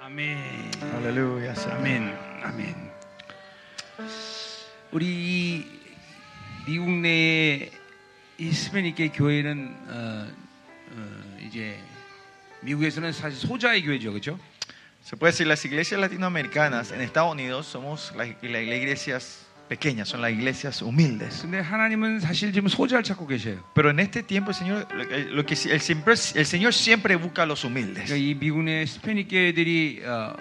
아멘. 할렐루야. 아멘. 아멘. 우리 이 미국 내에 히스패닉계 교회는 어, 어, 이제 미국에서는 사실 소자의 교회죠, 그렇죠? Se puede decir, las iglesias latinoamericanas en Estados Unidos somos las la- las iglesias pequeñas, son las iglesias humildes. 근데 하나님은 사실 지금 소자를 찾고 계세요. Pero en este tiempo, el Señor, lo que- lo que, el, siempre- el Señor siempre busca a los 그러니까 humildes. 이 미국 내 히스패닉계들이 어,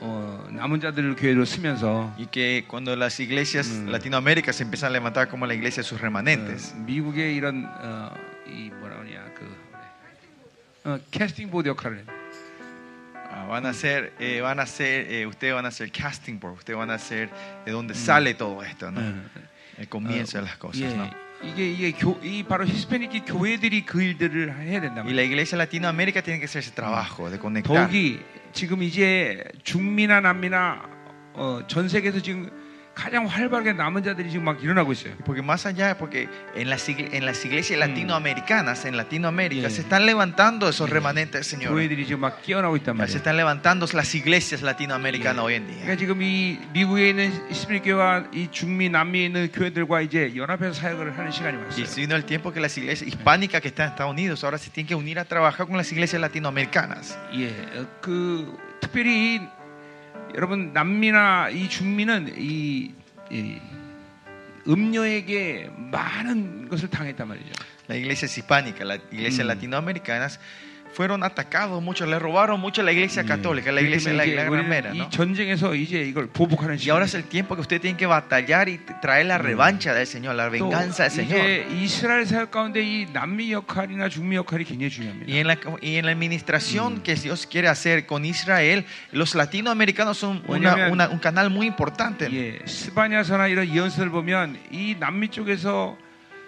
어, 남은 자들을 교회로 쓰면서 Y que cuando las iglesias latinoamericanas se empiezan a levantar como la iglesia de sus remanentes, 어, 미국의 이런 어, 이 뭐라 그러냐 그 어, 캐스팅 보드 역할을 해요. ah, van a ser, eh, van a ser, eh, ustedes van a ser casting board, ustedes van a ser de donde sale todo esto, ¿no? Mm. El comienzo de las cosas, 예. ¿no? 이게 이게 교, 이 바로 히스패닉 교회들이 그 일들을 해야 된다 Y 말이에요. la iglesia latinoamérica tiene que hacer ese trabajo de conectar. 더욱이 지금 이제 중미나 남미나 어, 전 세계에서 지금 가장 활발하게 남은 자들이 지금 막 일어나고 있어요. Porque más allá, porque en las, igle- en las iglesias latinoamericanas, en Latinoamérica, Mm. Yeah. se están levantando esos remanentes, Señor. 교회들이 지금 막 깨어나고 있단 Se 말이에요. están levantando las iglesias latinoamericanas hoy en 그러니까 día. 지금 이 미국에 있는 히스패닉 교회와 이 중미 남미에 있는 교회들과 이제 연합해서 사역을 하는 시간이 Y 왔어요. si vino el tiempo que las iglesias hispánicas que están en Estados Unidos ahora se tienen que unir a trabajar con las iglesias latinoamericanas. 예, 어, 그 특별히 이- 여러분 남미나 이 중미는 이, 이 음료에게 많은 것을 당했단 말이죠. Las iglesias hispánicas, las iglesias Mm. latinoamericanas fueron atacados mucho, le robaron mucho a la iglesia católica, a la 그렇기 iglesia la, 때문에 la 이제 gramera, 우리는 ¿no? 이 전쟁에서 이제 이걸 보복하는 Y ahora es 시간. el tiempo que usted tiene que batallar y traer Mm. la revancha del Señor, la 또 venganza del Señor. 이제 이스라엘 사역 가운데 이 남미 역할이나 중미 역할이 굉장히 중요합니다. Y en, la, y en la administración que Dios quiere hacer con Israel, los latinoamericanos son una- Oye, eh, una- un canal muy importante. 예, 스바냐서나 이런 이언서를 보면 이 남미 쪽에서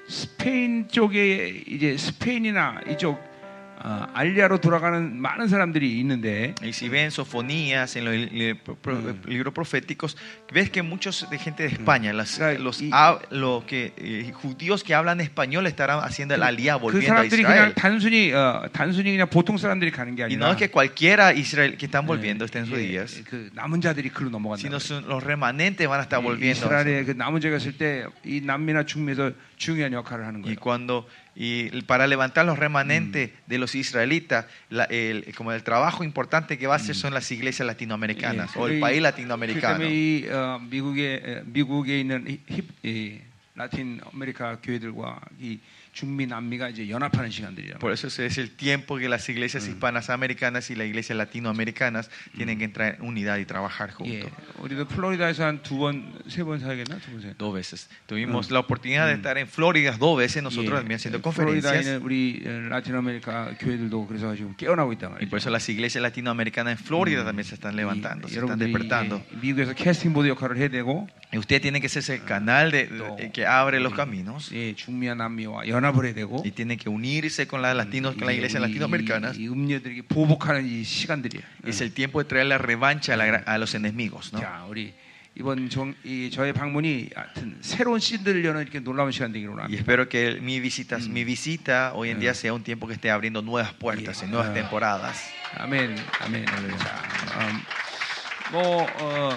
스페인 쪽에 이제 스페인이나 이쪽 어, 알리아로 돌아가는 많은 사람들이 있는데 Y si ven sofonías en los li- pro- pro- Mm. libros proféticos, ves que muchos de gente de España, las- Claro, los, y- ha- lo que, eh, judíos que hablan español estarán haciendo el aliá 그 volviendo a 사람들이 그냥 Israel. 단순히 어, 단순히 그냥 보통 사람들이 가는 게 Y 아니라 no es que cualquiera Israel que Eh, están volviendo estén en sus 예, días, 그 남은 자들이 그로 넘어간다. sino son- los remanentes van a estar 이 volviendo. 이스라엘의 그 남은 자가 있을 때 이 남미나 중미에서 중요한 역할을 하는 Y 거예요. cuando y para levantar los remanentes de los israelitas, la- el- como el trabajo importante que va a hacer son las iglesias latinoamericanas o el 이- país 그렇기 latinoamericano. 때문에 이 어, 미국에 에, 미국에 있는 이- 힙, 이 라틴 아메리카 교회들과 이 중미 남미가 이제 연합하는 시간들이야. Por eso es el tiempo que las iglesias hispanas americanas y las iglesias latinoamericanas tienen que entrar en unidad y trabajar 예, juntos. 우리도 플로리다에서 한 두 번 세 번 사겠나 두 번 세. Dos veces. Tuvimos la oportunidad de estar en Florida dos veces nosotros también haciendo conferencias. 예. 플로리다에는 우리 어, 라틴 아메리카 교회들도 그래서 지금 깨어나고 있단 말이죠. Y 음. por eso las iglesias latinoamericanas en Mm. Florida también se están levantando, 이- se están 여러분들이 despertando. 예, 미국에서 캐스팅 보드 역할을 해야 되고 Y usted tiene que ser ese canal de- de- que abre 예, Mm. 그 los caminos. 예, 중미와 남미와 연합을 해야 되고 y tiene que unirse con las latinos, con las iglesias 이- latinoamericanas. 음, 이, 이 음료들에게 보복하는 이 시간들이에요. 음. Es el tiempo de traer la revancha a, la gra- a los enemigos, ¿no? 자, 우리 이번 정, 이 저의 방문이 하여튼 새로운 씨들을 여는 이렇게 놀라운 시간 되기를 Y 원합니다. espero que mi visita, mi visita hoy en día sea un tiempo que esté abriendo nuevas puertas Yeah. y nuevas Ah. temporadas. 아멘, 아멘. 자, 음, 뭐 어,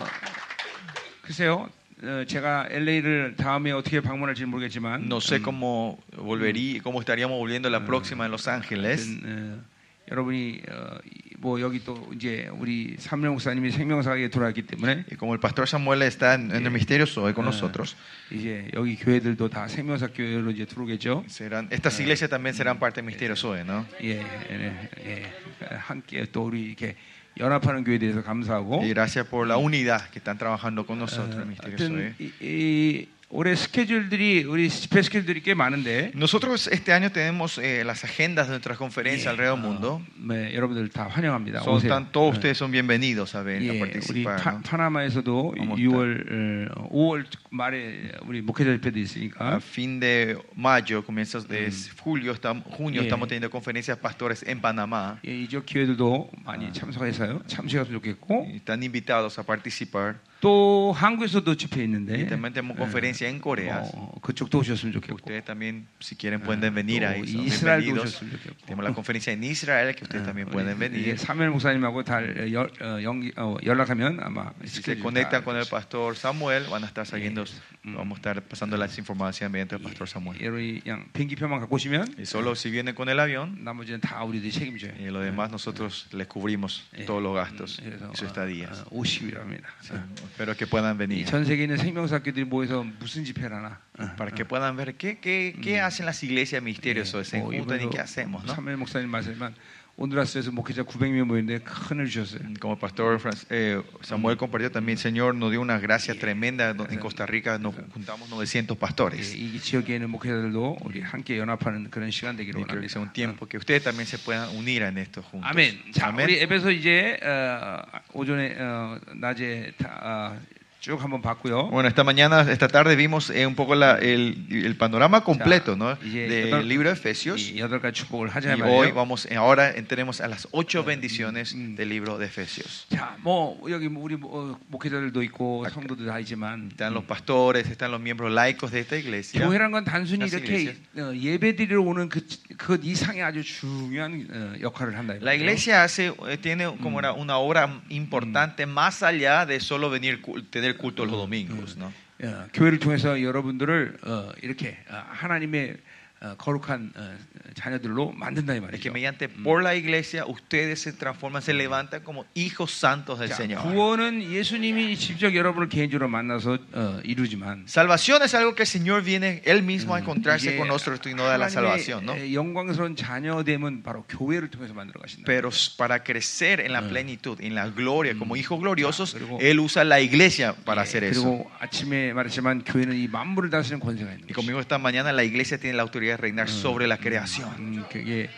글쎄요, 어, 제가 LA를 다음에 어떻게 방문할지 는 모르겠지만, No sé cómo volvería, cómo estaríamos volviendo la próxima en Los Ángeles. 하여튼, 어, 여러분이 어, 이- 뭐 여기 또 이제 우리 삼명 목사님이 생명사에 돌아왔기 때문에 Y como el pastor Samuel está en, en el misterio hoy con Ah. nosotros, 이제 여기 교회들도 다 생명사 교회로 이제 들어오겠죠. serán, estas iglesias también serán parte de misterio hoy, ¿no? 예, 예, 예. 함께 또 우리 이렇게 연합하는 교회에 대해서 감사하고. 어, Y gracias por la unidad que están trabajando con nosotros en misterio 하여튼 이, 이 올해 스케줄들이 우리 집회 스케줄들이 꽤 많은데 Nosotros este año tenemos eh, las agendas de nuestras conferencias alrededor del mundo. 네, 여러분들 다 환영합니다. Son- 오세요. están- todos ustedes son bienvenidos a 예, ver, a 우리 participar. 파, ¿no? 파나마에서도 어머, 6월, 어, 5월 말에 우리 목회자 집회도 있으니까 A fin de mayo, comienzos de julio, estamos, junio, Yeah. estamos teniendo conferencias pastores en Panamá. 예, 이쪽 기회들도 많이 참석해서요. 참석했으면 좋겠고 Y Están invitados a participar. 또 한국에서도 Y 집회했는데 예, también tenemos conferencia en Corea. 어, 그쪽도 오셨으면 Que 좋겠고 ustedes también, si quieren, pueden venir ahí. Son Israel bienvenidos. 오셨으면 좋겠고. Tenemos la conferencia en Israel, que Ah, ustedes también pueden 이게 venir. 사무엘 목사님하고 다 연, 어, 연기- 어, 연락하면 아마 Si se 스케줄 conectan 다 con el pastor Samuel, van a estar saliendo, vamos a estar pasando las informaciones mediante el pastor Samuel. 여러분이 그냥 비행기표만 갖고 오시면 Y solo si vienen con el avión, 나머지는 다 우리들이 책임져요. 예. 음, y Eh, lo demás nosotros les cubrimos Eh, todos los gastos 그래서 어, y sus ah, estadías. 오십이랍니다. 예. Sí, Espero que puedan venir. 이전 세계 있는 생명사학교들이 모여서 무슨 집회를 하나. 어. Para que puedan ver qué, qué, qué hacen las iglesias ministerios hoy, se 뭐 juntan y 이번에도 qué hacemos. ¿no? 사무엘 목사님 말씀만 온두라스에서 목회자 900명 모였는데 큰을 주셨어요. Mm, Como el pastor Fran- eh, Samuel compartió también, el Señor nos dio una gracia tremenda. En Costa Rica nos juntamos 900 예, pastores. 이 지역에 있는 목회자들도 우리 함께 연합하는 네, 그런 시간 되기를 Y creo que sea un 원합니다. tiempo que ustedes también se puedan unir en esto juntos. 아멘. 자, Amén. 우리 에베소 이제 어, 오전에 어, 낮에 다, 어, 쭉 한번 봤고요. Bueno, esta mañana, esta tarde vimos eh, un poco la- el, el panorama completo ¿no? 이제 del 여덟- libro de Efesios. 이 여덟 가지 축복을 하자 Y 네, 말이에요. hoy 뭐. vamos, eh, ahora entremos a las ocho bendiciones del libro de Efesios. 자, 뭐 여기 뭐 우리 뭐, 어, 목회자들도 있고 성도들 다 있지만 Están los pastores, están los miembros laicos de esta iglesia. 교회란 건 단순히 Las 이렇게 어, 예배드리러 오는 그, 그 이상의 아주 중요한 어, 역할을 한다. La iglesia hace, eh, tiene como una, una obra importante más allá de solo venir cul- tener culto los domingos. ¿no? 어, 교회를 통해서 여러분들을 어, 이렇게 어, 하나님의 어, 거룩한 어, 자녀들로 만든다 이 Es que 말이죠. mediante por la iglesia ustedes se transforman, se levantan como hijos santos del 자, Señor. 구원은 예수님이 직접 여러분을 개인적으로 만나서 어, 이루지만 Salvación es algo que el Señor viene él mismo a Mm. encontrarse 이게 con nosotros y nos da la salvación, ¿no? 하나님의 영광스러운 자녀됨은 바로 교회를 통해서 만들어 가신다. Pero para crecer en la plenitud, en la gloria, como hijos gloriosos, Mm. Ah, pero- él usa la iglesia para 예, hacer eso. 그리고 아침에 말했지만 교회는 이 만물을 다스리는 권세가 있는 Y 거죠. conmigo esta mañana la iglesia tiene la autoridad de Mm. reinar sobre la creación. 음, 그게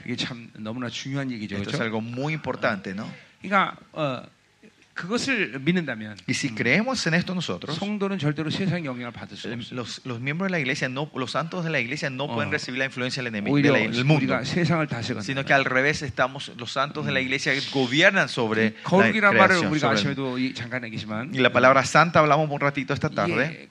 그게 참 너무나 중요한 얘기죠. Esto es 그렇죠? algo muy importante, ¿no? 그러니까 어, 그것을 믿는다면 Y si creemos en esto nosotros, 성도는 절대로 세상 영향을 받을 수 eh, 없어요. los, los miembros de la iglesia, no, los santos de la iglesia no Ah. pueden recibir la influencia del enemigo, 오히려 del mundo, 우리가 세상을 다스려 sino que al revés estamos, los santos Mm. de la iglesia gobiernan sobre la 거룩이란 말을 creación. 우리가 sobre el- 아침에도 이- 잠깐 얘기지만 Y la palabra santa hablamos un ratito esta tarde.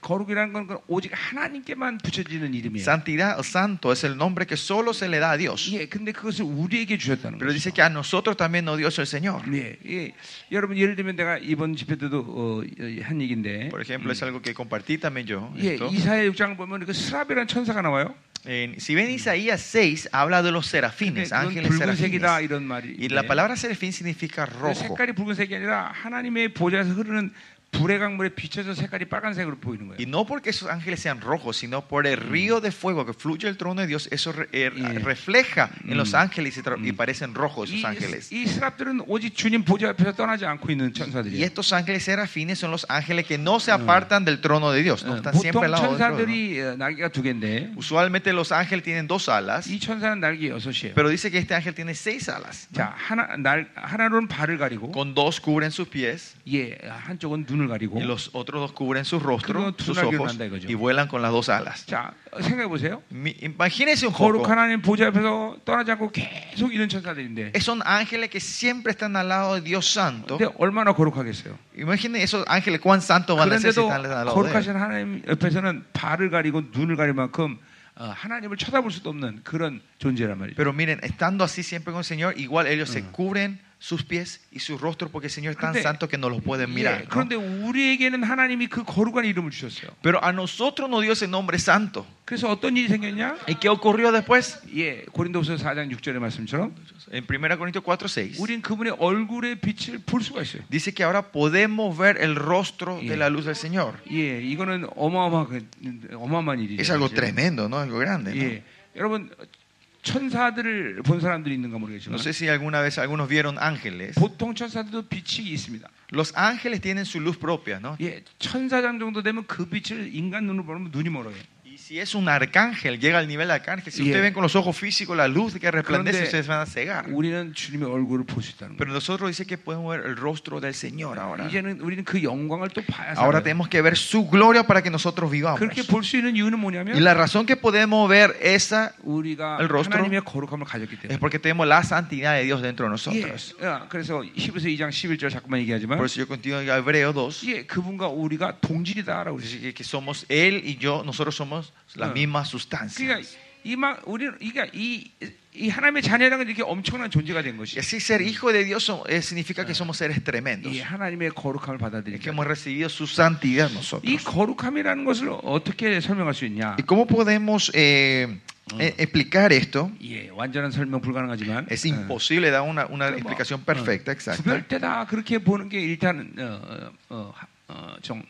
이게 거룩이란 건 그건 오직 하나님께만 붙여지는 이름이에요. Santidad o santo es el nombre que solo se le da a Dios. 예, 근데 그것을 우리에게 주셨다는 거죠. Pero dice que a nosotros también nos dio eso el Señor. 예, 예. 여러분 예를 들면 내가 이번 집회 때도 어, 예, 한 얘기인데 Por ejemplo, es algo que compartí también yo. 예, esto. 이사야 6장 보면 그 스랍이라는 천사가 나와요. En- si ven Isaías 6, habla de los 근데 serafines, 예, 그건 ángeles 붉은색이다 serafines. 이런 말이. Y la palabra serafín significa 그 rojo. 색깔이 붉은색이 아니라 하나님의 보좌에서 흐르는 불의 강물에 비춰서 색깔이 빨간색으로 보이는 Y 거예요. no porque esos ángeles sean rojos, sino por el río de fuego que fluye el trono de Dios, eso re- eh, Y- refleja en los ángeles y, tra- y parecen rojos 이, esos ángeles. 이 스랍들은 오직 주님 보좌 앞에서 떠나지 않고 있는 Y 천사들이에요. estos ángeles serafines son los ángeles que no se apartan del trono de Dios, no 어, están siempre 보통 al lado del trono. 천사들이 어, 날개가 두 개인데 Usualmente los ángeles tienen dos alas, 이 천사는 날개 여섯이에요. pero dice que este ángel tiene seis alas. 자 하나 날 하나로는 발을 가리고 Con dos cubren sus pies, 예 한쪽은 눈을 가리고 y los otros dos cubren sus rostros, 그러면 sus 두날개로 ojos, 난다 이거죠. y vuelan con las dos alas. 자 생각해 보세요. Mi- Imagínense un poco. 거룩한 하나님 보좌 앞에서 떠나지 않고 계속 있는 천사들인데 Eh, Son ángeles que siempre están al lado de Dios Santo. 근데 얼마나 거룩하겠어요. Imaginen esos ángeles cuán santos van a ser si 그런데도 están al lado de él. 거룩하신 하나님 옆에서는 발을 가리고 눈을 가릴 만큼 어, 하나님을 쳐다볼 수도 없는 그런 존재란 말이죠. Pero miren, estando así siempre con el Señor, igual ellos se cubren sus pies y sus rostros porque el Señor es tan 근데- santo que no los pueden 예, mirar. ¿no? 그런데 우리에게는 하나님이 그 거룩한 이름을 주셨어요. Pero a nosotros nos dio ese nombre santo. 그래서 어떤 일이 생겼냐? ¿Y qué ocurrió después? 예, 고린도후서 4장 6절의 말씀처럼 En 1 Corintios 4, 6. 우린 그분의 얼굴의 빛을 볼 수가 있어요. Dice que ahora podemos ver el rostro Yeah. de la luz del Señor. 예, 이거는 어마어마한 어마어마한 일이죠. Es algo tremendo, ¿no? Algo grande. ¿no? 예, 여러분 천사들을 본 사람들이 있는가 모르겠지만 No sé si alguna vez algunos vieron ángeles. 보통 천사들도 빛이 있습니다. Los 아. ángeles tienen su luz propia, ¿no? 예, 천사장 정도 되면 그 빛을 인간 눈으로 보면 눈이 멀어요. Y Y si es un arcángel, llega al nivel de arcángel. Si ustedes Yeah. ven con los ojos físicos la luz que resplandece, 그런데 ustedes van a cegar. 우리는 주님의 얼굴을 볼 수 있다는 Pero nosotros dice que podemos ver el rostro del Señor 거예요. ahora. 이제는 우리는 그 영광을 또 봐야 Ahora 살아요. tenemos que ver su gloria para que nosotros vivamos. 그렇게 볼 수 있는 이유는 Y 뭐냐면 la razón que podemos ver esa 우리가 El rostro. 하나님의 거룩함을 가졌기 es 때문에. porque tenemos la santidad de Dios dentro de 예. nosotros. 아, 그래so 히브리서 2장 11절 자꾸만 Por 얘기하지만 eso yo continúo en Hebreo 2. 예, 그분과 우리가 동질이다라고 그러죠. Dice que- que somos Él y yo, nosotros somos la Ah. misma sustancia. 그러니까 이막 우리는 이게 이, 이 하나님의 자녀라는 건 이렇게 엄청난 존재가 된 Y 것이. así ser hijo de Dios son- eh, significa que somos seres tremendos. 이 하나님의 거룩함을 Es que 받아들이니까 hemos recibido su santidad 이 nosotros. 거룩함이라는 것을 어떻게 설명할 수 있냐? ¿Y cómo podemos eh, eh, explicar esto? 예, 완전한 설명 불가능하지만 Es 예. imposible dar una, una 뭐, explicación perfecta, 어, exacta. 구별되다 그렇게 보는 게 일단 어, 어, 어, 하- 어, 좀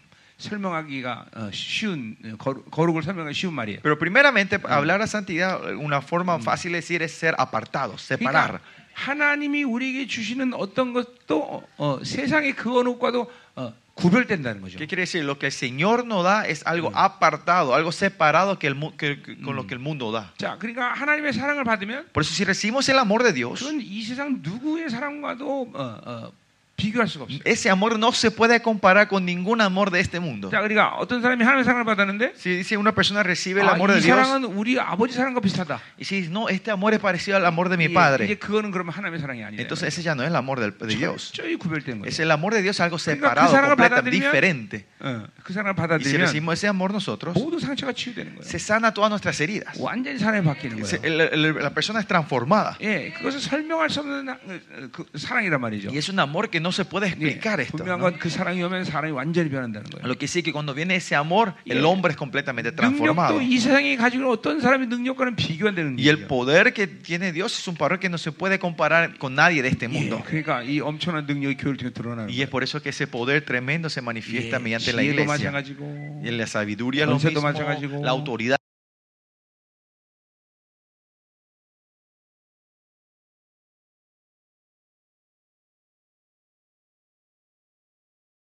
설명하기가 어, 쉬운 어, 거룩- 거룩을 설명하기 쉬운 말이에요. Pero primeramente, hablar de santidad, una forma fácil de decir es ser apartados, separar. 그러니까 하나님이 우리에게 주시는 어떤 것도 어, 어, 세상의 그 어느 것과도 어, 구별된다는 거죠. ¿Qué quiere decir? Lo que el Señor nos da es algo apartado, algo separado que el mu- que- que- con lo que el mundo da. 자, 그러니까 하나님의 사랑을 받으면 Por eso si recibimos el amor de Dios, 그건 이 세상 누구의 사랑과도 어, 어, 비교할 수가 없어요. ese amor no se puede comparar con ningún amor de este mundo. 자, 그러니까 어떤 사람이 하나님의 사랑을 받았는데 Si dice una persona recibe el 아, amor de 이 Dios 사랑은 우리 아버지 사랑과 비슷하다. y si dice, no, este amor es parecido al amor de mi 예, 이제 예, padre, 그거는 그러면 하나님의 사랑이 아니에요. entonces ese ya no es el amor del- de Dios. 철저히 구별된 거예요. Es el amor de Dios algo 그 separado, 사랑을 completamente 받아들이면- diferente. 어, 그 사랑을 Y si 받아들이면 recibimos ese amor nosotros, 모든 상처가 치유되는 거예요. se sana todas nuestras heridas. 완전히 사랑이 바뀌는 Se- 거예요. el- el- la persona es transformada. 예, 그것은 설명할 수 없는 하- 어, 그 사랑이란 말이죠. Y es un amor que no se puede 예, explicar esto. 분명한 ¿no? 건 그 사랑이 오면 사람이 완전히 변한다는 거예요. Lo que sí que cuando viene ese amor, el Yeah. hombre es completamente transformado. 능력도 이 세상이 가지고 있는 어떤 사람의 능력과는 비교가 되는 Y el 거예요. poder que tiene Dios es un poder que no se puede comparar con nadie de este 예, mundo. 그러니까 이 엄청난 능력이 교회를 통해 드러나는 Y es 거예요. por eso que ese poder tremendo se manifiesta 예, mediante la 지혜도 iglesia. 마찬가지고 Y en la sabiduría lo Concepto mismo, machacachico. la autoridad.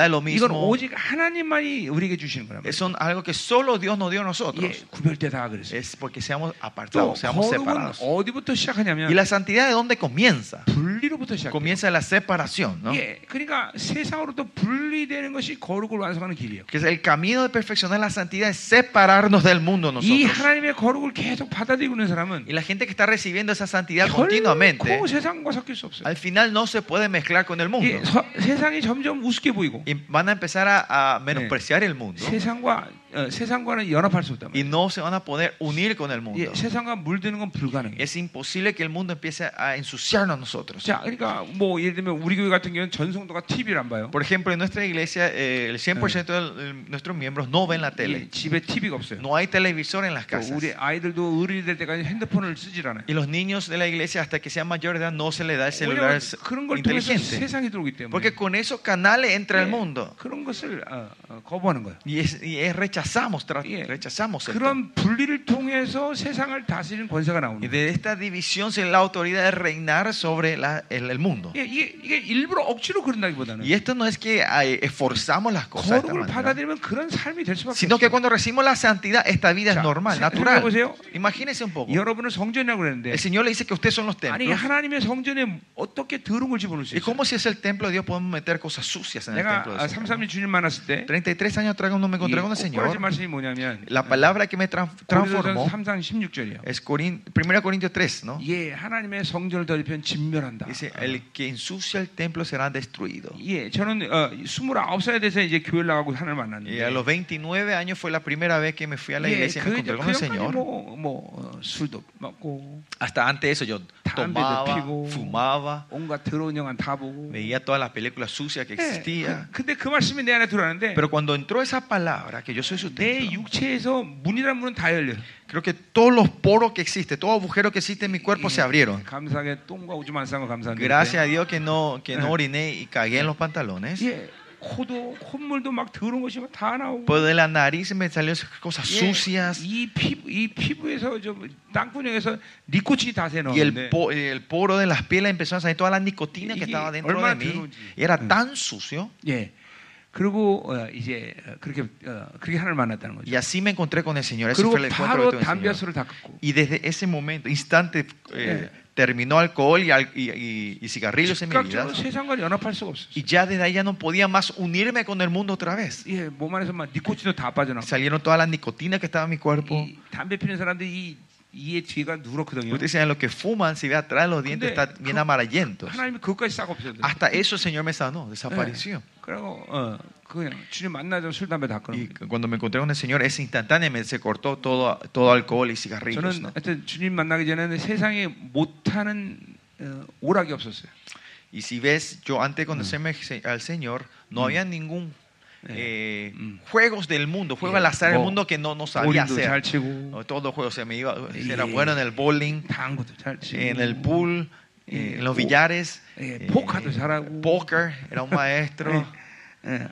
lo 이건 mismo. 오직 하나님만이 우리에게 주시는 거란 말이에요. Son algo que solo Dios nos dio a 예, nosotros. 구별되다 그랬어요. Es porque seamos 또 apartados, seamos 거룩은 separados. 어디부터 ¿Y 시작하냐면 la santidad de dónde comienza? 분리로부터 시작해요. Comienza la separación, ¿no? 예, 그러니까 세상으로부터 분리되는 것이 거룩을 완성하는 길이에요. Que es el camino de perfeccionar la santidad es separarnos del mundo 이 nosotros. 하나님의 거룩을 계속 받아들이고 있는 사람은 Y la gente que está recibiendo esa santidad continuamente, 결코 세상과 섞일 수 없어요. al final no se puede mezclar con el mundo. 예, 서- 세상이 점점 우습게 보이고 Y van a empezar a, a menospreciar el mundo 세상과 어, 세상과는 연합할 수 없단 y 말이에요. no se van a poder unir con el mundo. 예, 세상과 물드는 건 불가능해요. Es imposible que el mundo empiece a ensuciarnos a nosotros. 자, 그러니까 뭐 예를 들면 우리 교회 같은 경우는 전성도가 TV를 안 봐요. Por ejemplo, en nuestra iglesia, eh, el 100% de el- nuestros miembros no ven la 예, tele. 집에 TV가 없어요. No hay televisor en las 또 casas. 우리 아이들도 어른이 될 때까지 핸드폰을 쓰질 않아요. Y los niños de la iglesia, hasta que sean mayor de edad, no se les da el celular 왜냐면 그런 걸 통해서 inteligente. 세상이 들어오기 때문에 Porque con esos canales entra el 예, mundo. 그런 것을 어, 어, 거부하는 거예요. Y, es, y es rechazamos, tra- Yeah. rechazamos esto. 그런 분리를 통해서 세상을 다스리는 권세가 Y 나오는 거예요. de esta división se da la autoridad de reinar sobre la- el, el mundo. 예, 이게, 이게 일부러 억지로 그런다기보다는 Y esto no es que ay, esforzamos las cosas, de esta 거룩을 manera, 받아들이면 그런 삶이 될 수밖에 sino que 없어요. cuando recibimos la santidad, esta vida 자, es normal, 세- natural. 생각해보세요. Imagínense un poco. 여러분은 성전이라고 그랬는데 El Señor le dice que ustedes son los 아니 templos. 하나님의 성전에 어떻게 더러운 걸 집어넣을 수 ¿Y 있어요? cómo si es el templo de Dios podemos meter cosas sucias en el 내가 templo 아, de Dios? 33일 주님 만났을 때 33 años atrás cuando me encontré con el 이 꼬라지 Señor, 말씀이 뭐냐면 la palabra que me tran- 고린도전 transformó 3장 16절이에요. es Corin- 1 Corintios 3, ¿no? 예, 하나님의 성전을 더럽히면 진멸한다. Dice, el que ensucia el templo será destruido. 예, 저는 어, 29살에 돼서 이제 교회를 나가고 하나님을 Y a 만났는데 los 29 años fue la primera vez que me fui a la 예, iglesia y me 그, encontré con 그 el 전까지 Señor. 뭐, 뭐 어, 술도 먹고 Hasta antes de eso yo tomaba, pigo. fumaba, 온갖 더러운 영화 다 보고 veía todas las películas sucias que 예, existía. 그- 근데 그 말씀이 내 안에 들어왔는데 Pero cuando entró esa palabra, que yo soy su 내 templo, 육체에서 문이란 문은 다 열려요 creo que todos los poros que existen, todo agujero que existe en mi cuerpo se 예, abrieron. 감사하게 똥과 오줌 안 싼 거 감사한데 Gracias a Dios que no, que Eh. no oriné y cagué en los pantalones. 예, 코도 콧물도 막 더러운 것이 막 다 나오고 Pues de la nariz me salieron esas cosas 예, sucias. 이, 피부, 이 피부에서 좀 땅구녕에서 니코틴이 다 Y el, 새나오는데 po- el poro de las pieles empezó a salir toda la nicotina que Y- estaba dentro de 얼마나 mí. 더러운지. Y era tan sucio. 예. 그리고 어, 이제 어, 그렇게 어, 그렇게 하나님을 만났다는 거죠. Y así me encontré con el Señor. Ese 그리고 fue el encuentro 바로 que tuve con el Señor. 담배수를 다 끊고 Y desde ese momento, instante, eh, terminó alcohol y, al- y- y- y cigarrillos en mi vida. 즉각적으로 세상과 연합할 수가 없었어요. Y ya desde ahí ya no podía más unirme con el mundo otra vez. 예, 몸 안에서 막 니코틴도 다 빠져나고 Salieron todas las nicotinas que estaba en mi cuerpo. 이 담배 피는 사람들이 이, 의 뒤가 누렇거든요. Ustedes saben, los que fuman, si ve atrás los dientes, Pero- están bien amarillentos. 하나님이 그것까지 싹 없애줬어요. 네. Hasta eso el Señor me sanó, desapareció. 그리고 어, 그냥 주님 만나자 술 담배 다 끊어. Y cuando me encontré con el Señor, es instantáneamente se cortó todo, todo alcohol y cigarrillos. 저는 ¿no? eh, 하여튼 주님 만나기 전에는 세상에 못하는 어, 오락이 없었어요. Y si ves, yo antes de conocerme se- al Señor, no había ningún Mm. eh, Mm. juegos del mundo, juegos Yeah. al azar del Bo- mundo que no, no sabía 볼링도 예, 뭐 잘 hacer. 치고 Todos los juegos, se me iba, Yeah. era bueno en el bowling, 당구도 잘 치고 en el pool, eh, Yeah. en los Oh. billares, Yeah. eh, Poker도 잘하고. poker, era un Eh. maestro. 예,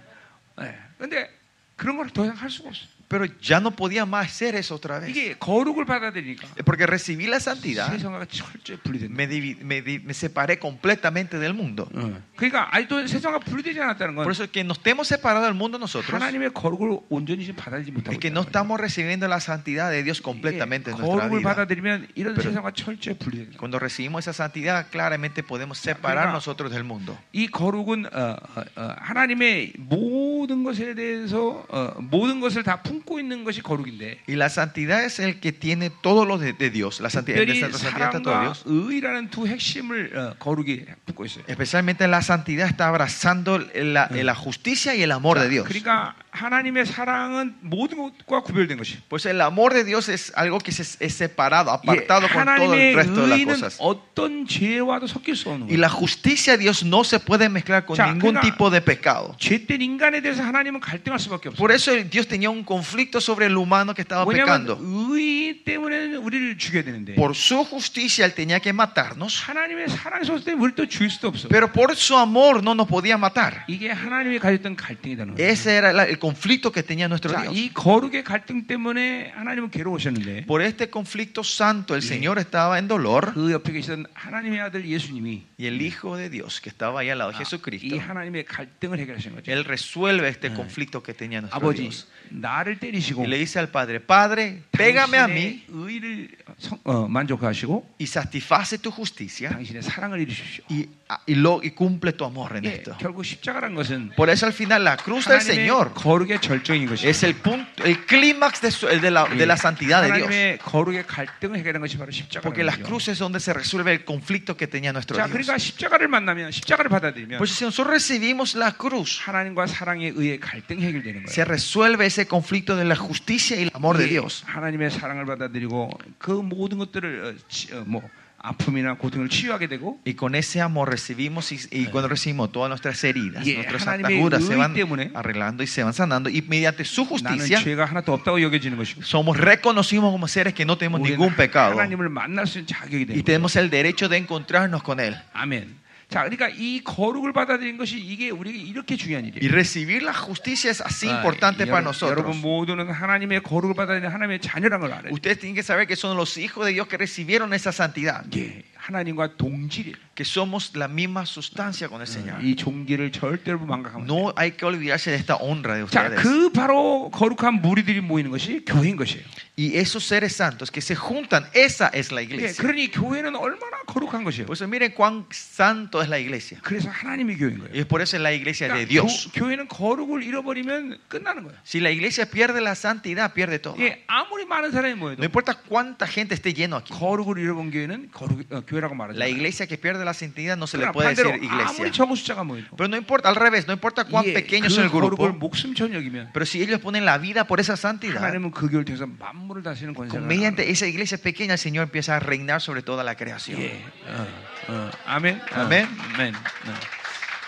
예. 근데 그런 걸 더 이상 할 수가 없어. Pero ya no podía más hacer eso otra vez. 이게 Eh, 거룩을 받아들이니까 Porque recibí la santidad, 세상과 철저히 분리된다. me, divi- me di- me separé completamente del mundo. 어. 그러니까 아직도 세상과 분리되지 않았다는 건 Por eso es que nos estemos separados del mundo nosotros 하나님의 거룩을 온전히 지금 받아들이지 못하고 es que no 있다는 거예요. estamos recibiendo la santidad de Dios completamente 이게 en nuestra 거룩을 vida. 받아들이면 이런 Pero- 세상과 철저히 분리된다. Cuando recibimos esa santidad, claramente podemos separar Mira. nosotros del mundo. 이 거룩은 어, 어, 어, 하나님의 모든 것에 대해서 어, 모든 것을 다 품고 있는 것이 거룩인데 Y la santidad es el que tiene todo lo de, de Dios. La santidad, 특별히 de la santidad está todo 사랑과 Dios. 의라는 두 핵심을 어, 거룩이 품고 있어요. Especialmente la santidad está abrazando la, la justicia y el amor de Dios. 그러니까 하나님의 사랑은 모든 것과 구별된 것이. Pues el amor de Dios es algo que se- es separado, 예, apartado con todo 하나님의 el resto de las 의는 cosas. 어떤 죄와도 섞일 수 없는 Y 거예요. la justicia de Dios no se puede mezclar con 자, ningún 그러니까- tipo de pecado. 죄된 인간에 대해서 하나님은 갈등할 수밖에 없어요. Por eso Dios tenía un conflicto sobre el humano que estaba 왜냐하면 pecando. 의 때문에 우리를 죽여야 되는데 Por su justicia Él tenía que matarnos, 하나님의 사랑이 쏟을 때 우리 또 죽일 수도 없어. pero por su amor no nos podía matar. 이게 하나님이 가졌던 갈등이라는 거예요. Ese era la- el conflicto que tenía nuestro 자, Dios. 이 거룩의 갈등 때문에 하나님은 괴로우셨는데 Por este conflicto santo el Señor estaba en dolor 그 옆에 계시던 하나님의 아들 예수님이 어, y el Hijo de Dios que estaba ahí al lado de 이 Jesucristo, 하나님의 갈등을 해결하신 거죠. Él resuelve este conflicto que tenía nuestro 아버지 Dios. 나를 때리시고 Y le dice al Padre, Padre, pégame a mí 당신의 의를 성- 어, 만족하시고 y satisface tu justicia 당신의 사랑을 예? 이루십시오. y, y lo, y cumple tu amor en 예, esto. 결국 십자가란 것은 Por eso al final la cruz del 하나님의 Señor 거룩의 절정인 것이죠. es el punto, el clímax de, su- el de la, de la santidad de Dios. 예. 하나님의 거룩의 갈등을 해결한 것이 바로 십자가인 Porque las 거죠. cruces es donde se resuelve el conflicto que tenía nuestro 자, Dios. 그러니까 십자가를 만나면 십자가를 받아들이면 Pues si nosotros recibimos la cruz, 하나님과 사랑에 의해 갈등이 해결되는 se 거예요. resuelve ese conflicto de la justicia y el amor de 이게 Dios. 하나님의 사랑을 받아들이고 그 모든 것들을 어, 치- 어, 뭐 아픔이나 고통을 치유하게 되고 Y con ese amor recibimos y, y cuando recibimos todas nuestras heridas, Yeah. nuestras 하나님의 ataduras se 의 van 때문에 arreglando y se van sanando. Y mediante su 나는 justicia 죄가 하나도 없다고 여겨지는 것이고 somos reconocidos como seres que no tenemos 우리는 ningún pecado 하나님을 만날 수 있는 자격이 y 되는 거예요. tenemos el derecho de encontrarnos con Él. 아멘. 자, 그러니까 이 거룩을 받아들인 것이 이게 우리에게 이렇게 중요한 Y 일이에요. recibir la justicia es así 아, importante 여러분, para nosotros. 여러분 모두는 하나님의 거룩을 받아들이는 하나님의 자녀라는 걸 알아요. Ustedes tienen que saber que son los hijos de Dios que recibieron esa santidad, 예, 하나님과 동질이에요. que somos la misma sustancia con el Ah, Señor. 이 종기를 절대로 망각하면 안 돼요. No hay que olvidarse de esta honra de 자, ustedes. 그 바로 거룩한 무리들이 모이는 것이 교회인 것이에요. Y esos seres santos que se juntan, esa es la 예, iglesia. 그러니 교회는 얼마나 거룩한 것이에요. Por eso miren cuán santo es la iglesia. 그래서 하나님의 교회인 거예요. Y es por eso es la iglesia de 그러니까 Dios. 교, 회는 거룩을 잃어버리면 끝나는 거예요. Si la iglesia pierde la santidad, pierde todo. 예, 아무리 많은 사람이 No 모여도 importa cuánta gente esté lleno aquí. 거룩을 잃어본 교회는 거룩, 어, 교회라고 말하죠. La iglesia que pierde la santidad no se le 그러나 puede 반대로 decir iglesia. 그 아무리 적은 숫자가 모여도 Pero no importa, al revés, no importa cuán 예, pequeño es el 그 거룩을 grupo. 목숨처럼 여기면 Pero si ellos ponen la vida por esa santidad, 하나님은 그 교회를 통해서 만물을 다스리는 Con- 권세를 mediante esa iglesia pequeña el Señor empieza a reinar sobre toda la creación. 예. 어, 어, 아멘. 아멘. 어, 아멘. 네.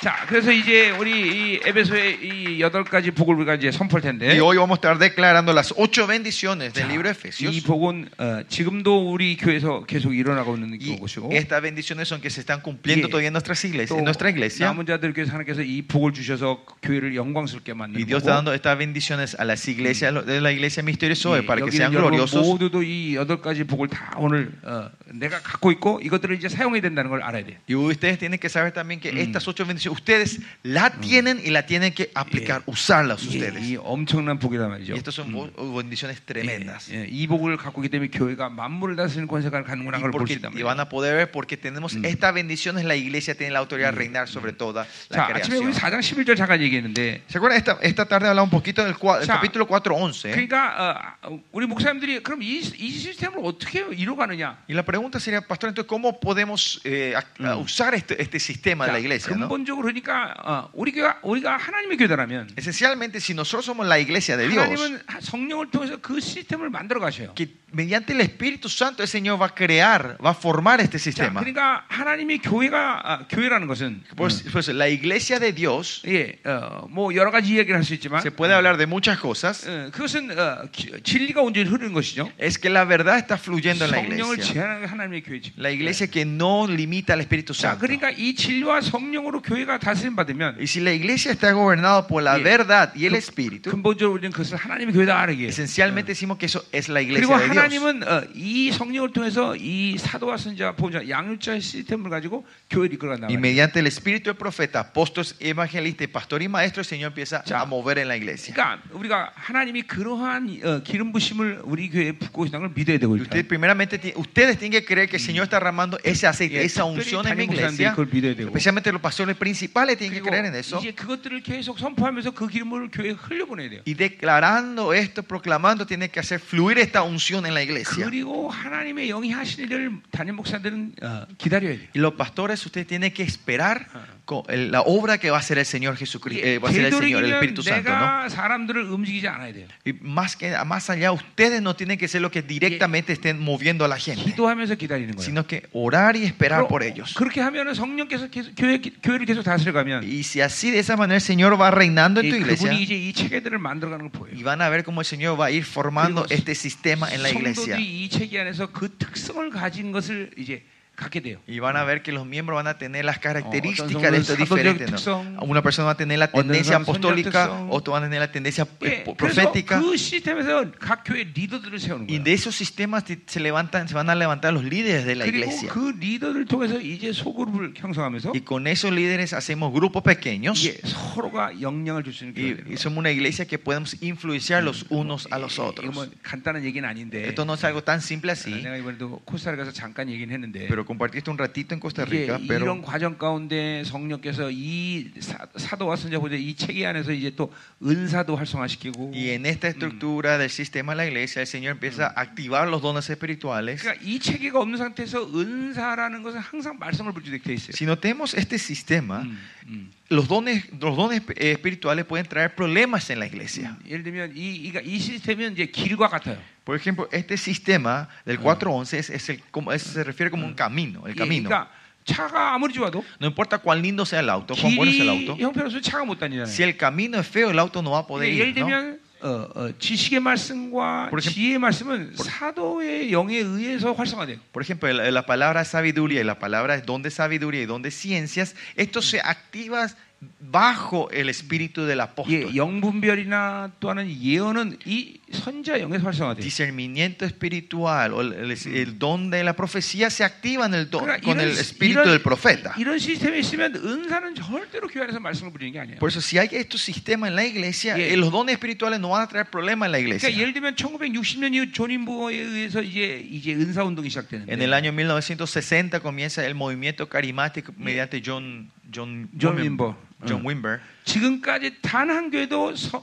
자, 그래서 이제 우리 이 에베소의 이 여덟 가지 복을 우리가 이제 선포할 텐데. Y hoy vamos a estar declarando las ocho bendiciones 자, del libro de Efesios. 이 복은 어, 지금도 우리 교회에서 계속 일어나고 있는 Y 것이고 estas bendiciones son que se están cumpliendo Yeah. todavía en, nuestras iglesias, 또 en nuestra iglesia. 남은 자들 교회 하나님께서 이 복을 주셔서 교회를 영광스럽게 Y 만드는 Dios 거고 está dando estas bendiciones a las iglesias de la iglesia misteriosa hoy 예, para que 여기는 sean 여러분 gloriosos. 모두도 이 여덟 가지 복을 다 오늘 어, 내가 갖고 있고 이것들을 이제 사용해야 된다는 걸 알아야 돼. Y ustedes tienen que saber también que estas ocho bendiciones, ustedes la tienen y la tienen que aplicar, usarlas 이게 ustedes. 예, 이 엄청난 복이란 말이죠. Y estas son bo- bendiciones tremendas. 예, 예, 이 복을 갖고 있기 때문에 교회가 만물을 다스리는 권세가 가는구나 Y, 그걸 볼수 porque- 있단 말이에요. y van a poder ver porque tenemos estas bendiciones, la iglesia tiene la autoridad de reinar sobre toda 자, la 아침에 creación. 우리 4장 11절 잠깐 얘기했는데 ¿Se acuerdan? Esta, esta tarde hablaba un poquito del cua- el 자, capítulo 4.11. ¿eh? 그러니까 어, 우리 목사님들이 그럼 이, 이 시스템을 어떻게 이뤄가느냐? Y la pregunta sería, pastor, entonces, ¿cómo podemos eh, ac- Mm. usar este, este sistema de 자, la iglesia? no? 근본적으로 그러니까 어, 우리 교회, 우리가 하나님의 교회라면 Esencialmente, si nosotros somos la iglesia 네, de Dios, 하나님은 성령을 통해서 그 시스템을 만들어 가셔요. que mediante el Espíritu Santo el Señor va a crear, va a formar este 자, sistema. 그러니까 하나님이 교회가 아, 교회라는 것은 Pues, pues, la iglesia de Dios 예, 어, 뭐 여러 가지 이야기를 할 수 있지만 se puede hablar de muchas cosas. 어, 그것은 어, 기- 진리가 온전히 흐르는 것이죠. Es que la verdad está fluyendo en la 성령을 iglesia. 제한하는 게 하나님의 교회죠. La iglesia que no limita al Espíritu 자, Santo. 그러니까 이 진리와 성령으로 교회가 다스림 받으면 Y si la iglesia está gobernada por la Sí. verdad y el Tum- Espíritu, 근본적으로 우리는 그것을 하나님의 교회다 알게. esencialmente decimos que eso es la 그리고 iglesia de Dios. 하나님은 어, 이 성령을 통해서 이 사도와 선지자, 보자, 양육자 시스템을 가지고 교회를 이끌어간다. Y mediante el Espíritu del profeta, apóstoles, evangelistas, pastor y maestro, el Señor empieza Ya. a mover en la iglesia. 그러니까 우리가 하나님이 그러한 어, 기름 부심을 우리 교회에 붓고 있다는 걸 믿어야 되고 Y 일단. Usted, primeramente, ti- ustedes tienen que creer que el Señor está derramando ese Y aceite, esa 특별히 unción en mi 담임 목사님들이 iglesia. 그걸 믿어야 되고. Especialmente los pastores principales tienen que 그리고 creer en eso. 이제 그것들을 계속 선포하면서 그 기름을 교회에 흘려보내야 돼요. Y declarando esto, proclamando, tienen que hacer fluir esta unción en la iglesia. 그리고 하나님의 영이 하실 일을 담임 목사들은 어, 기다려야 돼요. Y los pastores, ustedes tienen que esperar con el- la obra que va a hacer el Señor Jesucristo, va a hacer el Señor, el 되도록이면 Espíritu Santo, ¿no? 내가 사람들을 움직이지 않아야 돼요. Y más, que, más allá, ustedes no tienen que ser los que directamente estén moviendo a la gente, 기도하면서 기다리는 거예요. sino que orar y esperar 그러- por ellos. 그렇게 하면은 성령께서 계속 교회, 교회를 계속 다스려가면 Y si así, de esa manera, el Señor va reinando en 이- tu iglesia. 그분이 이제 이 체계들을 만들어가는 걸 보여요. Y van a ver cómo el Señor va a ir formando Dios, este sistema en la iglesia. 성도들이 이 체계 안에서 그 특성을 가진 것을 이제 갖게 돼요. Y van a ver que los miembros van a tener las Oh, características de esto entonces, ¿no? diferentes. Son- ¿no? Una persona va a tener la entonces, tendencia son- son- apostólica, son- otro va a tener la tendencia eh, 예, 그래서 po- profética. 그 시스템에서 각 교회 리더들을 세우는 Y 거예요. de esos sistemas te- se, levantan, se van a levantar los líderes de la 그리고 iglesia. 그 리더를 통해서 이제 소그룹을 형성하면서 Y con esos líderes hacemos grupos pequeños 예, 서로가 영향을 줄 수 있는 교회가 되는 y, y 거예요. somos una iglesia que podemos influenciar los unos a los 이거 뭐 otros. 간단한 얘기는 아닌데 Esto no es algo tan simple así, 내가 이번에도 코스타리카에서 잠깐 얘기는 했는데 pero compartiste un ratito en Costa 이게 Rica, pero 이런 과정 가운데 성령께서 이 사, 사도와 선자보다 이 체계 안에서 이제 또 은사도 활성화시키고 음. Y en esta Mm. estructura del sistema de la iglesia, el Señor empieza a activar los dones espirituales. 그러니까 이 체계가 없는 상태에서 은사라는 것은 항상 말씀을 불주되게 돼 있어요. Si no tenemos este sistema, 음, 음. los dones, los dones eh, espirituales pueden traer problemas en la iglesia. 음, 예를 들면 이, 이가- 이 시스템은 이제 길과 같아요. Por ejemplo, este sistema del 411 es, es el, como, es- se refiere como un camino, el 예, camino. 그러니까 차가 아무리 좋아도 No importa cuán lindo sea el auto, cuán bueno sea el 길이 auto. 형편없으면 차가 못 다니잖아요. Si el camino es feo, el auto no va a poder 예, 예를 ir. ¿no? 들면 어, 어, 지식의 말씀과 그렇게- 지혜의 말씀은 사도의 영에 의해서 활성화돼요. Por ejemplo, la, la palabra sabiduría y la palabra don de sabiduría y don de ciencias, esto se activa bajo el espíritu del apóstol. 예, 영분별이나 또는 예언은 이 선자 영에서 활성화돼요. discernimiento espiritual o el, el- el don de la profecía se activa en el don, 그러니까 con el 시- espíritu del profeta. 이런 시스템이 있으면 은사는 절대로 교회 안에서 말씀을 부리는 게 아니에요. Por eso, si hay estos sistemas en la iglesia, Yeah. eh, los dones espirituales no van a traer problemas en la iglesia. 그러니까 예를 들면 1960년 이후 조닌부어에 의해서 이제 이제 은사 운동이 시작되는데 En el año 1960 comienza el movimiento carismático mediante John, John, John Wimber. Ah. John Wimber. 지금까지 단 한 교회도 서-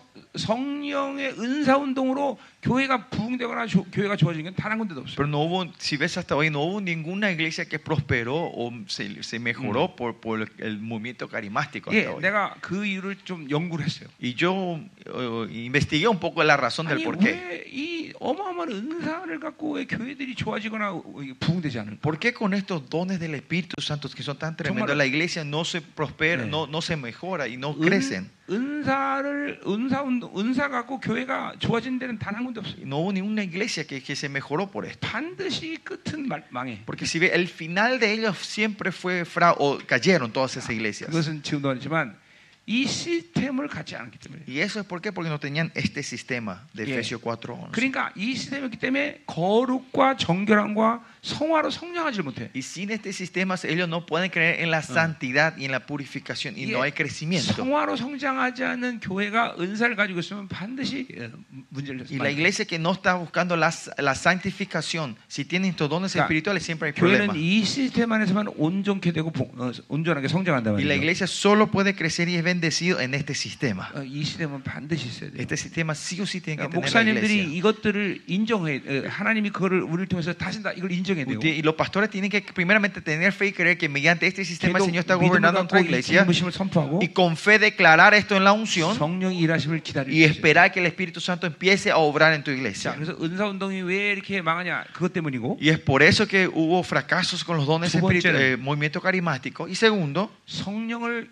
성령의 은사 운동으로 교회가 부흥되거나 조- 교회가 좋아진 건 단 한 군데도 없어요. Pero no hubo, si ves hasta hoy, no hubo ninguna iglesia que prosperó o se, se mejoró Mm. por, por el movimiento carismático 예, hasta hoy. 내가 그 이유를 좀 연구를 했어요. Y yo eh, investigué un poco la razón del 아니 por qué. 왜 이 어마어마한 은사를 갖고 왜 교회들이 좋아지거나 부흥되지 않을까? ¿Por qué con estos dones del Espíritu Santo que son tan tremendos 정말- la iglesia no se prospera, 네. no, no se mejora y no 은, crecen? 은사를 은사 운동, 은사 갖고 교회가 좋아진 데는 단 한 군데 없어요. No hubo ninguna iglesia que, que se mejoró por esto. 반드시 끝은 말- 망해. Porque si ve, el final de ellos siempre fue fra o cayeron todas esas iglesias. 그것은 지금도 아니지만 이 시스템을 갖지 않기 때문에. Y eso es por qué, porque no tenían este sistema de 예. Efesios 4.11. 그러니까 이 시스템이기 때문에 거룩과 정결함과 성화로 성장하지 못해. Y sin este sistema ellos no pueden creer en la santidad y en la purificación y 이게 no hay crecimiento. 성화로 성장하지 않는 교회가 은사를 가지고 있으면 반드시 어, 문제를 Y la iglesia que no está buscando la, la santificación, si tienen estos dones Claro. espirituales siempre hay 교회는 problemas. 이 시스템 안에서만 온전케 되고 보- 어, 온전하게 성장한다 Y la 말이에요. iglesia solo puede crecer y es bendecido en este sistema. 어, 이 시스템은 반드시 있어야 돼요. Este sistema sí o sí tiene que 그러니까 tener la 목사님들이 iglesia. 이것들을 인정해 어, 하나님이 그거를 우리를 통해서 다신다 이걸 인정해야 돼요. Usted- Y los pastores tienen que primeramente tener fe y creer que mediante este sistema el 계속 Señor está 믿음을 gobernando 갖고 nuestra 이 iglesia 부심을 선포하고 y con fe declarar esto en la unción 성령 일하심을 y 기다리고 esperar que el Espíritu Santo empiece a obrar en tu 자, iglesia. 그래서 은사 운동이 왜 이렇게 망하냐? 그것 때문이고 Y es por eso que hubo fracasos con los dones 두 번째는- espirituales, movimiento carismático. Y segundo, 성령을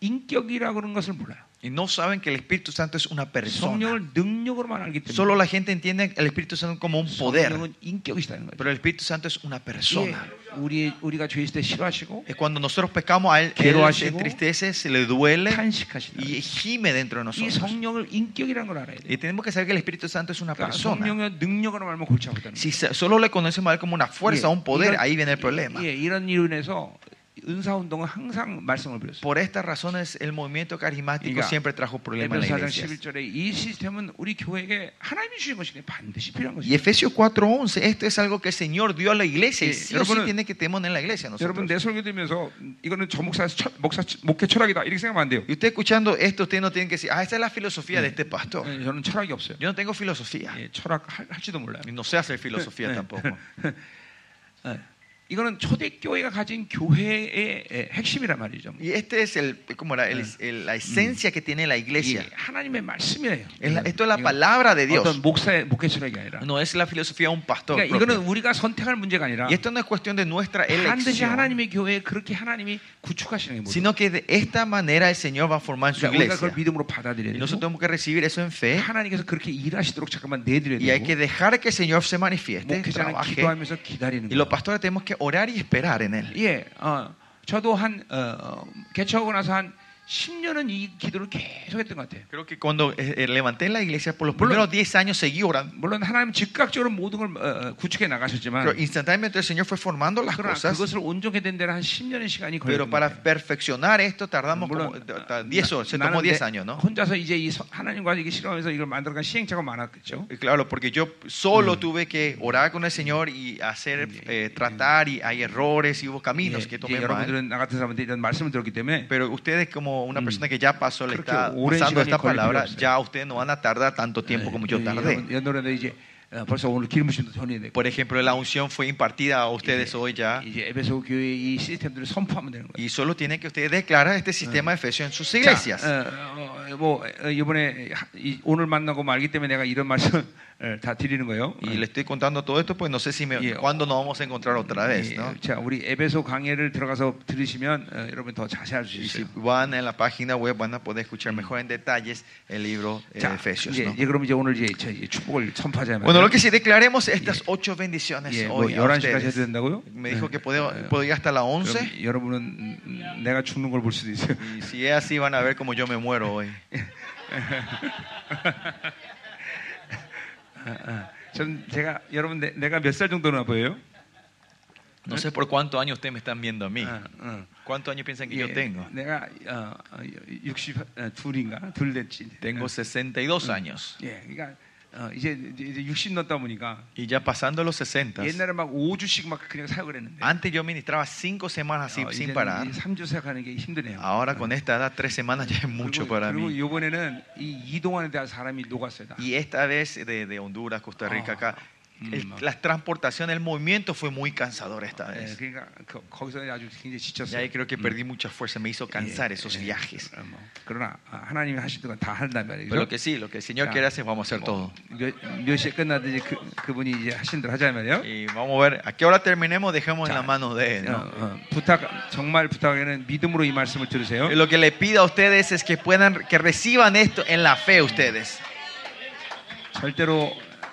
인격이라고 그런 것을 몰라요. y no saben que el Espíritu Santo es una persona. 성령을 능력으로만 알기 때문에 Solo la gente entiende el Espíritu Santo como un poder, 성령은 인격이시다는 거예요. pero el Espíritu Santo es una 이게 persona. 우리 우리가 죄 있을 때 싫어하시고 Es cuando nosotros pecamos, a Él, Él se 괴로워하시고 entristece, se le duele 탄식하시다. y gime dentro de 이 nosotros. 성령을 인격이라는 걸 알아야 돼. Y tenemos que saber que el Espíritu Santo es una 그러니까 persona. 성령의 능력으로 말하면 골치 아프다는 거예요. 예. Si se- solo le conocemos a Él como una fuerza, un poder, 이런- ahí viene el problema. 예, 이런 이유에서 은사 운동은 항상 말씀을 드렸어요. Por estas razones, el movimiento carismático 그러니까 siempre trajo problemas en 에베소 4장 la iglesia. 11절에 이 시스템은 우리 교회에게 하나님이 주신 것이니 반드시 필요한 Y 것이에요. Efesios 4:11, esto es algo que el Señor dio a la iglesia y Sí, sí o sí 여러분은- tiene que tener en la iglesia 여러분 nosotros. 내 설교 들으면서 이거는 저 목사에서 철- 목사 목회 철학이다 이렇게 생각하면 안 돼요. Y usted escuchando esto, usted no tiene que decir, ah, esta es la filosofía de este pastor. 예, 저는 철학이 없어요. Yo no tengo filosofía. 예, 철학 할, 할지도 몰라요. Y no sé hacer Eh. filosofía tampoco. 예. 이거는 초대교회가 가진 교회의 예, 핵심이란 말이죠. Y este es el, ¿cómo era? El- el- la esencia que tiene la iglesia. 예, 하나님의 말씀이에요. Es la- esto es la 이건 palabra de Dios. 어떤 목사의 목회 철학이 아니라. No es la filosofía de un pastor. 그러니까 propio. 이거는 우리가 선택할 문제가 아니라 Y esto no es cuestión de nuestra 반드시 elección, 하나님의 교회에 그렇게 하나님이 구축하시는 게 뭐죠? sino que de esta manera el Señor va a formar en su 그러니까 우리가 그걸 iglesia. 믿음으로 Y 받아들여야 nosotros 되고 tenemos que recibir eso en fe. 하나님께서 그렇게 일하시도록 잠깐만 내드려야 Y hay que 되고 dejar que el Señor se manifieste, 목회자는 trabaje. 기도하면서 기다리는 Y los 거예요. pastores tenemos que orar y esperar en Él. 예, 어, 저도 한 어, 어, 개척하고 나서 한 10년은 이 기도를 계속했던 것 같아요. Creo que cuando eh, eh, levanté la iglesia, por los Bueno. primeros 10 años seguí orando. 물론 하나님 즉각적으로 모든 걸 어, 어, 구축해 Pero 나가셨지만 instantáneamente el Señor fue formando las 그러나 cosas. 그것을 온전히 된 데는 한 10년의 시간이 Pero 걸렸던 것 para 같아요. perfeccionar esto tardamos como 물론 eh, ta- 10 horas, se 나- tomó 나는 10 내- años, ¿no? 혼자서 이제 이 서- 하나님과 이게 실험해서 이걸 만들어간 시행착오가 많았겠죠. Y Eh, Claro, porque yo Mm. solo tuve que orar con el Señor y hacer, eh, tratar, y hay errores y hubo caminos 예, que 이제 tomé mal. 여러분들은 나 같은 사람한테 이런 말씀을 들었기 때문에 Pero ustedes, como una Mm. persona que ya pasó, le Creo que está oren pasando sigan y esta corren palabra, videos. ya ustedes no van a tardar Eh, tanto tiempo como yo tardé. 연노래도 예, 이제 어, 벌써 오늘 기름부심도 전이되고 Por ejemplo, la unción fue impartida a ustedes hoy ya. 이제 에베소 교회 이 시스템들을 선포하면 되는 거예요. Y solo tienen que ustedes declarar este sistema Ah. de Efesios en sus 자, iglesias. 어, 어, 뭐 어, 이번에 하- 이- 오늘 만나고 말기 때문에 내가 이런 말씀 어, 다 드리는 거예요. Y le estoy contando todo esto, pues no sé si me, Yeah. cuándo nos vamos a encontrar otra vez. ¿no? 예, 자, 우리 에베소 강의를 들어가서 들으시면 어, 여러분 더 자세히 알 수 Y si 있어요. van en la página web, van a poder Mm. escuchar mejor en detalles el libro eh, de 자, Efesios. 이제, ¿no? 이제 그럼 이제 오늘 이제 저- 이 축복을 선포하자면 Bueno, lo que sí, declaremos estas ocho bendiciones 예, 뭐 hoy a 11시까지 해야 ustedes. 된다고요? 예. Me dijo que puedo, puedo ir hasta las 11. 그럼 여러분은 음, 내가 죽는 걸 볼 수도 있어요. Y si es así, van a ver cómo yo me muero hoy. 아, 전 제가 여러분 내, 내가 몇 살 정도나 보여요? No sé por cuántos años ustedes me están viendo a mí. 어, 어. ¿Cuántos años piensan que 예, yo tengo? 내가 어, 어, 62인가 둘 됐지. Tengo 62 años. 예, 그러니까 어, 이제 이제 60 넘다 보니까 Y ya pasando los 60. 옛날에 막 5주씩 막 그냥 사역을 했는데 Antes yo ministraba cinco 아, semanas así, sin parar. 3주 사역하는 게 힘드네요. Ahora con esta edad, tres semanas ya es mucho 그리고, para 그리고 mí. 이번에는 이 이동안에 대한 사람이 녹았어요. 다. Y esta vez de, de Honduras, Costa Rica, Ah. acá, el- Mm. la transportación, el movimiento fue muy cansador esta 예, vez. 그러니까 거- 거기서 아주 굉장히 Y 지쳤어요. ahí creo que perdí mucha fuerza, me hizo cansar esos viajes. 어, 뭐. 그러나 아, 하나님이 하시는 건다 한단 말이죠. 어, Pero lo que sí, lo que el Señor quiere hacer, vamos a hacer 뭐. todo. 몇, 몇 시에 끝나든지 그, 그분이 이제 하신 대로 하자 말이에요. Y vamos a ver, ¿a qué hora terminemos? Dejemos en las manos de Él. 어, ¿no? 어, 부탁 정말 부탁에는 믿음으로 이 말씀을 들으세요. Lo que le pido a ustedes es que puedan, que reciban esto en la fe ustedes. 절대로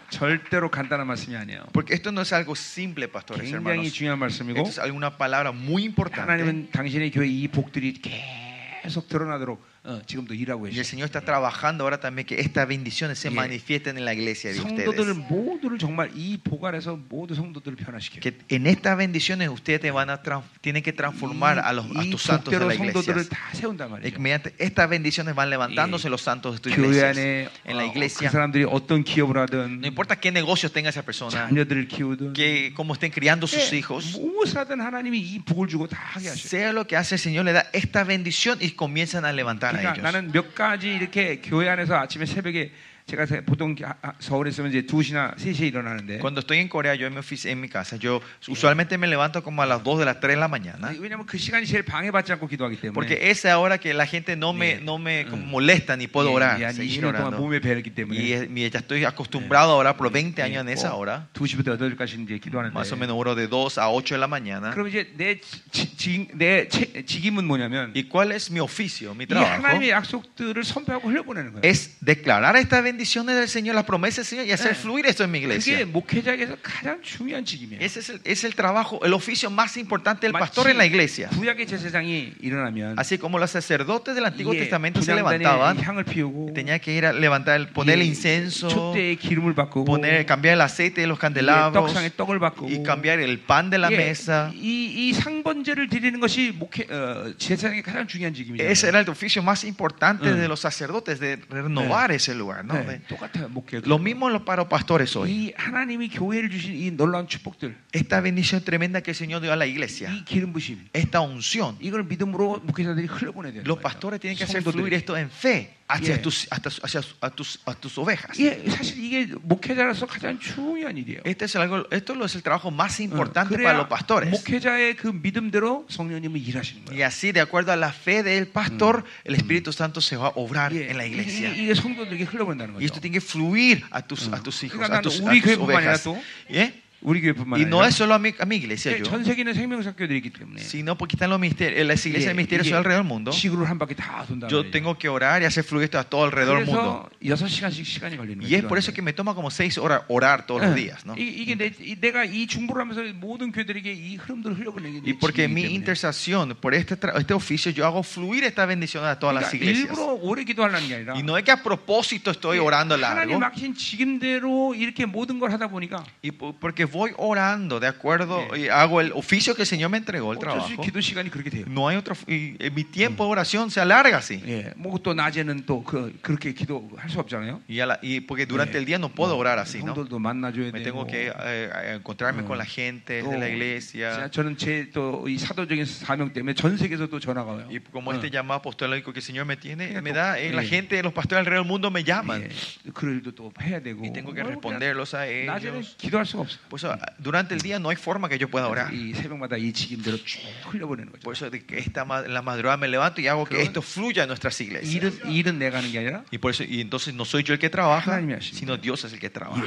절대로 간단한 말씀이 아니에요. Porque esto no es algo simple, pastores, 굉장히 hermanos. 중요한 말씀이고 Esto es alguna palabra muy importante. 하나님은 당신의 교회 이 복들이 계속 드러나도록 어, 지금도 일하고 Y 계세요. el Señor está trabajando ahora también que estas bendiciones se Yeah. manifiesten en la iglesia de 성도들 ustedes. 모두를 정말 이 보관에서 모두 성도들을 변화시켜요. Que en estas bendiciones ustedes te van a tran- tienen que transformar a, los, a 이 tus santos de 복대로 la iglesia. 성도들을 다 세운단 Es 말이죠. que mediante estas bendiciones van levantándose Yeah. los santos de tu 교회 iglesia. 안에 En la 어, 그 iglesia. 사람들이 어떤 기업을 하든 No importa qué negocios tenga esa persona, 자녀들을 키우든 que, cómo estén criando sus 예, hijos, 무엇을 하든 하나님이 이 복을 주고 다 하게 하셔요. sea lo que hace el Señor, le da esta bendición y comienzan a levantar a 그러니까 ellos. 나는 몇 가지 이렇게 교회 안에서 아침에 새벽에 제가 세- 보통 아- 아- 서울에 있으면 이제 2시나 3시에 일어나는데 Cuando estoy en Corea, yo en mi, ofici- en mi casa, yo usualmente me levanto como a las 2 de las 3 de la mañana. 왜냐하면 그 시간이 제일 방해받지 않고 기도하기 때문에 Porque esa hora que la gente no me, Yeah. no me como Mm. molesta ni puedo 예, orar, 이제 한 seguir 20년 동안 orando. 몸에 배렸기 때문에 예, Y, Eh, es- y ya estoy acostumbrado a orar por 20 años en esa hora. 2시부터 8시까지 이제 기도하는데 Más o menos oro de 2 a 8 de la mañana. 그럼 이제 내, 지, 지, 내 채- 직임은 뭐냐면 이 ¿Y cuál es mi oficio, mi trabajo? 하나님의 약속들을 선포하고 흘려보내는 거예요. Es declarar estas bendiciones del Señor, las promesas del Señor y hacer Yeah. fluir esto en mi 그게 iglesia. 목회자에게서 가장 중요한 직임이에요. Ese es el, es el trabajo, el oficio más importante del 마치 pastor en la iglesia. 구약의 제사장이 일어나면 Así como los sacerdotes del Antiguo 이게 Testamento se 분향단에 levantaban, 향을 피우고 tenía que ir a levantar, el- poner el 예, incenso, 촛대에 기름을 바꾸고 poner, cambiar el aceite de los 예, candelabros 떡상에 떡을 바꾸고 y cambiar el pan de la 예, mesa. 이, 이 상번제를 드리는 것이 목회 어, 제사장의 가장 중요한 직임이에요. Ese era el oficio más importante Mm. Eh. de los sacerdotes, de renovar ese lugar. ¿no? 네, De- 똑같아요 목회. Lo mismo lo para los pastores hoy. 이 하나님이 교회를 주신 이 놀라운 축복들, Esta bendición tremenda que el Señor dio a la iglesia, 이 기름 부심, esta unción. 이걸 믿음으로 목회자들이 흘려보내야 돼요. Los pastores tienen que hacer fluir esto en fe hacia Yeah. tus, hasta- hacia sus- a, tus, a tus ovejas. 예, 사실 이게 목회자로서 가장 중요한 일이에요. Este es algo, esto lo- es el trabajo más importante 그래야 para los pastores. 목회자의 그 믿음대로 성령님은 일하시는 Y 거예요. así, de acuerdo a la fe del pastor, el Espíritu Santo se va a obrar 예, en la iglesia. 이- 이게 성도들에게 흘러본다는 Y esto 거죠. tiene que fluir a tus, Mm. a tus hijos, 그러니까 a tus, 우리 a tus 교회뿐만 아니라 ovejas. 또- ¿Eh? 우리 교회뿐만 Y no 아니라 es solo a mi, a mi iglesia, 예, yo, 전 세계는 생명사교들이기 때문에 sino porque están los misterios, las 예, iglesias del ministerio 이게 son alrededor del mundo. 지구를 한 바퀴 다 돈다. Yo tengo que orar y hacer fluir esto a todo alrededor del mundo. 그래서 여섯 시간씩 시간이 걸리는 Y es por eso que me toma como seis horas orar todos los días. ¿no? 이, 게 내, 이- 내가 이 중보를 하면서 모든 교회들에게 이 흐름들을 흘려보내는 게 Y porque mi 직이기 때문에. intercesión por este, tra- este oficio, yo hago fluir esta bendición a todas las 그러니까 iglesias. 일부러 오래 기도하려는 게 아니라 Y no es que a propósito estoy orando 하나님 largo, 막신 직임대로 이렇게 모든 걸 하다 보니까 y po- porque voy orando de acuerdo, y hago el oficio que el Señor me entregó, el 어쩔 수 trabajo. 음. 없이 기도 시간이 그렇게 돼요. No hay otro, y eh, mi tiempo de oración se alarga así. 예, 뭐 또 낮에는 또 그, 그렇게 기도할 수 없잖아요. Y, a la- y porque durante 예. el día no puedo orar así, ¿no? 성도들도 만나줘야 Me 되고. tengo Oh, que eh, eh, encontrarme con la gente 또 de la 진짜 iglesia. 어. 저는 제 또 이 사도적인 사명 때문에 전 세계에서 또 전화가 와요. Y como este llamado apostólico que el Señor me tiene, Mira, me tú- da, eh, la Sí. gente de los pastores alrededor del mundo me llaman. 예, 그 일도 또 해야 되고. Y tengo que 뭐 그냥 responderlos a 낮에는 ellos. 기도할 수가 없어요. Por eso, durante el día no hay forma que yo pueda 그래서 orar. 이 새벽마다 이 직임대로 쭉 흘려보내는 거죠. Por eso de que esta, ma- en la madrugada me levanto y hago que Creo- esto fluya en nuestras iglesias. 일은 일은 내가 하는 게 아니라 Y, por eso, y entonces no soy yo el que trabaja, Ha나님이 하십니다. sino Dios es el que trabaja.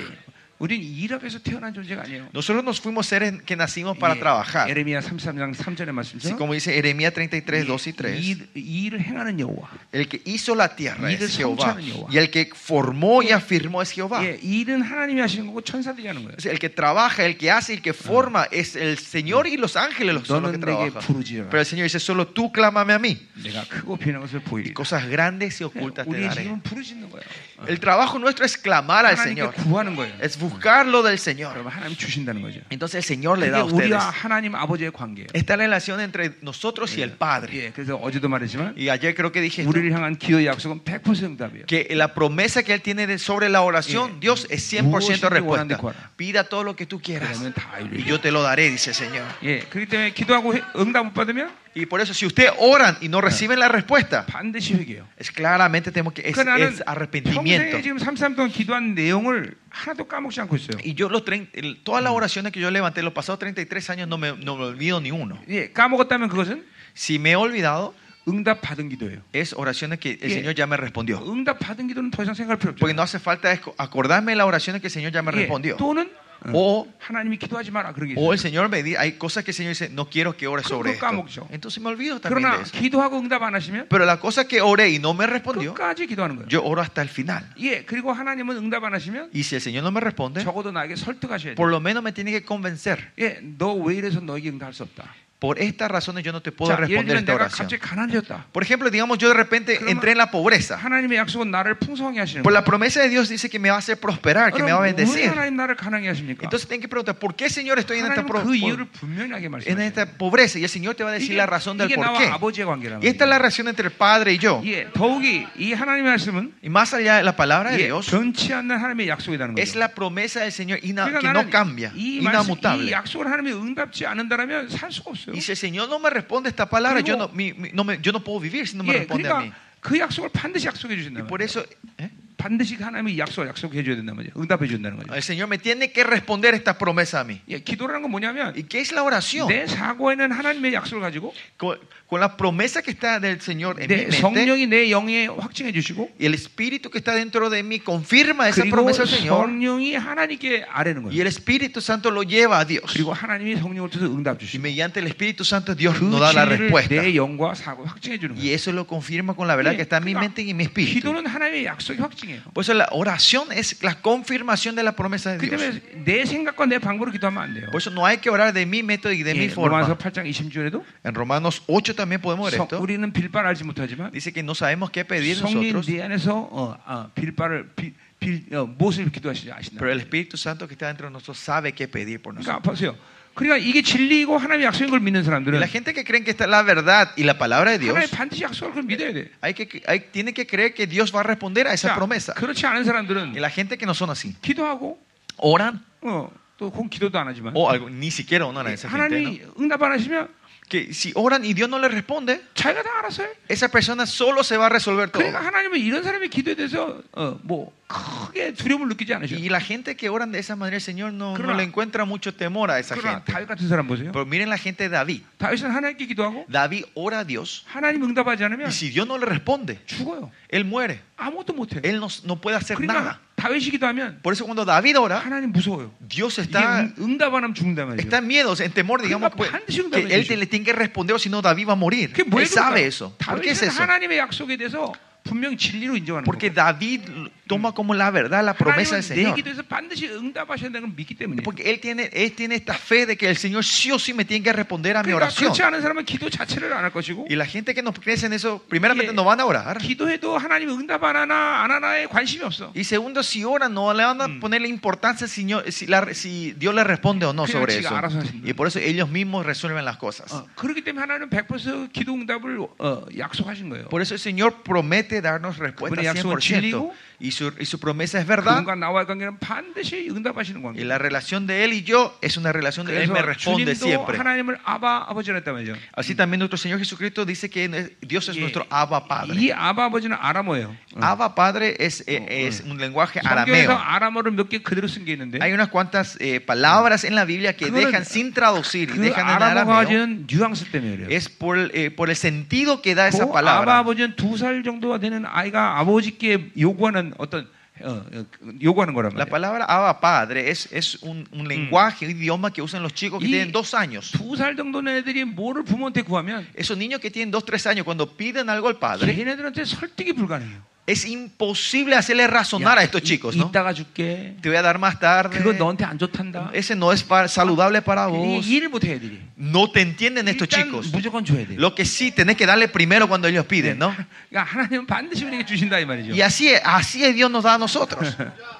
우린 일합에서 태어난 존재가 아니에요. Nosotros nos fuimos seres que nacimos para 예, trabajar. 에레미야 33장 3절의 Así 말씀처럼 como dice Jeremías 33, 2 y 3. 일, 일을 행하는 여호와. El que hizo la tierra Y- es Jehová. 성찬은 여호와. Y el que formó y afirmó es Jehová. 예, 일은 하나님이 하시는 거고 천사들이 하는 거예요. Es El que trabaja, el que hace y el que forma es el Señor y los ángeles los son los que 너는 내게 trabajan. 부르지라. Pero el Señor dice, solo tú clámame a mí. 내가 크고 비난 것을 Y 보이리. cosas grandes y ocultas te 네, 우리의 daré. 지금은 부르짖는 거예요. 어. El trabajo nuestro es clamar al 하나님께 Señor, 구하는 거예요. es buscarlo del Señor. 그러면 하나님 주신다는 거죠. Entonces el Señor le 그게 da a ustedes 우리와 하나님 아버지의 관계예요. esta relación entre nosotros y el Padre. 예, 그래서 어제도 말했지만 Y ayer creo que dije esto, 우리를 향한 기도의 약속은 100% 응답이에요. que la promesa que Él tiene de- sobre la oración, Yeah. Dios es 100% 무엇이든 원하는 데 respuesta. 구하라. Pida todo lo que tú quieras 그러면 다 y 이루어요. yo te lo daré, dice el Señor. 예, 그렇기 때문에 기도하고 해- 응답 못 받으면 Y por eso si ustedes oran y no reciben la respuesta, 반드시 회개해요. es claramente tenemos que es, 그러니까 나는 es 평생에 arrepentimiento. 지금 33 동안 기도한 내용을 하나도 까먹지 않고 있어요. Y yo los trein- el- todas las oraciones que yo levanté los pasados 33 años no me, no me olvido ni uno. 예, 까먹었다면 그것은 Si me he olvidado, 응답 받은 기도예요. es oraciones que el Yeah. Señor ya me respondió. 응답 받은 기도는 더 이상 생각할 필요 Porque no 없죠. 예, hace falta esco- acordarme de las oraciones que el Señor ya me respondió. 또는 O, 하나님이 기도하지 마라 그런 게 있어요. o el Señor me dice, hay cosas que el Señor dice, no quiero que ores Creo sobre que esto. camucho. Entonces me olvido también de 그러나 eso. 기도하고 응답 안 하시면 Pero la cosa que oré y no me respondió, 끝까지 기도하는 거예요. yo oro hasta el final. 예, 그리고 하나님은 응답 안 하시면 Y si el Señor no me 네? responde, 적어도 나에게 설득하셔야 돼. por lo menos me tiene que convencer. 예, 너 왜 이래서 너에게 응답할 수 없다. por estas razones yo no te puedo 자, 예를 responder 들면 esta 내가 oración. 갑자기 가난해졌다. Por ejemplo, digamos yo de repente Creo- entré en la pobreza. 하나님의 약속은 나를 풍성하게 하시는 Por 거예요. la promesa de Dios dice que me va a hacer prosperar, que me va a 그럼 왜 bendecir. 하나님 나를 가난하게 하십니까? Entonces tienen que preguntar, ¿por qué Señor estoy en esta, 하나님은 pro- 그 이유를 분명하게 en 말씀하세요. esta pobreza? Y el Señor te va a decir la razón del 이게 por 나와 qué. 아버지의 관계라는 Y esta es la 거예요. relación entre el Padre y yo. 예, 더욱이 이 하나님의 말씀은 Y más allá de la palabra de 예, Dios, 변치 않는 하나님의 약속이라는 거예요. es la promesa del Señor ina- 그러니까 que no 나는 cambia, 이, 말씀, 이 inamutable. 약속을 하나님이 응답지 않는다면 살 수가 없어요. Y si el Señor no me responde esta palabra, yo 그리고- no, mi- mi- no me- yo no puedo vivir si no me 예, responde a mí. 그러니까 그 약속을 반드시 약속해 Y 주신다. por eso ¿eh? 반드시 그 하나님이 약속 약속해 줘야 된단 말이에요. 응답해 준다는 거죠. el Señor me tiene que responder esta promesa a mí. 예, 기도라는 건 뭐냐면 ¿Y qué es la oración? 내 사고에는 하나님의 약속을 가지고 Con, con la promesa que está del Señor en mi 내 mente, 성령이 내 영에 확증해 주시고 y el Espíritu que está dentro de mí 아, confirma esa 그리고 promesa al Señor, 성령이 하나님께 아뢰는 y 거예요. el Espíritu Santo lo lleva a Dios. 그리고 하나님이 성령을 통해서 응답 Y 주시고 mediante el Espíritu Santo Dios 그 nos da la 진리를 respuesta. 내 영과 사고 확증해 주는 Y 거예요. eso lo confirma con la verdad 예, que está en mi 그러니까 mente y en mi espíritu. 기도는 ha나님의 약속의 확증이에요. Por eso la oración es la confirmación de la promesa de 그 Dios. 때문에 내 생각과 내 방법으로 기도하면 안 돼요. Por eso no hay que orar de mi método y de mi 예, 로마서 forma. 8장 20절에도 En Romanos 8 también podemos ver esto. 우리는 빌바를 알지 못하지만 Dice que no sabemos qué 네, pedir 성령 nosotros, 내 안에서 어, 아, 빌바를 빌, 빌 어, 무엇을 기도하시지 아신다. pero el Espíritu Santo que está dentro de nosotros sabe qué pedir por 그러니까 nosotros. 보세요. 그러니까 이게 진리이고 하나님의 약속인 걸 믿는 Y 사람들은 la gente que cree que está la verdad y la palabra de Dios, 하나님 반드시 약속을 그걸 믿어야 돼. hay que, hay, tiene que creer que Dios va a responder a esa 자, promesa. 그렇지 않은 Y 사람들은 la gente que no son así, 기도하고 oran 어, 또공 기도도 안 하지만 예, o algo, ni siquiera oran a esa gente. 어, ¿no? 하나님이 응답 안 하시면 Que si oran y Dios no les responde, 자기가 다 알아서요. esa persona solo se va a resolver todo. 그러니까 하나님은 이런 사람의 기도에 대해서 어, 뭐 크게 두려움을 느끼지 않으셔. Y la gente que oran de esa manera, el Señor no, no Claro. le encuentra mucho temor a esa 그러나 gente. 다윗 같은 사람 보세요. Pero miren la gente de David. 다윗은 하나님께 기도하고 David ora a Dios 하나님 응답하지 않으면 y si Dios no le responde, 죽어요. él muere. 아무것도 못해. 요 Él no, no puede hacer 그러니까 nada. 다윗이 기도하면 Por eso cuando David ora, 하나님 무서워요. Dios 이게 está, 응- 응답 안 하면 죽는단 말이에요. está en miedo, en temor, digamos, Claro, pues, 반드시 que 응답해 él 주시오. te- le tiene que responder o si no David va a morir. 그게 뭐예요? 그러니까 Él sabe eso. ¿Por qué es 다윗은 eso? 하나님의 약속에 대해서 분명 진리로 인정하는 Porque 거예요. David toma como la verdad la promesa del 하나님은 내 Señor. 기도에서 반드시 응답하신다는 걸 믿기 때문에. Porque él tiene, él tiene esta fe de que el Señor sí o sí me tiene que responder a mi 그러니까 oración. 그렇지 않은 사람은 기도 자체를 안 할 것이고 Y la gente que no crece en eso, primeramente 예. no van a orar. 기도해도 하나님 응답 안 하나 안 하나에 관심이 없어. Y segundo, si oran, no le van a ponerle importancia si, no- si la- si Dios le responde o no 그냥 sobre 지가 eso. 알아서 하신다. Y por eso ellos mismos resuelven las cosas. 어, 그렇기 때문에 하나님은 100% 기도 응답을 어, 약속하신 거예요. Por eso el Señor promete darnos respuesta 그분의 약속은 100%. 진리고, Y su, y su promesa es verdad. 그분과 나와의 관계는 반드시 응답하시는 Y 관계. la relación de Él y yo es una relación de Él me 그래서 responde 주님도 siempre. 하나님을 아바 아버지라 했단 말이죠. Así también nuestro Señor Jesucristo dice que Dios es 예, nuestro Abba 이 Padre. Ah. 아바 아버지는 아람어예요. Abba Padre es, eh, es un lenguaje 성경에서 arameo. 아람어를 몇 개 그대로 쓴 게 있는데 Hay unas cuantas eh, palabras en la Biblia que 그거는 dejan sin traducir y 그 dejan en 아람어가 arameo. 가지는 뉘앙스 때문에 그래요. es por, eh, por el sentido que da esa 그 아바 palabra. 아버지는 두 살 정도가 되는 아이가 아버지께 요구하는 어떤 어, 어, 요구하는 거란 La 말이에요. palabra Abba Padre es, es un, un lenguaje, un idioma que usan los chicos que Y- tienen dos años. 두 살 정도 는 애들이 뭐를 부모한테 구하면 Esos niños que tienen dos, tres años, cuando piden algo al padre, 걔네들한테 설득이 불가능해요. es imposible hacerle razonar a estos chicos, ¿no? 이따가 줄게. Te voy a dar más tarde. 그거 너한테 안 좋단다. Ese no es pa- saludable para 이게 vos. 이해를 못해 애들이. No te entienden estos 일단 chicos. 무조건 줘야 돼. 요 Lo que sí, tenés que darle primero cuando ellos piden, ¿no? 그러니까 하나님은 반드시 우리에게 주신다 이 말이죠. Y así es, así es Dios nos da a nosotros.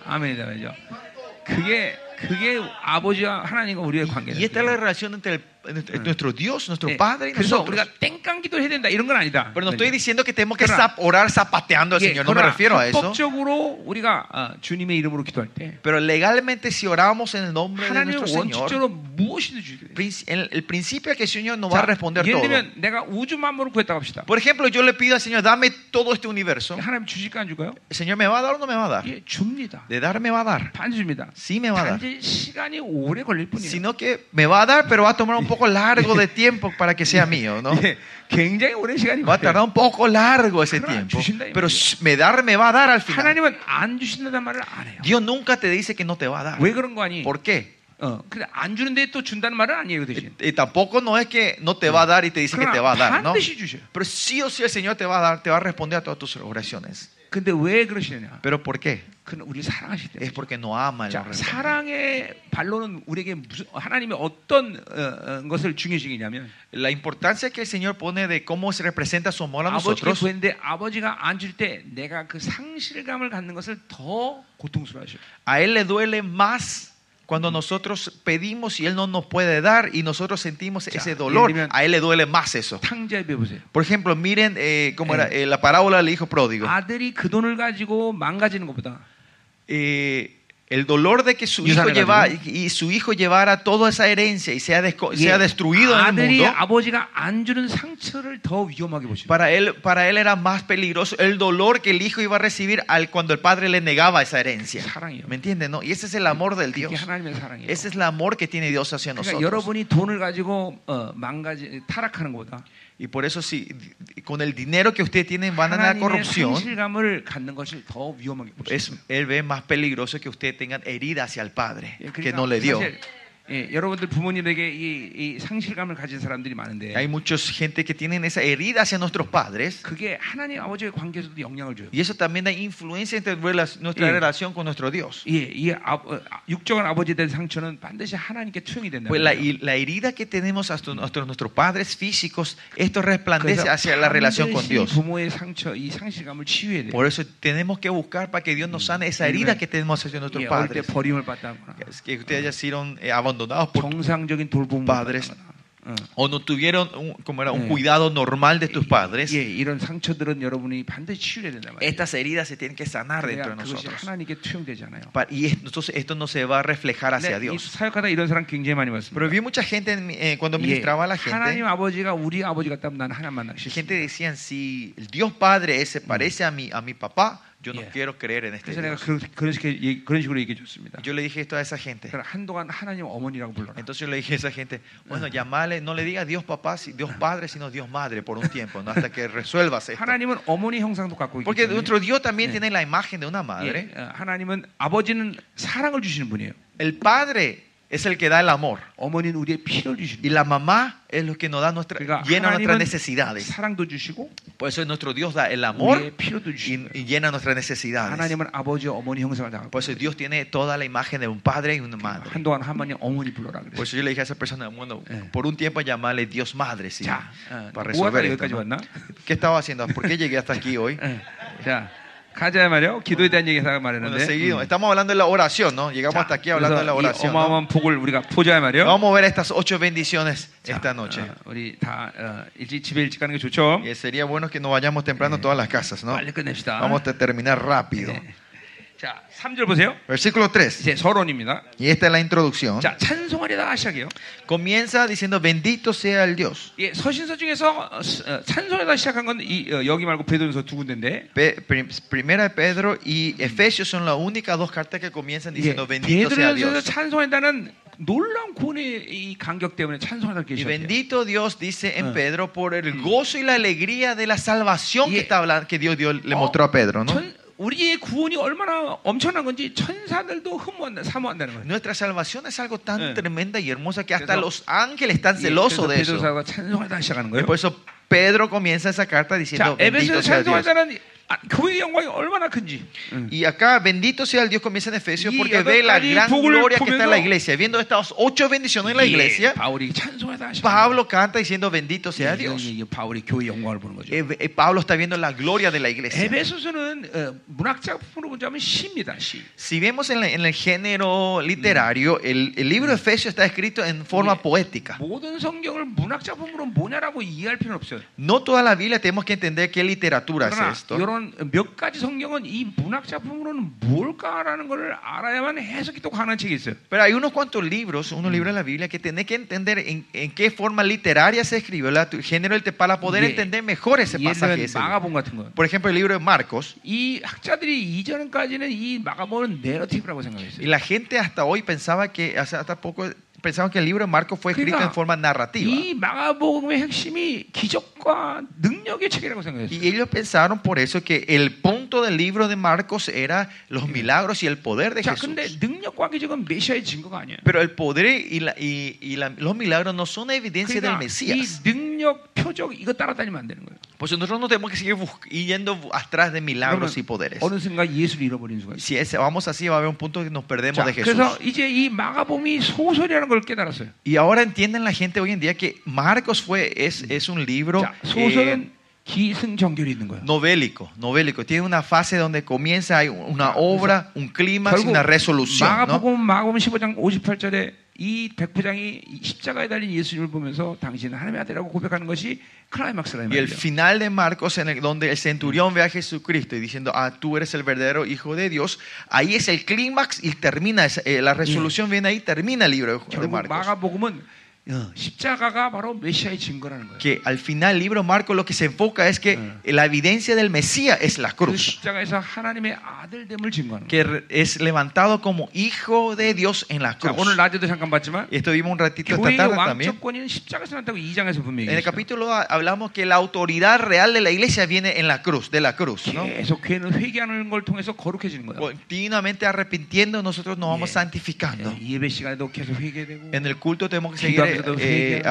아멘이다 말이죠. 그게 그게 아버지와 하나님과 우리의 관계다. Y esta es la relación entre, el- entre nuestro Dios, nuestro 네. Padre y 그래서 nosotros. 우리가 땡깡 기도해야 된다 이런 건 아니다. Pero no estoy diciendo que tenemos que Claro. zap- orar zapateando al 예, Señor, no me refiero a eso. 법적으로 우리가 아, 주님의 이름으로 기도할 때 Pero legalmente si oramos en el nombre de 하나님은 nuestro Señor, 원칙적으로 무엇이든 주게 돼. princ- el, el principio es que el Señor nos va a responder 예를 todo. 들면 내가 우주 만물을 구했다고 합시다. Por ejemplo, yo le pido al Señor, dame todo este universo. 하나님 주실까 안 줄까요? ¿El Señor me va a dar o no me va a dar? 예, 줍니다. De dar me va a dar. 반드시 줍니다. Sí me va a dar. 단지 시간이 오래 걸릴 뿐이에요. Sino que me va a dar, pero va a tomar un poco largo de tiempo para que sea mío, ¿no? 예, 굉장히 오랜 시간이 Va a tardar 걸려요. un poco largo ese Claro, tiempo. 주신다, 이 Pero 말이야. sh- me dar me va a dar al final. 하나님은 예. 안 주신다는 말을 안 해요. Dios nunca te dice que no te va a dar. 왜 그런 거 아니? ¿Por qué? 어, 근데 안 주는데 또 준다는 말은 아니에요, 그 대신. Y tampoco no es que no te va a 어? dar y te dice que te va a dar, ¿no? 반드시 주셔요. Pero sí o sí el Señor te va a dar, te va a responder a todas tus oraciones. 근데 왜 그러시느냐? ¿Pero por qué? 그는 우리를 사랑하시기 때문에. Es porque no ama el 자, hombre. 사랑의 반론은 우리에게 무슨 하나님이 어떤 어, 어, 것을 중요시기냐면 La importancia que el Señor pone de cómo se representa su amor a 아버지가 nosotros. 구했는데 아버지가 안 줄 때 내가 그 상실감을 갖는 것을 더 고통스러워하셔. A Él le duele más cuando nosotros pedimos y Él no nos puede dar y nosotros sentimos ese dolor. 예를 들면- A Él le duele más eso. 탕자에 배보세요. Por ejemplo, miren eh, cómo era eh, Ah. la parábola del hijo pródigo. 아들이 그 돈을 가지고 망가지는 것보다 Eh, el dolor de que su Y hijo, sale lleva, y, ganando. y su hijo llevara toda esa herencia y sea, desco- 예, sea destruido en el 아들이 mundo, 아버지가 안 주는 상처를 더 위험하게 보십니다. para él, para él era más peligroso el dolor que el hijo iba a recibir al, cuando el padre le negaba esa herencia. 사랑이요. ¿Me entienden? No? Y ese es el amor del 이게 Dios. 하나님의 사랑이에요. Ese es el amor que tiene Dios hacia 그러니까 nosotros. 여러분이 돈을 가지고 어, 망가지 타락하는 것보다 Y por eso si con el dinero que ustedes tienen van a la 하나님의 corrupción, 상실감을 갖는 것을 더 위험하게 es, 보십니다. él ve más peligroso que ustedes tengan herida hacia el padre 예, que 그러니까 no le dio. 사실, 예, 여러분들 부모님에게 이, 이 상실감을 가진 사람들이 많은데 Hay mucha gente que tienen esa herida hacia nuestros padres 그게 하나님 아버지의 관계에서도 영향을 줘요. y eso también da influencia en rela- nuestra Sí. relación con nuestro Dios. 예, 이 아, 어, 육정한 아버지에 대한 상처는 반드시 하나님께 투영이 된다. Pues la, y la herida que tenemos hasta nuestros, nuestros padres físicos, esto resplandece hacia la relación con Dios. 부모의 상처, 이 상실감을 치유해야 돼요. Por eso tenemos que buscar para que Dios nos sane esa Amén. herida que tenemos hacia 예, nuestros 어릴 때 padres. 예, 버림을 받다거나 Es Que ustedes hayan sido eh, abandonados por 정상적인 돌봄을 Padres. 받거나 어. o no tuvieron un, como era, un Eh. cuidado normal de tus padres, 예, 이런 상처들은 여러분이 반드시 치유해야 된다 말이에요. estas heridas se tienen que sanar dentro 그래야 de 그것이 nosotros. 하나님께 투영되잖아요. Pa- Y es- entonces esto no se va a reflejar hacia 근데 이 Dios. 사역하다 이런 사람 굉장히 많이 봤습니다. Pero vi mucha gente en mi- eh, cuando 예, ministraba a la gente, 하나님 아버지가 우리 아버지 같다면 나는 하나님 만나기 gente 싫습니다. decían, si el Dios Padre se parece a mi, a mi papá, yo no Yeah. quiero creer en este 그래서 내가 Dios. 그런, 그런, 식의 얘기- 그런 식으로 얘기해 줬습니다. Yo le dije esto a esa gente. 그러나 한동안 하나님 어머니라고 불러라. Entonces yo le dije a esa gente, bueno, llamale, no le diga Dios papá, si- Dios Padre, sino Dios Madre por un tiempo, ¿no? hasta que resuelvas esto. 하나님은 어머니 형상도 갖고 있기 Porque 때문에 nuestro Dios también tiene la imagen de una madre. 예, 어, 하나님은 아버지는 사랑을 주시는 분이에요. El padre es el que da el amor 어머니는 우리의 피를 주시는 y 분이에요. la mamá es lo que nos da nuestra 그러니까 llena nuestras 하나님은 necesidades. 사랑도 주시고 Por eso nuestro Dios da el amor 우리의 피로도 y, 주시고 y llena nuestras necesidades. 하나님은 아버지 어머니 형상을 다 갖고 Por eso Dios tiene toda la imagen de un padre y una madre. 한동안 하나님 어머니 불러라 그랬어요. Por eso yo le dije a esa persona, bueno, Eh. por un tiempo llamarle Dios Madre, sí, ah, 자, 어, para 뭐 하다가 resolver esto, 여기까지 ¿no? 왔나? ¿Qué estaba haciendo? ¿Por qué llegué hasta aquí hoy? 예. 자, 가자 말이요. 기도에 대한 얘기 하다 Bueno, 말했는데. 음. seguido. Estamos hablando de la oración, ¿no? Llegamos hasta aquí hablando de la 그래서 이 oración. ¿no? 어마어마한 복을 우리가 보자 말이요. Vamos a ver estas ocho bendiciones esta noche. 우리 다 어, 일찍 집에 일찍 가는 게 좋죠. Eh, sería bueno que nos vayamos temprano a todas las casas, ¿no? 빨리 끝냅시다. Vamos a terminar rápido. 자, 3절 보세요. Versículo 3. 이제 서론입니다. Y esta es la introducción. 자, 찬송하리다 시작해요. Comienza diciendo, bendito sea el Dios. 예, 서신서 중에서 어, 스- 어, 찬송하리다 시작한 건 이, 어, 여기 말고 베드로서 두 군데인데. Pe- prim- primera de Pedro y Efesios son las únicas dos cartas que comienzan 예, diciendo, bendito 베드로서 sea Dios. 찬송한다는 놀라운 구원의 이 간격 때문에 찬송하다 Y 계셨대요. bendito Dios dice Ah. en Pedro por el gozo y la alegría de la salvación Yeah. que, está hablando, que Dios, Dios le Oh. mostró a Pedro, ¿no? 천, 우리의 구원이 얼마나 엄청난 건지 천사들도 흠모한다, 사모한다는 거예요. Nuestra salvación es algo tan Eh. tremenda y hermosa que hasta Eso- los ángeles están 예, 그래서 celosos de eso. 베드로사가 찬송하다 시작하는 거예요. Por eso Pedro comienza esa carta 자, diciendo, 에베소서 bendito sea Dios. 찬송하다는 아, 교회의 영광이 얼마나 큰지. 음. Y acá, bendito sea el Dios, comienza en Efesios Y porque acá ve la está gran el Google gloria que está en la comiendo. iglesia. Viendo estas ocho bendiciones en la iglesia, 예, 바울이 찬송하다 하시는 Pablo canta diciendo, bendito 거예요. sea Dios. 이게 이게 바울이 교회 영광을 보는 거죠. Eh, eh, Pablo está viendo la gloria de la iglesia. 에베소서는 어, 문학 작품으로 보자면 시입니다. 시. Si vemos en, la- en el género literario, el, el libro de Efesios está escrito en forma Yeah. poética. 모든 성경을 문학 작품으로 뭐냐라고 이해할 필요는 없어요. No toda la Biblia tenemos que entender qué literatura es 그러나 esto. 이런 몇 가지 성경은 이 문학 작품으로는 뭘까라는 걸 알아야만 해석이 또 가능한 책이 있어요. Pero hay unos cuantos libros, unos libros de la Biblia que tenés que entender en, en qué forma literaria se escribió la, tu- género del te- para poder Yeah. entender mejor ese 예를 pasaje. 들면 ese libro. 마가본 같은 거. Por ejemplo, el libro de Marcos. 이 학자들이 이전까지는 이 마가본은 내러티브라고 Y 생각했어요. la gente hasta hoy pensaba que, hace- hasta poco, pensaba que el libro de Marcos fue escrito Mira. en forma narrativa. 이 마가복음의 핵심이 기적과 능력의 책이라고 생각했어요. Y ellos pensaron por eso que el punto punto del libro de Marcos era los milagros y el poder de 자, Jesús. 근데 능력과 기적은 메시아의 증거가 아니에요. Pero el poder y, la- y- y la- los milagros no son evidencia del 그러니까 이 Mesías. 능력, 표적 이거 따라다니면 안 되는 거예요. Por eso nosotros no tenemos que seguir bus- yendo atrás de 그러면 milagros y poderes. 어느 순간 예수를 잃어버리는 수가 있어요. Si ese- vamos así, va a haber un punto que nos perdemos 자, de Jesús. 그래서 이제 이 마가복음이 소설이라는 걸 깨달았어요. Y ahora entienden la gente hoy en día que Marcos fue, es, es un libro 자, eh, 소설은 기승전결이 있는 거예요. novélico, novélico. Tiene una fase donde comienza, hay una obra, un clima y 결국 una 어? resolución. ¿no? 마가복음 마가복음 15장 58절에 이 백부장이 십자가에 달린 예수님을 보면서 당신은 하나님의 아들이라고 고백하는 것이 클라이막스라 이 Y el 말이에요. final de Marcos, en el, donde el centurión ve a Jesucristo y diciendo, ah, tú eres el verdadero Hijo de Dios, ahí es el clímax y termina, esa- eh, la resolución viene ahí, termina el libro de- de 결국 Marcos. 마가복음은 어, 십자가가 바로 메시아의 증거라는 거예요. Que al final el libro Marcos lo que se enfoca es que la evidencia del Mesías es la 그 cruz, 십자가에서 하나님의 아들됨을 증거하는 거예요. que re- es levantado como Hijo de Dios en la 자, cruz. 오늘 낮에도 잠깐 봤지만 Esto vimos un ratito esta 교회의 tarde también. 왕적권이 그러니까 십자가에서 났다고 2장에서 분명히 En el 얘기했어요. capítulo a- hablamos que la autoridad real de la iglesia viene en la cruz, de la cruz, ¿no? 계속 교회는 회개하는 걸 통해서 거룩해지는 거예요. Continuamente arrepintiendo, nosotros nos vamos santificando. 예, 예배 시간에도 계속 회개되고 En el culto tenemos que seguir Quitándonos eh, vida.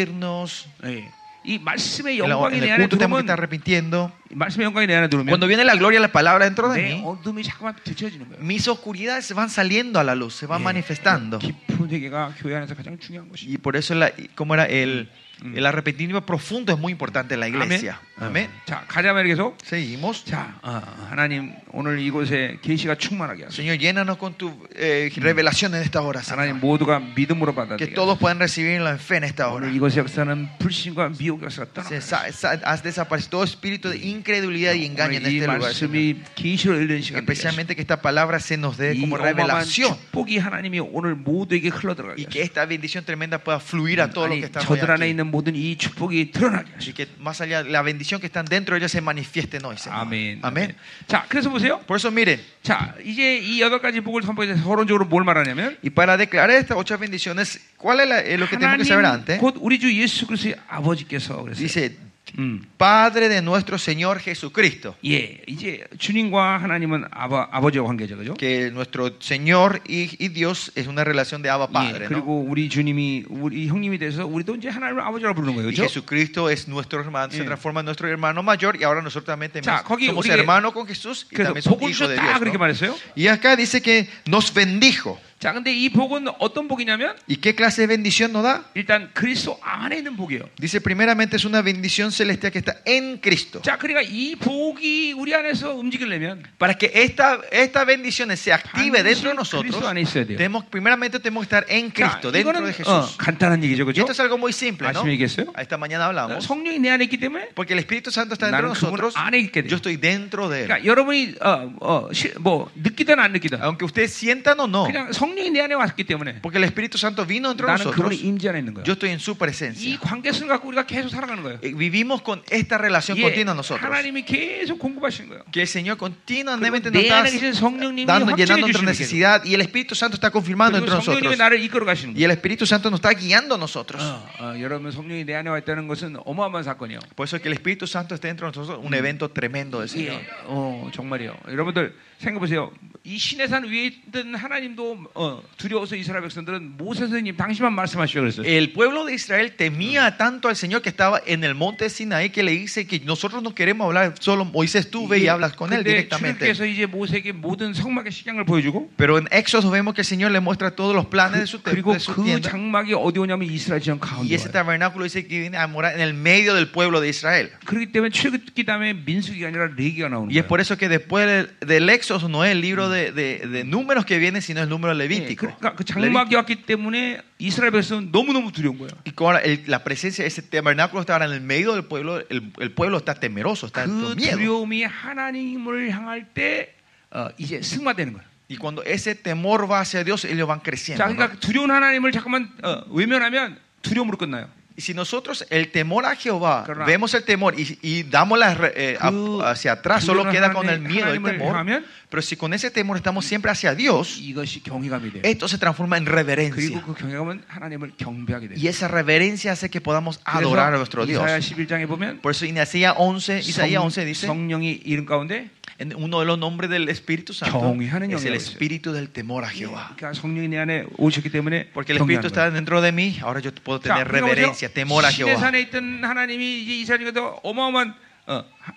arrepentirnos. 예. 이 말씀의 En, la- 영광이 en 내 el 안에 culto tenemos 들어오면 que estar arrepintiendo. 이 말씀의 영광이 내 안에 들어오면 Cuando viene la gloria, la palabra dentro de 내 mí, 어둠이 자꾸만 뒤쳐지는 거예요. mis oscuridades se van saliendo a la luz, se van 예. manifestando. 깊은 회개가 교회 안에서 가장 중요한 것이. Y por eso, la, como era el, el arrepentimiento profundo es muy importante en la iglesia. Mm. Amén. 자 가자 말이 계속. Seguimos. 자 어, 하나님 오늘 이곳에 계시가 충만하게 하소서. Señor, llénanos con tu eh, revelación en esta hora, 하나님 Señor. 모두가 믿음으로 Que 받아들여. todos puedan recibir la fe en esta hora. 오늘 이곳의 역사는 불신과 미혹 역사가 떠나. Se, sa- sa- haz desaparecer todo espíritu de incredulidad y engaño en 오늘 이 este lugar. Señor. 말씀이 계시로 열리는 시간 되게 하소서. Especialmente que esta palabra se nos dé 이 como 어마어마한 revelación 축복이 하나님이 오늘 모두에게 흘러들어가게 y 하소서. que esta bendición tremenda pueda fluir a todos los 아니 que están hoy 저들 안에 aquí. 있는 모든 이 축복이 드러나게 하소서. Y que más allá de la bendición que están dentro de ellos se manifiesten hoy. Señor. 아멘. Amén. 자, 그래서 보세요. Por eso miren, 자, 이제 이 여덟 가지 복을 선포해서 서론적으로 뭘 말하냐면 y para declarar estas ocho bendiciones, ¿cuál es la- eh, lo que tenemos que saber 하나님 antes? 곧 우리 주 예수 그리스도의 아버지께서 그래서 Dice, 음. Padre de nuestro Señor Jesucristo. 예, 이제 주님과 하나님은 아버, 아버지와 관계죠, 그죠? Que nuestro Señor y, y Dios es una relación de Abba 예, Padre. ¿no? 그리고 우리 주님이 우리 형님이 돼서 우리도 이제 하나님을 아버지라고 부르는 거예요, Y 그죠? Jesucristo es nuestro hermano, se Sí. transforma en nuestro hermano mayor y ahora nosotros también 자, tenemos- 거기 somos 우리에게- hermanos con Jesús y 그래서 también somos 복을 hijos de 주셨다 Dios. 그렇게 ¿no? 말했어요. Y acá dice que nos bendijo. 자, 근데 이 복은 어떤 복이냐면 ¿Y qué clase de bendición nos da? 일단 그리스도 안에 있는 복이에요. Dice primeramente es una bendición celestial que está en Cristo. 자, 그러니까 이 복이 우리 안에서 움직이려면 Para que esta, esta bendición se active 반드시 dentro de nosotros, 그리스도 안에 있어야 돼요. tenemos, primeramente tenemos que estar en 자, Cristo, dentro 이거는 de 어, Jesús. 간단한 얘기죠, Y 그죠? esto es algo muy simple, ¿no? ¿Ayer 얘기했어요? Esta mañana hablamos. 성령이 내 안에 있기 때문에 Porque el Espíritu Santo está dentro de 나는 그분 nosotros. 안에 있게 돼요. Yo estoy dentro de él. 그러니까 여러분이 어, 어, 시- 뭐 느끼든 안 느끼든 Aunque ustedes sientan o no, 그냥 성령이 내 안에 왔기 때문에 Porque el Espíritu Santo vino entre 나는 nosotros. 그분의 임재 안에 있는 거야. Yo estoy en su 이 presencia. 관계성을 갖고 우리가 계속 살아가는 거예요. Eh, Vivimos con esta relación 이게 continua nosotros. 하나님이 계속 공급하시는 거예요. Que el Señor continuamente nos 내 está 안에 계신 성령님이 dando, 확증해 llenando nuestra 주시는 거예요. necesidad y el Espíritu Santo está confirmando 그리고 entre nosotros. 성령님이 나를 이끌어 가시는 Y 거예요. el Espíritu Santo nos está guiando a nosotros. 어, 어, 여러분 성령이 내 안에 와 있다는 것은 어마어마한 사건이에요. Por eso que el Espíritu Santo está dentro de nosotros, un evento tremendo del Señor. 예, 어, 정말이에요. 여러분들 생각해 보세요. 이 신의 산 위에 있던 하나님도 어, 두려워서 이스라엘 백성들은 모세 선생님 당신만 말씀하시오 그랬어요. El pueblo de Israel temía tanto al Señor que estaba en el monte Sinaí que le dice que nosotros no queremos hablar, solo Moisés tú ve y hablas con él directamente. 주님께서 이제 모세에게 모든 성막의 식양을 보여주고 Pero en Éxodo vemos que el Señor le muestra todos los planes de su, te- 그리고 de su 그 tienda. 장막이 어디 오냐면 이스라엘 지형 Y 가운데 ese 와요. tabernáculo dice que viene a morar en el medio del pueblo de Israel. 그렇기 때문에 출애굽기 다음에 민수기가 아니라 레기가 나오는 Y es 거예요. por eso que después del, del Éxodo no es el libro de, de- de números que viene, sino el número 예, levítico. 그러니까 그 Levítico. 장막이 왔기 때문에 이스라엘 백성은 너무너무 두려운 거예요. Y con el- la presencia de ese tabernáculo está ahora en el medio del pueblo. El, el pueblo está temeroso, está 그 con miedo. 두려움이 하나님을 향할 때 어, 이제 승화되는 거예요. Y cuando ese temor va hacia Dios, ellos van creciendo. 자, ¿no? 그러니까 두려운 하나님을 잠깐만 어, 외면하면 두려움으로 끝나요. Y si nosotros el temor a Jehová, Claro. vemos el temor y, y damos la re- eh, a- 그 hacia atrás, solo 두려운 queda con el 하나님- miedo, el 하나님을 temor. 향하면 Pero si con ese temor estamos siempre hacia Dios, 이것이 경외감이 돼요. esto se transforma en 그리고 reverencia. 그 경외감은 하나님을 경배하게 돼요. Y esa reverencia hace que podamos 아, adorar a nuestro Dios. 이사야 11장에 보면 Por eso en Isaías 11, Isaías 성- 11 dice, 성령이 이름 가운데 En uno de los nombres del Espíritu Santo 경외하는 es el 영이라고 espíritu del temor a Jehová. 그러니까 성령이 내 안에 오셨기 때문에 Porque el 경외하는 Espíritu está 거예요. dentro de mí, ahora yo puedo 자, 그러니까 tener reverencia, temor a Jehová. 시내산에 있던 하나님이 이제 이사님에도 어마어마한 어,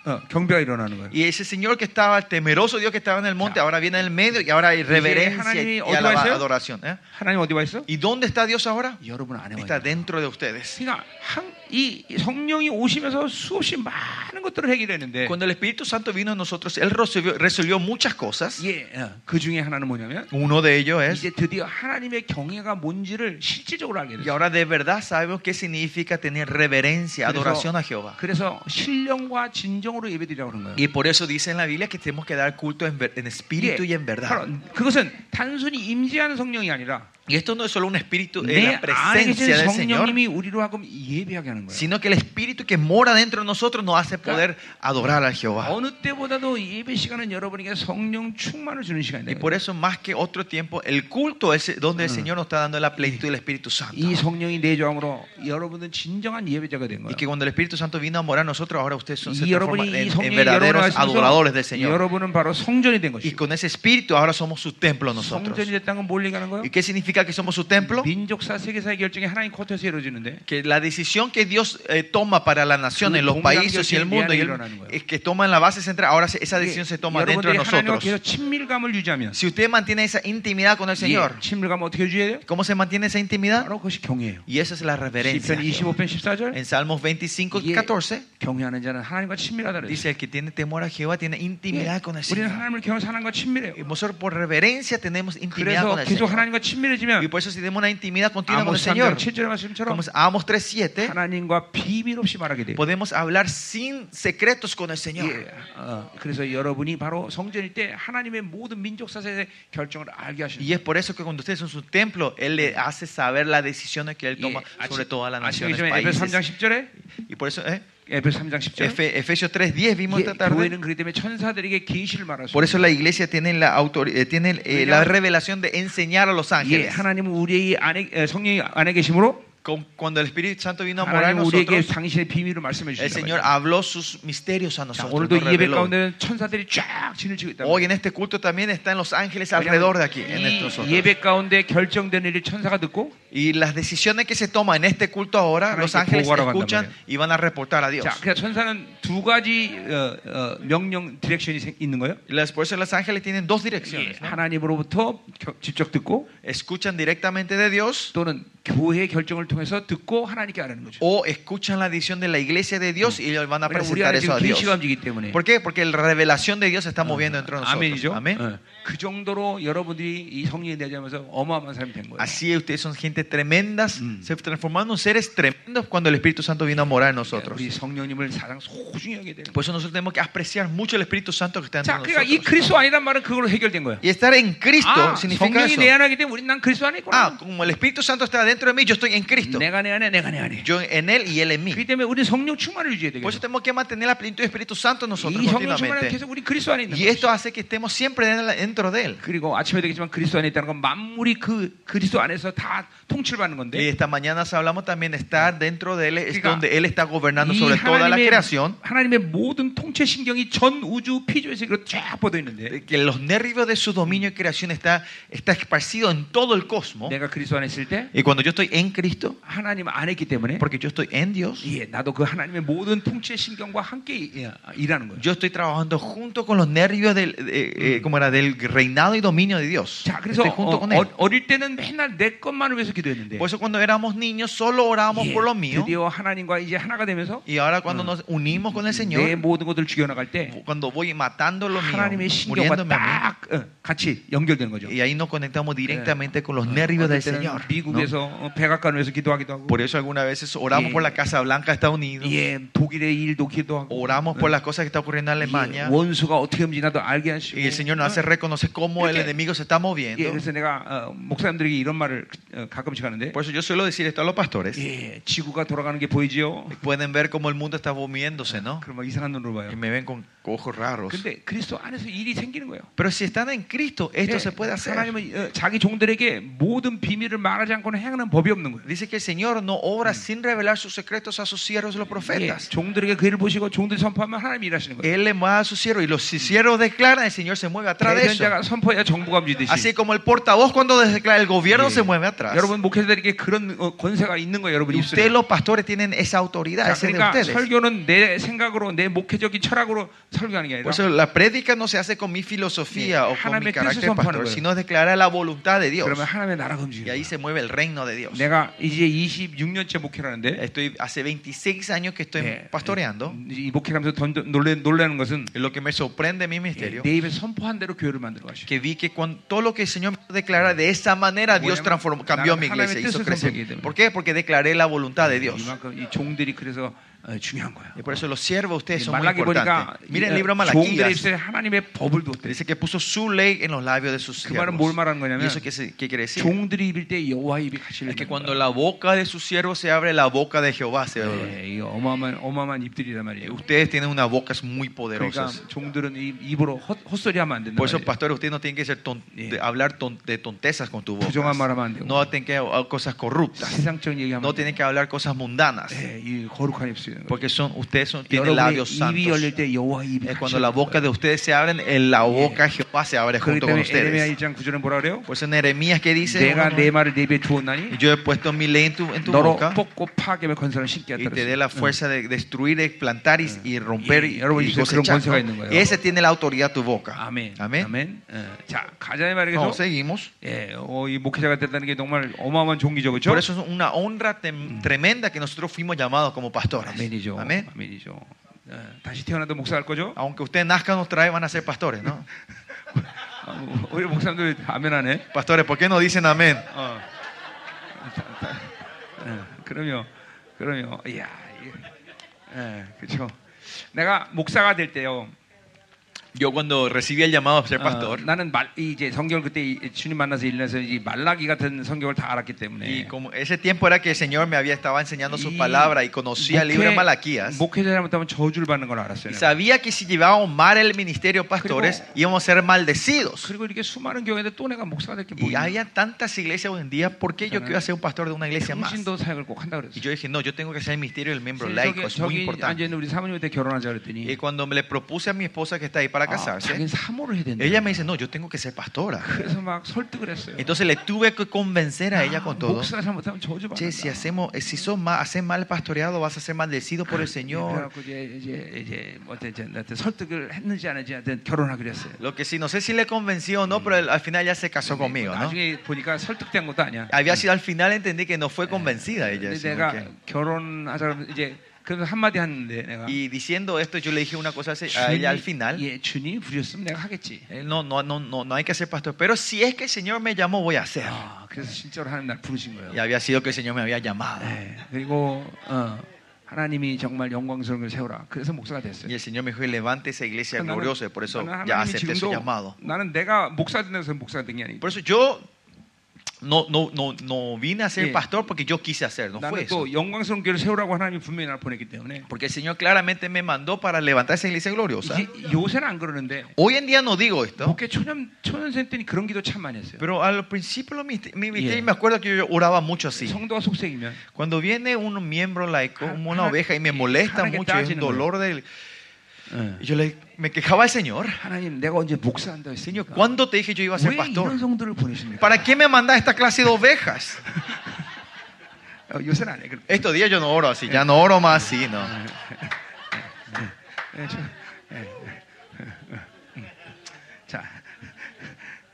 어, 경배가 일어나는 거예요. Y ese Señor que estaba, el temeroso Dios que estaba en el monte, 자, ahora viene en el medio y ahora hay reverencia 하나님이 y 어디 alaba- 와 있어요? adoración. ¿eh? 하나님 어디 와 있어? 그러니까 ¿Y dónde está Dios ahora? 여러분 안에 와 Está 있다. dentro de ustedes. 그러니까 한, 이 성령이 오시면서 수없이 많은 것들을 해결했는데 Cuando el Espíritu Santo vino a nosotros, Él resolvió, resolvió muchas cosas. 예, 어, 그 중에 하나는 뭐냐면 Uno de ellos es, 이제 드디어 하나님의 경외가 뭔지를 실질적으로 알게 y 됐어요. ahora de verdad sabemos qué significa tener reverencia, adoración a Jehová. 그래서 신령과 진정으로 예배드리라고 그런 거예요. Y por eso dice en la Biblia que tenemos que dar culto en, ver- en espíritu y en verdad. 바로 그것은 단순히 임재하는 성령이 아니라 Y esto no es solo un espíritu en 내 la 안에 presencia 계신 del Señor, 성령님이 우리로 하금 예배하게 하는 거예요. sino que el espíritu que mora dentro de nosotros nos hace poder adorar a Jehová. 어느 때보다도 예배 시간은 여러분에게 성령 충만을 주는 Y 시간이에요. por eso, más que otro tiempo, el culto es donde el Señor nos está dando la plenitud del Espíritu Santo. 이 성령이 내조함으로 여러분은 진정한 예배자가 된 Y 거예요. que cuando el Espíritu Santo vino a morar en nosotros, ahora ustedes son se 이 transforman 여러분이 이 en, en 성령이 여러분을 verdaderos adoradores del 하시면서 Señor. 여러분은 바로 성전이 된 Y 것이죠. con ese Espíritu ahora somos su templo nosotros. 성전이 됐다는 건 뭘 얘기하는 거예요? ¿Y qué significa que somos su templo? 민족사 세계사의 결정이 하나님 코트에서 이루어지는데 Que la decisión que Dios eh, toma para las naciones, 그 los 동일한 países y 결정이 el mundo, 내 안에 y el- 일어나는 거예요. es que toma en la base central, ahora se- esa decisión se toma dentro de 여러분들이 하나님과 nosotros. 계속 친밀감을 유지하면 Si usted mantiene esa intimidad con el Señor, 예, 친밀감 어떻게 유지해야 돼요? ¿cómo se mantiene esa intimidad? 바로 그것이 경외예요. Y esa es la reverencia. 시편 25편 14절 En Salmos 25, 예. 14, 경외하는 자는 하나님과 친밀하다 그래요. 예. dice, el que tiene temor a Jehová tiene intimidad con el 우리는 Señor. 하나님을 경외해서 하나님과 Y 친밀해요. nosotros por reverencia tenemos intimidad 그래서 con el 계속 Señor. 하나님과 Y 친밀해지면 por eso si tenemos una intimidad continua con el 아모스 3장 Señor, 7절의 말씀처럼 como es Amos 3.7, 하나님과 비밀 없이 말하게 돼요. podemos hablar sin secretos con el Señor. 예, 어, 그래서 여러분이 바로 성전일 때 하나님의 모든 민족 사세의 결정을 알게 하시는 Y es por eso que cuando ustedes son su templo, Él le hace saber las decisiones que Él 거예요. toma 예, sobre todas las 아시- naciones, 아시겠지만 에베소 3장 países. 10절에 Y por eso, ¿eh? 에베소 3장 10절 Efe- Efesios 3.10 vimos esta 예, tarde. 교회는 그렇기 때문에 천사들에게 계시를 말할 수 Por eso la iglesia tiene la, autor- eh, tiene, eh, la revelación de enseñar a los 예, ángeles. 하나님은 우리의 안에 에, 성령이 안에 계심으로 Con- Cuando el Espíritu Santo vino a morar en 하나님 우리에게 nosotros, 당신의 비밀을 말씀해 el 주신다. Señor 말이죠. habló sus misterios 자, a nosotros. 오늘도 nos 이 예배 reveló. 가운데는 천사들이 쫙 진을 치고 있다. Hoy en este culto también están los ángeles alrededor de aquí, en estos 이 어, ojos. 예배 가운데 결정된 일을 천사가 듣고 Y las decisiones que se toman en este culto ahora, Ahora los hay que ángeles jugar a ganar, escuchan María. y van a reportar a Dios. 자, 그래서 천사는 두 가지 어, 어, 명령 디렉션이 생- 있는 거예요. Las- Por eso los ángeles tienen dos 예, direcciones. ¿no? 하나님으로부터 겨- 직접 듣고 Escuchan directamente de Dios 또는 교회의 결정을 통해서 듣고 하나님께 아뢰는 거죠. o escuchan la decisión de la iglesia de Dios y ellos van a 왜냐면 우리 presentar 안에 eso 지금 a Dios. 계시가 움직이기 때문에. ¿Por qué? Porque la revelación de Dios se está moviendo ah, dentro de nosotros. 아멘이죠. Amén. 예. 그 정도로 여러분들이 이 성령에 대하면서 어마어마한 사람이 된 거예요. Así es, ustedes son gente tremendas, se transformaron en seres tremendos cuando el Espíritu Santo vino a morar en nosotros. 네, 우리 성령님을 사랑 소중히 하게 되는 거예요. Por eso nosotros tenemos que apreciar mucho el Espíritu Santo que está 자, dentro de 그러니까 이 nosotros. 그리스도 아니란 말은 그걸로 해결된 거예요. Y estar en Cristo 아, significa 성령이 eso. 내 안에 하기 때문에 우린 난 그리스도 안에 Ah, 있구나. como el Espíritu Santo está dentro de mí, yo estoy en Cristo. 내가 내 안에, 내가 내 안에. Yo en Él y Él en mí. 그렇기 때문에 우리 성령 충만을 유지해야 Por eso 되겠죠. tenemos que mantener la plenitud del Espíritu Santo en nosotros 이 성령 충만은 continuamente. 계속 우리 그리스도 안에 있는 Y 거예요. esto hace que estemos siempre en- dentro de Él. 그리고 아침에 되겠지만 그리스도 안에 있다는 건 만물이 그 그리스도 안에서 다 통치를 받는 Y 건데 esta mañana hablamos también de estar dentro de Él, es Diga, donde Él está gobernando 이 sobre toda la 하나님의, creación. 하나님의 모든 통체 신경이 전 우주 피조의 세계로 쫙 뻗어 있는데 Que los nervios de su dominio y creación está, está esparcido en todo el cosmos. 내가 그리스도 안에 있을 때 Y cuando yo estoy en Cristo, 하나님 안에 있기 때문에 porque yo estoy en Dios, 예, 나도 그 하나님의 모든 통치의 신경과 함께 예, 일하는 거예요. yo estoy trabajando junto con los nervios del, eh, eh, ¿cómo era? del reinado y dominio de Dios. 자, 그래서 Estoy junto con Él. 어, 릴 때는 맨날 내 것만을 위해서 기도했는데 Por eso cuando éramos niños solo orábamos 예, por lo mío. 드디어 하나님과 이제 하나가 되면서 Y ahora cuando nos unimos con el 내 Señor, 모든 것들을 죽여나갈 때 cuando voy matando lo mío, 하나님의 신경과 muriéndome a 딱 어, 같이 연결되는 거죠. mí, y ahí nos conectamos directamente con Ah, los nervios del 때는 Señor. ¿no? 미국에서 어, 백악관에서 기도하기도 하고 Por eso algunas veces oramos 예. por la Casa Blanca de Estados Unidos, 예, 독일의 일도 기도하고 어, oramos por las cosas que está ocurriendo en 예, Alemania, 원수가 어떻게 움직이나도 알게 하시고 예, y el Señor nos hace reconocer cómo el 이렇게- enemigo se está 예, moviendo. 그래서 내가 어, 목사님들에게 이런 말을 어, 가끔씩 하는데 Por eso yo suelo decir esto a los pastores. 예, 지구가 돌아가는 게 보이지요? Pueden ver cómo el mundo está moviéndose, ¿no? 그럼 막 이상한 눈으로 봐요. Y me ven con ojos raros. 근데 그리스도 안에서 일이 생기는 거예요. Pero si están en Cristo, esto 예, se puede hacer. 하나님은 어, 자기 종들에게 모든 비밀을 말하지 않고는 행하는 법이 없는 거예요. Dice que el Señor no obra sin revelar sus secretos a sus siervos, los 예, profetas. 종들에게 그 일을 보시고 종들이 선포하면 하나님이 일하시는 거예요. Él le mueve a sus siervos y los siervos declaran, el Señor se mueve atrás de eso. 대전자가 선포해야 정부가 움직이듯이. 예. Así como el portavoz cuando declara el gobierno 예. se mueve atrás. 여러분 목회자들에게 그런 어, 권세가 있는 거예요, 여러분 Y ustedes 입술에. los pastores tienen esa autoridad, 자, ese de 그러니까 ustedes. 설교는 내 생각으로 내 목회적인 철학으로 설교하는 게 아니라 Por eso la prédica no se hace con mi 예, filosofía o con mi 하나님의 뜻을 carácter 선포하는 pastor, 거예요. sino declarar la voluntad de Dios. 그러면 하나님의 나라가 Y 움직여요. ahí se mueve el reino de Dios. 내가 이제 26년째 목회를 하는데 Estoy hace 26 años que estoy 예, pastoreando. 이 목회를 하면서 던- 놀래, 놀라는 것은 예, Y Lo que me sorprende de mi ministerio, 내 입에 선포한 대로 교회를 만들어 가시오. que vi que cuando, todo lo que el Señor me declara de esa manera, Dios Bueno, transformó, cambió mi Haram의 iglesia, hizo 뜻을 crecer. 선포하기 때문에. ¿Por qué? Porque declaré la 아, voluntad 네, de Dios. 이만큼 이 종들이 그래서 어, 중요한 거야. Y por eso los siervos, ustedes son muy 말라기 보니까 importantes. Miren el 이, libro de 어, 종들의 Malaquías. 입술에 하나님의 법을 두었대. Dice que puso su ley en los labios de sus 그 말은 뭘 siervos. 말하는 ¿Y 거냐면 eso qué, se- qué quiere decir? 종들이 입일 때 여호와의 입이 같이 Es que 열린다는 cuando 거야. la boca de sus siervos se abre, la boca de Jehová se abre. 예, 이 어마어마한 어마어마한 입들이란 말이에요. Ustedes tienen unas bocas muy 그러니까 poderosas. 종들은 이, 입으로 헛, 헛소리 하면 안 된다. Por eso, pastores, ustedes no eh, tienen que ser ton- Yeah. de- hablar ton- de tontezas con tu boca. 부정한 말 하면 안 되고 No tienen que hablar cosas corruptas. 세상적인 얘기하면 No 안 tienen que hablar cosas mundanas. 돼. 예, 이 거룩한 입술이에요. Porque son, ustedes son, tienen 여러분의 labios 입이 santos. 열릴 때 여호와의 입이 Es 같이 cuando la 열린다. boca de ustedes se abren, en la boca de Jehová se abre 그렇기 junto con 때문에 에레미야 ustedes. 1장 9절에 뭐라 그래요? Por eso en Jeremías que dice, 내가 uno, 내 말을 네 입에 주었나니 yo he puesto mi ley en tu, en tu 너로 boca 뽑고 파괴며 건설을 신기 y 하다 te dé la 그랬어요. fuerza de destruir, de plantar y, y romper Ah. y, Yeah. 여러분 y 입술에 그런 cosechar. 권세가 ¿no? 있는 거예요. Y ese tiene la autoridad tu boca. 아멘. Amén. 아멘. 어, 자, 가자의 No, 말에서 seguimos. 예, 어, 이 목회자가 됐다는 게 정말 어마어마한 종기죠. 그렇죠? Por eso es una honra tem- tremenda que nosotros fuimos llamados como pastores. 아멘이죠. Mm. Amén. 아멘이죠. 어, 다시 태어나도 목사할 거죠? Aunque ustedes nazcan otra vez van a ser pastores, ¿no? 어, 오히려 목사님들 아멘하네. Pastores, ¿por qué no dicen amén? 어. 예, 그럼요. 그럼요. 이야. 예. 예, 그렇죠. 내가 목사가 될 때요. Yo cuando recibí el llamado a ser 어, 나는 말, 이제 성경 그때 이- 주님 만나서 일어나서 이 말라기 같은 성경을 다 알았기 때문에 y como ese tiempo era que el Señor me había estaba enseñando sus 이 palabras y conocía el libro de 목회- Malaquías 목회자 잘못하면 저주를 받는 걸 알았어요. y 내가. sabía que si llevábamos mal el ministerio pastores 그리고- íbamos a ser maldecidos. 그리고 이렇게 수많은 경우에도 또 내가 목사가 될 게 Y 뭐야? había tantas iglesias hoy en día, ¿por qué yo Ajá. quiero ser un pastor de una iglesia más? 당신도 사역을 꼭 한다 Y 그랬어요. yo dije, no, yo tengo que hacer el ministerio del miembro 그래서 laico, es 저기, 저기 muy 앉아 importante. 있는 우리 사모님한테 결혼하자 Y 그랬더니 cuando me le propuse a mi esposa que está ahí para 아, 자기는 casarse, 사모를 해야 된다. ella me dice, no, yo tengo que ser pastora. 그래서 막 설득을 했어요. Entonces le tuve que convencer a ella con todo. 목사 잘못하면 저주 받는다. Che, si hacemos, eh, si sos mal, haces mal pastoreado, vas a ser maldecido Ah, por el Señor. 네, 그래갖고 이제 이제 이제 뭐 어쨌든 이제 나한테 설득을 했는지 안 했는지 하여튼 결혼하기로 했어요. Lo que sí, no sé si le convenció o no, pero al- al final ya se casó conmigo, ¿no? 나중에 보니까 설득된 것도 아니야. Había sido al final entendí que no fue convencida ella. 근데 sino 내가 que- 결혼하자 그러면 이제 그래서 한마디 했는데 내가 Y diciendo esto, yo le dije una cosa a ella al 아, final. 예, 주님 부르셨으면 내가 하겠지. Eh, No, no, no, no, no hay que ser pastor. Pero si es que el Señor me llamó, voy a hacer. 아, 그래서 실제로 하는 날 부르신 Y 거예요. había sido que el Señor me había llamado. 예, 그리고 어, 하나님이 정말 영광스러운 걸 세우라. 그래서 목사가 Y 됐어요. 그러니까 el Señor me dijo, levante esa iglesia 나는- gloriosa. Y Por eso 나는 ya 하나님이 acepté su 지금도 llamado. 나는 내가 목사 된다고 해서 목사가 된 게 아니고 Por eso yo no, no, no, no vine a ser 예. pastor porque yo quise hacer. No fue 나는 eso. 또 영광스러운 교회를 세우라고 하나님이 분명히 나를 보냈기 때문에 Porque el Señor claramente me mandó para levantar esa iglesia gloriosa. 이제 요새는 안 그러는데 Hoy en día no digo esto. 목회 초년 초년생 때는 그런 기도 참 많이 했어요. Pero al principio de mi mi ministerio 예. me acuerdo que yo oraba mucho así. 성도가 속색이면 Cuando viene un miembro laico, Ah, una ah, oveja y me eh, molesta ah, que mucho, está es un lleno de- dolor del... 예. Y Yo le, me quejaba al Señor. 하나님 내가 언제 목사한다 Señor, 했으니까 ¿cuándo te dije yo iba a ser 왜 이런 pastor? 성도를 보내십니까? ¿Para qué me mandas esta clase de ovejas? 어, 요새는 안해 그렇게. Estos días yo no oro así, ya no oro más así, no. 예, 저- 예, 예. 음. 자,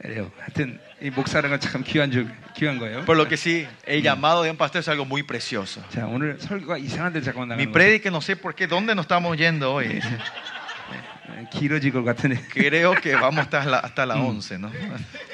그래요. 하여튼 이 목사라는 건 참 귀한 줄 귀한 거예요. Por lo que sí, el llamado de un pastor es algo muy precioso. 자, 오늘 설교가 이상한 데 자꾸 Mi 나가는 거 predica, no sé por qué, dónde nos estamos yendo hoy. 예, 길어질 것 같은데. Creo que vamos hasta la, hasta la 11, ¿no?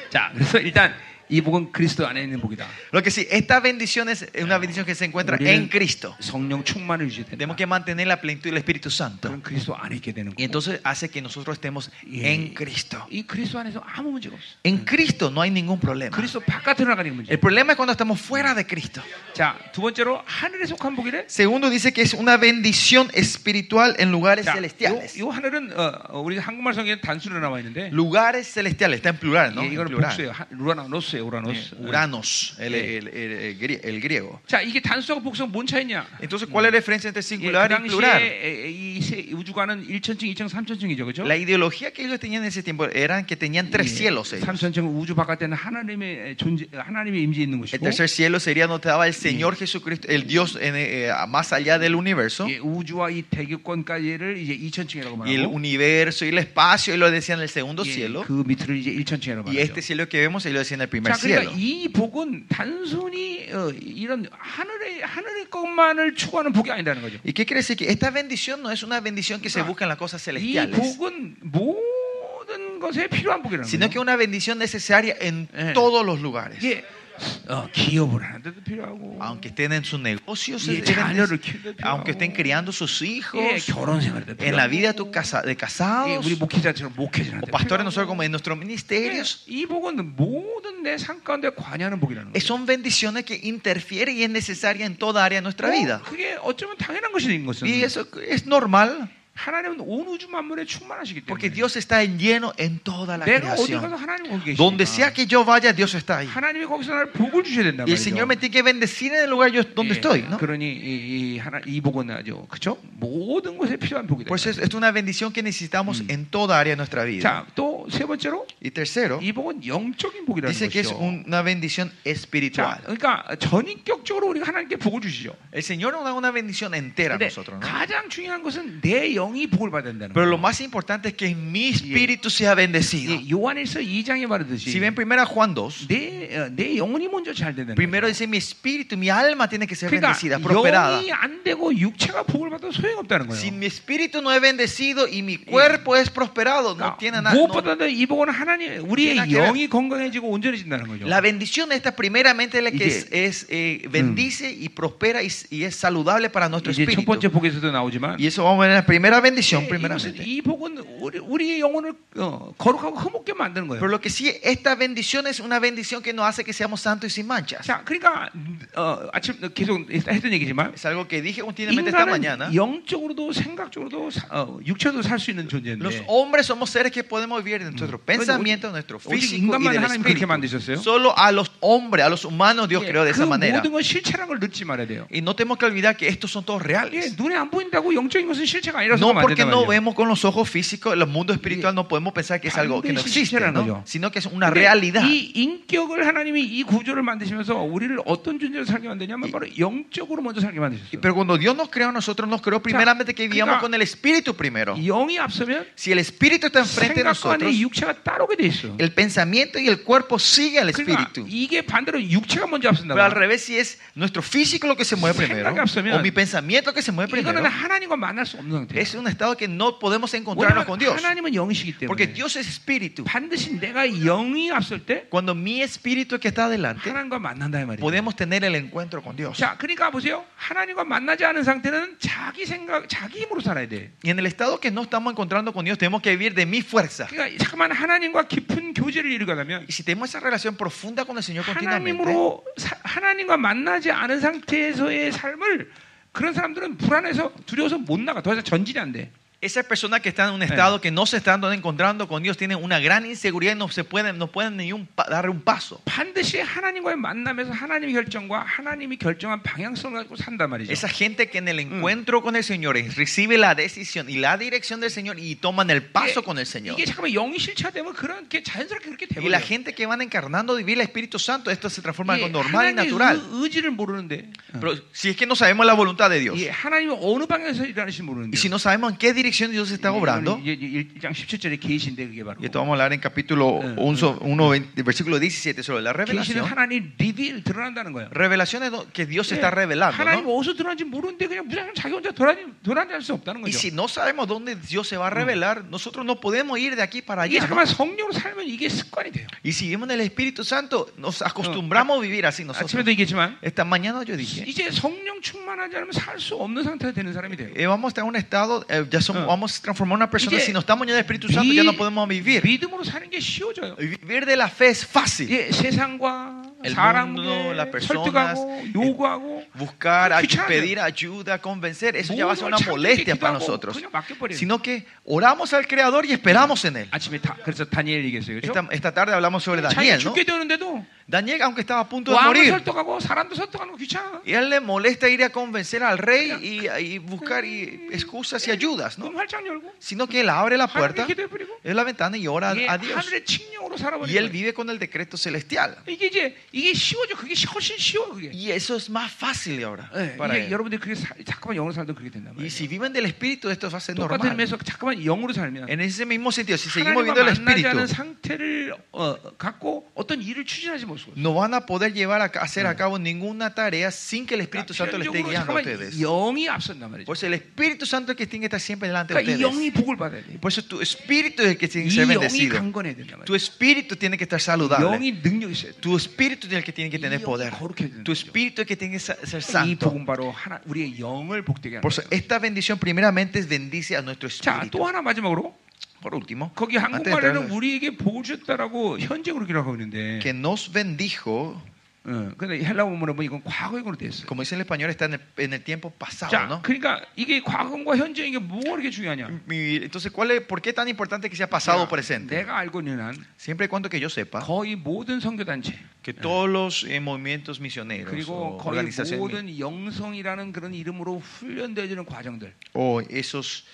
자, 그래서 일단 이 복은 그리스도 안에 있는 복이다. Lo que sí, esta bendición es una bendición que se encuentra en 우리는 Cristo. 성령 충만을 유지해야 된다. Tenemos que mantener la plenitud del Espíritu Santo. 그럼 그리스도 안에 있게 되는 거고. Y entonces hace que nosotros estemos 예. en Cristo. 이 그리스도 안에서 아무 문제가 없어. En Cristo no hay ningún problema. 그리스도 바깥으로 나가는 게 문제. El problema es cuando estamos fuera de Cristo. 자, 두 번째로 하늘에 속한 복이래. Segundo, dice que es una bendición espiritual en lugares 자, 요, celestiales. 요 하늘은 어, 어, 우리 한국말 성경에 단순으로 나와 있는데 Lugares celestiales, está en plural, ¿no? 예, En 이거는 plural. 복수예요. 하- 우라노스예요. 네, 우라노스. Eh, Uranos, el, 예. el- el- el grie- el griego. 자, 이게 단수하고 복수가 뭔 차이냐? Entonces, ¿cuál es la diferencia entre 예, 그 singular Mm. y plural? 당시에 이 세- 우주관은 1천층, 2층, 3천층이죠. 그죠? 예, La ideología que ellos tenían en ese tiempo eran que tenían tres cielos. ellos. 3천층 우주 바깥에는 하나님의 존재 하나님의 임재 있는 El 곳이고 tercer cielo sería donde estaba el Señor Jesucristo, el Dios en, eh, más allá del universo. 예, 우주와 이 대교권까지를 이제 2천층이라고 Y el 말하고 universo y el espacio, ellos lo decían el segundo 예, cielo. 그 밑을 이제 1천층이라고 Y 말하죠. este cielo que vemos, ellos decían el primer 자, 그러니까 cielo. 이 복은 단순히 어, 이런 하늘의 하늘의 것만을 추구하는 복이 아니라는 거죠. ¿Y qué quiere decir? Que esta bendición no es una bendición que se busca en las cosas 이 celestiales, 복은 모든 것에 필요한 복이라는 sino que 거죠. una bendición necesaria en Eh. todos los lugares. 이게 어, 기업을 하는데도 필요하고, Aunque estén en sus negocios, Y es- 자녀를 es- 키우는 aunque estén 필요하고. criando sus hijos, 예, 결혼 생활에도 en la 필요하고, vida de tu casa, 예, de casados, 우리 목회자처럼 목회자는 예, o pastores nosotros como en nuestros ministerios. 이 복은 모든 내 삶 가운데 관여하는 복이라는 Eh, 거죠. Son bendiciones que interfieren y es necesaria en toda área de nuestra 어, vida. 그게 어쩌면 당연한 것인 것은 Y eso es normal, 하나님은 온 우주 만물에 충만하시기 때문에 porque Dios está en lleno en toda la 내가 어디 가서 creación. 하나님 거기 Donde sea 계시니까 que yo vaya, Dios está ahí. 하나님이 거기서 나를 복을 주셔야 된다 Y 말이죠. el Señor me tiene que bendecir en el lugar yo, donde 예, estoy, ¿no? 그러니 이, 이 하나 이 복은 아주 그죠? 모든 것에 필요한 복이다. Por eso Pues es, es una bendición que necesitamos en toda área de nuestra vida. 자, 또 세 번째로 Y tercero, 이 복은 영적인 복이라는 dice que es 것이죠. una bendición 자, espiritual. 그러니까 전인격적으로 우리가 하나님께 복을 주시죠. El Señor nos da una bendición entera a 근데 nosotros, ¿no? 가장 중요한 것은 내 영이 복을 받아야 된다는 Pero 거예요. lo más importante es que mi espíritu sea bendecido. 예, 요한에서 2장에 말하듯이 Si ven primera Juan 2, 내, 어, 내 영혼이 먼저 잘 된다. primero dice mi espíritu, mi alma tiene que ser 그러니까 bendecida, prosperada. 영이 안 되고 육체가 복을 받아 소용없다는 거예요. Si mi espíritu no es bendecido y mi cuerpo es prosperado, no tiene 그러니까 nada. no- 무엇보다도 이 복은 하나님 우리의 tiene nada 영이 que 건강해지고 온전해진다는 거죠. La bendición esta primeramente es la que Iye. es, es, eh, bendice y prospera y, y es saludable para nuestro 이제 첫 번째 espíritu. 복에서도 나오지만 Y eso vamos a ver en la primera bendición, 예, 이것은 primeramente. 이 복은 우리, 우리의 영혼을 어, 거룩하고 흐뭇게 만드는 거예요. Pero lo que sí, esta bendición es una bendición que nos hace que seamos santos y sin manchas. 자, 그러니까 어, 아침 계속 했던 얘기지만 Es algo que dije continuamente esta mañana. 인간은 영적으로도 생각적으로도 사- 어, 육체도 살 수 있는 존재인데 Los hombres somos seres que podemos vivir en nuestro pensamiento, nuestro Mm. oye, físico y ¿인간만 del 하나님 그렇게 만드셨어요? espíritu. Solo a los hombres, a los humanos Dios 예, creó de 그 esa manera. 모든 건 실체라는 걸 늦지 말아야 돼요. Y no tenemos que olvidar que estos son todos 예, reales. 눈에 안 보인다고 영적인 것은 실체가 아니라서 No 그러면 안 porque 된단 no 말이에요. vemos con los ojos físicos, el mundo espiritual no podemos pensar que es algo que no existe, ¿no? sino que es una 근데 realidad. 이 인격을 하나님이 이 구조를 만드시면서 우리를 어떤 존재로 살게 만드냐면 바로 영적으로 먼저 살게 Y- 만드셨어요. Pero cuando Dios nos creó, nosotros nos creó primeramente que vivamos 그러니까 con el espíritu primero. 이 영이 앞서면 Si el espíritu está enfrente de 생각과 nosotros, 내 육체가 따르게 돼 있어. el pensamiento y el cuerpo sigue al 그러니까 espíritu. 이게 반대로 육체가 먼저 Pero al 앞선다. revés, si es nuestro físico lo que se mueve primero, 생각이 앞서면 o mi pensamiento que se mueve 이거는 primero, 하나님과 만날 수 없는 상태. es un estado que no podemos encontrarnos con 왜냐하면 Dios. 하나님은 영이시기 Porque 때문에 Dios es espíritu. 반드시 내가 영이 앞설 때 Cuando mi espíritu que está adelante, 하나님과 만난다 이 말이에요. podemos tener el encuentro con Dios. 자, 그러니까 보세요. 하나님과 만나지 않은 상태는 자기 생각, 자기 힘으로 살아야 돼. Y en el estado que no estamos encontrando con Dios, tenemos que vivir de mi fuerza. 그러니까 잠깐만 하나님과 깊은 교제를 이루려면 Y si tenemos esa relación profunda con el Señor continuamente, 하나님으로 사- 하나님과 만나지 않은 상태에서의 삶을 그런 사람들은 불안해서 두려워서 못 나가. 더 이상 전진이 안 돼. esa persona que está en un estado que no se está dando- encontrando con Dios tiene una gran inseguridad y no se pueden, no pueden ni un pa- dar un paso. 반드시 하나님과의 만남에서 하나님의 결정과 하나님이 결정한 방향성을 가지고 산단 말이죠. Esa gente que en el encuentro con el Señor eh, recibe la decisión y la dirección del Señor y toman el paso con el Señor. 이게 잠깐만 영이 실체화되면 그렇게 자연스럽게 그렇게 Y la 돼버려요. gente que van encarnando vivir el Espíritu Santo, esto se transforma en 예, algo normal y Ah. 하나님의 어. natural. 의- 의지를 모르는데 Pero si es que no sabemos la voluntad de Dios 예, 하나님이 어느 방향에서 일하는지 모르는데 y si no sabemos en qué dirección Dios está obrando? 이제 1장 17절의 계시인데 그게 바로 Y esto vamos a hablar en capítulo 11, 1, 20, versículo 17 sobre la 계시는 revelación. 하나님 리빌 드러난다는 거예요. Revelaciones do- que Dios está revelando. 하나님 ¿no? 어디서 드러난지 모르는데 그냥 무작정 자기 혼자 돌아다니 돌아다닐 수 없다는 Y 거죠. si no sabemos dónde Dios se va a revelar, nosotros no podemos ir de aquí para 이게 allá. ¿no? 잠깐만 성령으로 살면 이게 습관이 돼요. Y si vivimos en el Espíritu Santo, nos acostumbramos a vivir así 아침에도 nosotros. 얘기했지만 Esta mañana yo dije, 이제 성령 충만하지 않으면 살 수 없는 상태가 되는 사람이 돼요. eh, vamos a estar en un estado, eh, ya somos, Ah. vamos a transformar una persona. Oye, Si no estamos en el Espíritu Santo, ya no podemos vivir. 믿음으로 사는 게 쉬워져요. Vivir de la fe es fácil. 예, 세상과 El mundo, las 사람과 personas, 설득하고 eh, 요구하고 Buscar, ay- Escuchar. pedir ayuda, convencer, eso ya va a ser 모든 una 걸 molestia 참기도 para 하고 nosotros. 그냥 맡겨버려요. Sino que oramos al Creador y esperamos en Él. 아침에 다 그래서 다니엘 얘기했어요. 그렇죠? Esta, esta tarde hablamos sobre 자기가 Daniel, ¿no? 죽게 되는데도 Daniel, aunque estaba a punto de 왕을 morir, 설득하고 사람도 설득하는 거 귀찮아. Y a él le molesta ir a convencer al rey y, y buscar y excusas y ayudas, 문 ¿no? 활짝 열고 Sino que él abre la 하나님께 puerta, 기도해버리고 es la ventana y ora 이게 a Dios. 하늘의 칙령으로 Y él 살아버리고 vive con el decreto celestial. 이게 이제 이게 쉬워져. 그게 훨씬 쉬워 그게. Y eso es más fácil ahora 예, para 이게 él. 여러분들 그게 사- 잠깐만 영으로 살도 그게 된단 Y 말이에요. si viven del espíritu, esto va a ser 똑같은 normal. 의미에서 잠깐만 영으로 살면 En ese mismo sentido, si seguimos 하나님과 viviendo el 만나지 않은 espíritu, 상태를 어, 갖고 어떤 일을 추진하지 못하고 no van a poder llevar a hacer a cabo ninguna tarea sin que el Espíritu Santo le esté 필연적으로 guiando 잠깐만 a ustedes. 그러니까 영이 앞선단 말이죠. Por eso el Espíritu Santo es el que tiene que estar siempre delante de 그러니까 이 ustedes. 영이 복을 받아야 돼. Por eso tu espíritu es el que tiene que 이 ser 영이 bendecido. 강건해야 된단 Tu 말이죠. espíritu tiene que estar saludable. 영이 능력이 있어야 돼. Tu espíritu es el que tiene que tener poder. Tu espíritu es el que tiene que sa- ser 이 santo. 복음 바로 하나 우리의 영을 복되게 하는 Por eso, 거예요. esta bendición primeramente bendice a nuestro 자, 또 espíritu. 하나 마지막으로 Por último, 거기 antes de entrar 한국말에는 en- 우리에게 복을 주셨다라고 현재로 기록하고 있는데 que nos bendijo, 어, 근데 헬라 문문에 보면 이건 과거형으로 돼 있어요. como dice en español, está en el, en el tiempo pasado, 자, ¿no? 그러니까 이게 과거형과 현재형이 게 뭐가 이렇게 중요하냐? Mi- entonces, ¿cuál es, ¿por qué es tan importante que sea pasado o presente? 내가 알고 있는 한 Siempre y cuando que yo sepa 거의 모든 선교 단체 que todos los eh, movimientos misioneros 예, 그리고 o 거의 organizaciones 모든 영성이라는 그런 이름으로 훈련되어지는 과정들 o esos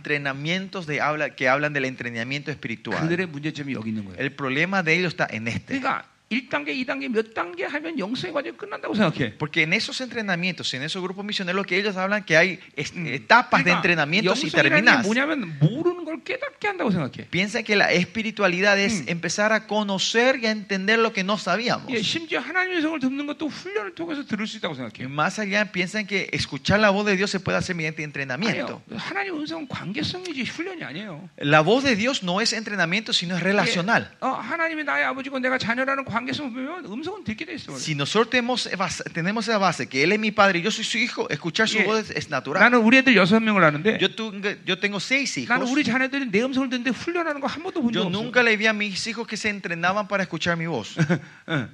entrenamientos de habla, que hablan del entrenamiento espiritual, 그들의 문제점이 여기 있는 거예요. El problema de ellos está en este. 그러니까 1단계, 2단계, 몇 단계 하면 영성의 과정이 끝난다고 생각해. Porque en esos entrenamientos, en esos grupos misioneros que ellos hablan que hay es- etapas de entrenamientos y 예, 그러니까 영성이라는 게 terminas. 뭐냐면 모르는 걸 깨닫게 한다고 생각해. Piensa que la espiritualidad es Mm. empezar a conocer y a entender lo que no sabíamos. 예, 심지어 하나님의 성을 듣는 것도 훈련을 통해서 들을 수 있다고 Y 생각해요. más allá piensan que escuchar la voz de Dios se puede hacer mediante 아니요, entrenamiento. 하나님 음성은 관계성이지 훈련이 아니에요. La voz de Dios no es entrenamiento, sino es relacional. 어, 하나님이 나의 아버지고 내가 자녀라는 관계성을 보면 음성은 듣게 돼 있어. Si nosotros tenemos, base- tenemos esa base, que Él es mi padre y yo soy su hijo, escuchar su Yeah. voz es, es natural. 나는 우리 애들 여섯 명을 아는데 Yo, tengo- yo tengo seis 나는 hijos. 우리 자녀들이 내 음성을 듣는데 훈련하는 거 한 번도 본 적 Yo 없어. nunca le vi a mis hijos que se entrenaban para escuchar mi voz.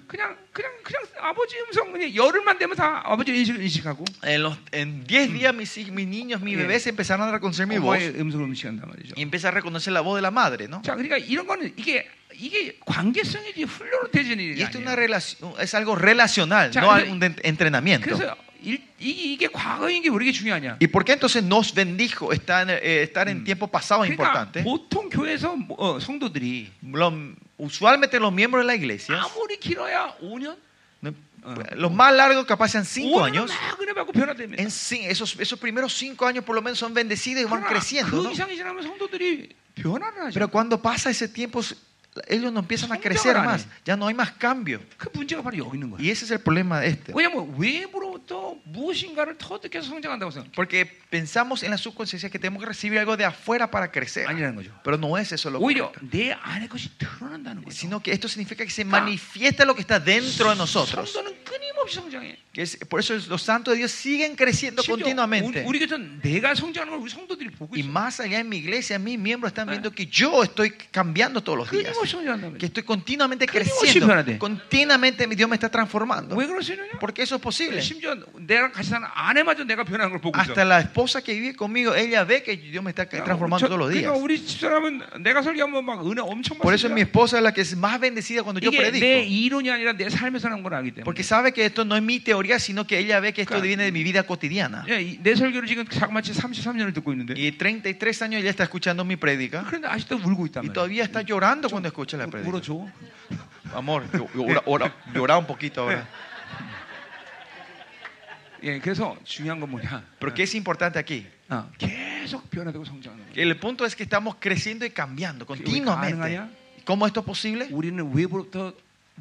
그냥 그냥 그냥 아버지 음성 그냥 열흘만 되면 다 아버지 인식 인식하고 En los en 10 días mis, hij- mis niños, mis Mm. Bien. bebés empezaron a reconocer mi voz 엄마의 음성을 인식한단 말이죠. y empecé a reconocer la voz de la madre, ¿no? 자, 그러니까 이런 거는 이게 이게 관계성이지 훈련으로 되지는 Y 일이 esto es una 아니에요. relación, es algo relacional, Ya, no pero- un de- entrenamiento. 그래서 일, 이, 이게 과거인 게 우리에게 중요하냐? ¿Y por qué entonces nos bendijo estar en, eh, estar Mm. en tiempo pasado es 그러니까 importante? 보통 교회에서 뭐- 어, 성도들이 Lo- usualmente los miembros de la iglesia, 아무리 길어야 5년, ¿no? Pues, Ah. los más largos capaz sean 5 5년 años, 막 은혜 받고 변화됩니다. en, sí, esos, esos primeros 5 años por lo menos son bendecidos y van 그러나 creciendo. 그 ¿no? 이상이 지나면 성도들이 변화를 하죠. Pero cuando pasa ese tiempo, ellos no empiezan a 성장을 crecer 안 más. 해. Ya no hay más cambio. 그 문제가 바로 여기 있는 거예요. Y ese es el problema de este. 왜냐하면 외부로부터 무엇인가를 터득해서 성장한다고 생각. Porque pensamos en la subconsciencia que tenemos que recibir algo de afuera para crecer. 아니라는 거죠. Pero no es eso lo 오히려 correcto. 내 안의 것이 드러난다는 거죠. Sino que esto significa que se manifiesta lo que está dentro de nosotros. 성도는 끊임없이 성장해. Que es- por eso los santos de Dios siguen creciendo 심지어 continuamente. 우리, 우리 교회는 내가 성장하는 걸 우리 성도들이 보고 Y 있어. más allá en mi iglesia, mis miembros están Ah. viendo que yo estoy cambiando todos los días. 끊임없이 성장한다 말이야. Que estoy continuamente Königos creciendo. Shibarade. Continuamente mi Dios me está transformando. 왜 그럴 수 있느냐? Porque eso es posible. 심지어 내랑 같이 사는 아내마저 내가 변하는 걸 보고 있어. Hasta la esposa que vive conmigo, ella ve que Dios me está transformando 저- todos los días. 그 그러니까 우리 집사람은 내가 설교하면 막 은혜 엄청 Por eso mi 받습니다. esposa es la que es más bendecida cuando yo 이게 내 predico. 이론이 아니라 내 삶에서 나온 걸 알기 때문에. Porque sabe que esto no es mi teoría, sino que ella ve que esto Claro. viene de mi vida cotidiana. 예, 이- 내 설교를 지금 자그마치 33년을 듣고 있는데 Y 33 años ella está escuchando mi prédica 그런데 아직도 울고 있단 y 말이야. todavía está llorando cuando escucha la 울- prédica. 울어줘. Amor, yo- yo- ora- ora- llora un poquito ahora. 예, 그래서 중요한 건 뭐냐? Pero ¿qué es importante aquí? 어, 계속 계속 변화되고 성장하는 거예요. El punto es que estamos creciendo y cambiando continuamente. 가능하냐? ¿Cómo esto es posible? 우리는 외부로부터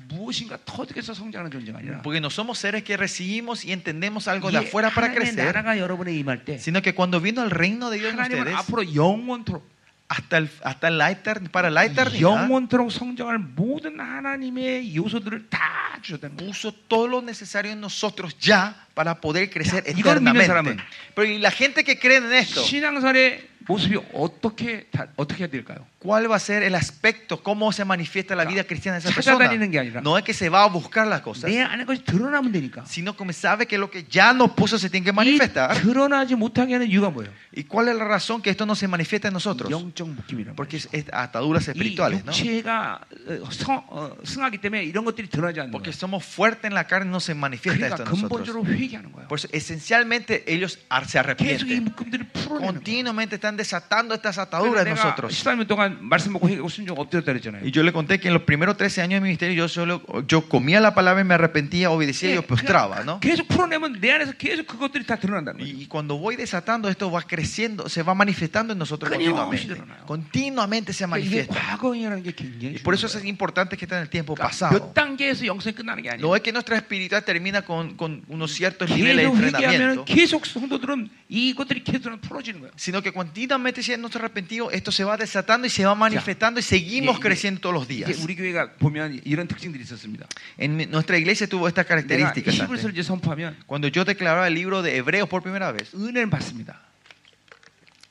무엇인가 터득해서 성장하는 존재가 아니라 Porque no somos seres que recibimos y entendemos algo de 뭐, 이게 afuera para 하나님의 crecer, 나라가 여러분에 임할 때 sino que cuando vino el reino de Dios en 하나님은 ustedes, 앞으로 영원토록 hasta, el- hasta la etern- para la eternidad, 영원토록 성장할 모든 하나님의 요소들을 다 주셨다는 거예요. puso todo lo necesario en nosotros ya para poder crecer Ya, 이걸 믿는 eternamente. Pero ¿y la gente que cree 뭐 en esto? 신앙살의 모습이 어떻게 다- 어떻게 해야 될까요? ¿Cuál va a ser el aspecto? ¿Cómo se manifiesta la Ya. vida cristiana de esa 찾아다니는 게 아니라. persona? No es que se va a buscar las cosas, 내 안에 것이 드러나면 되니까. sino como sabe que lo que ya no puso se tiene que 이 manifestar. 드러나지 못하게 하는 이유가 뭐예요? ¿Y cuál es la razón que esto no se manifiesta en nosotros? 영적 묶임이란 Porque 말이에요. es, es ataduras 이 espirituales, ¿no? 육체가 어, 성- 어, 승하기 때문에 이런 것들이 드러나지 않는 Porque 거예요. somos fuertes en la carne, no se manifiesta 그러니까 esto en nosotros. 근본적으로 회개하는 거예요. Por eso, esencialmente, ellos ar- 계속 이 se arrepienten. 묶음들을 풀어내는 거예요. Continuamente están desatando estas 그래서 ataduras en 내가 nosotros. 13년 동안 말씀 먹고 회개하고 순종 엎드렸다 그랬잖아요. Y yo le conté que en los primeros 13 años de ministerio yo solo yo comía la palabra y me arrepentía, obedecía y 예, yo postraba, ¿no? 계속 풀어내면 내 안에서 계속 그것들이 다 드러난다는 거예요. Y, y cuando voy desatando esto va creciendo, se va manifestando en nosotros Continuamente. continuamente. Continuamente se 그러니까 이게 manifiesta. 과거이라는 게 굉장히 Y por eso 중요해요. es importante que está en el tiempo 그러니까 pasado. 몇 단계에서 영성이 끝나는 게 No 아니에요. es que nuestra espiritualidad termina con, con unos ciertos niveles de 계속 entrenamiento, 회개하면 계속 성도들은 이것들이 계속 풀어지는 거예요. sino que continuamente si nos arrepentimos, esto se va desatando y se va manifestando y Y- seguimos y- creciendo todos los días. 이제 우리 교회가 보면 이런 특징들이 있었습니다. En mi- nuestra iglesia tuvo estas 내가 características. 히브리서를 이제 antes. 선포하면 Cuando yo declaraba el libro de Hebreos por primera vez, 은혜를 받습니다.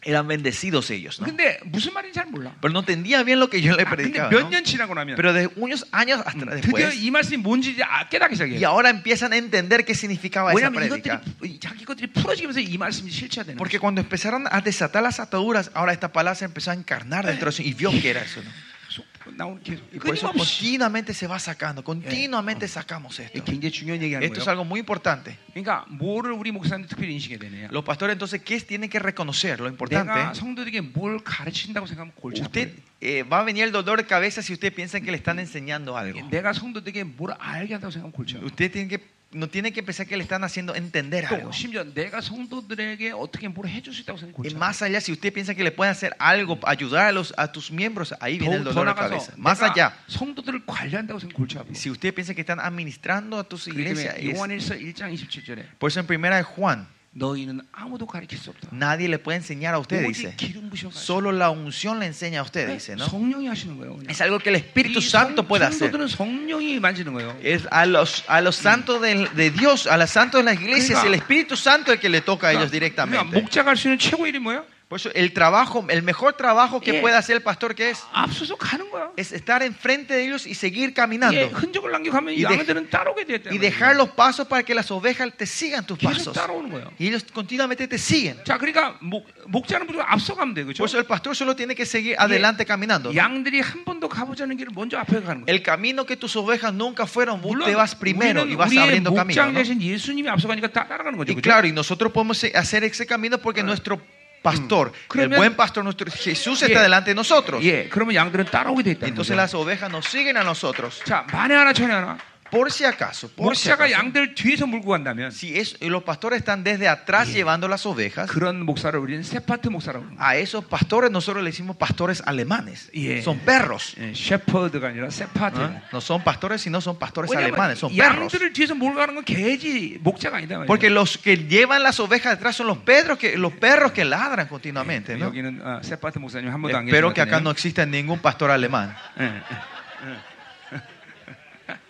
eran bendecidos ellos, ¿no? 근데 무슨 말인지 잘 몰라. Pero no entendía bien lo que yo le 아, 근데 predicaba. 몇 ¿no? 년 지나고 나면 Pero de unos años hasta 음, 드디어 después, 이 말씀이 뭔지 이제 아- 깨닫기 시작해요. y ahora empiezan a entender qué significaba esa 왜냐하면 predica. 이것들이 자기 것들이 풀어지면서 이 말씀이 실체화되는 Porque 거예요. cuando empezaron a desatar las ataduras, ahora esta palabra se empezó a encarnar dentro de eso y vio que era eso. ¿no? 속- 나오는 계속 Y por eso 끊임없이 continuamente se va sacando, Eh, continuamente sacamos 이게 esto. 굉장히 중요한 얘기하는 Esto es 거예요. algo muy importante. 예. 그러니까 뭐를 우리 목사님 특별히 인식해야 되냐? Los pastores entonces, ¿qué tienen que reconocer? Lo 내가 importante, 성도에게 뭘 가르친다고 생각하면 골치 usted 아파요. eh, va a venir el dolor de cabeza si usted piensa que le están enseñando algo. 내가 성도에게 뭘 알게 한다고 생각하면 골치 아파요. Usted tiene que, no tiene que pensar que le están haciendo entender 또 algo. 심지어 내가 성도들에게 어떻게 뭘 해줄 수 있다고 생각하면 골치 Y 아파요. más allá, si usted piensa que le pueden hacer algo, ayudar a, los, a tus miembros, ahí viene el 더욱 더 dolor de cabeza. 나가서 Más 내가 allá, 성도들을 관리한다고 생각하면 골치 아파요. si usted piensa que están administrando a tus 그렇기 iglesias, 때문에 es- 요한일서 1장 27절에 por eso en primera de Juan, 너희는 아무도 가르칠 수 없다. nadie le puede enseñar a usted, 오직 dice. 기름 부셔가지고 Solo la unción le enseña a usted, Eh, dice, ¿no? 성령이 하시는 거예요. 그냥. Es algo que el Espíritu 이 Santo 성- puede hacer. 성도들은 성령이 만지는 거예요. Es a los, a los santos del- de, Dios, a los santos de las iglesias, Mira. el Espíritu Santo es el que le toca a ellos 그러니까 directamente. 목자가 할 수 있는 최고 일이 뭐예요? Por eso el trabajo, el mejor trabajo que Yeah. puede hacer el pastor que es, 앞서서 가는 거야. es estar enfrente de ellos y seguir caminando. 예, 흔적을 남겨가면 이 데- 양들은 따라오게 되었다. y dejar los pasos para que las ovejas te sigan tus 계속 pasos. 따라오는 거예요. Y ellos continuamente te siguen. 자, 그러니까 목, 목자는 무조건 앞서가면 돼, 그렇죠? Por eso el pastor solo tiene que seguir adelante caminando. ¿no? 양들이 한 번도 가보지 않은 길을 먼저 앞에 가는 거예요. 네. El camino que tus ovejas nunca fueron, vos te vas primero y 우리는 vas 우리의 abriendo camino. 목장 ¿no? 대신 예수님이 앞서가니까 다 따라가는 거죠, Y 그렇죠? claro, y nosotros podemos se- hacer ese camino porque nuestro pastor, el 그러면- buen pastor, nuestro Jesús Yeah. está delante de nosotros. 예, 그러면 양들은 따라오게 돼 있다는 Entonces 거죠. las ovejas nos siguen a nosotros. 자, 만에 하나 천에 하나 Por si acaso, por si 목자가 acaso, 양들 뒤에서 몰고 간다면 si es, los pastores están desde atrás llevando las ovejas, 그런 목사를 우리는 세파트 목사라고 합니다. a esos pastores nosotros le decimos pastores alemanes. Yeah. Son perros. 예, 셰퍼드가 아니라 ¿Ah? 세파트. No son pastores, sino son pastores 왜냐면 alemanes, son perros. 양들을 뒤에서 몰고 가는 건 개지 목자가 아니다 말이에요. Porque los que llevan las ovejas detrás son los, pedros que, los perros que ladran continuamente. ¿no? 여기는 아, 세파트 목사님 한 번도 안 계신 Espero 것 que acá no 같네요. exista ningún pastor alemán. 예, 예, 예.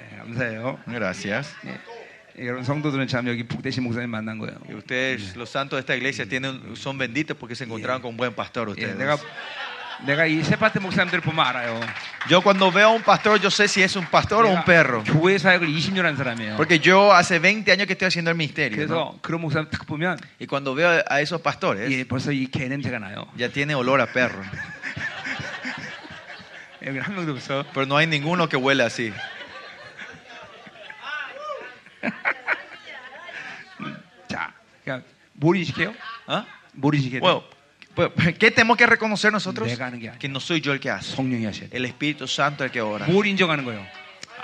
예, 감사해요. Gracias. 예, 여러분 성도들은 참 여기 북대신 목사님 만난 거예요. Y ustedes, los santos de esta iglesia, tienen, son benditos porque se encontraron con un buen pastor. 예, Ustedes. 내가 내가 이 세파트 목사님들 보면 알아요. Yo cuando veo a un pastor, yo sé si es un pastor o 내가 un perro. 교회 사역을 20년 한 사람이에요. Porque yo hace 20 años que estoy haciendo el misterio. ¿no? 그래서 그런 목사님 딱 보면 Y cuando veo a esos pastores, 예, 벌써 이 개 냄새가 나요. ya tiene olor a perro. 예, 여기 한 명도 없어. Pero no hay ninguno que huele así. 자, 그러니까 뭘 인식해요? ¿Ah? 뭘 인식해요? Bueno, pues, ¿qué tenemos que reconocer nosotros? Nega no que hace. Que no soy yo el que hace. 성령이 하셔야 돼. 예. El Espíritu Santo el que ora. 뭘 인정하는 거예요?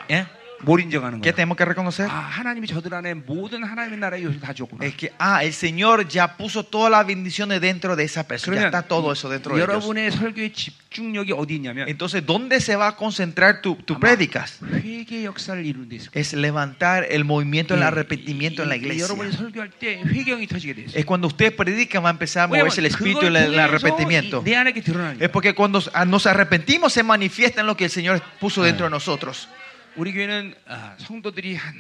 ¿Eh? 뭘 인정하는 ¿Qué 거예요? tenemos que reconocer? 아, 하나님이 저들 안에 모든 하나님의 나라의 요소를 다 줬구나. Es que, ah, el Señor ya puso todas las bendiciones dentro de esa persona. 그러면 Ya está todo eso dentro de ellos. 여러분의 설교의 집중력이 어디 있냐면 Entonces, ¿dónde se va a concentrar tu, tu 아마 prédicas? 회개 역사를 이루는 데 있을 거예요. Es levantar el movimiento, el 예, arrepentimiento en la 이- 이- iglesia. 여러분이 설교할 때 회경이 터지게 돼 있어요. Es cuando usted predica, va a empezar a 왜냐면 moverse el espíritu 그걸 del el 통해서 arrepentimiento. 이- 내 안에 드러나는 Es 거예요. porque cuando ah, nos arrepentimos, se manifiesta en lo que el Señor puso dentro de nosotros. 우리 교회는 아, 성도들이 한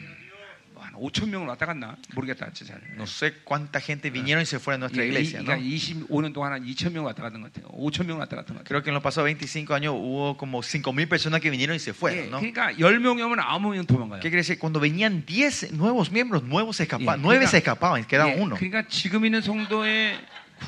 뭐, 한 5천 명을 왔다 갔나 모르겠다 진짜 잘. No sé cuánta gente vinieron y se fueron a nuestra 예, 이- iglesia. 그러니까 ¿no? 25년 동안 한 2천 명 왔다 갔던 것 같아요. 5천 명 왔다 갔던 것 같아요. Creo que en los pasados 25 años hubo como 5.000 personas que vinieron y se 예, fueron. ¿no? ¿Qué 그러니까 10명이 오면 9명이 도망가요. quiere decir? Cuando venían 10 nuevos miembros, nuevos se 예, escapaban, 9 se escapaban, quedaba 예, uno. 그러니까 지금 있는 성도의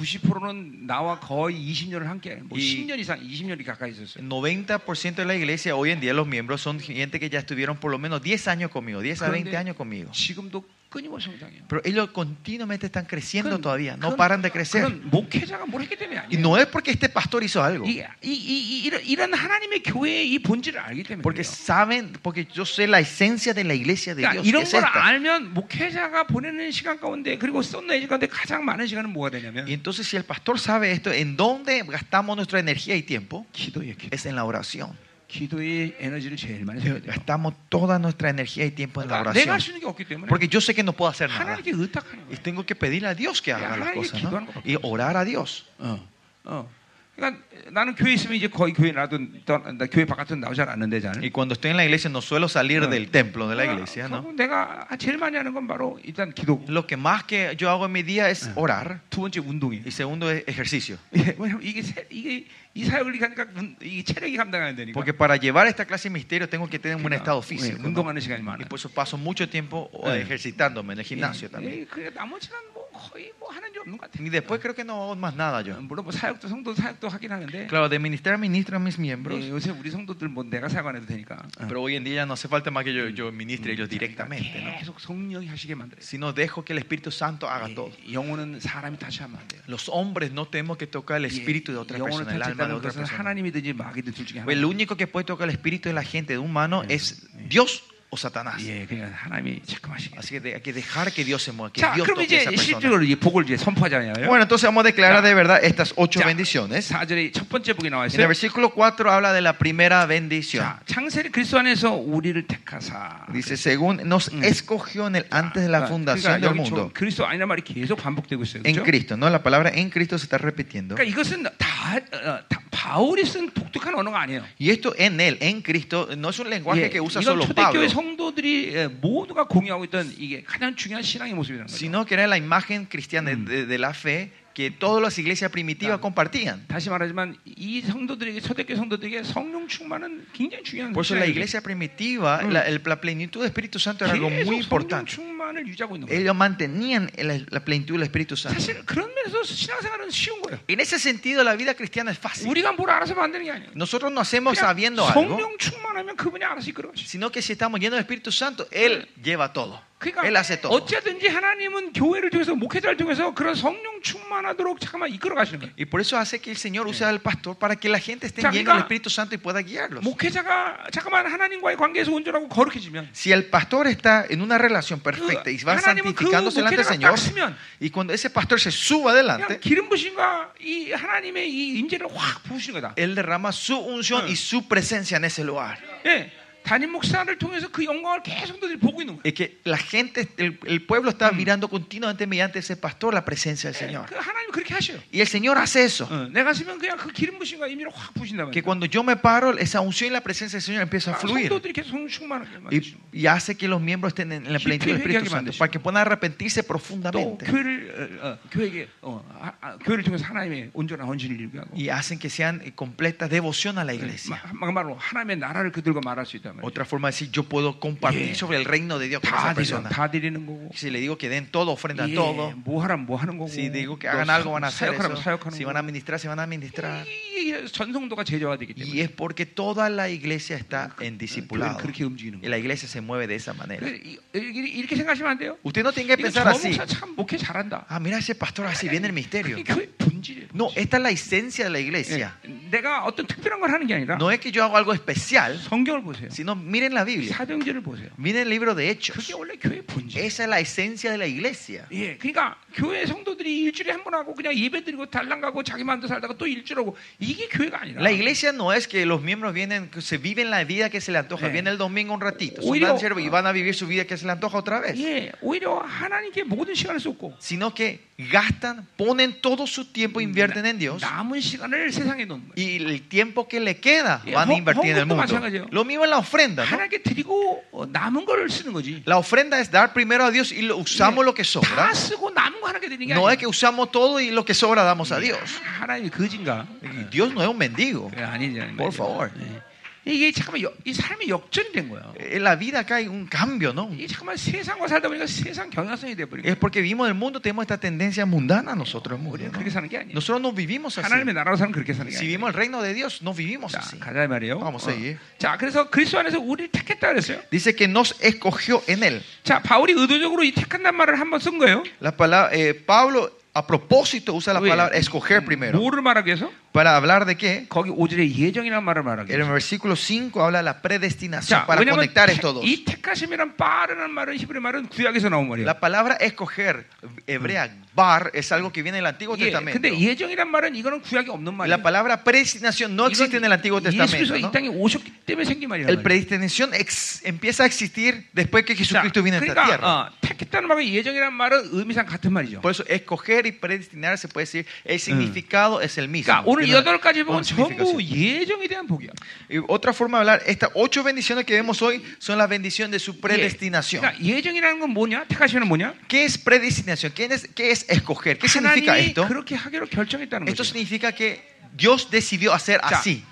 90%는 나와 거의 20년을 함께 뭐 이- 10년 이상 20년이 가까이 있었어요. El 90% de la iglesia hoy en día, los miembros son gente que ya estuvieron por lo menos 10 años conmigo, 10 a 20 그런데 años conmigo. 지금도 끊임없이 성장해요. Pero ellos continuamente están creciendo 그건- todavía, no 그건- paran de crecer. 그건 목회자가 뭘 했기 때문에 Y 아니에요. no es porque este pastor hizo algo. 이, 이, 이, 이, 이런, 이런 하나님의 교회의 이 본질을 알기 때문에 Porque 그래요. saben, porque yo sé la esencia de la iglesia de 그러니까 Dios. 이런 es 걸 esta. 알면 목회자가 보내는 시간 가운데 그리고 쏟는 시간 가운데 가장 많은 시간은 뭐가 되냐면 Y entonces si el pastor sabe esto, ¿en dónde gastamos nuestra energía y tiempo? 기도예요. 기도. Es en la oración. 기도의 에너지를 제일 많이 써야 돼요. Gastamos toda nuestra energía y tiempo en la 그러니까 내가 oración. 할 수 있는 게 없기 때문에 Porque yo sé que no puedo hacer nada. 하나님께 의탁하는 Y 거예요. tengo que pedirle a Dios que haga las cosas. ¿no? Y orar a Dios. 어, 어. 그러니까 나는 교회 있으면 이제 거의 교회 나도 나 교회 바깥은 나오지 않는데 잘. Y cuando estoy en la iglesia no suelo salir del templo de la Ah, iglesia, ¿no? 결국 내가 제일 많이 하는 건 바로 일단 기도. Lo que más que yo hago en mi día es orar 두 번째 운동이에요. y segundo es ejercicio. 예, 왜냐면 이게 세, 이게 이 사역을 가니까 운- 이 체력이 감당해야 되니까. Porque para llevar esta clase de misterio tengo que tener un buen 그러니까, estado 예, físico. ¿no? 운동하는 시간이 많아. Y por eso paso mucho tiempo o, Eh. ejercitándome en el gimnasio también. 예, 그래 나머지는 뭐 거의 뭐 하는 게 없는 것 같아. Y después creo que no hago más nada yo. 물론 뭐 사역도 성도 사역도 하긴 하는데. Claro, de ministrar ministro a mis miembros. 예, 요새 우리 성도들 뭐 내가 사역 안 해도 되니까. Pero hoy en día ya no hace falta más que yo, yo ministre a ellos 그러니까 directamente. ¿no? 계속 성령이 하시게 만들어요. Sino dejo que el Espíritu Santo haga 예, todo. 영혼은 사람이 다시 하면 안 돼요. Los hombres no tenemos que tocar el 예, espíritu de otra 영혼을 persona, el alma de 터치했다는 otra 것은 persona. 하나님이든지 마귀든 둘 중에 Pues El 하나. único que puede tocar el espíritu de la gente, de un humano, 예, es Dios o Satanás. 예, 그러니까 하나님이 잠깐하시게. Así que de- hay que dejar que Dios se mueva, que 자, Dios 그럼 toque a esa 이제 persona. ¿Eh? 실제로 이 복을 이제 선포하잖아요. Bueno, entonces vamos a declarar Ya. de verdad estas ocho Ya. bendiciones. 4절에 첫 번째 복이 나와 En el 있어요. versículo 4 habla de la primera bendición. 자, 창세를 그리스도 안에서 우리를 택하사. 아, 그러니까 Dice, según nos Mm. escogió en el antes de Ah, la fundación del 여기 mundo. 좀 그리스도 아니란 말이 계속 반복되고 있어요. En 그렇죠? Cristo, ¿no? La palabra en Cristo se está repitiendo. 그러니까 이것은 다, 어, 다 바울이 쓴 독특한 언어가 아니에요. Y esto en Él, en Cristo, no es un lenguaje 예, que usa 이건 solo Pablo, 초대교회 성도들이 예, 모두가 공유하고 있던 이게 가장 중요한 신앙의 모습이라는 거죠. sino que era la imagen cristiana Mm. de- de, de la fe que todas las iglesias primitivas Claro. compartían. 다시 말하지만 이 성도들에게 초대교회 성도들에게 성령 충만은 굉장히 중요한 Por eso la 신앙이에요. iglesia primitiva, Mm. la, el- la plenitud del Espíritu Santo era algo 계속 muy 성령 importante. 충만을 유지하고 있는 거예요. Ellos mantenían la, la plenitud del Espíritu Santo. 사실 그런 면에서 신앙생활은 쉬운 거예요. En ese sentido, la vida cristiana es fácil. 우리가 뭘 알아서 만드는 게 아니에요. Nosotros no hacemos 그냥 sabiendo algo, 성령 충만하면 그분이 알아서 이끌어 가시. sino que si estamos llenos del Espíritu Santo, Él lleva todo. Él 그러니까 hace todo. 어쨌든지 하나님은 교회를 통해서 목회자를 통해서 그런 성령 충만하도록 잠깐만 이끌어 가시는 거예요. Y por eso hace que el Señor use al pastor para que la gente esté O sea, llena mira, del Espíritu Santo y pueda guiarlos. 목회자가 잠깐만 하나님과의 관계에서 온전하고 거룩해지면 Si el pastor está en una relación perfecta y 그 va 하나님은 그 santificándose delante del 목회자가 딱 Señor, 쓰면 y cuando ese pastor se suba 그냥 adelante, 기름 부신과 이 하나님의 이 임재를 확 부으시는 거다. Él derrama su unción Ah. y su presencia en ese lugar. 예, 담임 목사를 통해서 그 영광을 계속 너들이 보고 있는 거예요. Es que la gente, el, el pueblo está mirando continuamente mediante ese pastor la presencia del Señor. 그 하나님 그렇게 하셔요. Y el Señor hace eso. 어, 내가 쓰면 그냥 그 기름 부신과 임재를 확 부신다 Que 말이야. cuando yo me paro, esa unción y la presencia del Señor Ah, empieza a fluir. 성도들이 계속 성령 충만하게 Y, 만드시고 y hace que los miembros estén en la plenitud del Espíritu Santo para que puedan arrepentirse 또 profundamente. 교회를 어, 어, 교회에게 어, 아, 아, 교회를 통해서 하나님의 온전한 헌신을 이루게 하고 Y hacen que sean eh, completa devoción a la iglesia. 마- 막말로 하나님의 나라를 그들과 말할 수 있단 말이야. Otra forma de decir, yo puedo compartir Yeah. sobre el reino de Dios con 다 드려, esa persona. 다 드리는 거고. Si le digo que den todo, ofrendan 예, todo. 뭐 하라면 뭐 하는 거고. Si digo que 또 hagan algo, van a hacer 사역하라면 eso. 사역하는 Si 거고. van a administrar, se van a administrar. 이게 전성도가 제자화되기 때문에 어, Y es porque toda la iglesia está en discipulado. 그렇게 움직이는 Y 거예요. la iglesia se mueve de esa manera. 그래서 이- 이렇게 이렇게 생각하시면 안 돼요. Usted no tiene que 이거 pensar 저 así. 목사 참 목회 잘한다. Ah, mira ese pastor así, viene el misterio. 그게 교회 본질이에요. No, esta es la esencia de la 예, iglesia. 내가 어떤 특별한 걸 하는 게 아니라 No es que yo hago algo especial, 성경을 보세요. sino miren la Biblia, 사도행전을 보세요. miren el libro de 그게 Hechos. 원래 교회 본질. Esa es la esencia de la iglesia. 예, 그러니까 교회 성도들이 일주일에 한 번 하고 그냥 예배 드리고 달랑 가고 자기 마음대로 살다가 또 일주일하고 이게 교회가 아니라 La iglesia no es que los miembros vienen, que se viven la vida que se le antoja, Eh. viene el domingo un ratito, Uy, son no. danceros y van a vivir su vida que se le antoja otra vez, 예, 오히려 하나님께 모든 시간을 쏟고 sino que gastan, ponen todo su tiempo, e invierten en Dios 남은 시간을 세상에 놓는 거예요. y el tiempo que le queda Eh, van a Hong- invertir en el Hong Kong도 mundo. 마찬가지예요. Lo mismo en la ofrenda, ¿no? 하나님께 드리고 어, 남은 거를 쓰는 거지. La ofrenda es dar primero a Dios y lo- usamos lo que sobra. 네. 다 쓰고 남은 거 하나님께 드리는 게 No es que 아니야. usamos todo y lo que sobra damos a Dios. 하나님이 거진가? 아, Y Dios no es un mendigo. 그래, 아니지. 아니, Por favor. 예. 이게 잠깐만 여- 이 삶이 역전이 된 거야. En la vida acá hay un cambio, ¿no? 이게 잠깐만 세상과 살다 보니까 세상 경향성이 돼버린 거야. Es porque vivimos en el mundo, tenemos esta tendencia mundana nosotros. en el mundo, 우리는 ¿no? 그렇게 사는 게 아니야. Nosotros no vivimos así. 하나님의 나라로 사는 그렇게 사는 게 Si 아니야. vivimos el reino de Dios, no vivimos 자, así. 가자 이 아, 말이에요. 어. Vamos a seguir. 자, 그래서 그리스도 안에서 우리를 택했다 그랬어요. Dice que nos escogió en él. 자, 바울이 의도적으로 이 택한단 말을 한번 쓴 거예요. La palabra, eh, Pablo a propósito usa la Uy. palabra escoger primero. 뭐를 말하기 위해서? ¿Para hablar de qué? 거기 오절의 예정이라는 말을 말하기 En el 위해서. versículo 5 habla de la predestinación 자, para 왜냐면 conectar estos dos. 이 택하심이란 빠르는 말은 히브리 말은 구약에서 나온 말이에요. La palabra escoger, hebrea, bar, es algo que viene en el Antiguo 예, Testamento. 근데 Y 예정이란 말은 이거는 구약에 없는 말이에요. La palabra predestinación no existe en el Antiguo 이건 예수 Testamento. 그리스도 이 ¿no? 땅에 오셨기 때문에 생긴 말이란 El 말이에요. predestinación ex- empieza a existir después que 자, Jesucristo vino a esta tierra. 그러니까 어, 택했다는 말과 예정이란 말은 의미상 같은 말이죠. Por eso, escoger y predestinar se puede decir, el significado es el mismo. 그러니까 오늘 Tiene 여덟 가지 una 복은 significación. 전부 예정에 대한 복이야. Y otra forma de hablar, estas ocho bendiciones que vemos hoy son las bendiciones de su predestinación. 그러니까 예정이라는 건 뭐냐? 택하시는 뭐냐? ¿Qué es predestinación? ¿Qué es, qué es escoger? ¿Qué significa 하나님이 esto? 그렇게 하기로 결정했다는 Esto 거죠. significa que Dios decidió hacer 자, así.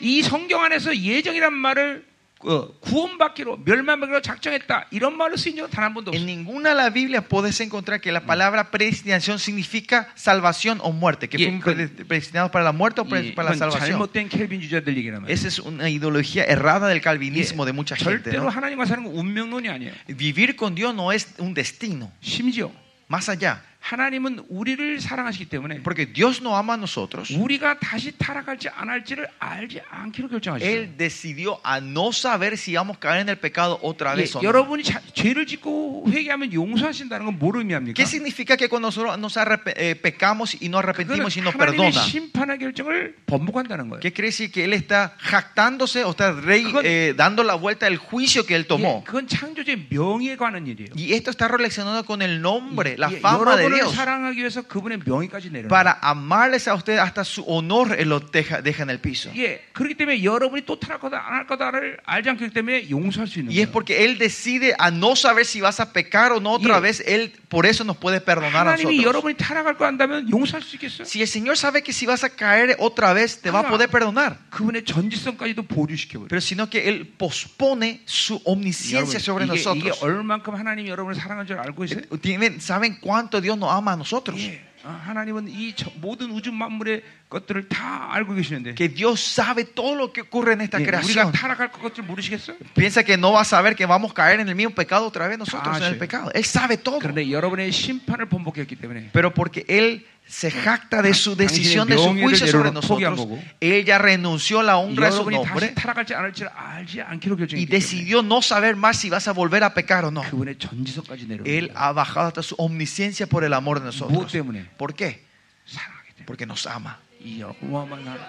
이 성경 안에서 예정이란 말을 어, 구원받기로 멸망받기로 작정했다 이런 말로 쓰인 적은 단 한 번도 En 없어. ninguna de la Biblia podés encontrar que la palabra predestinación significa salvación o muerte, que Yeah, fuimos con- prede- predestinados para la muerte o pre- 예, para la 이건 salvación. 잘못된 켈빈 주자들 얘기란 말이야. Esa es una ideología errada del 뭐 calvinismo de mucha gente. 예. 절대로 ¿no? 하나님과 사는 건 운명론이 아니에요. Vivir con Dios no es un destino, 심지어 más allá. 하나님은 우리를 사랑하시기 때문에 Porque Dios no ama a nosotros. 우리가 다시 타락할지 안 할지를 알지 않기로 결정하셨어요. Él decidió a no saber si vamos a caer en el pecado otra 예, vez o no. 여러분이 자- 죄를 짓고 회개하면 용서하신다는 건 뭘 의미합니까? ¿Qué significa que cuando nosotros nos arrep- eh, pecamos y 그거는 nos arrepentimos y nos 하나님의 perdona? 심판의 결정을 번복한다는 거예요. ¿Qué quiere decir que Él está jactándose o está rey- Con- eh, dando la vuelta al juicio que Él 예, tomó? 그건 창조주의 명예에 관한 일이에요. Y esto está relacionado con el nombre, la 예, fama 여러분을 de Dios. 사랑하기 위해서 그분의 명예까지 내려. Para amarles a ustedes hasta su honor Él los deja, deja en el piso. 예, 그렇기 때문에 여러분이 또 타락 거다 안 할 거다를 알지 않기 때문에 용서할 수 있는 Y es 거예요. porque Él decide a no saber si vas a pecar o no Yeah. otra vez. Él por eso nos puede perdonar a 하나님이 nosotros. 여러분이 타락할 거 한다면 용서할 수 있겠어요? Si el Señor sabe que si vas a caer otra vez, te va a Ahora- poder perdonar. 그분의 전지성까지도 보류시켜 버려. Pero sino que Él pospone su omnisciencia sobre 이게, 이게 nosotros. Eh, 얼만큼 하나님이 여러분을 사랑한 줄 알고 있어요? Tienen- ¿Saben cuánto Dios nos ama a nosotros? 예. 아, 하나님은 이 저- 모든 우주 만물의 것들을 다 알고 계시는데 Que Dios sabe todo lo que ocurre en esta 예, 우리가 creación. 타락할 것들 모르시겠어요? Piensa que no va a saber que vamos a caer en el mismo pecado otra vez nosotros, Ah, en el sí. pecado. Él sabe todo. 그런데 여러분의 심판을 번복했기 때문에 Pero porque Él se jacta de su decisión, de su 당신의 juicio 명예를 sobre 내려놓- 포기한 nosotros, 거고. Él ya renunció a la honra de su 여러분이 nombre 다시 타락할지 안 할지를 알지 않기로 y 결정했기 때문에 decidió no saber más si vas a volver a pecar o no. 그분의 전지성까지 Él 내려오는 ha bajado hasta su omnisciencia por el amor de 무엇 nosotros. 때문에 ¿Por qué? 사랑하기 때문에 Porque nos ama. 이 어마어마한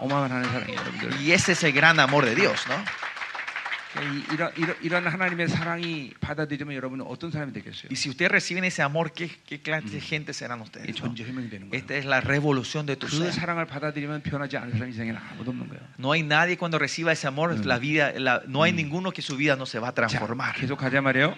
어마어마한 사랑이 여러분들 Y ese es el gran amor de Dios, ¿no? 이- 이런, 이런, 이런 하나님의 사랑이 받아들이면 여러분은 어떤 사람이 되겠어요? Y si ustedes reciben ese amor, ¿qué, qué clase de gente serán 이 ustedes? no? 존재 해명이 되는 거예요. Esta es la revolución de tu 그 ser. 사랑을 받아들이면 변하지 않을 사람이 세상에는 아무도 없는 거예요. No hay nadie cuando reciba ese amor, la vida, la- no hay ninguno que su vida no se va a 자, transformar. 계속 가자 말이에요.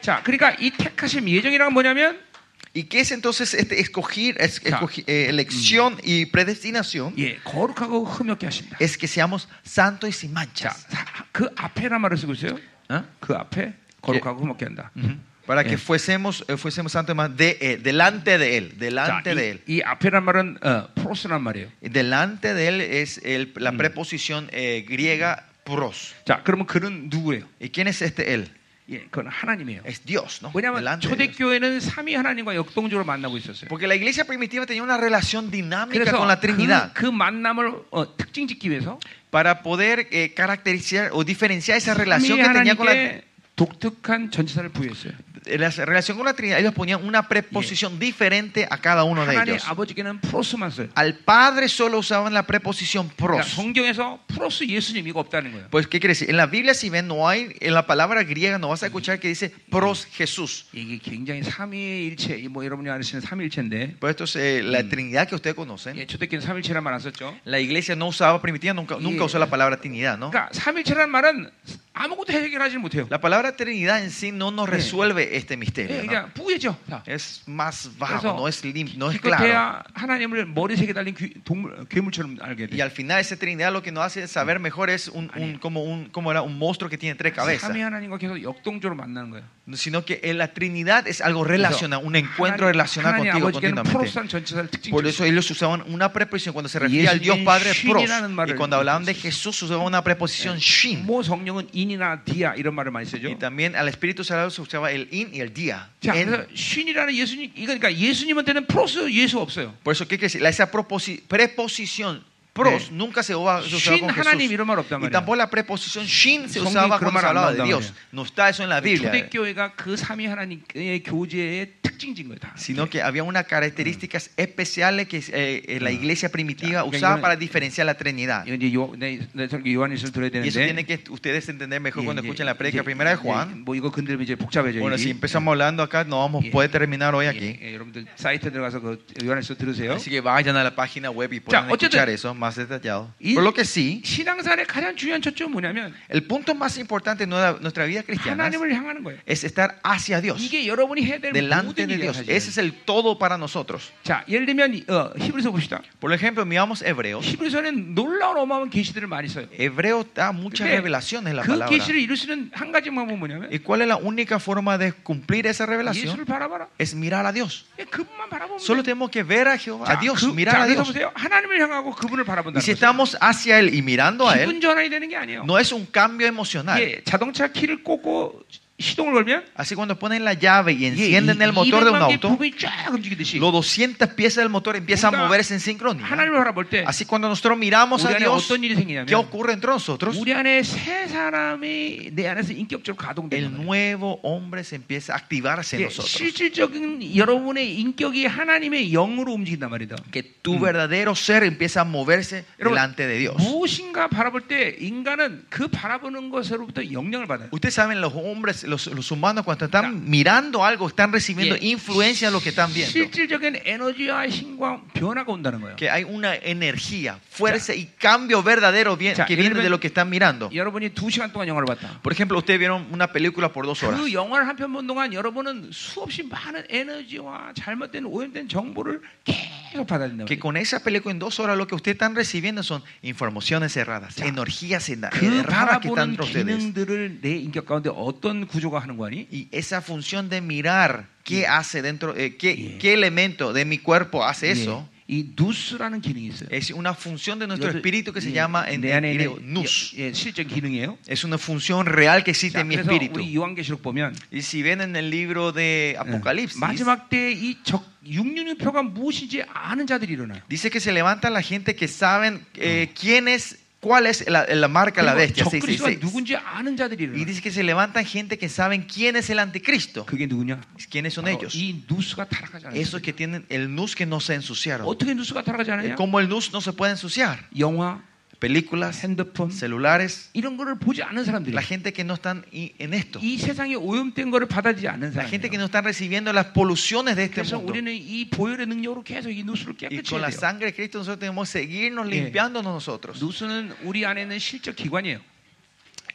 자, 그러니까 이 택하심 예정이란 뭐냐면 ¿Y qué es entonces este escoger, es- Ya. escogi- eh, elección y predestinación? 예, 거룩하고 흠없게 하신다. Es que seamos santos y sin 자, manchas. 사- 그 앞에란 말을 쓰고 있어요. ¿Ah? 그 앞에 거룩하고 흠없게 한다. Ujú. Para que Eh. fuésemos, eh, fuésemos santos y man- de él, delante de Él, 자, delante de 이, Él. 이 앞에란 말은 어, 프로스란 말이에요. Delante de Él es el- la preposición eh, griega pros. 자, 그러면 그는 누구예요? ¿Y quién es este Él? 예, 그건 하나님이에요. Es Dios, ¿no? 왜냐하면 Delante de Dios. 초대교회는 삼위 하나님과 역동적으로 만나고 있었어요. Porque la iglesia primitiva tenía una relación dinámica 그래서 con la 그, Trinidad. 그 만남을 어, 특징짓기 위해서 Para poder eh, caracterizar o diferenciar esa relación 삼위 que tenía con la, eh, 하나님께 독특한 전치사를 부여했어요. la relación con la Trinidad, ellos ponían una preposición diferente a cada uno de 하나님 ellos. 아버지께는 프로스만 써요. Al Padre solo usaban la preposición 그러니까 pros. 성경에서 프로스 예수님 이거 없다는 거예요. Pues, ¿qué quiere decir? En la Biblia, si ven, no hay, en la palabra griega no vas a escuchar que dice pros Jesús. 이게 굉장히 삼위일체, 뭐 여러분이 아시는 삼위일체인데 Pues esto es eh, la Trinidad que ustedes conocen. 예, 초대교회는 삼위일체란 말 안 썼죠. La iglesia no usaba primitiva, nunca, nunca usó la palabra Trinidad, ¿no? 그러니까 삼위일체란 말은 아무것도 해결하지 못해요. La palabra Trinidad en sí no nos resuelve este 예, misterio. ¿no? 그냥 뿌개죠. 자, Es más 그래서 vago, no es lim- no es claro. 기껏해야 하나님을 머리색에 달린 귀, 동물, 괴물처럼 알게 Y 돼. al final ese Trinidad lo que nos hace saber mejor es un, un- como un como era un monstruo que tiene tres cabezas, 삼위 하나님과 계속 역동적으로 만나는 거예요. sino que en la Trinidad es algo relacionado, un encuentro relacionado 하나님 contigo 아버지께는 continuamente. 프로스란 전체사를 특징. Por eso ellos usaban una preposición cuando se refería al Dios 예수님은 Padre Pros. 신이라는 말을 Y cuando hablaban de Jesús usaban una preposición Shin. 뭐 성령은 인이나 디아 이런 말을 많이 쓰죠. Y también al Espíritu Sagrado se usaba el in y el día. 자, En. 그래서 신이라는 예수님, 이거 그러니까 예수님한테는 프로스 예수 없어요. Por eso, ¿qué quiere decir? La- Esa proposi- preposición pros Sí. nunca se usa, se usaba Shin con 하나님 Jesús. 이런 말 없단 Y 말이야. tampoco la preposición shin se 성경에 usaba 그런 말 cuando se 안 hablaba de 나온단 Dios. No está eso en la Biblia. eh, 초대교회가 그 삼위 하나님의 교제의 특징인 거예요. 다. Sino que había unas características especiales que eh, eh, la iglesia primitiva Mm. Ya, porque usaba yo- para diferenciar la Trinidad. 이거 이제 요, 내, 내 설교 요한일서를 들어야 Y eso tienen 되는데. que ustedes entender mejor cuando 예, escuchen la predica 이제- primera de 이제 Juan. 뭐 이거 건들면 이제 복잡해져. Bueno, si 일이. empezamos hablando acá, no vamos Sí. a poder terminar hoy 예, aquí. 예, 여러분들 사이트 들어가서 그 요한일서 들으세요. Así que vayan a la página web y puedan Ya, 어쨌든- escuchar eso más detallado. Y- Por lo que sí, 신앙사의 가장 중요한 초점은 뭐냐면 el punto más importante de nueva- nuestra vida cristiana 하나님을 향하는 거예요. es estar hacia Dios, 이게 여러분이 해야 될 delante 모든 de 일이에요. Dios. 사실은. Ese es el todo para nosotros. 자, 예를 들면 어, 히브리서 봅시다. Por ejemplo, miramos Hebreos. 히브리서는 놀라운 어마어마한 계시들을 많이 써요. Hebreo da muchas Pero- revelaciones la 그 palabra. 계시를 이룰 수 있는 한 가지 방법은 뭐냐면 ¿Y cuál es la única forma de cumplir esa 예수를 revelación? 바라봐라. Es mirar a Dios. 예, 그분만 바라보면 Solo 돼. tenemos que ver a Jehová, a 자, Dios, 그- mirar 자, a 그래서 Dios. 보세요. 하나님을 향하고 그분을 바라본다는 Y si 거예요. estamos hacia Él y mirando a Él, 기분 전환이 되는 게 아니에요. no es un cambio emocional. 예, 자동차 키를 꽂고 시동을 걸면 Así cuando ponen la llave y 예, encienden el motor de un 이런 auto, 부분이 쫙 움직이듯이 los 200 piezas del motor empiezan a Nunca- moverse en sincronía. 하나님을 바라볼 때 Así cuando nosotros miramos 우리 a 안에 Dios, 어떤 일이 ¿qué 생기냐면 ocurre entre nosotros? 우리 안에 새 사람이 내 안에서 인격적으로 가동되는 el 거예요. nuevo hombre se empieza a activarse en 예, nosotros. 실질적인 여러분의 인격이 하나님의 영으로 움직인단 말이다. Que tu verdadero ser empieza a moverse Mm. Pero- delante de Dios. 무엇인가 바라볼 때 인간은 그 바라보는 것으로부터 영향을 받아요. Ustedes saben, los hombres, los, los humanos, cuando están mirando algo, están recibiendo Yeah. influencia de lo que están viendo. 실질적인 에너지와 힘과 변화가 온다는 거예요. Que hay una energía, fuerza y cambio verdadero bien- Ya, que y viene luego- de lo que están mirando. 여러분이 두 시간 동안 영화를 봤다. Por ejemplo, ustedes vieron una película por dos horas. 그 영화를 한 편 본 동안 여러분은 수없이 많은 에너지와 잘못된 오염된 정보를 계속 받아들인다. Que con esa película en dos horas lo que ustedes están recibiendo son informaciones erradas, Ya. energías erra- 그 erradas que 바라보는 están entre ustedes. 기능들을 내 인격 가운데 어떤 구조가 하는 거니? Y esa función de mirar qué hace dentro, eh, qué, qué elemento de mi cuerpo hace eso, 예. 이 누스라는 기능이 있어요. es una función de nuestro 이것도 espíritu que se 이- llama en 내 en 안에 있는 griego nous. 예, 예, 실제 기능이에요. Es una función real que existe 자, en mi 그래서 espíritu. 우리 요한계시록 보면 예, Y si ven en el libro de Ah. Apocalipsis, 마지막 때 이적 육륜표가 무엇인지 아는 자들이 일어나요. dice que se levanta la gente que saben eh, quién es, cuál es la, la marca de la bestia. 적그리스가 666. 누군지 아는 자들이 Y 일어나요. dice que se levantan gente que saben quién es el anticristo. 그게 누구냐? ¿Quiénes son 바로 ellos? 이 누스가 타락하지 않아요. Esos que tienen el nus que no se ensuciaron. 어떻게 누스가 타락하지 않아요? Como el nus no se puede ensuciar. 영화, Películas, 핸드폰 celulares, 이런 거를 보지 않은 사람들이 la gente que no están i- en esto. 이 세상에 오염된 거를 받아들이지 않는 La gente 사람이에요. que no están recibiendo las poluciones de este 그래서 mundo. 우리는 이 보혈의 능력으로 계속 이 누스를 Y 깨끗이 con 해야 la 돼요. sangre de Cristo nosotros tenemos que seguirnos Yeah. limpiándonos nosotros. 누스는 우리 안에 있는 실적 기관이에요.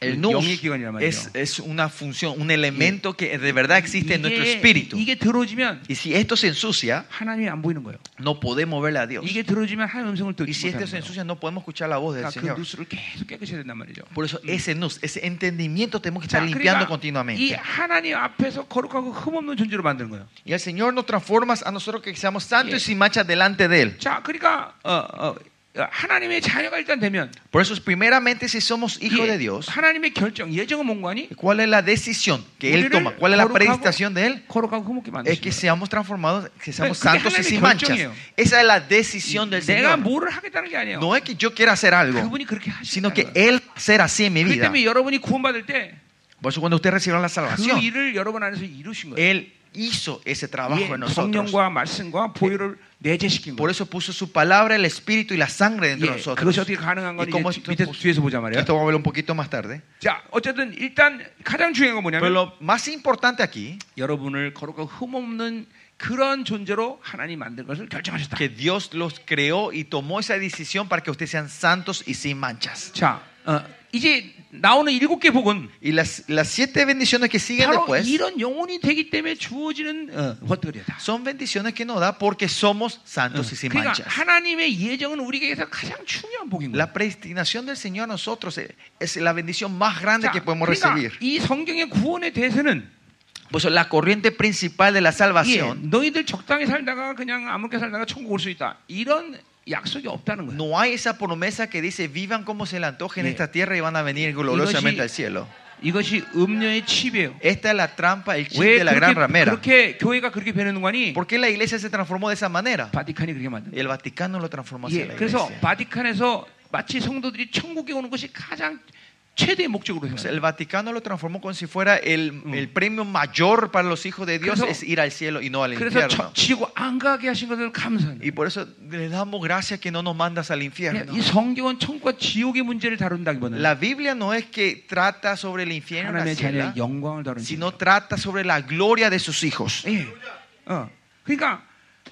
El Yo- nous yo- yo- yo- yo- es, es una función, un elemento que de verdad existe en nuestro 이게, espíritu. 이게 들어오지면 Y si esto se ensucia, 하나님이 안 보이는 거예요. no podemos verle a Dios. 이게 들어오지만 하나님 음성을 Y 듣지 si esto 못하는 se 거예요. ensucia, no podemos escuchar la voz del 그러니까 그 Señor. 누수를 계속 깨끗이 해야 된단 말이죠. Por eso ese nous, ese entendimiento tenemos que 자, 그러니까 estar limpiando 이 continuamente. 하나님 앞에서 거룩하고 흠없는 존재로 만드는 거예요. Y el Señor nos transforma a nosotros que seamos santos y Yeah. sin mancha delante de Él. 자, 그러니까 어, 어, 하나님의 자녀가 일단 되면 Por eso, primeramente, si somos hijos de Dios, 하나님의 결정 예정은 뭔가 아니? ¿cuál es la decisión que Él toma? ¿Cuál es la predestinación de Él? 거룩하고 흐뭇게 Es que 만드시는 seamos transformados, que seamos 그게 santos y 하나님의 sin manchas. 결정이에요. Esa es la decisión del 내가 Señor. 뭐를 하겠다는 게 아니에요. No es que yo quiera hacer algo, 그분이 그렇게 하시는 sino que 거예요. Él hacer así en mi 그렇기 vida. 때문에 여러분이 구원받을 때 그 Por eso, cuando ustedes reciban la salvación, 일을 여러분 안에서 이루신 거예요. Él hizo ese 예, trabajo en nosotros. 성령과 말씀과 예. 보혈을 내재시킨 Por 거예요. eso puso su palabra, el espíritu y la sangre dentro 예, de nosotros. 그것이 어떻게 가능한 건 Y cómo 이제 esto, 뒤- 밑에서 뒤에서 보자 말이야. esto vamos a ver un poquito más tarde. 자, 어쨌든 일단 가장 중요한 건 Pero 뭐냐면 lo más importante aquí, 여러분을 거룩하고 흠없는 그런 존재로 하나님 만든 것을 결정하셨다. que Dios los creó y tomó esa decisión para que ustedes sean santos y sin manchas. 자, 어, 이제 나오는 일곱 개 복은 Y las, las siete bendiciones que siguen 바로 después 이런 영혼이 되기 때문에 주어지는 어, 것들이다. son bendiciones que nos da porque somos santos y sin 그러니까 manchas. 하나님의 예정은 우리에게서 가장 중요한 복인 거야. La predestinación del Señor a nosotros es- es la bendición más grande 자, que podemos 그러니까 recibir. 이 성경의 구원에 대해서는 Pues la corriente principal de la 예, salvación 너희들 적당히 살다가 그냥 아무렇게 살다가 천국 올 수 있다. 이런 약속이 없다는 거야. No hay esa promesa que dice vivan como se le antoje en Sí. esta tierra y van a venir gloriosamente sí. al cielo. 이것이 음녀의 칩이에요. Esta es la trampa, el chip 왜 de la gran 그렇게, ramera. 그렇게 교회가 그렇게 변하는 거니? ¿Por qué la iglesia se transformó de esa manera? 바티칸이 그렇게 만든 거예요. El Vaticano lo transformó así. 예, la 그래서 iglesia. 바티칸에서 마치 성도들이 천국에 오는 것이 가장 최대의 목적으로 O sea, 생각해요. El Vaticano lo transformó como si fuera el, el premio mayor para los hijos de Dios Creo- es ir al cielo y no al 그래서 infierno. 저- 지구 안 가게 하신 것을 감사합니다. Y por eso le damos gracias que no nos mandas al 예, infierno. 이 성경은 천국과 지옥의 문제를 다룬다기보다는 La Biblia no es que trata sobre el infierno, la 하나님의 ciela, 자녀의 영광을 다루는 sino trata sobre la gloria de sus hijos. 예. 어. 그러니까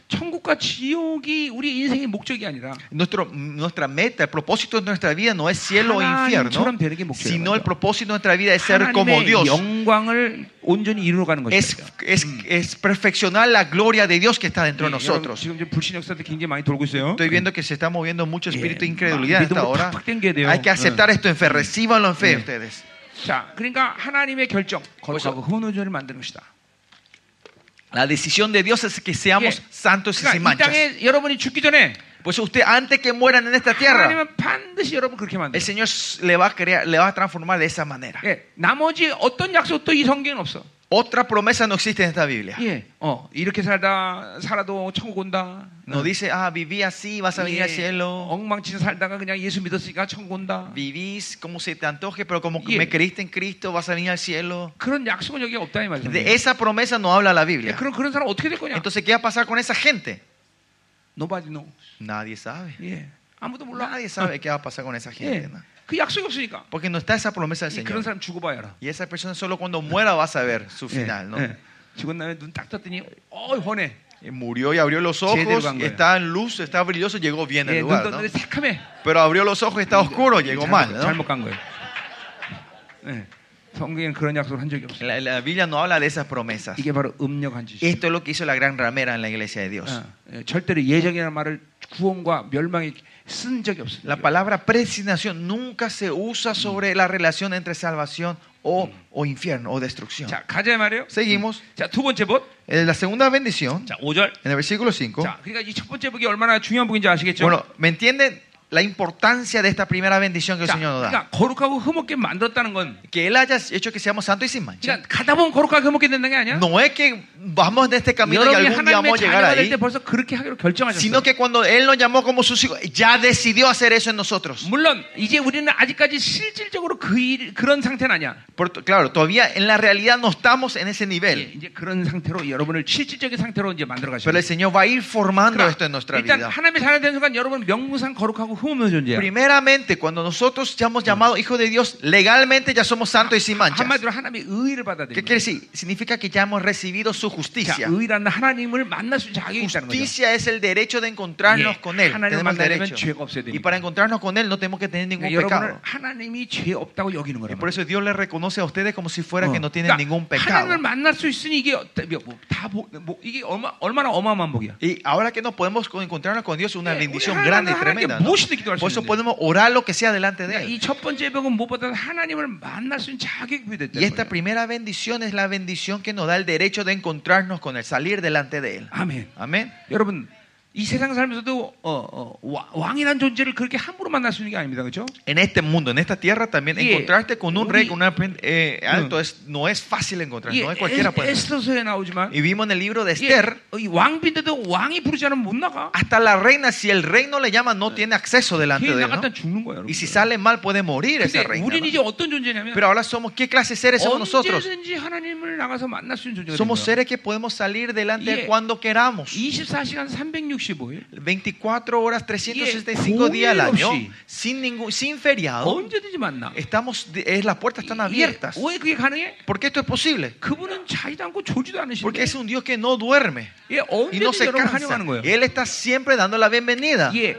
천국과 지옥이 우리 인생의 목적이 아니라 Nuestro, nuestra meta, el propósito de nuestra vida no es cielo o infierno, 하나님처럼 되는 게 목적이에요. sino el propósito de nuestra vida es ser como 하나님의 Dios. 영광을 온전히 이루러 가는 Es, 것이죠. es, es perfeccionar la gloria de Dios que está dentro de nosotros. 예, 지금 이제 불신 역사도 굉장히 많이 돌고 있어요. Estoy viendo que se está moviendo mucho espíritu de 예, incredulidad 막 hasta 믿음으로 ahora. 팍팍 당겨야 돼요. Hay que aceptar esto en fe, recíbanlo en fe 예. ustedes. 자, 그러니까 하나님의 결정, 거룩하고 훈훈전을 만드는 것이다. La decisión de Dios es que seamos 예. santos y 그러니까 이 sin manchas. 땅에 여러분이 죽기 전에 Pues usted, antes que mueran en esta tierra, 하나님은 반드시 여러분 그렇게 el 만들어요. Señor le va a, crear, le va a transformar de esa manera. 예, 나머지 어떤 약속도 이 성경에는 없어. Otra promesa no existe en esta Biblia. 예, 어, 이렇게 살다 살아도 천국 온다. No Oh. dice, ah, viví así, vas a venir 예, al cielo. 엉망진 살다가 그냥 예수 믿었으니까 천국 온다. Vivís como se te antoje, pero como Yeah. me creíste en Cristo, vas a venir al cielo. 그런 약속은 여기 없다 이 말이죠. De esa promesa no habla la 예, Biblia. 그럼 그런 사람 어떻게 될 거냐? Entonces, ¿qué va a pasar con esa gente? Nobody knows. Nadie sabe. 예, 아무도 몰라. Nadie sabe qué va a pasar con esa gente. 예, ¿no? 그 약속이 없으니까. Porque no está esa promesa del 이 그런 Señor. 사람 죽어봐야 알아. Y esa persona solo cuando muera va a saber su 예, final. ¿no? 예. 죽은 다음에 눈 딱 떴더니 어이 훤해. Y Murió y abrió los Sí, del ojos, vanguardia. está en luz, está brilloso, llegó bien al 예, 눈 lugar. ¿no? 떴는데 새카매. Pero abrió los ojos, está oscuro, llegó mal. 잘못, ¿no? 잘못 간 거예요. 예, 성경에는 그런 약속을 한 적이 없어요. La, la Biblia no habla de esas promesas. 이게 바로 음력 간짓이죠. Esto es lo que hizo la gran ramera en la iglesia de Dios. 어, 예, 절대로 예정이라는 말을 구원과 멸망에 쓴 적이 없어요. La palabra predestinación nunca se usa sobre la relación entre salvación o, o infierno o destrucción. 자, 가자 말이에요. Seguimos. 자, 두 번째 복. En la segunda bendición, 자, 5절. en el versículo 5. 자, 그러니까 이 첫 번째 복이 얼마나 중요한 복인지 아시겠죠? Bueno, ¿me entienden la importancia de esta primera bendición que el 자, Señor nos da? 그러니까 거룩하고 흠없게 만들었다는 건 Que Él haya hecho que seamos santos y sin mancha. 그러니까 가다 보면 거룩하고 흠없게 된다는 게 아니야? No es que vamos en este camino y 여러분이 algún día 하나님의 vamos a llegar 자녀가 될 ahí, 때 벌써 그렇게 하기로 결정하셨어요. sino que cuando Él nos llamó como sus hijos, ya decidió hacer eso en nosotros. 물론 이제 우리는 아직까지 실질적으로 그 일, 그런 상태는 아니야. Por- claro, todavía en la realidad no estamos en ese 예, nivel, 이제 그런 상태로 여러분을 실질적인 상태로 이제 만들어 pero 가시는 el Señor va a ir formando esto en nuestra 일단 vida. 하나님의 자녀 되는 순간 여러분 명무상 거룩하고 흠없는 존재야. Primeramente, cuando nosotros ya hemos llamado hijos de Dios, legalmente ya somos santos y sin manchas. 한마디로 하나님의 의를 ¿Qué 받아들이는 quiere decir? Significa que ya hemos recibido su 거야. 자, justicia. 의라는 하나님을 만날 수 있는 자격이 있다는 거죠. Justicia es el derecho de encontrarnos Yeah. con Él. 하나님을 Tenemos el 만나려면 derecho. 죄가 없어야 Y 됩니다. para encontrarnos con Él no tenemos que tener ningún 그러니까 여러분을 pecado. 하나님이 죄 없다고 여기는 Y 거란 por 말이에요. eso Dios les reconoce a ustedes como si fuera que no tienen 그러니까 ningún 하나님을 pecado. 만날 수 있으니 이게 어때- 뭐, 다 복- 뭐, 이게 얼마, 얼마나 어마어마한 복이야. Y ahora que nos podemos encontrarnos con Dios, es una 예, bendición 우리 grande y 하나님은 tremenda. 하나님께 ¿no? 무엇이든 기도할 수 Por eso 있는데. podemos orar lo que sea delante de Él. 이 첫 번째 복은 무엇보다 하나님을 만날 수 있는 자격이 부여됐다. Y esta primera bendición es la bendición que nos da el derecho de encontrarnos con Él, salir delante de Él. 아멘. Amén. 여러분 이 세상 살면서도 어, 어, 와- 왕이란 존재를 그렇게 함부로 만날 수 있는 게 아닙니다. 그렇죠? En este mundo, en esta tierra también, Yeah. encontrarte con un rey, con un arpen- eh, alto, Mm. es, no es fácil encontrar, 예, no es cualquiera puede. 에스더서에 나오지만 Y vimos en el libro de 예, Esther, 이 왕비인데도 왕이 부르지 않으면 못 나가. hasta la reina, si el rey no le llama, no tiene acceso delante 걔 de él. ¿no? 나갔다 죽는 거예요. Y si 여러분. sale mal, puede morir esa 근데 reina. 우리는 ¿no? 이제 어떤 존재냐면 Pero ahora somos, ¿qué clase de seres somos nosotros? 언제든지 하나님을 나가서 만날 수 있는 존재가 Somos 된 seres que podemos salir delante de Yeah. él cuando queramos. 거예요. 24시간 365일 24 horas, 365 Yeah. días al año, Sí. sin, ningún, sin feriado. 언제든지 만나. Estamos, de- eh, las puertas están 예, abiertas. 왜 그게 가능해? ¿Por qué esto es posible? 그분은 자지도 않고 조지도 Porque 않으신데 es un Dios que no duerme 예, y no 언제든지 se 여러분 cansa. 환영하는 거예요. Él está siempre dando la bienvenida. 예.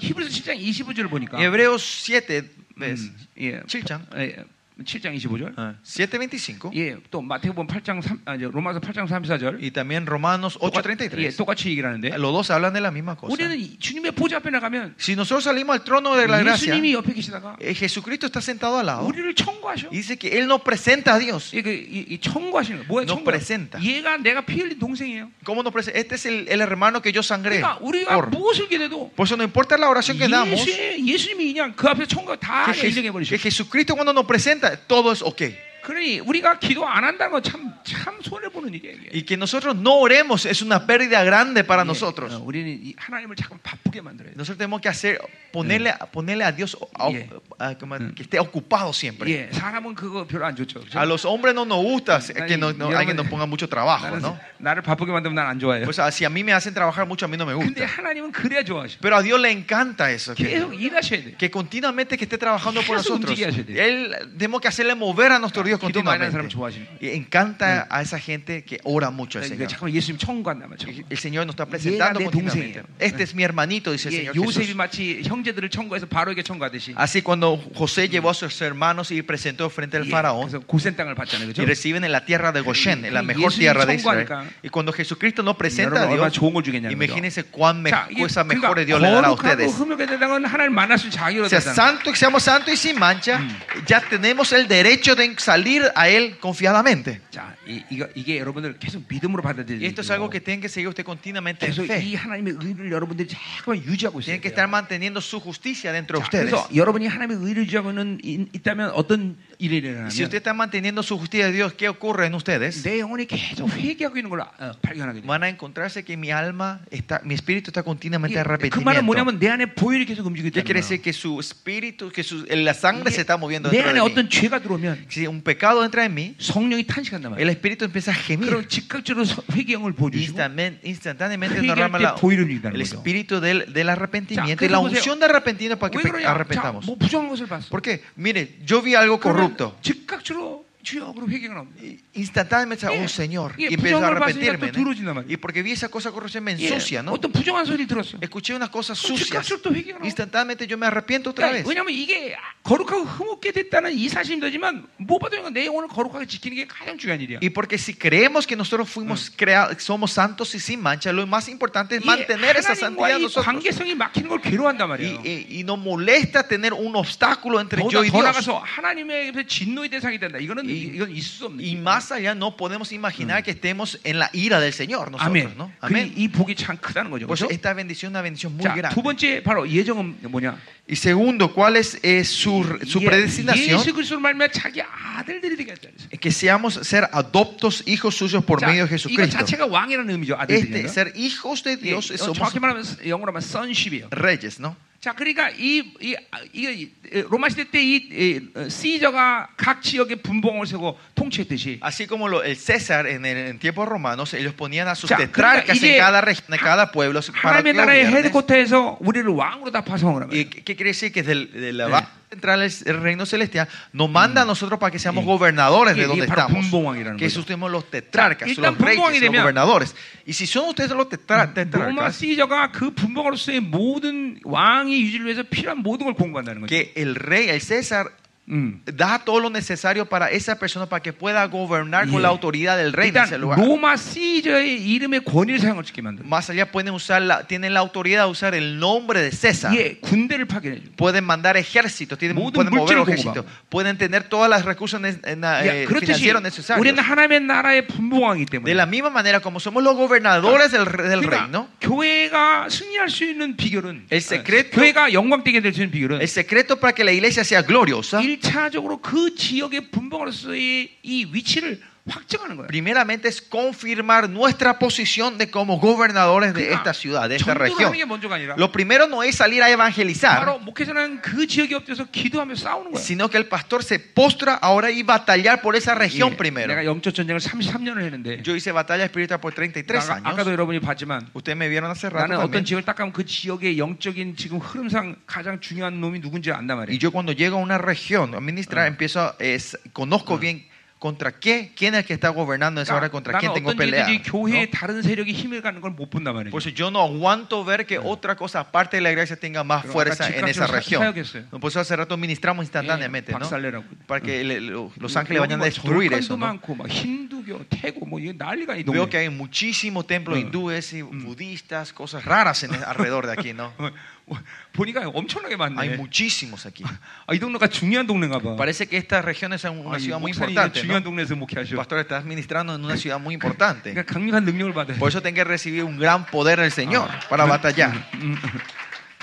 히브리서 7장 25절을 보니까 Hebreos 7, ¿ves? 음, 예. 7장. 예, 7장 25절. 7.25 예, 또 마태복음 8장 3 아, 이제 로마서 8장 34절. y también Romanos 예, 8.33. 똑같이 얘기를 하는데 Los dos hablan de la misma cosa. 우리는 이- 주님의 보좌 앞에 나가면 Si nosotros salimos al trono de la gracia, 예수님이 옆에 계시다가 eh, Jesucristo está sentado al lado 우리를 청구하셔. y dice que Él nos presenta a Dios. 이, 그, 이, 이 청구하시는 거. 뭐야 No 청구? presenta. 네. 얘가 내가 피 흘린 동생이에요. ¿Cómo nos presenta? Este es el, el hermano que yo sangré. 그러니까 우리가 Por. 무엇을 기대도 Por eso no importa la oración que damos, que, 예수, 예수님이 그냥 그 앞에 청구 다 Je- 인정해 버리셔. que Jesucristo cuando nos presenta, todo es ok. 그러니 우리가 기도 안 한다는 건참참 손해 보는 일이에요. 이게. Y que nosotros no oremos es una pérdida grande para 어, nosotros. 우리는 이 하나님을 자꾸 바쁘게 만들어야 돼. Nosotros tenemos que hacer, ponerle, ponerle a Dios a- Yeah. a- como- que esté ocupado siempre. 예, 사람은 그거 별로 안 좋죠. 그죠? A los hombres no nos gusta que no- no- Yo- alguien nos ponga mucho trabajo, 나는 ¿no? 나를 바쁘게 만들면 난 안 좋아해요. Pues ah, si a mí me hacen trabajar mucho, a mí no me 근데 gusta. 하나님은 그래야 좋아하셔. Pero a Dios le encanta eso. Que, 계속 일하셔야 돼. que continuamente que esté trabajando por Jesús nosotros. diría, yo digo. Él, tenemos que hacerle mover a nuestro Dios 기도 많이 하는 사람 continuamente. 좋아하시는 거예요. Y encanta a esa gente que ora mucho al 그러니까 Señor. 자꾸 예수님 청구한단 말이죠. Y El Señor nos está presentando Llega de continuamente. doncella. Este es mi hermanito, dice el 예, Señor 요셉이 Jesús. 마치 형제들을 청구해서 바로에게 청구하듯이 Así cuando José Mm. llevó a sus hermanos y presentó frente al 예, faraón, 그래서 고센 땅을 받잖아요. y 그렇죠? reciben en la tierra de Goshen, en la Y- y mejor Jesús tierra de son Israel. guanca. Y cuando Jesucristo nos presenta a 여러분 얼마나 Dios, 좋은 걸 주겠냐는 거죠. imagínense cuán me- 자, 이게 cosas mejores Dios le dará a 그러니까 거룩하고 ustedes. 흠욕에 대한 건 하나님 만날 수 있는 자기로 O sea, 되잖아요. santo, Mm. que seamos santos y sin mancha, ya tenemos el derecho de salir a Él confiadamente. 자, 이, 이거, 이게 여러분들 계속 믿음으로 받아들이는 Y esto es algo que tienen que seguir usted continuamente en 계속 이 fe. 하나님의 의를 여러분들이 자꾸만 유지하고 있어요. Tienen que estar manteniendo su justicia dentro de 자, ustedes. 그래서 여러분이 하나님의 의를 유지하고 있는 이- 있다면 어떤 일이 일어나냐면 Y si usted está manteniendo su justicia de Dios, ¿qué ocurre en ustedes? 내 영혼이 계속 회개하고 있는 걸 아- 어, 발견하게 돼요. Van a encontrarse que mi alma, está, mi espíritu está continuamente 이게 en 그 말은 arrepentimiento. 뭐냐면 내 안에 보혈이 계속 움직이고 ¿Qué 있다는 quiere 거예요. decir? Que su espíritu, que su, la sangre se está moviendo 내 dentro 안에 de mí. 어떤 죄가 들어오면 Si un pecado entra en mí, 성령이 탄식한단 말이에요. el espíritu empieza a gemir. 그럼 즉각적으로 서- 회개의 영을 보여주시고 Instamen- instantáneamente Fíjate nos rama la- el poder unida, el hermano. espíritu del, del arrepentimiento Ya, y la ¿qué es lo que- unción de arrepentimiento para que 왜 pe- 그러냐? 자, arrepentamos. 뭐 부정한 것을 봤어. ¿Por qué? Mire, yo vi 그러면 algo corrupto. 즉각적으로 주역으로 회개가 나옵니다. Y Instantáneamente, Yeah. oh Señor, Yeah, y empiezo a 부정을 봤으니까 또 arrepentirme. ¿no? 더러워진단 말이야. Y porque vi esa cosa corrupta me 예, ensucia, ¿no? 어떤 부정한 소리를 들었어. Escuché unas cosas 그럼 sucias. 즉각적으로 또 회개가 나와. Instantáneamente yo me arrepiento otra vez. 왜냐하면 이게 거룩하고 흠없게 됐다는 이 사실이 되지만 무엇보다 이건 내 영혼을 거룩하게 지키는 게 가장 중요한 일이야. Y porque si creemos que nosotros fuimos crea- somos santos y sin mancha, lo más importante es 이 mantener esa 하나님과의 santidad nosotros. 관계성이 막히는 걸 괴로한단 Y, 말이에요. y- y nos molesta tener un obstáculo entre 더더 yo y 더 Dios. 나가서 하나님의 진노의 대상이 된다. 이거는 이- 이, 이건 있을 수 없는. Y 일이에요. más allá no podemos imaginar que estemos en la ira del Señor nosotros, 아멘. ¿no? 아멘. Mm. Amén. 이 복이 참 크다는 거죠. Por 그렇죠? eso esta bendición es una bendición muy 자, 두 grande. 번째 바로 예정은 뭐냐? Y segundo, ¿cuál es eh, su, su 예- predestinación? 예수 그리스도로 말미암아 자기 아들들이 되게 하자. 그랬어요. Que seamos ser adoptos hijos suyos por 자, medio 이거 de Jesucristo. 자체가 왕이라는 의미죠. 아들들이. Este, ser hijos de 예, 어, Dios somos 정확히 말하면 영어로 하면 sonship이에요. reyes, ¿no? 자, 그러니까 이, 이, 아, 이, 이 로마 시대 때 이 어, 시저가 각 지역에 분봉을 세고 통치했듯이 Así como lo- el César en, el, en tiempos romanos, ellos ponían a sus Ya, tetrarcas 그러니까 en 이게 cada región, en cada pueblo. Para que 하나님의 나라의 gobiernes. 헤드코터에서 우리를 왕으로 다 파송을 ¿Y 합니다. qué qué quiere decir? Que desde el- de la Sí. base central del el reino celestial nos manda a nosotros para que seamos gobernadores Mm. Y- de y donde para estamos. Pumbong왕이라는 Que 거죠. somos los tetrarcas, 일단 los reyes, los 분봉왕이라면 gobernadores. Y si son ustedes los Mm, tetra- 로마 tetrarcas, 시저가 그 분봉으로서의 모든 왕의 유지를 위해서 필요한 모든 걸 공부한다는 거죠. 예. que el rey, el César, 음. da todo lo necesario para esa persona para que pueda gobernar con 예. la autoridad del rey en 일단 ese lugar. 로마 시저의 이름의 권위를 사용하게 만든다. Más allá pueden usar la, tienen la autoridad de usar el nombre de César. 예, 군대를 파견해 줘. Pueden mandar ejércitos, tienen, 모든 pueden mover 물질을 ejércitos, pueden tener todas las recursos ne- en la- 예, eh, 그렇듯이 financieros necesarios. 우리는 하나님의 나라의 분봉왕이기 때문에 De la misma manera como somos los gobernadores del, re- del 그러니까 reino, 교회가 승리할 수 있는 비결은 어, El secreto- 교회가 영광되게 될 수 있는 비결은 el secreto para que la iglesia sea gloriosa, 일차적으로그 지역의 분봉으로서의 이 위치를 확정하는 거예요. primeramente es confirmar nuestra posición de como gobernadores de esta ciudad, de esta 전도를 región. 하는 게 먼저가 아니라 Lo primero no es salir a evangelizar, 바로 목회자는 그 지역에 엎드려서 기도하며 싸우는 거예요. sino que el pastor se postra ahora y batallar por esa región 예, 내가 primero. 영적 전쟁을 33년을 했는데 Yo hice batalla espiritual por 33 아까, años. 아까도 여러분이 봤지만 Ustedes me vieron hace rato 나는 어떤 también. 지역을 딱 가면 그 지역의 영적인 지금 흐름상 가장 중요한 놈이 누군지 안단 Y 말이에요. yo cuando llego a una región a ministrar, empiezo a, es- conozco bien contra qué, quién es el que está gobernando en esa hora, contra 나는 quién tengo 어떤 que pelear. 일들이 교회의 ¿no? 다른 세력이 힘을 갖는 걸 못 본단 말이에요. Por eso Pues yo no aguanto ver que otra cosa aparte de la iglesia tenga más Pero fuerza acá en esa chicas, yo región. sa- sabe que sé. Por eso hace rato ministramos instantáneamente, 예, ¿no? 박살내라고. Para que le- lo- los 여기 ángeles vayan 뭐 a destruir 돌칸도 eso, ¿no? 많고 막 힌두교, 태고 뭐 이게 난리가 이 Veo 동네. que hay muchísimos templos Mm. hindúes y budistas, cosas raras en, alrededor de aquí, ¿no? 어, 어, 보니까 엄청나게 많네. Hay muchísimos aquí. 아, 이 동네가 중요한 동네인가 봐. Parece que esta región es 아, una 이 ciudad muy 목사님이 importante, 중요한 ¿no? 동네에서 목회하셔. Pastor, estás ministrando en una ciudad muy importante. 그러니까 강력한 능력을 받아요. Por eso tenés que recibir un gran poder del Señor Ah, para batallar. 음.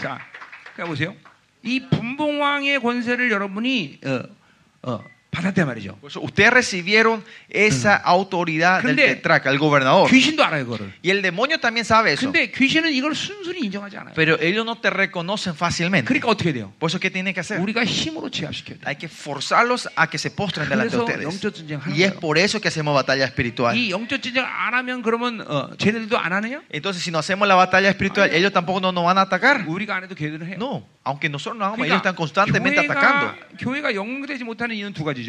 자, 그러니까 보세요. 이 분봉왕의 권세를 여러분이 어, 어, 받았단 말이죠. Por eso ustedes recibieron esa Mm. autoridad del 근데 tetraca, el gobernador. 귀신도 알아요, 그거를. Y el demonio también sabe eso. 근데 귀신은 이걸 순순히 인정하지 않아요. Pero ellos no te reconocen fácilmente. 그러니까 어떻게 돼요? Por eso, ¿qué tienen que hacer? 우리가 힘으로 제압시켜야 돼. Hay que forzarlos a que se postren delante de 그래서 ustedes. 영적 전쟁하는 Y es 거예요. por eso que hacemos batalla espiritual. 이 영적 전쟁 안 하면 그러면 어, 쟤네들도 안 하느냐? Entonces, si no hacemos la batalla espiritual, ellos tampoco no nos van a atacar. 우리가 안 해도 걔들은 해요. No, 아, 뭐 aunque nosotros no hagamos, ellos 그러니까 están constantemente 교회가, atacando. 교회가 영웅되지 못하는 이유는 두 가지죠.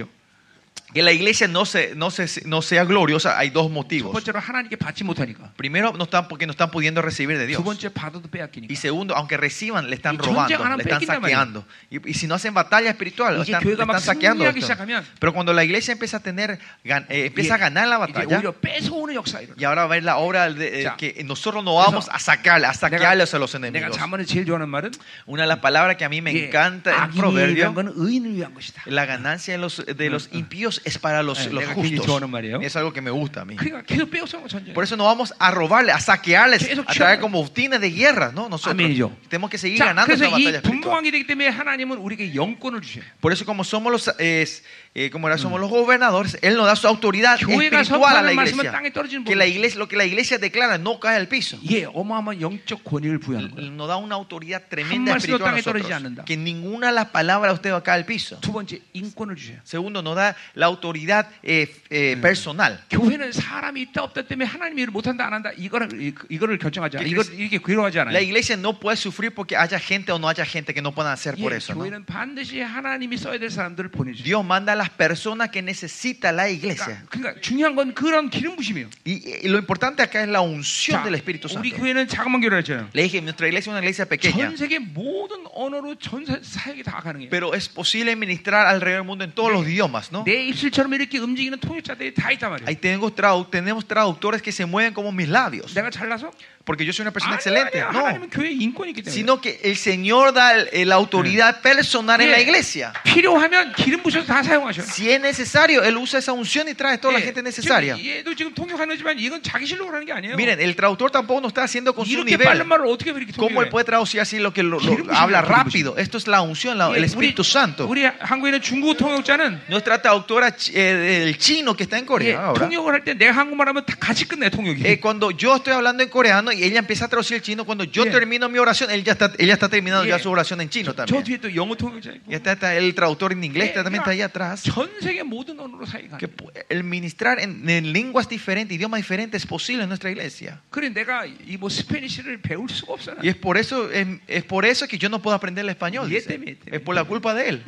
Que la iglesia no, se, no, se, no sea gloriosa, hay dos 첫 motivos. 번째로 하나님께 받지 못하니까. Primero, no están, porque no están pudiendo recibir de 두 Dios. 번째 받아도 빼앗기니까. Y segundo, aunque reciban, le están Y robando, 전쟁 안 하면 le están 뺏긴단 saqueando. Y, y si no hacen batalla espiritual, 이제 le están, le 교회가 막 están saqueando. 승리하기 esto. 시작하면 Pero cuando la iglesia empieza a tener, gan- eh, empieza a ganar la 이제 batalla, 오히려 뺏어오는 역사 이런. y ahora va a ver la obra de, eh, 자, que nosotros no vamos a sacar, a saquearles a los 내가 enemigos. 자만에 제일 좋아하는 말은 Una de las palabras que a mí me 예, encanta en 악인을 위한 proverbio, 건 의인을 위한 것이다. la ganancia de los, de los impíos es para los, Ah, Eh, los 내가 굉장히 justos. 좋아하는 말이에요. Es algo que me gusta a mí. 그러니까 계속 빼앗아오는 거 전쟁. Por eso no vamos a robarle, a saquearles, Eso a traer quiero. como botines de guerra, ¿no? Nosotros Amén, yo. tenemos que seguir 자, ganando esa 그래서 batalla 이 espiritual. 분봉왕이 되기 때문에 하나님은 우리에게 영권을 주셔요. Por eso como somos los eh, es, eh, como ahora somos los gobernadores, él nos da su autoridad 교회가 espiritual a la 선포하는 말씀은 iglesia. 땅에 떨어지는 Que la 법이죠. iglesia lo que la iglesia declara no cae al piso. 예, 어마어마한 영적 권위를 부여하는 거예요. Nos da una autoridad 한 tremenda 말씀도 espiritual a 땅에 떨어지지 nosotros. 않는다. Que ninguna de las palabras de usted va a caer al piso. 두 번째 인권을 주셔요. Segundo, nos da la autoridad eh, eh, personal. 교회는 사람이 있다 없다 때문에 하나님 일을 못한다 안 한다 이거를 이- 이거를 결정하지 않아. 그- 이거 이렇게 괴로워하지 La 않아요. iglesia no puede sufrir porque haya gente o no haya gente que no puedan hacer 예, por eso. ¿no? 교회는 반드시 하나님이 써야 될 사람들을 보내주죠. Dios manda a las personas que necesita la 그러니까, iglesia. 그러니까 중요한 건 그런 기름 부심이에요. Y, y lo importante acá es la unción 자, del Espíritu 우리 Santo. 교회는 자그만 교회를 했잖아요. Le dije, nuestra iglesia es una iglesia pequeña. 전 세계 모든 언어로 전 사- 사역이 다 가능해요. Pero es posible ministrar alrededor del mundo en todos los idiomas, ¿no? 내 입술처럼 이렇게 움직이는 통역자들이 다 있단 Ahí 말이에요. tengo tradu- tenemos traductores que se mueven como mis labios. 내가 잘나서? Porque yo soy una persona 아니야, excelente. 아니야. No. 하나님은 교회에 인권이 있기 때문에. Sino que el Señor da el- eh, la autoridad personal en la 예, iglesia. 필요하면 기름 부셔서 다 사용하셔. Si es necesario, Él usa esa unción y trae toda la 예, gente 지금 necesaria. 얘도 지금 통역하는지만 이건 자기 실력으로 하는 게 아니에요. Miren, el traductor tampoco nos está haciendo con su 이렇게 빠른 nivel. 말을 어떻게 그렇게 ¿Cómo 통역해? Él puede traducir así lo que lo- lo- Quiero que habla se me- rápido? Esto es la unción, la- el 예, Espíritu Santo. 우리 한국에는 중국 통역자는 Nuestra traductora chi- eh, del chino que está en 예, Corea ahora. 통역을 할 때 내가 한국말 하면 다 같이 끝내 통역이. Eh, cuando yo estoy hablando en coreano y ella empieza a traducir el chino, cuando yo Bien. termino mi oración, él ya está, ella está terminando ya Bien. su oración en chino 저 también. 뒤에 또 영어 통역자 있고. Ya está, está el traductor en inglés, 예, también está ahí 그러니까 atrás. 전 세계 모든 언어로 사이가. Que pu- el ministrar en, en lenguas diferentes, idiomas diferentes, es posible en nuestra iglesia. 그래 내가 이 뭐 스페니쉬를 배울 수가 없잖아. Y es por eso, es, es por eso que yo no puedo aprender el español. Y dice. este, este. Es por la culpa de él.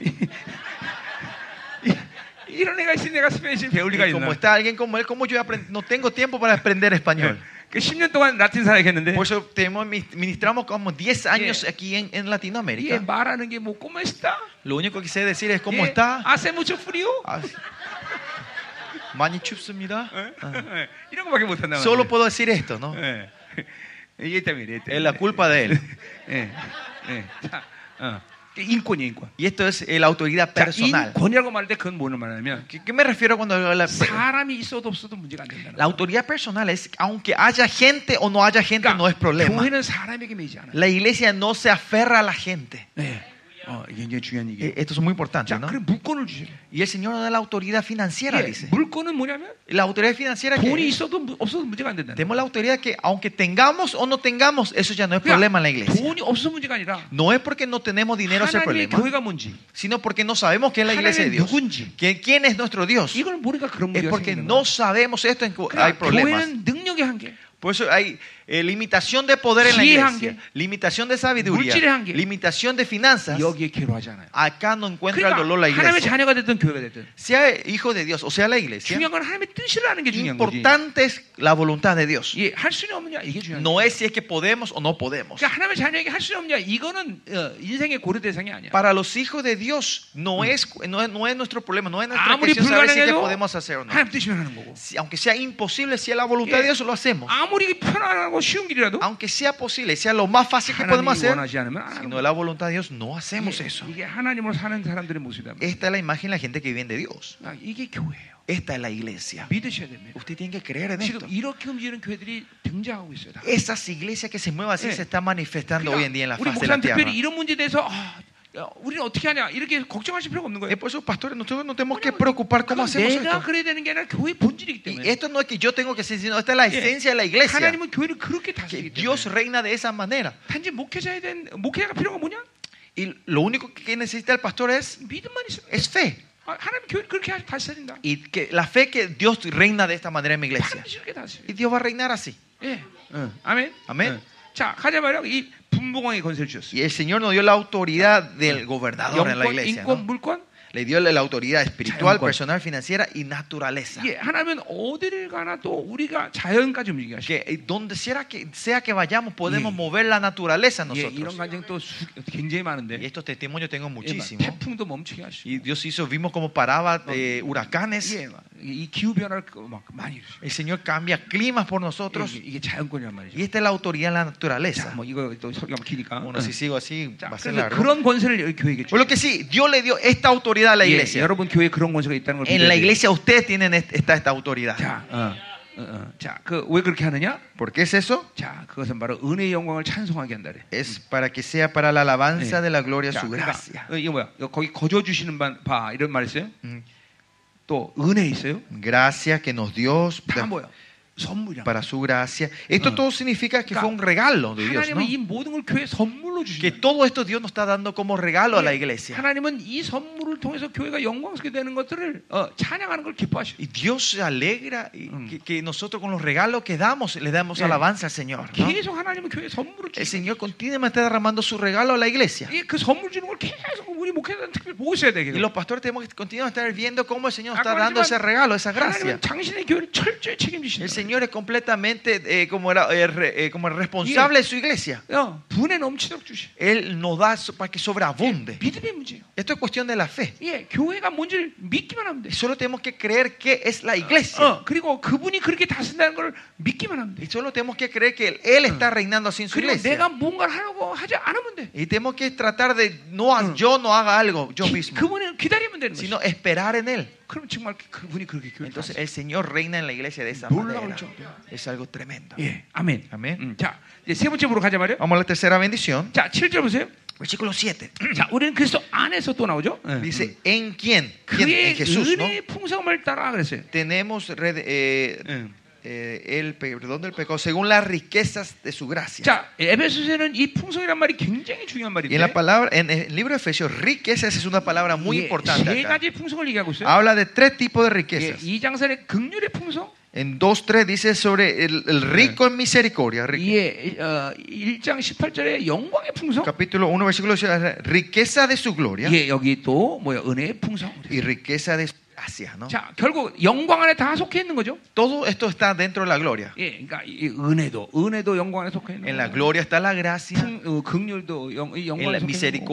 이런 애가 있으니 내가 스페니쉬를 배울 리가 Y 있나? 뭐 como está alguien como él, como yo voy a aprend- no tengo tiempo para aprender español. 예. 그 10년 동안 라틴 살아야겠는데 Por eso tenemos- ministramos como 10 años Yeah. aquí en, en 예, Latinoamérica. 말하는 게 뭐 ¿cómo está? Lo único que sé decir es cómo 예, está. hace mucho frío? Ah, 많이 춥습니다. 예? 예, 이런 거밖에 못 한다. Solo puedo decir esto, ¿no? 예. 이게 때문에 이게 Es 때문에. la culpa de él. 예. 예. 자, 어. 인권이 인권. Y esto es eh, la autoridad 자, personal. 인권이라고 말할 때 그건 뭐는 말하냐면 ¿Qué, qué me refiero cuando hablo de la, 사람이 있어도 없어도 문제가 안 된다는 la autoridad personal? Es aunque haya gente o no haya gente, no es problema. 그러니까 교회는 사람에게 매이지 않아. La iglesia no se aferra a la gente. 네. 어, 이게 굉장히 중요한 Eh, 얘기. Esto es muy importante, 자, ¿no? 그럼 물건을 주세요. Y el Señor nos da la autoridad financiera, 예, dice. 물건은 뭐냐면 La autoridad financiera 돈이 que 있어도 무- 없어도 문제가 안 된다. tenemos la autoridad que aunque tengamos o no tengamos, eso ya no es problema en la iglesia. 그러니까 돈이 없어 문제가 아니라 No es porque no tenemos dinero es el 하나님의 problema, 교회가 뭔지 sino porque no sabemos qué es la iglesia 하나님의 de Dios. 누군지 Que- ¿Quién es nuestro Dios? 이걸 모르니까 그런 Es 문제가 Eh, porque 생기는 no 거예요. sabemos esto, en que hay 그러니까 problemas. 교회는 능력의 한계. Por eso hay eh, limitación de poder en la 지혜 iglesia, 한계, limitación de sabiduría, 물질의 한계, limitación de finanzas. 여기에 괴로하지 않아요. Acá no encuentra el 그러니까 dolor la 하나님의 iglesia. 자녀가 됐든 교회가 됐든 Sea hijo de Dios o sea la iglesia, 중요한 건 하나님의 뜻을 아는 게 중요한 거지. importante es la voluntad de Dios. 예, 할 수는 없느냐 이게 중요한 거지. No es si es que podemos o no podemos. 그러니까 하나님의 자녀에게 할 수는 없냐 이거는 어, 인생의 고려 대상이 아니야. Para los hijos de Dios no es, no es, no es nuestro problema, no es nuestra 아무리 cuestión saber si es que 불가능해도 podemos hacer o no. 하나님 뜻이면 하는 거고. Si- aunque sea imposible, si es la voluntad de Dios, lo 뭐. hacemos. 아무리 편안하고 쉬운 길이라도 Aunque sea posible, sea lo más fácil que 하나님이 podemos hacer, 원하지 않으면 안 si 하는 no 거야. es la voluntad de Dios, no hacemos eso. 이게, 이게 하나님으로 사는 사람들의 모습이다. Esta es la imagen de la gente que vive de Dios. 아, 이게 교회예요. Esta es la iglesia. 믿으셔야 됩니다. Usted tiene que creer en esto. 지금 이렇게 움직이는 교회들이 등장하고 있어요. 다. Esas iglesias que se mueven así Sí. se están manifestando hoy en día en la 우리 faz de la 목사님 tierra. 특별히 이런 문제에 대해서 아, 야, 우리는 어떻게 하냐 이렇게 걱정하실 필요가 없는 거예요. Es por eso, pastores, nosotros no tenemos que preocupar cómo 그건 hacemos 내가 esto. 그래야 되는 게 아니라 교회 의 본질이기 Y 때문에 esto no es que yo tengo que ser, sino esta es la Sí. esencia de la iglesia. 하나님은 교회를 그렇게 Que 다스리기 Dios 때문에 reina de esa manera. 단지 목회자에 대한 목회자가 필요가 뭐냐? Y lo único que necesita el pastor es, 믿음만 있으면 es fe. 아, 하나님 교회를 그렇게 하- 다스린다. Y que la fe que Dios reina de esta manera en mi iglesia. 반드시 그렇게 Y 다스려. Dios va a reinar así. 예, 응. 아멘. 아멘. 응. 자 가자 말이야. 이 분봉왕이 건설 주셨어. Y el Señor nos dio la autoridad del 예, gobernador en la 영권, iglesia. 인권, ¿no? 물권. Le dio la autoridad espiritual, Chayancuan. personal, financiera y naturaleza. 예, 하나면 어디를 가나 또 우리가 자연까지 움직이게 하시고. Que eh, donde sea que, sea que vayamos podemos Yeah. mover la naturaleza 예, 이런 nosotros. 간증 또 수, 굉장히 Y 많은데. estos testimonios tengo 예, 막 muchísimo. 태풍도 멈추게 하시고. Y Dios hizo, vimos cómo paraba eh, huracanes. 예, 막이 기후 변화를 그- 막 많이 이루시고. El Señor cambia climas por nosotros. 예, 이게 자연권이란 Y 말이죠. esta es la autoridad en la 자, naturaleza. 뭐 이거 또 설교가 기니까. Bueno, si sigo así, 자, va a ser 그래서 largo. 그런 권세를 여기 교회에게 주셨어요. Por lo que sí, Dios le dio esta autoridad a la 예, iglesia. 여러분 교회에 그런 권세가 있다는 걸 믿어야 En la 돼요. iglesia ustedes tienen est- esta, esta autoridad. 자, 어, 어, 어. 자, 그 왜 그렇게 하느냐? ¿Por qué es eso? 자, 그것은 바로 은혜의 영광을 찬송하게 한다래. Es para que sea para la alabanza Mm. Sí. de la gloria 자, su 그러니까 gracia. 어, 이거 뭐야? 이거 거기 거저 주시는 바, 바 이런 말 있어요? Mm. 또 은혜 있어요? Gracia que nos dio 다 뭐야? 선물이야. para su gracia. Esto Ah. todo significa que Claro. fue un regalo de Dios, ¿no? 하나님은 이 모든 걸 교회 선물로 Que 주신 거야. todo esto Dios nos está dando como regalo a la iglesia. 하나님은 이 선물을 통해서 교회가 영광스럽게 되는 것들을 어, 찬양하는 걸 기뻐하시고 Y Dios se alegra y Mm. Eh. que, que nosotros con los regalos que damos le damos Sí. alabanza al Señor. ¿no? 계속 하나님은 교회 선물을 El 주시고 Señor continuamente está derramando su regalo a la iglesia. 그 선물 주는 걸 계속 우리 목회자는 특별히 보고 있어야 돼. Y los pastores tenemos que continuamente estar viendo Ah, cómo el Señor está 아까 dando ese 말했지만 regalo, esa gracia. 하나님은 당신의 교회를 철저히 책임지신다. El Señor es completamente eh, como, era, eh, re- eh, como responsable de su iglesia. 어, 분에 넘치도록 주시. Él nos da so- para que sobreabunde. 믿음의 문제예요. Esto es cuestión de la fe. 예, 교회가 뭔지를 믿기만 하면 돼. Solo tenemos que creer que es la iglesia. 어, 그리고 그분이 그렇게 다스린다는 걸 믿기만 하면 돼. Y solo tenemos que creer que Él, Él está reinando así en su 그리고 내가 iglesia. 뭔가를 하라고 하지 않으면 돼. Y tenemos que tratar de no ha- Mm. yo no haga algo yo 기, mismo, 그분을 기다리면 되는 거지. 예, sino esperar en Él. 그럼 정말 그분이 그렇게 교회를 Entonces 다스려. el Señor reina en la iglesia de esa Burla manera. mucho. Es algo tremendo. 예, 아멘. 어. 아멘. 음, 자, 이제 세 번째 보러 가자 말이요. Vamos a la tercera bendición. 자, 7절 보세요. Versículo 7. 자, 우리는 그리스도 안에서 또 나오죠. 예, 음. Dice, ¿en quién? ¿Quién? 그의 En Jesús, ¿no? 은혜의 풍성함을 따라 그랬어요. Tenemos red- eh, 예. eh, el pe- perdón del pecado según las riquezas de su gracia. 자, 에베소서는 이 풍성이란 말이 굉장히 중요한 Y en la 말인데. palabra, en el libro de Efesios, riquezas es una palabra muy 예, importante. 세 acá. 가지 풍성을 얘기하고 있어요. Habla de tres tipos de 예, riquezas. 이 장사의 극률의 풍성. En 2.3 dice sobre el, el rico en misericordia. rique- 예, 어, 1장 18절에 영광의 풍성. Capítulo 1, versículo 8, riqueza de eh, su gloria 예, 여기 또 뭐야? 은혜의 풍성. y riqueza de su gracia, ¿no? 자, 결국 영광 안에 다 속해 있는 거죠. Todo esto está dentro de la gloria. 예, 그러니까 이 은혜도 은혜도 영광 안에 속해 있는 En la 거예요. gloria está la gracia, 풍- 어, 극률도 영, 이 en 영광에 la 속해 있는 거고.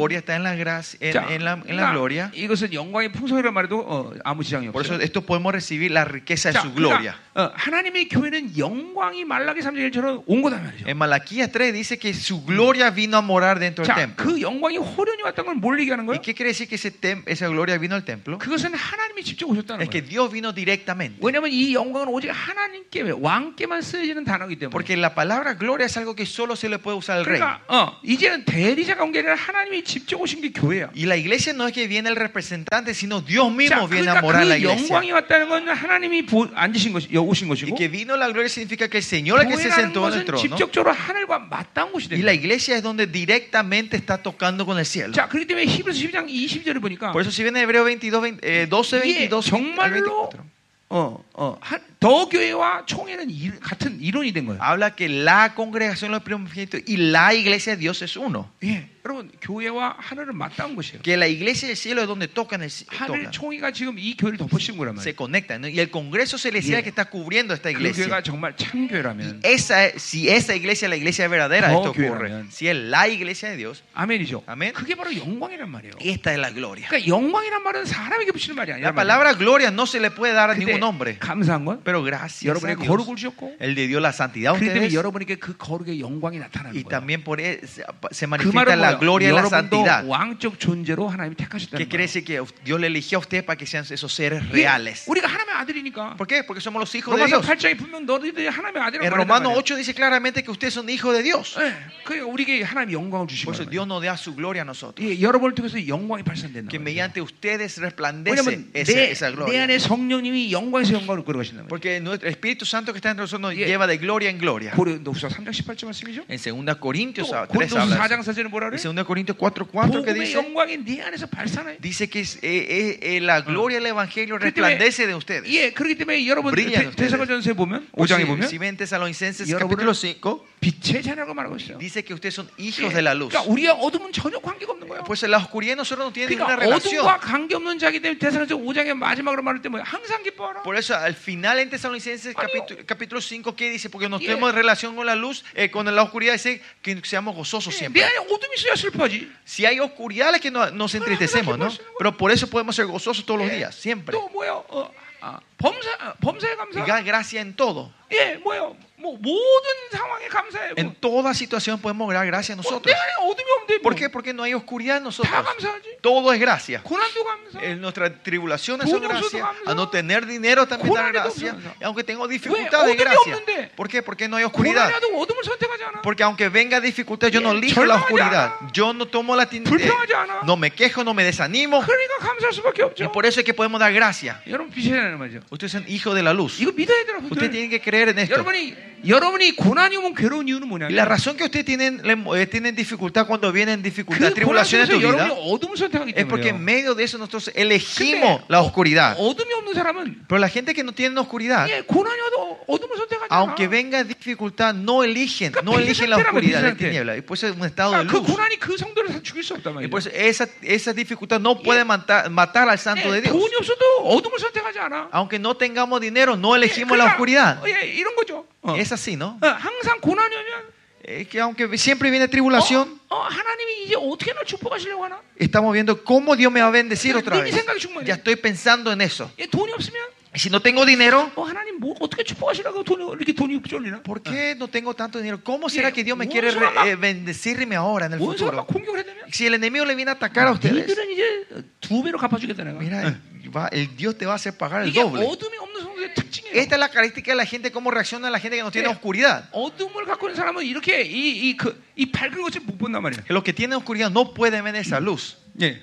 misericordia está en la gracia, en, 자, en la, en 그러니까 la gloria. 이것은 영광의 풍성이란 말에도 어, 아무 지장이 Por eso 없어요. esto podemos recibir la riqueza de 자, su gloria. 그러니까, 어, 하나님의 교회는 영광이 말라기 3장일처럼 온 거다 말이죠. En Malaquías 3 dice que su gloria vino a morar dentro del 자, templo. 그 영광이 호련히 왔다는 걸 뭘 얘기하는 ¿Y 거예요? qué quiere decir que ese tem- esa gloria vino al templo? 그것은 하나님이 직접 오셨다는 Es que 거예요. Dios vino directamente. 왜냐하면 이 영광은 오직 하나님께 왕께만 쓰여지는 단어이기 때문에. Porque la palabra gloria es algo que solo se le puede usar al rey. 그러니까 어, 이제는 대리자가 온 게 아니라 하나님이 직접 오신 게 교회야. Y la iglesia no es que viene el representante, sino Dios 자, mismo viene a 그러니까 morar en la 그 iglesia. 영광이 왔다는 건 하나님이 보- 앉으신 것이 여- 오신 Y 것이고 que vino la gloria significa que el Señor es que se 교회라는 sentó en el 것은 trono. 직접적으로 하늘과 맞닿은 곳이 Y 되는 la 거예요. iglesia es donde directamente está tocando con el cielo. 자, 그렇기 때문에 히브리서 12장 20절을 보니까 Por eso si viene Hebreo 22, 20, eh, 12, 이게 22 al 정말로 24. 어, 어, 한- 더 교회와 총회는 일- 같은 이론이 된 거예요. Habla que la congregación de los primogénitos y la iglesia de Dios es uno. 예, 여러분 교회와 하늘은 맞닿은 곳이에요. Que la iglesia del cielo es donde tocan el ci- 하늘 tocan. 총회가 지금 이 교회를 덮어씌운 거란 말이에요. se conectan. ¿no? Y el Congreso Yeah. Celestial que está cubriendo esta 그 교회가 iglesia. 정말 참 교회라면 Esa, es- si esa iglesia es la iglesia verdadera, No, esto que ocurre. amén. Si es la iglesia de Dios, 아멘이죠. 예. 아멘. 그게 바로 영광이란 말이에요. esta es la gloria. 그러니까 영광이란 말은 사람에게 붙이는 말이 아니라 La palabra gloria no se le puede dar a 근데 ningún hombre, 감사한 건 pero gracias a 여러분의 Dios, 거룩을 주셨고 Él le dio la santidad a 그렇기 때문에 ustedes 여러분에게 그 거룩의 영광이 y 나타나는 거예요. también por él se- se 그 manifiesta 말은 la gloria y 뭐예요? la 여러분도 santidad. 왕적 존재로 하나님이 택하셨다는 Que 거예요. quiere decir que Dios le eligió a ustedes para que sean esos seres 이게 reales. 우리가 하나님의 아들이니까. ¿Por qué? Porque somos los hijos de 로마서 Dios. 8장에 분명 너희들이 하나님의 아들이라고 En Romanos 말했단 8 dice claramente que ustedes son hijos de Dios. 말이에요. 예, 그게 우리에게 하나님 영광을 주신 Por eso 거예요. Dios nos da su gloria a nosotros. 예, 여러분을 통해서 영광이 발산된다. que mediante ustedes resplandece 왜냐하면 esa, 내, esa 내 gloria. 안에 성령님이 영광에서 영광을 끌어 가신다. Porque nuestro Espíritu Santo que está en nosotros nos Yeah. lleva de gloria en gloria. 고린도후서 3장 18절 말씀이죠. En 2 Corintios 또 3 고린도후서 habla. 4장 4절은 뭐라 그래? En 2 Corintios 4, 4 복음의 que dice, 영광이 네 안에서 발산해. dice que es, eh, eh, eh, Ah. la gloria del Evangelio 그렇기 때문에- resplandece de ustedes. 예, 그렇기 때문에 여러분 대- Brillan ustedes. 대사가전서에 보면 O 5장에 Si, 보면 si ven Tesalonicenses Y ahora bueno. capítulo 5, 빛의 자녀라고 말하고 있어요. dice que ustedes son 예, hijos de la luz. 그러니까 우리와 어둠은 전혀 관계가 없는 거예요. Pues la oscuridad en nosotros no tiene ninguna 그러니까 어둠과 relación. 관계 없는 자기 때문에 대사가전 5장의 마지막으로 말할 때 뭐야? 항상 기뻐하라. Por eso al final en Tesalonicenses Bueno. capítulo, capítulo 5, ¿qué dice? Porque no Yeah. tenemos relación con la luz, eh, con la oscuridad, dice que seamos gozosos 예, siempre. 내 안에 어둠이 있어야 슬퍼하지. Si hay oscuridad, es que no- nos entristecemos, ¿no? Pero por eso podemos ser gozosos todos los 예, días, siempre. 또 뭐야? 어, 아, 범사 아, 범사에 Y 감사. dar gracia en todo. 예, 뭐야? 뭐 모든 상황에 감사해. 뭐. En toda situación podemos dar gracia a 뭐, 내 nosotros. 안에 어둠이 없는데 뭐. ¿Por qué? Porque no hay oscuridad en 다 nosotros. 감사하지. Todo es gracia. 고난도 감사. En nuestras tribulaciones son Tú no gracia. sos- A no tener dinero también dar Júrale, tú gracia. no sos- Y aunque tengo dificultades, Güey, gracia. ¿dónde hombre? ¿Por qué? Porque no hay oscuridad. 고난이라도 어둠을 선택하지 않아. Porque aunque venga dificultad, yo no Bien, elijo la chorro, oscuridad. ya. Yo no tomo la tin- Pulpo, eh, ya, no. No me quejo, no me desanimo. 그러니까 감사할 수밖에 Y 없죠. por eso es que podemos dar gracia. 여러분 빛이라는 말이죠. Ustedes son hijos de la luz. 이거 믿어야 돼요, Ustedes 여러분들. tienen que creer en esto. 여러분이 여러분이 고난이 오면 괴로운 이유는 뭐냐? Y la razón que ustedes tienen, le- eh, tienen dificultad cuando vienen dificultad, 그 고난 tribulaciones en 속에서 tu vida, 여러분이 어둠을 선택하기 es porque en 때문에 medio de eso nosotros elegimos la oscuridad. 어둠이 없는 사람은 Pero la gente que no tiene oscuridad, 예, 고난이 와도 어둠을 선택하지 않아. aunque venga dificultad, no eligen, Claro, no eligen la precisamente, oscuridad, la precisamente. tiniebla. Y por eso es un estado de 그러니까 그 luz. 고난이 그 성도를 다 죽일 수 없단 Y 말이에요. por eso esa, esa dificultad no Yeah. puede matar, matar al santo de 예, Dios. 돈이 없어도 어둠을 선택하지 않아. Aunque no tengamos dinero, no 예, elegimos la oscuridad. Oh. 예, 이런 거죠. 어. Es así, ¿no? 어, 항상 고난이 오면 Es que aunque siempre viene tribulación, 어, 어, 하나님이 이제 어떻게 날 축복하시려고 하나? estamos viendo cómo Dios me va a bendecir Oh. Pero otra ni vez. 생각이 충분해. Ya estoy pensando en eso. 예, 돈이 없으면 Si no tengo dinero, 어, 하나님 뭐 어떻게 축복하시려고 돈이 이렇게 돈이 쫄리나? ¿por qué no tengo tanto dinero? ¿Cómo Yeah, será que Dios me quiere bueno, re- eh, bendecirme ahora en el 원수가 막 futuro? 공격을 해대면 Si el enemigo le viene a atacar a ustedes, 니들은 이제 두 배로 갚아주겠다 내가. mira, va- el Dios te va a hacer pagar el 이게 doble. 어둠이 없는 성도의 특징이에요. Esta es la característica de la gente, cómo reacciona la gente que no tiene Yeah. oscuridad. 어둠을 갖고 있는 사람은 이렇게 이 이 그 이 밝은 것을 못 본단 말이야. Que Los que tienen oscuridad no pueden ver esa luz. 예.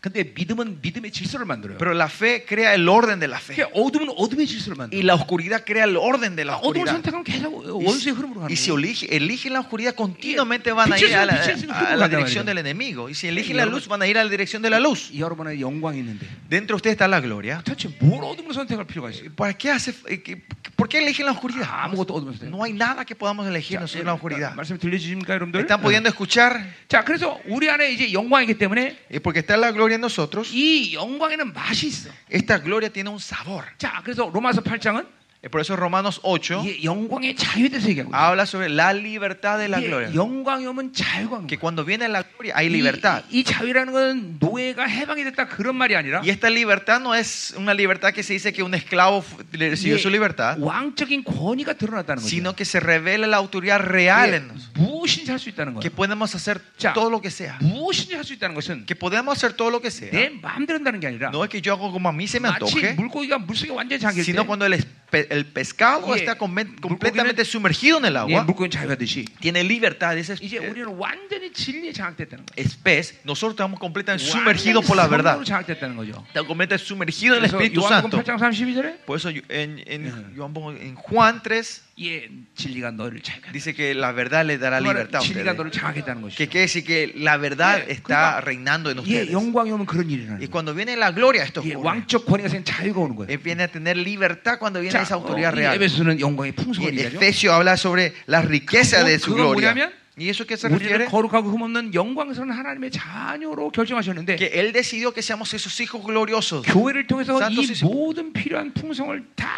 근데 믿음은 믿음의 질서를 만들어요. Pero la fe crea el orden de la fe. 그러니까 어둠은 어둠의 질서를 만들어. Y la oscuridad crea el orden de la 어둠을 oscuridad. 선택하면 계속 Y si- 원수의 흐름으로 가는 Y si 거예요. elige- eligen la oscuridad, continuamente van a Pichos ir a son- la, pichos son a como la la dirección Biblia. del enemigo. Y si Y eligen la ahora- luz, van a ir a la dirección de la luz. 여러분의 영광이 있는데 Dentro de usted está la gloria. 도대체 뭘 어둠을 선택할 필요가 있어요? ¿Para qué 하ce- eh, que- ¿Por qué eligen la oscuridad? 아무것도 어둠을 선택. No hay nada que podamos elegir nosotros eh, en la oscuridad. 말씀 들려주십니까, 여러분들? ¿Están pudiendo escuchar? 자, 그래서 우리 안에 이제 영광이기 때문에 Eh, Porque está la gloria gloria en nosotros, 이 영광에는 맛이 있어. esta gloria tiene un sabor. 자, 그래서 로마서 8장은 Eh, Por eso Romanos 8 이게 영광의 자유에 대해서 얘기하고 있어요. habla sobre la libertad de la 이게 gloria. 영광이 오면 자유가 오는 Que 거예요. cuando viene la gloria hay libertad. 이, 이 자유라는 건 노예가 해방이 됐다 그런 말이 아니라 Y esta libertad no es una libertad que se dice que un esclavo fu- le- recibió 이게 su libertad, 왕적인 권위가 드러났다는 거죠. sino que se revela la autoridad real en nosotros. 이게 무엇인지 할 수 있다는 Que 거예요. podemos hacer Ya. todo lo que sea. 무엇인지 할 수 있다는 것은 Que podemos hacer todo lo que sea. 내 마음대로 한다는 게 아니라 No es que yo hago como a mí se me 마치 antoje, 물고기가 물속에 완전히 잠길 때 sino cuando el, espe- el pescado Oye, está come- ¿Bulgogi completamente no- sumergido en el 예, agua, 물고기는 자유하듯이 tiene libertad. Ese es- 이제 eh, 우리는 완전히 진리에 장악됐다는 거예요. es pez, nosotros estamos completamente 완전히 sumergidos por la verdad. 성령으로 장악됐다는 거죠. Estamos completamente sumergidos en el 그래서 Espíritu 요한복음 Santo. 8장 32절에 Por eso yo- en, en, Ajá. yo pongo en Juan 3 예, 진리가 너를 자유하게 dice que la verdad le dará libertad a 진리가 ustedes. 너를 장악했다는 것이죠. Que quiere decir que la verdad Yeah, está 그러니까- reinando en 예, ustedes. 영광이 오면 그런 일이 일어나는 Y 거예요. cuando viene la gloria, esto 예, ocurre. 왕적 권위가 생긴 자유가 오는 거예요. Eh, viene a tener libertad cuando viene 자, 어, esa autoridad 이 real. 예, 에베소는 영광의 Y 풍성한 en 일이죠. Efesio habla sobre la riqueza de su 그건 gloria. 뭐냐면, ¿Y eso qué se 우리를 refiere? 거룩하고 흠없는 영광스러운 하나님의 자녀로 결정하셨는데 Que Él decidió que seamos esos hijos gloriosos. 교회를 통해서 이 Santos y- 모든 필요한 풍성을 다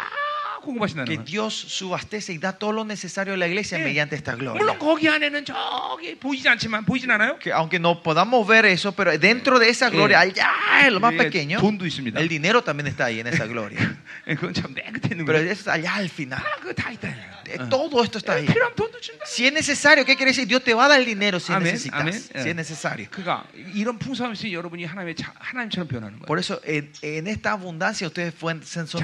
공급하신다는 Que 거예요. Dios subastece y da todo lo necesario a la iglesia Yeah. mediante esta gloria. 물론 거기 안에는 저기 보이지 않지만 보이진 않아요. Que aunque no podamos ver eso, pero dentro de esa Yeah. gloria, allá en lo más Yeah, pequeño, 돈도 있습니다. el dinero también está ahí en esa gloria. 예, 그건 참 맨 끝에 있는 Pero 거예요. eso está allá al final. 아, 그거 다 있다. Eh, 어. Todo esto está 예, ahí. 필요한 돈도 준다. Si es necesario, ¿qué quiere decir? Dios te va a dar el dinero si Amén, necesitas. amén. Si es necesario. 그러니까 이런 풍성함 있으니 여러분이 하나님의 자, 하나님처럼 변하는 거예요. Por eso, en, en esta abundancia, ustedes fueron- son 자,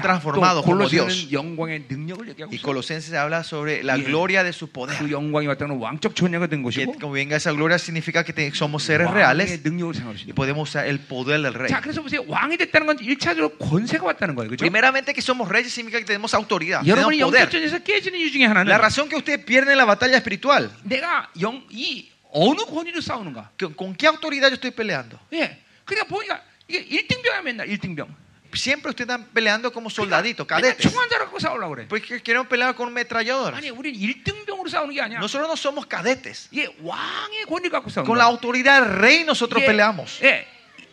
또 transformados como 골로새는 Dios. 영광의 능력을 얘기하고 Y 있어요. Colosenses habla sobre la Yeah. gloria de su 그 poder. 영광이 왔다는 왕적 존재가 된 Que 것이고 como venga esa gloria significa que te- somos seres 왕의 reales 능력을 생각할 수 있는 y 거예요. podemos usar el poder del rey. 자, 그래서 보세요. 왕이 됐다는 건 1차적으로 권세가 왔다는 거예요. 그죠? Primeramente que somos reyes significa que tenemos autoridad, tenemos 여러분이 영적 poder. 전에서 깨지는 이유 중에 하나는 La razón que ustedes pierden la batalla espiritual, 내가 영, 이 어느 권위로 싸우는가? ¿con- ¿con qué autoridad yo estoy peleando? 예. 그러니까 보니까 이게 1등병이야 맨날 1등병. Siempre ustedes están peleando como soldaditos, 맨날 cadetes. 총한 자로 갖고 싸우려고 그래. Porque queremos pelear con metralladoras. 아니, 우린 1등병으로 싸우는 게 아니야. Nosotros no somos cadetes. 이게 왕의 권위를 갖고 싸우는 Con la 거야. autoridad del rey nosotros peleamos. 예.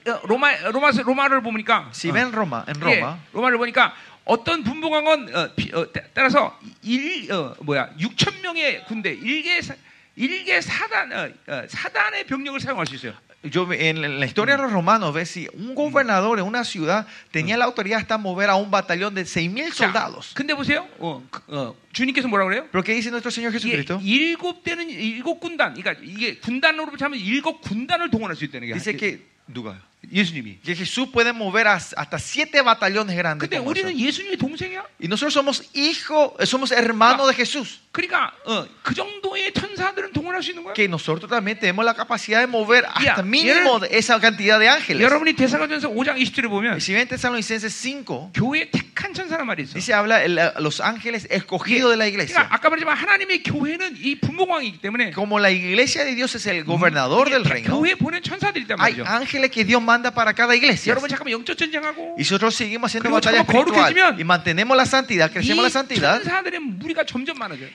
어, 로마 로마 로마를 보니까 Si 어, ven Roma, en 예, Roma, 로마를 보니까 어떤 분봉한 건 어, 비- 어, 따- 따라서 일 어, 뭐야 6천 명의 군대 일개 사- 일개 사단 어, 어, 사단의 병력을 사용할 수 있어요. yo ve- en en la historia de los romanos ves si un gobernador en una ciudad tenía la autoridad hasta mover a un batallón de 6.000 자, soldados. 근데 보세요, 어, 그, 어, 주님께서 뭐라 그래요? Pero ¿qué dice nuestro Señor 이게 Jesucristo? 일곱 대는 일곱 군단, 그러니까 이게 군단으로 하면 일곱 군단을 동원할 수 있다는 게 Dice 예- que, Duga, 예수님이. que Jesús puede mover a- hasta siete batallones grandes. 근데 como eso. 우리는 예수님의 동생이야. Y nosotros somos hijos, somos hermanos de Jesús. 그러니까 어, 그 정도의 천사들은 동원할 수 있는 거야. Que nosotros también tenemos la capacidad de mover hasta Yeah. mínimo de esa cantidad de ángeles. 여러분이 대사가전서 5장 20절에 보면 Y si ven Tesalonicenses 5, 교회 택한 천사란 말이 있어. dice habla el- los ángeles escogidos de la 그러니까 iglesia. 아까 말했지만 하나님의 교회는 이 분봉왕이기 때문에 Como la iglesia de Dios es el Mm, gobernador del reino, 교회 보낸 천사들이란 hay 말이죠. ángeles que Dios manda para cada iglesia. 여러분 잠깐만 영적 전쟁하고 Y nosotros seguimos haciendo 그리고 batalla 잠깐만 거룩해지면 espiritual y mantenemos la santidad, 이 crecemos la santidad. 천사들의 무리가 점점 많아져요.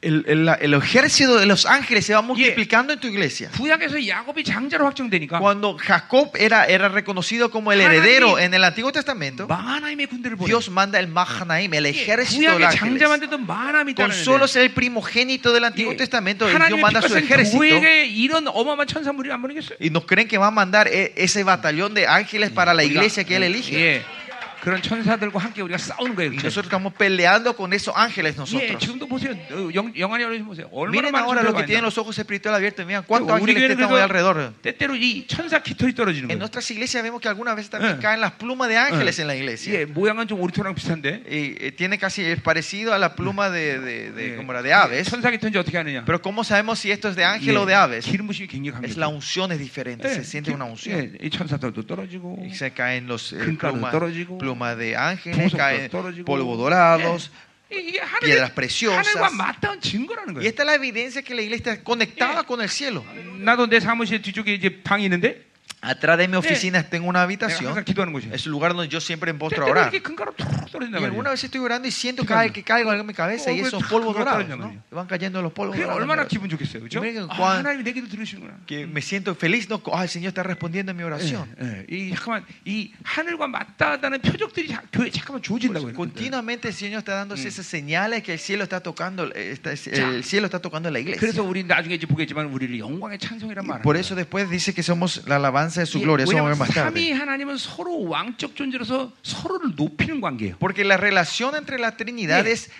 El, el- la- el ejército de los ángeles se va multiplicando en tu iglesia. 구약에서 야곱이 장자로 확정되니까 Cuando Jacob era, era reconocido como el heredero en el Antiguo Testamento, 마하나임의 군대를 보내. Dios manda el Mahanaim, el ejército de los 구약의 장자만 ángeles. 돼도 마하나임이 Con solo 따르는데 예. ser el primogénito del Antiguo Testamento, Dios 하나님의 manda su 빛과 ejército. 교회에 이런 어마어마한 천사 무리를 안 보내겠어요? Y nos creen que va a mandar e- ese batallón de ángeles para la iglesia que él eh, elige. 예, 그런 천사들과 함께 우리가 싸우는 거예요. Y 그렇죠? nosotros estamos peleando con esos ángeles 예, nosotros. 지금도 보세요. 어, 영, 영안이 어르신 보세요. 얼마나 Miren 많은 ahora lo 천사가 que tienen 있나. los ojos espirituales abiertos. Miren cuántos 우리 ángeles 교회는 están hoy 그래서 alrededor. 때때로 이 천사 깃털이 떨어지는 거예요. En nuestras iglesias vemos que algunas veces también Eh. caen las plumas de ángeles en la iglesia. 예, 모양은 좀 오리토랑 비슷한데. Y, eh, tiene casi es parecido a la pluma de, de, de- 예, 네, como la de aves. 천사 깃털인지 어떻게 아느냐? Pero ¿cómo sabemos si esto es de ángel o de 예, aves? 기름 부심이 굉장히 Es la 강해요. 예, unción es diferente. Eh, Se siente una unción. 이 천사들도 떨어지고. Y se caen los eh, Cíncaros plumas 떨어지고, pluma de ángeles, 보석도 caen 떨어지고, polvo dorados. 예, 이게 piedras 하나님, preciosas. 하나님과 맞닿은 증거라는 Y 거예요. esta es la evidencia que la iglesia está conectada Yeah. con el cielo. 나도 내 사무실 뒤쪽에 이제 방이 있는데 Atrás de mi oficina tengo una 내가 항상 habitación. 기도하는 곳이에요. Es el lugar donde yo siempre me postro a 때때로 orar. 이렇게 근가로 툭 Y 떨어진단 말이에요. alguna vez estoy orando y siento que, cae- que caigo algo en mi cabeza y Oh, esos pues, polvos claro, dorados, claro, ¿no? claro. Van cayendo los polvos 그게 dorados. 얼마나 ¿no? 기분 좋겠어요, 그렇죠? 그러니까 아, 관- 하나님이 내 기도 들으시는구나. Que me siento feliz, ¿no? Ah, el Señor está respondiendo a mi oración. 예, 이 잠깐만 이 하늘과 맞닿다는 표적들이 자- 교회 잠깐만 주어진다고요. Pues, Continuamente el Señor está dándose esas señales que el cielo está tocando, eh, está- Ya. el cielo está tocando la iglesia. 그래서 우리 나중에 이제 보겠지만 우리를 영광의 찬송이란 Y 말을 예, por eso después dice que somos la alabanza de su gloria. Eso vamos a ver más 삼위 tarde. 하나님은 서로 왕적 존재로서 서로를 높이는 관계예요. Porque la relación entre la Trinidad Sí. es,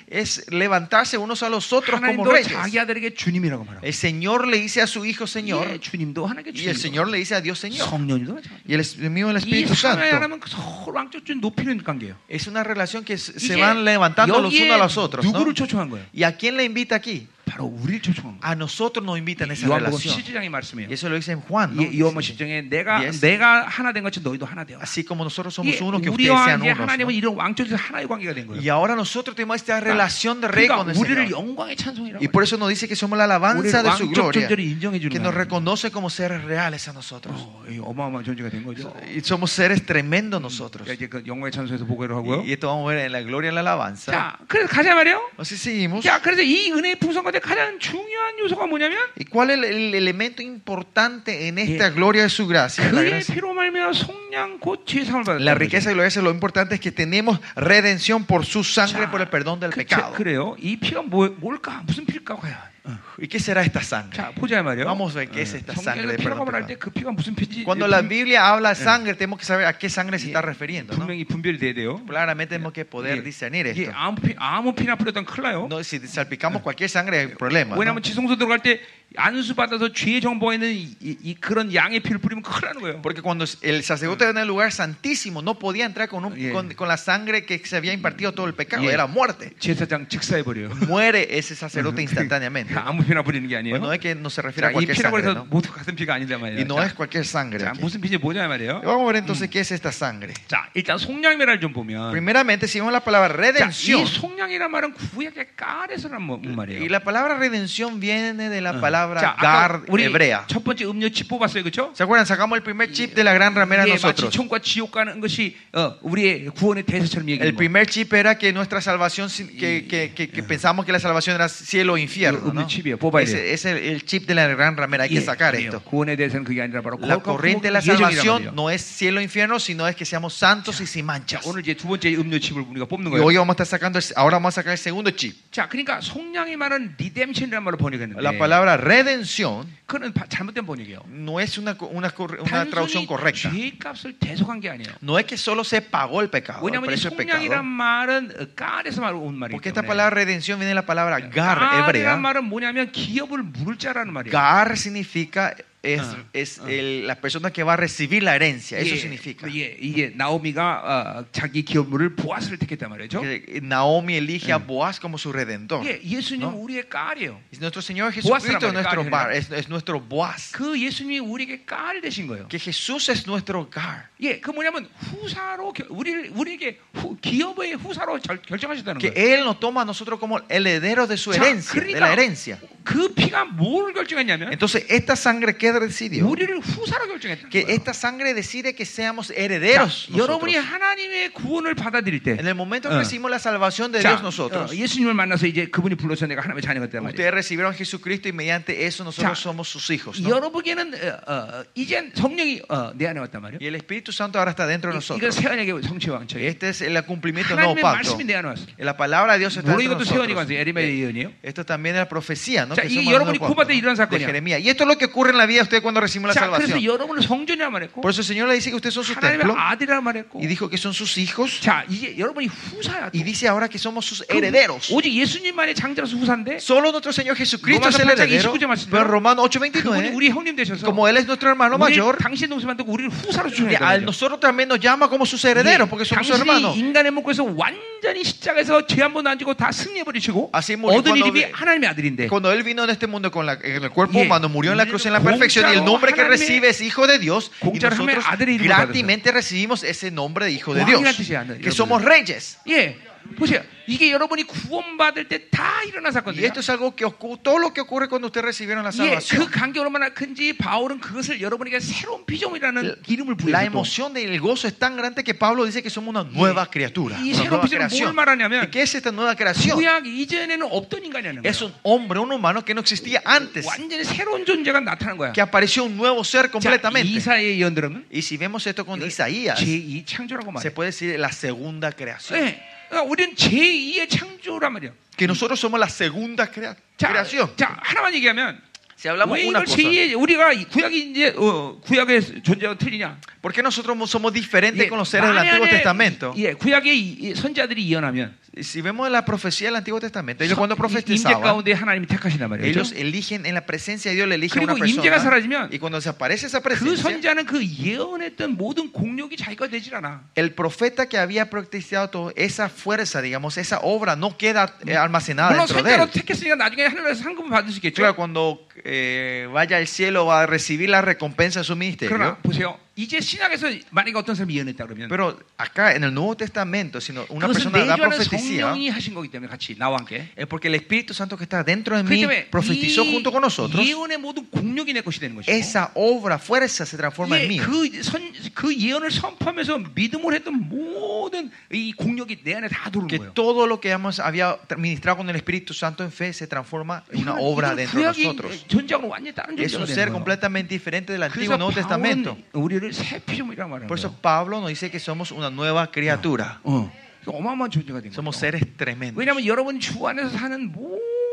es levantarse unos a los otros como 하나님도 reyes. 자기 아들에게 주님이라고 말하고 El Señor le dice a su Hijo 예, Señor 주님도 하나님께 y el 주님 Señor le dice a Dios Señor. 성령도 마찬가지예요. Y el es- el mismo el 이 Espíritu 하나의 Santo. 하나님은 그 서로 왕적 존재 높이는 관계예요. Es una relación que se se 이게 van levantando los 여기에 unos a los otros. ¿no? 누구를 초청한 거예요? ¿Y a quién le invita aquí? 바로 우리를 초청한 거예요. A nosotros nos invitan a esa 요한복음 relación. 17장의 말씀이에요. Y eso lo dice en Juan. ¿no? 이- 예, 요한복음 17장에 내가 Yes. 내가 하나 된 것처럼 너희도 하나 되어. Así como nosotros somos 이게 uno, que ustedes 우리와 sean 이제 uno. 하나님은 이런 왕족에서 하나의 관계가 된 거예요. Y ahora nosotros tenemos esta relación de rey 그러니까 con el 우리를 Señor. 영광의 찬송이라고. Y por eso nos dice que somos la alabanza 우리를 de su 왕족 gloria. 존재를 인정해 주는 Que nos 거예요. reconoce como seres reales a nosotros. 어, 이 어마어마한 존재가 된 거죠. Y somos seres tremendos nosotros. 그러니까 이제 그 영광의 찬송에서 보고를 하고요. Y esto vamos a ver en la gloria y la alabanza. 자, 그래서 가자 말이요. Así seguimos. 자, 그래서 이 은혜의 풍성 가운데 가장 중요한 요소가 뭐냐면 ¿Y cuál es el, el elemento importante en Yeah. esta gloria de su gracia? La 그의 gracia? 피로 말미암아 속량 곧 죄상을 La 받았다. riqueza y gloria es lo importante es que tenemos redención por su sangre, por el perdón del pecado. 그래요. 이 피가 뭐, 뭘까? 무슨 피일까? 과연. 어. ¿Y qué será esta sangre? 자, 보자 말이요. Vamos a ver qué es esta sangre de 성경에서 피라고 perdón 말할 del 때그 pecado. 피가 무슨 피인지 Cuando la 분- Biblia habla de sangre, tenemos que saber a qué sangre se está refiriendo. ¿no? 분명히 분별이 돼야 돼요. Claramente tenemos que 예. poder discernir 이게 esto. 아무 피 아무 피나 뿌렸던 큰일 나요. No, si salpicamos cualquier sangre hay un problema. ¿no? 왜냐하면 지성소 들어갈 때 안수 받아서 죄의 정보에 있는 이, 이- 이 그런 양의 피를 뿌리면 큰일 나는 거예요. Porque cuando el sacerdote en el lugar santísimo no podía entrar con, un- Yeah. con, con la sangre que se había impartido todo el pecado, Yeah. era muerte. 제사장 즉사해 버려요. Muere ese sacerdote instantáneamente. 아무 피나 뿌리는 게 아니에요. Bueno, no es que no se 자, refiere a 이 cualquier 피라고 sangre, 해서 ¿no? 모두 같은 피가 아니란 말이에요. Y no 자, es cualquier sangre. 자, aquí. 무슨 피인지 보자 말이에요. Vamos a ver entonces qué es esta sangre. 자, 일단 속량이라를 좀 보면 Primeramente, si vemos la palabra 자, 이 redención, 속량이란 말은 구약의 깔에서란 뭐- 말이에요. y la palabra redención viene de la 자, palabra 아까 gar 우리 hebrea. 첫 번째 음료 칩 뽑았어요, 그렇죠? ¿Se acuerdan? Sacamos el primer chip de la gran ramera 예, 마치 nosotros. 천과 지옥 가는 것이 어, 우리의 구원의 대세처럼 El 얘기하는 거예요. primer chip era que nuestra salvación, sin- que, que- que- que pensamos que la salvación era cielo o infierno. ¿no? El chip, popa Ese idea. es el, el chip de la gran ramera, hay que sacar esto. 예, 구원에 대해서는 그게 아니라 바로 La 거- 거- corriente de la 예정이란 salvación 말이에요. no es cielo o infierno, sino es que seamos santos y sin manchas. 오늘 이제 두 번째 음료 칩을 우리가 뽑는 Y 거예요. hoy vamos a estar sacando, el- ahora vamos a sacar el segundo chip. 자, 그러니까 속량이 말은 리뎀션이라는 말로 번역했는데 La palabra redención 그는 바- 잘못된 번역이에요. no es una, co- una, cor- una 단순히 traducción correcta. 죄값을 대속한 게 아니에요. No es que solo se pagó el pecado, el 왜냐하면 이 precio del 속량이란 아, pecado. 말은 깔에서 말온 말이기 Porque esta 때문에 palabra redención viene de la Ah, palabra gar 깔이란 hebrea. 말은 뭐냐면 기업을 물을 자라는 말이에요. Gar significa es, Ah, es ah. el- la persona que va a recibir la herencia. Eso 예, significa. 예, 이게 나오미가 어, 자기 기업물을 보아스를 택했단 말이죠. Que eh, Naomi elige Eh. a Boaz como su redentor. 예, 예수님 No? 은 우리의 깔이에요. Y Nuestro Señor Boaz era Jesucristo es nuestro maricá, bar, general. es, es nuestro Boaz. 그 예수님이 우리에게 깔 되신 거예요. Que Jesús es nuestro gar. 예, 그 뭐냐면 후사로 겨- 우리를 우리에게 후- 기업의 후사로 절- 결정하셨다는 Que 거예요. Él nos toma a nosotros como el heredero de su 자, 그러니까 herencia, de la herencia. 그 피가 뭘 결정했냐면 Entonces, esta sangre que decidió, 우리를 후사로 결정했다는 que 거예요. esta sangre decide que seamos 자, herederos. nosotros. 여러분이 하나님의 구원을 받아들일 때 En el momento Ah. que recibimos la salvación de 자, Dios nosotros, 어, 예수님을 만나서 이제 그분이 불러서 내가 하나님의 자녀가 됐단 말이에요. ustedes recibieron a Jesucristo y mediante eso 자, nosotros somos sus hijos. ¿no? 여러분에게는 어, 어, 이젠 성령이 어, 내 안에 왔단 말이에요. Y el Espíritu Santo ahora está dentro de 이- 이건 nosotros. 세안에게 성취 왕처예요. Este es el cumplimiento del nuevo 하나님의 pacto. 말씀이 내 안에 왔어요. La palabra de Dios está 물론 dentro 이것도 de 세안이 관세 nosotros. 에리메의 예언이에요. Esto también es la profecía, ¿no? 자, Que 이 somos 여러분이 nuevos 쿠바 때 pactos, 일어난 ¿no? 사건이야. de Jeremías. Y esto es lo que ocurre en la vida de ustedes cuando recibimos la 자, 그래서 salvación. 여러분을 성전이라 말했고 Por eso el Señor le dice que ustedes son su 하나님의 templo 아들이라 말했고 y dijo que son sus hijos 자, 이제 여러분이 후사야. y dice ahora que somos sus 그 herederos. 오직 예수님만이 장자로서 후사인데 Solo nuestro Señor Jesucristo Romanos es el 8, heredero. 29 말씀대로 Pero Romano 그분이 8:29 우리 형님 되셔서 como él es nuestro hermano 우리 mayor, 당신 동생 만들고 우리를 후사로 de- 주셨다. a nosotros también nos llama como sus herederos, porque somos sus hermanos. 당신이 인간의 목에서 완전히 십자가에서 죄 한 번도 안 지고 다 승리해 버리시고 Así murió 얻은 cuando- 이름이 하나님의 아들인데 Cuando él vino en este mundo con la- en el cuerpo Yeah. humano, murió en la cruz en la 공짜로 perfección y el nombre que 하나님의- recibe es hijo de Dios. Y 공짜로 하나님의 nosotros 아들의 이름을 gratis recibimos ese nombre de hijo de 왕이란 Dios, 뜻이야, 여러분들. que somos reyes. 예 보세요 이게 여러분이 구원받을 때 다 일어난 Y 사건이에요. esto es algo que ocurre, todo lo que ocurre cuando ustedes recibieron la 예, 그 salvación. 관계 얼마나 큰지 바울은 그것을 여러분에게 새로운 예, 피조물이라는 이름을 La 부여했고 emoción del gozo es tan grande que Pablo dice que somos una nueva criatura. 이 Una 새로운 피조물은 뭘 nueva creación. ¿Y 말하냐면 qué es esta nueva creación? 구약 이전에는 없던 인간이라는 Es 거예요. un hombre, un humano que no existía antes, 완전히 새로운 존재가 나타난 거야. que apareció un nuevo ser 자, completamente. 이사의 예언들은 Y si vemos esto con 예, Isaías, 제2 창조라고 se 말해요. puede decir la segunda creación. 예, 그러니까 우리는 제2의 창조란 말이에요. Que nosotros somos la segunda crea- 자, creación. 자 하나만 얘기하면 Si hablamos 왜 una 이걸 cosa, 제2의 우리가 이 구약이 이제 어, 구약의 존재와 틀리냐? ¿por qué nosotros somos diferentes 예, con los seres del Antiguo 만약에- Testamento? 예, 구약의 이- 이 선지자들이 예언하면 Si vemos la profecía del Antiguo Testamento, ellos cuando 임재 profetizaban, 가운데 하나님이 택하신단 말이에요. ellos 그렇죠? eligen en la presencia de Dios, le eligen a 그리고 una 임재가 persona. 사라지면 Y cuando se aparece esa 그 presencia, 선자는 그 예언했던 모든 공력이 자기가 되질 않아. el profeta que había profetizado todo, esa fuerza, digamos, esa obra no queda eh, almacenada 물론 dentro de él. 선자로 택했으니까 나중에 하늘에서 상금을 받을 수 있겠죠. Claro, cuando eh, vaya al cielo va a recibir la recompensa de su 그러나 ministerio. 보세요. 이제 신약에서 만약에 어떤 사람이 예언했다 그러면 Pero acá en el Nuevo Testamento, si no- una 그것은 persona da 내주하는 profecía, 성령이 하신 거기 때문에 같이 나와 함께. es porque el Espíritu Santo que está dentro de 그렇기 mí 때문에 profetizó junto con nosotros. 이 예언의 모든 공력이 내 것이 되는 것이고 Esa obra, fuerza, se transforma en 예, mí. 그, 선, 그 예언을 선포하면서 믿음을 했던 모든 이 공력이 내 안에 다 도는 Que 거예요. todo lo que hemos, había ministrado con el Espíritu Santo en fe se transforma en una 이거는- obra 이거는 dentro de 구약이 nosotros. 존재하고 완전히 다른 Es 존재가 un 되는 ser 거예요. completamente diferente del Antiguo y 그래서 Nuevo Testamento. 바울은 우리를 새 피조물이라고 말하는 Por eso 거예요. Pablo nos dice que somos una nueva criatura. 어. 그 어마어마한 존재가 된 거예요. Somos seres tremendos. 왜냐하면 여러분 주 안에서 사는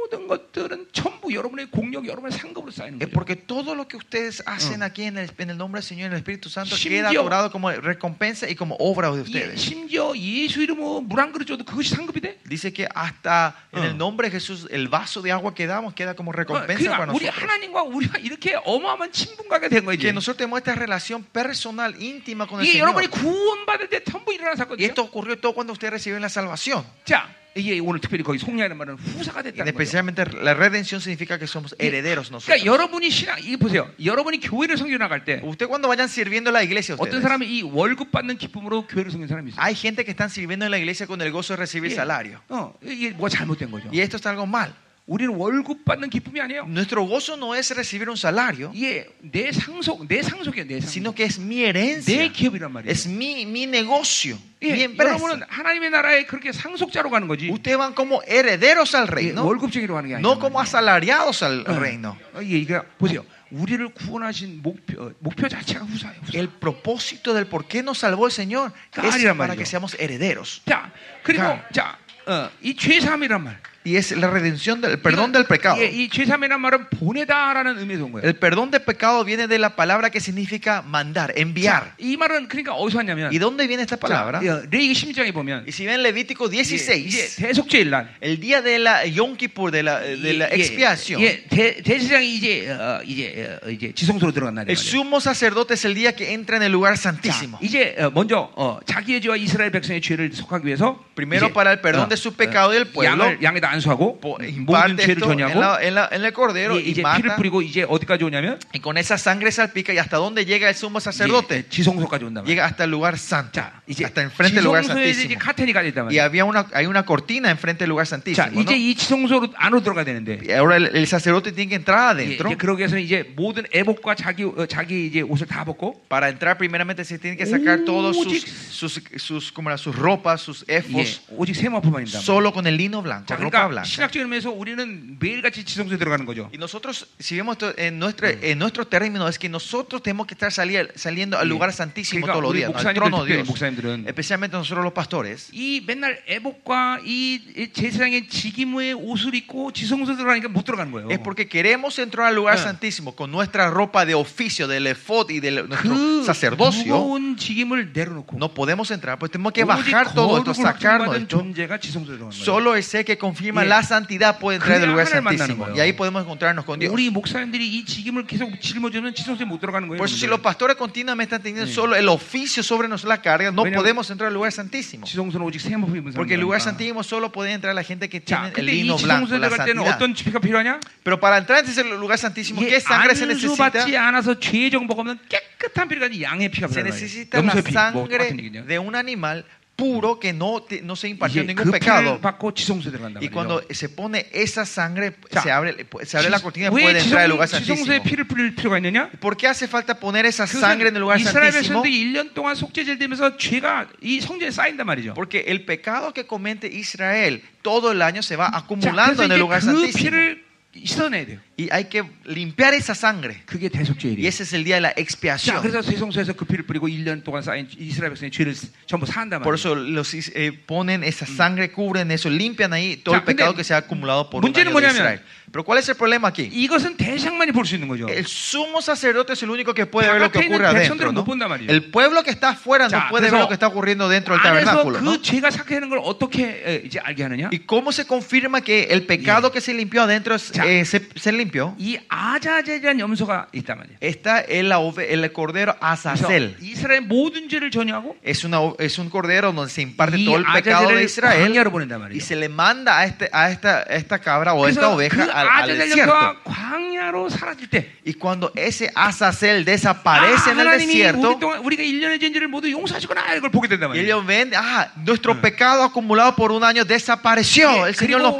모든 것들은 전부 여러분의 공력, 여러분의 상급으로 쌓이는 Es 거예요. porque todo lo que ustedes hacen aquí en el, en el nombre del Señor, en el Espíritu Santo, queda Simio. adorado como recompensa y como obra de 예, ustedes. 심지어 예수 이름으로 물 한 그릇 줘도 그것이 상급이 돼? Dice que hasta en Ah. el nombre de Jesús, el vaso de agua que damos queda como 어, recompensa para 그러니까 우리 nosotros. 하나님과 우리가 이렇게 어마어마한 친분관계 된 거예요. Que 이제. nosotros tenemos esta relación personal, íntima con el 이게 여러분이 Señor. 구원받을 때 전부 일어난 Y 사건이에요. esto ocurrió todo cuando ustedes reciben la salvación. 자, 이게 오늘 특별히 거기 속리하는 말은 후사가 Y 됐다는 거예요. especialmente la redención significa que somos herederos 그러니까 nosotros. 여러분이 신앙, 이게 보세요. 여러분이 교회를 섬겨 나갈 때 Usted cuando vayan sirviendo a la iglesia, 어떤 ustedes, 사람이 이 월급 받는 기쁨으로 교회를 섬기는 사람이 있어요. hay gente que están sirviendo en la iglesia con el gozo de recibir 예. salario. 어, 이게 뭐가 잘못된 거죠. Y esto está algo mal. 우리는 월급 받는 기쁨이 아니에요. Nuestro gozo no es recibir un salario, 예, 내 상속, 내 상속이에요, 내 sino 상속. que es mi 내 herencia, 기업이란 말이에요. es mi, mi negocio, mi 예, 여러분은 empresa. 하나님의 나라에 그렇게 상속자로 가는 거지. Ustedes van como herederos al 예, reino, 월급쟁이로 가는 게 아니에요. no como asalariados al 어. reino. 어, 예, 그러니까 보세요. 우리를 구원하신 목표 어, 목표 자체가 후사예요. 후사. El propósito del por qué nos salvó el Señor es Claro, para Mario. que seamos herederos. 자, 그리고 그러니까. 자, 어, 이 죄삼이란 말. Y es la redención del el perdón del pecado. 예, 이 죄삼이란 말은 보내다라는 의미에서 온 거예요. El perdón del pecado viene de la palabra que significa mandar, enviar. 이 말은 그러니까 어디서 왔냐면 ¿Y dónde viene esta palabra? 자, 예, 레이기 16장에 보면 Y si ven Levítico 이제 16, 대속죄일 날 el día de la Yom Kippur, de la, de la expiación, 예, 예, 대, 대제사장이 이제 어, 이제 어, 이제 지성소로 들어간 날이에요. el sumo sacerdote es el día que entra en el lugar santísimo. 이제 어, 먼저 어, 자기의 죄와 이스라엘 백성의 죄를 속하기 위해서 Primero 이제, 어, para el perdón de su pecado del pueblo. 양을 양에다 안수하고 Po- 모든 Imparte 죄를 esto en, 전이하고 la- en la- en el cordero 예, y 이제 피를 mata. 뿌리고 이제 어디까지 오냐면 Y con esa sangre salpica y hasta dónde llega el sumo 예, sacerdote. 지성소까지 온다 말이야. Llega hasta el lugar santo, 자, 이제 hasta enfrente del lugar 지성소에 이제 santísimo. 카테니 가있단 Y 말이야. había una, hay una cortina enfrente del lugar santísimo. 자, ¿no? 이제 이 지성소로 안으로 들어가야 되는데 Y ahora el, el sacerdote tiene que entrar 예, adentro. 이제 그러기 위해서는 이제 모든 애복과 자기 어, 자기 이제 옷을 다 벗고 Para entrar primeramente se tienen que sacar todos sus, Oye. sus, sus, como era, sus ropas, sus 예, efos, 오직 세마포만 입는다. solo con el lino blanco, 자, ropa 그러니까 blanca. 신학적인 의미에서 우리는 매일같이 지성소에 들어가는 거죠. Y nosotros, si vemos esto en nuestro, en nuestro término, es que nosotros tenemos que estar salir- saliendo al Sí. lugar santísimo Kika, todos los 우리 días, ¿no? al 목사님들, trono de 특별히 Dios. 목사님들은 Especialmente nosotros los pastores. 이 맨날 애복과 이- 이 제사장의 지기무의 옷을 입고 지성소 들어가니까 못 들어가는 거예요. Es porque queremos entrar al lugar Ah. santísimo con nuestra ropa de oficio, del efod y del nuestro 그 sacerdocio. 무거운 지김을 내려놓고 No podemos entrar, pues tenemos que 오직 bajar todo esto, 거룩을 sacarnos 확증받은 esto. 존재가 지성소에 들어가는 거예요. Solo el ser que confirma Yeah. la santidad pues, puede entrar al Crear lugar al hermano, santísimo. hermano. Y ahí podemos encontrarnos con Dios. 우리 목사님들이 이 지김을 계속 짊어지면 지성소에 못 들어가는 거예요. Por eso si 여러분들. los pastores continuamente están teniendo Sí. solo el oficio sobre nosotros la carga, no Bueno, podemos entrar al lugar santísimo. 지성소는 오직 세마포 입은 사람. Porque el lugar santísimo solo puede entrar la gente que tiene 자, el 근데 이 lino blanco, 지성소에 la 들어갈 때는 santidad. 어떤 지피가 필요하냐? Pero para entrar en ese lugar santísimo, 이게 ¿qué sangre se necesita? 안수받지 않아서 죄의 정복 없는 깨끗한 피가 아니라 양의 피가 Se 필요하다. necesita la 염소의 피, 뭐 sangre 똑같은 얘기냐? de un animal puro que no, te- no se impartió 이제 ningún 그 피를 pecado. 받고 지성소에 들어간다 Y 말이죠. cuando se pone esa sangre, 자, se abre, se abre la cortina y 왜 puede entrar al lugar 지성, 지성소에 santísimo. 피를 뿌릴 필요가 있느냐? ¿Por qué hace falta poner esa sangre en el 그것은 lugar 이스라엘 santísimo? 백성들이 1년 동안 속죄제를 되면서 죄가 이 성전에 쌓인단 말이죠. Porque el pecado que comete Israel todo el año se va 자, acumulando 그래서 en el 이제 lugar 그 santísimo. 피를 씻어내야 돼요. Y hay que limpiar esa sangre. 그게 Y 대속죄일이에요. ese es el día de la 자, expiación. 그래서 세성소에서 그 피를 뿌리고 1년 동안 쌓인 이스라엘 백성의 죄를 전부 사한단 말이에요. Por eso los is- eh, ponen esa sangre, cubren eso, limpian ahí todo Ya, el pecado 근데 que se ha acumulado por un 문제는 año de 뭐냐면- Israel. Pero ¿cuál es el problema aquí? 이것은 대상만이 볼 수 있는 거죠. El sumo sacerdote es el único que puede ver lo que 바깥에 ocurre 있는 adentro. 백성들은 ¿no? 못 본단 말이에요. El pueblo que está afuera Ya, no puede ver 그래서 lo que está ocurriendo dentro del 안에서 tabernáculo. 그 ¿no? 죄가 삭해하는 걸 어떻게 에, 이제 알게 하느냐? ¿Y cómo se confirma que el pecado que se limpió adentro es- Ya. eh, se, se limpió? 이 아자제에 대한 염소가 있단 말이에요. Está el, ove- el cordero 그래서 Azazel. 이스라엘 모든 죄를 전유하고 Es, una, o- es un cordero donde se imparte 이 todo el pecado de 아자제를 Israel 광야로 보낸단 y 말이에요. se le manda a, este, a, esta, a esta cabra o a esta 그래서 그 oveja al, al 아자젤 desierto. 염소가 광야로 사라질 때 Y cuando ese Azazel 아, desaparece en el 하나님이 우리 desierto, 동안 우리가 1년의 죄인지를 모두 용서하시구나 이걸 보게 된단 y 말이에요. ellos ven, ah, nuestro pecado acumulado por un año desapareció, 예, el Señor nos 그리고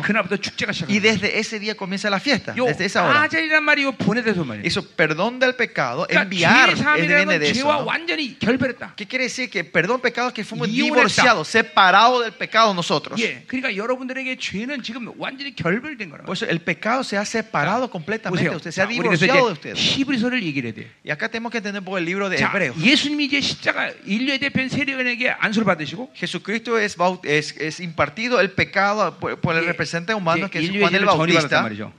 이제 네 그날부터 축제가 Y 시작합니다. desde ese día comienza la fiesta, 요 desde esa hora. 아젤이란 말이 요 보내대서 네 말이에요. Eso, perdón del pecado, 그러니까 enviar, 죄의 es- 삶이라는 viene de 건 eso. 죄와 ¿no? 완전히 결별했다. ¿Qué quiere decir? Que perdón pecado que fuimos Iunes다. divorciados, separados del pecado nosotros. 예, 그러니까 여러분들에게 죄는 지금 완전히 결별된 거라고. Por eso el pecado se ha separado completamente. 보세요. Usted se ha 자, 우리 그래서 divorciado 이제 de usted. 히브리서를 얘기를 해야 돼요. Y acá tenemos que entender por el libro de 자, Hebreos. 예수님이 이제 십자가 인류의 대표인 세례원에게 안수를 받으시고 Jesucristo es, baut- es, es impartido el pecado por, por el 예, representante humano 이제 que es 인류의 Juan el 죄를 전이받았단 Bautista. 말이죠.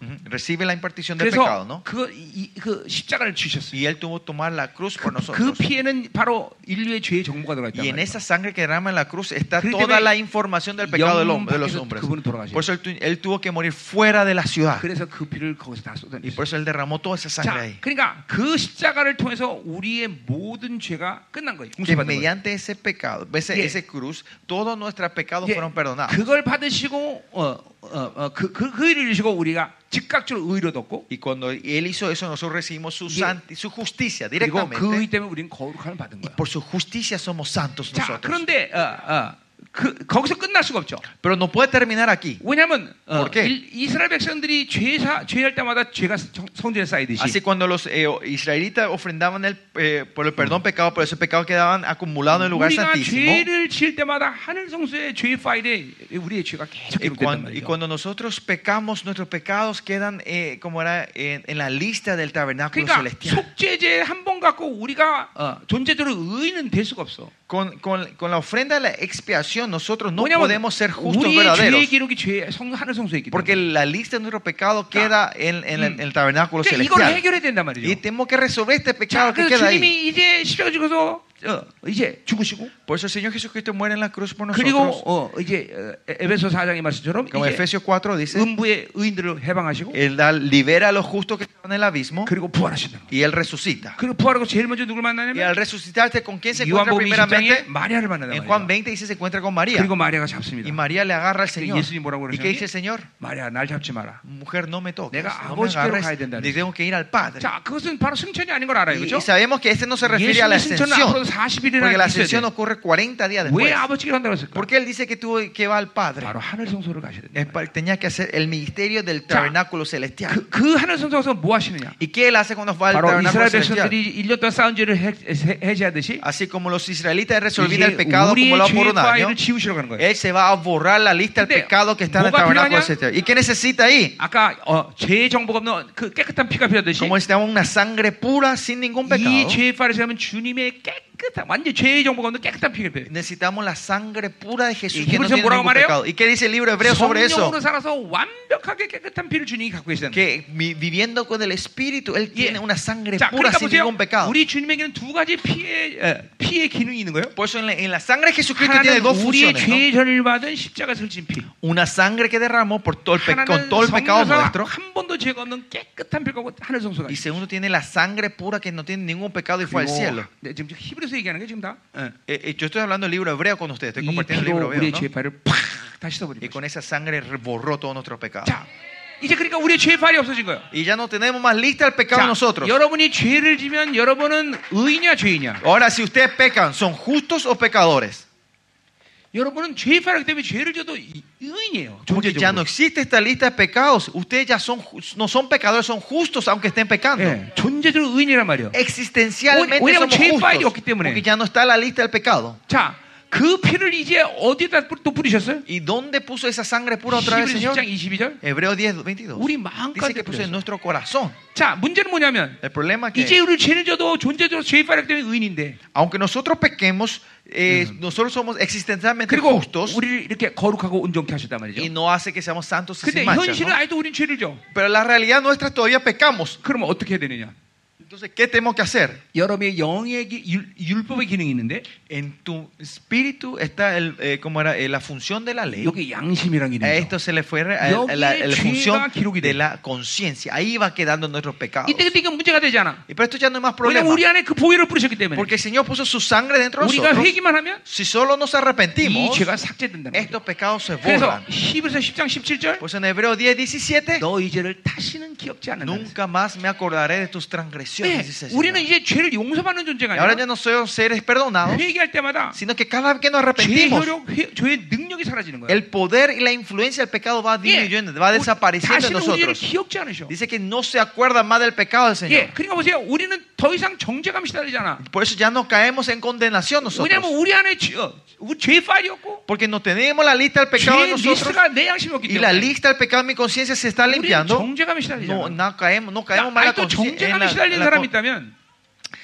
Ujú, Recibe la impartición del pecado, 그래서 ¿no? 그, 이- 그 십자가를 주셨어요. Y él tuvo que tomar la cruz por 그 nosotros. 피에는 바로 인류의 죄의 정보가 들어가 있단 Y en 말이에요. esa sangre que derrama en la cruz está 그렇기 toda 때문에 la información del pecado del hombre, de los 영밖에서 hombres. 그분은 돌아가신 Por eso él, tu- él tuvo que morir fuera de la ciudad. 그래서 그 피를 거기서 다 Y 쏟아냈어요. por eso él derramó toda esa sangre 자, ahí. 그러니까 그 십자가를 통해서 우리의 모든 죄가 끝난 거예요. Que 용서받은 거예요. mediante ese pecado, ese, Yeah. ese cruz, todos nuestros pecados 예, fueron perdonados. 그걸 받으시고 어, 어, 어, 그, 그, 그 일을 주시고 우리가 즉각적으로 의로 얻고 Y cuando él hizo eso, nosotros recibimos su, Yeah. santi- su justicia 그리고 그 의 directamente. 때문에 우리는 거룩함을 받은 Y 거예요. por su justicia somos santos 자, nosotros. 그런데 어, 어, 그, 거기서 끝날 수가 없죠. Pero no puede terminar aquí. 왜냐하면 어, Por qué? 일- 이스라엘 백성들이 죄사, 죄할 때마다 죄가 성- 성전에 쌓이듯이 Así cuando los eh, israelitas ofrendaban el, eh, por el perdón pecado, por ese pecado quedaban acumulados en el lugar 우리가 santísimo. 죄를 지을 때마다 하늘 성소의 죄 파일에 우리의 죄가 계속 Y 기록된단 cuando, y 말이죠. cuando nosotros pecamos, nuestros pecados quedan eh, como era en, en la lista del tabernáculo 그러니까 celestial. 속죄제 한 번 갖고 우리가 어, 존재적으로 의인은 될 수가 없어. Con, con- con la ofrenda de la expiación, nosotros no 왜냐면 podemos ser justos 우리의 죄의 verdaderos. 기록이 죄, 성, 하늘 성소에 있기 Porque 때문에. la lista de nuestro pecado queda en, en el, en el tabernáculo 그러니까 이걸 celestial. 해결해야 된단 말이죠. Y tenemos que resolver este 자, pecado que 그래서 queda ahí. 주님이 이제 십자가 죽어서 어, 이제 죽으시고 Por eso el Señor Jesucristo muere en la cruz por 그리고 nosotros. 어, 이제 어, 에베소 4장의 말씀처럼 Como 이제 Efesios 4 dice, 음부의 의인들을 해방하시고 Él da- libera a los justos que están en el abismo 그리고 부활하신다. y Él resucita. 그리고 부활하고 제일 먼저 누굴 Y al 만나냐면 resucitarte, ¿con quién se encuentra 요한복음 20장에 primeramente? 마리아를 만나다 En Juan 말이에요. 20 dice se encuentra con María. 그리고 예, 마리아가 Y 잡습니다. María le agarra al Señor. 예수님 뭐라고 ¿Y qué 그러셨니? dice el Señor? "Ah, 마리아 날 잡지 마라. Mujer, no me toques. 내가 No me 아버지께로 가야 agarres. 된다 Ni tengo que ir al Padre. 자, 그것은 바로 승천이 아닌 걸 알아요. Y, 그죠? y sabemos que este no se refiere a la 예수님의 승천은 앞으로 ascensión. 40일이나 Porque 있어야 la ascensión 돼요. ocurre 40 días 왜 después. 아버지께 한다고 뭐 했을까? Porque Él dice que tuvo que va al Padre. 바로 하늘 성소를 가셔야 Es 된다. pa- Tenía que hacer el ministerio del 자, tabernáculo celestial. 그, 그 하늘 성소에서 뭐 하시느냐? ¿Y qué Él hace cuando va al 바로 tabernáculo 이스라엘 celestial? 백성들이 1년 동안 쌓은 죄를 해- 해- 해제하듯이 Así como los israelitas resolvían 이제 el pecado 아, 우리의 acumulado por 죄의 un año, 파일을 지우시러 가는 거예요. Él se va a borrar la lista del 근데 pecado que está en el 뭐가 tabernáculo 필요하냐? celestial. ¿Y qué necesita ahí? 아까 어, 죄의 정보가 없는 그 깨끗한 피가 필요하듯이 Como necesitamos una sangre pura sin ningún pecado. 이 죄의 파일을 지나면 주님의 깨끗한 완전 죄의 정보가 없는 깨끗한 피가 필요해요. Necesitamos la sangre pura de Jesús ¿Y que no Hebreos tiene 뭐라고 ningún 말해요? pecado. ¿Y qué dice el libro hebreo sobre eso? 성령으로 살아서 완벽하게 깨끗한 피를 주님이 갖고 계시다는 거예요. Que vi- viviendo con el Espíritu, Él tiene una sangre 자, pura 그러니까 sin 보세요. ningún pecado. 우리 주님에게는 두 가지 피의 에, 피의 기능이 있는 거예요. Por eso en la, en la sangre de Jesucristo tiene 하나는 dos 우리의 funciones. Ah, ¿no? 죄의 전을 받은 십자가 설친 피. Una sangre que derramó por todo el pe- con 하나는 todo el pecado 성령사 nuestro. 한 번도 죄가 없는 깨끗한 피가 하늘 성소가 Y 있어요. segundo, tiene la sangre pura que no tiene ningún pecado y fue al cielo. 네, 지금 히브리서 얘기하는 게 지금 다. 예. Eh, eh, yo estoy hablando del libro hebreo con ustedes, estoy 이 compartiendo el 피로 libro 우리의 hebreo. ¿no? 죄의 발을 팍 다시 써버린 Y 거죠. con esa sangre borró todos nuestros pecados. 자, 이제 그러니까 우리의 죄의 발이 없어진 거예요. Y ya no tenemos más lista el 자, pecado de nosotros. 여러분이 죄를 지면 여러분은 의냐 죄이냐? Ahora, si ustedes pecan, ¿son justos o pecadores? 여러분은 죄의 파라기 때문에 죄를 져도 이- 의인이에요. Porque ya no 존재적으로. existe esta lista de pecados. Ustedes ya son, ju- no son pecadores, son justos aunque estén pecando. 예, 존재적으로 의인이란 말이에요. Existencialmente Oye, oye, somos oye, oye, justos. oye, oye, oye. Porque ya no está la lista del pecado. 자, 그 피를 이제 어디에다 또 뿌리셨어요? ¿Y dónde puso esa sangre pura otra vez, 히브리서 Señor? 10장 22절. Hebreo 10, 22. 우리 Dice 마음까지 que 뿌렸어요. puso 네. en nuestro corazón. 자, 문제는 뭐냐면 El problema es 이제 que, 우리 죄를 져도 존재적으로 죄의 파라기 때문에 의인인데 aunque nosotros pequemos, eh, nosotros somos existencialmente 그리고 justos 우리를 이렇게 거룩하고 온전케 하셨단 말이죠. y no hace que seamos santos 근데 y sin mancha. 현실은 ¿no? 아직도 우린 죄를 져. Pero la realidad nuestra todavía pecamos. 그러면 어떻게 해야 되느냐? Entonces, ¿qué tenemos que hacer? 여러분의 영의 기- 율- 율법의 기능이 있는데 En tu espíritu está el, eh, ¿cómo era? Eh, la función de la ley. 여기 양심이란 A 기능이 있어. esto se le fue a- a- a la, a la función de la conciencia. Ahí va quedando nuestros pecados. 이때 그때 이게 문제가 되잖아. Y pero esto ya no es más 왜냐면 problema. 우리 안에 그 보혈을 뿌리셨기 때문에 Porque el Señor puso su sangre dentro de 우리가 nosotros. 회개만 하면 Si solo nos 이 arrepentimos, 죄가 삭제된다는 거죠. estos pecados se 그래서 borran. 히브리서 10장 17절 Pues en Hebreo 10, 17, 너 이 죄를 다시는 기억지 않는다. nunca más me acordaré de tus 네, transgresiones. dice el 우리는 Señor. 이제 죄를 용서받는 존재가 Y ahora ya 아니라 no somos seres perdonados, 회개할 때마다 sino que cada vez que nos 죄의 arrepentimos, 효력, 회- 죄의 능력이 사라지는 거예요. el poder y la influencia del pecado va 예, disminuyendo, va 우리- desapareciendo en 다시는 우리 죄를 nosotros. 기억지 않으셔. Dice que no se acuerda más del pecado del 예, Señor. 그러니까 보세요. 우리는 더 이상 정죄감 시달리잖아. Por eso ya no caemos en condenación 왜냐하면 nosotros. 우리 안에 죄, 어, 우리 죄의 파일이 없고 Porque no tenemos la lista del pecado 죄의 de nosotros 리스트가 내 양심이 없기 y la 때문에 lista del pecado de mi conciencia se está 우리는 limpiando. 정죄감에 No, 시달리잖아. no caemos, no caemos más en la 아직도 conciencia. en 정죄감에 la- en 시달리는 la 사람이 con- 있다면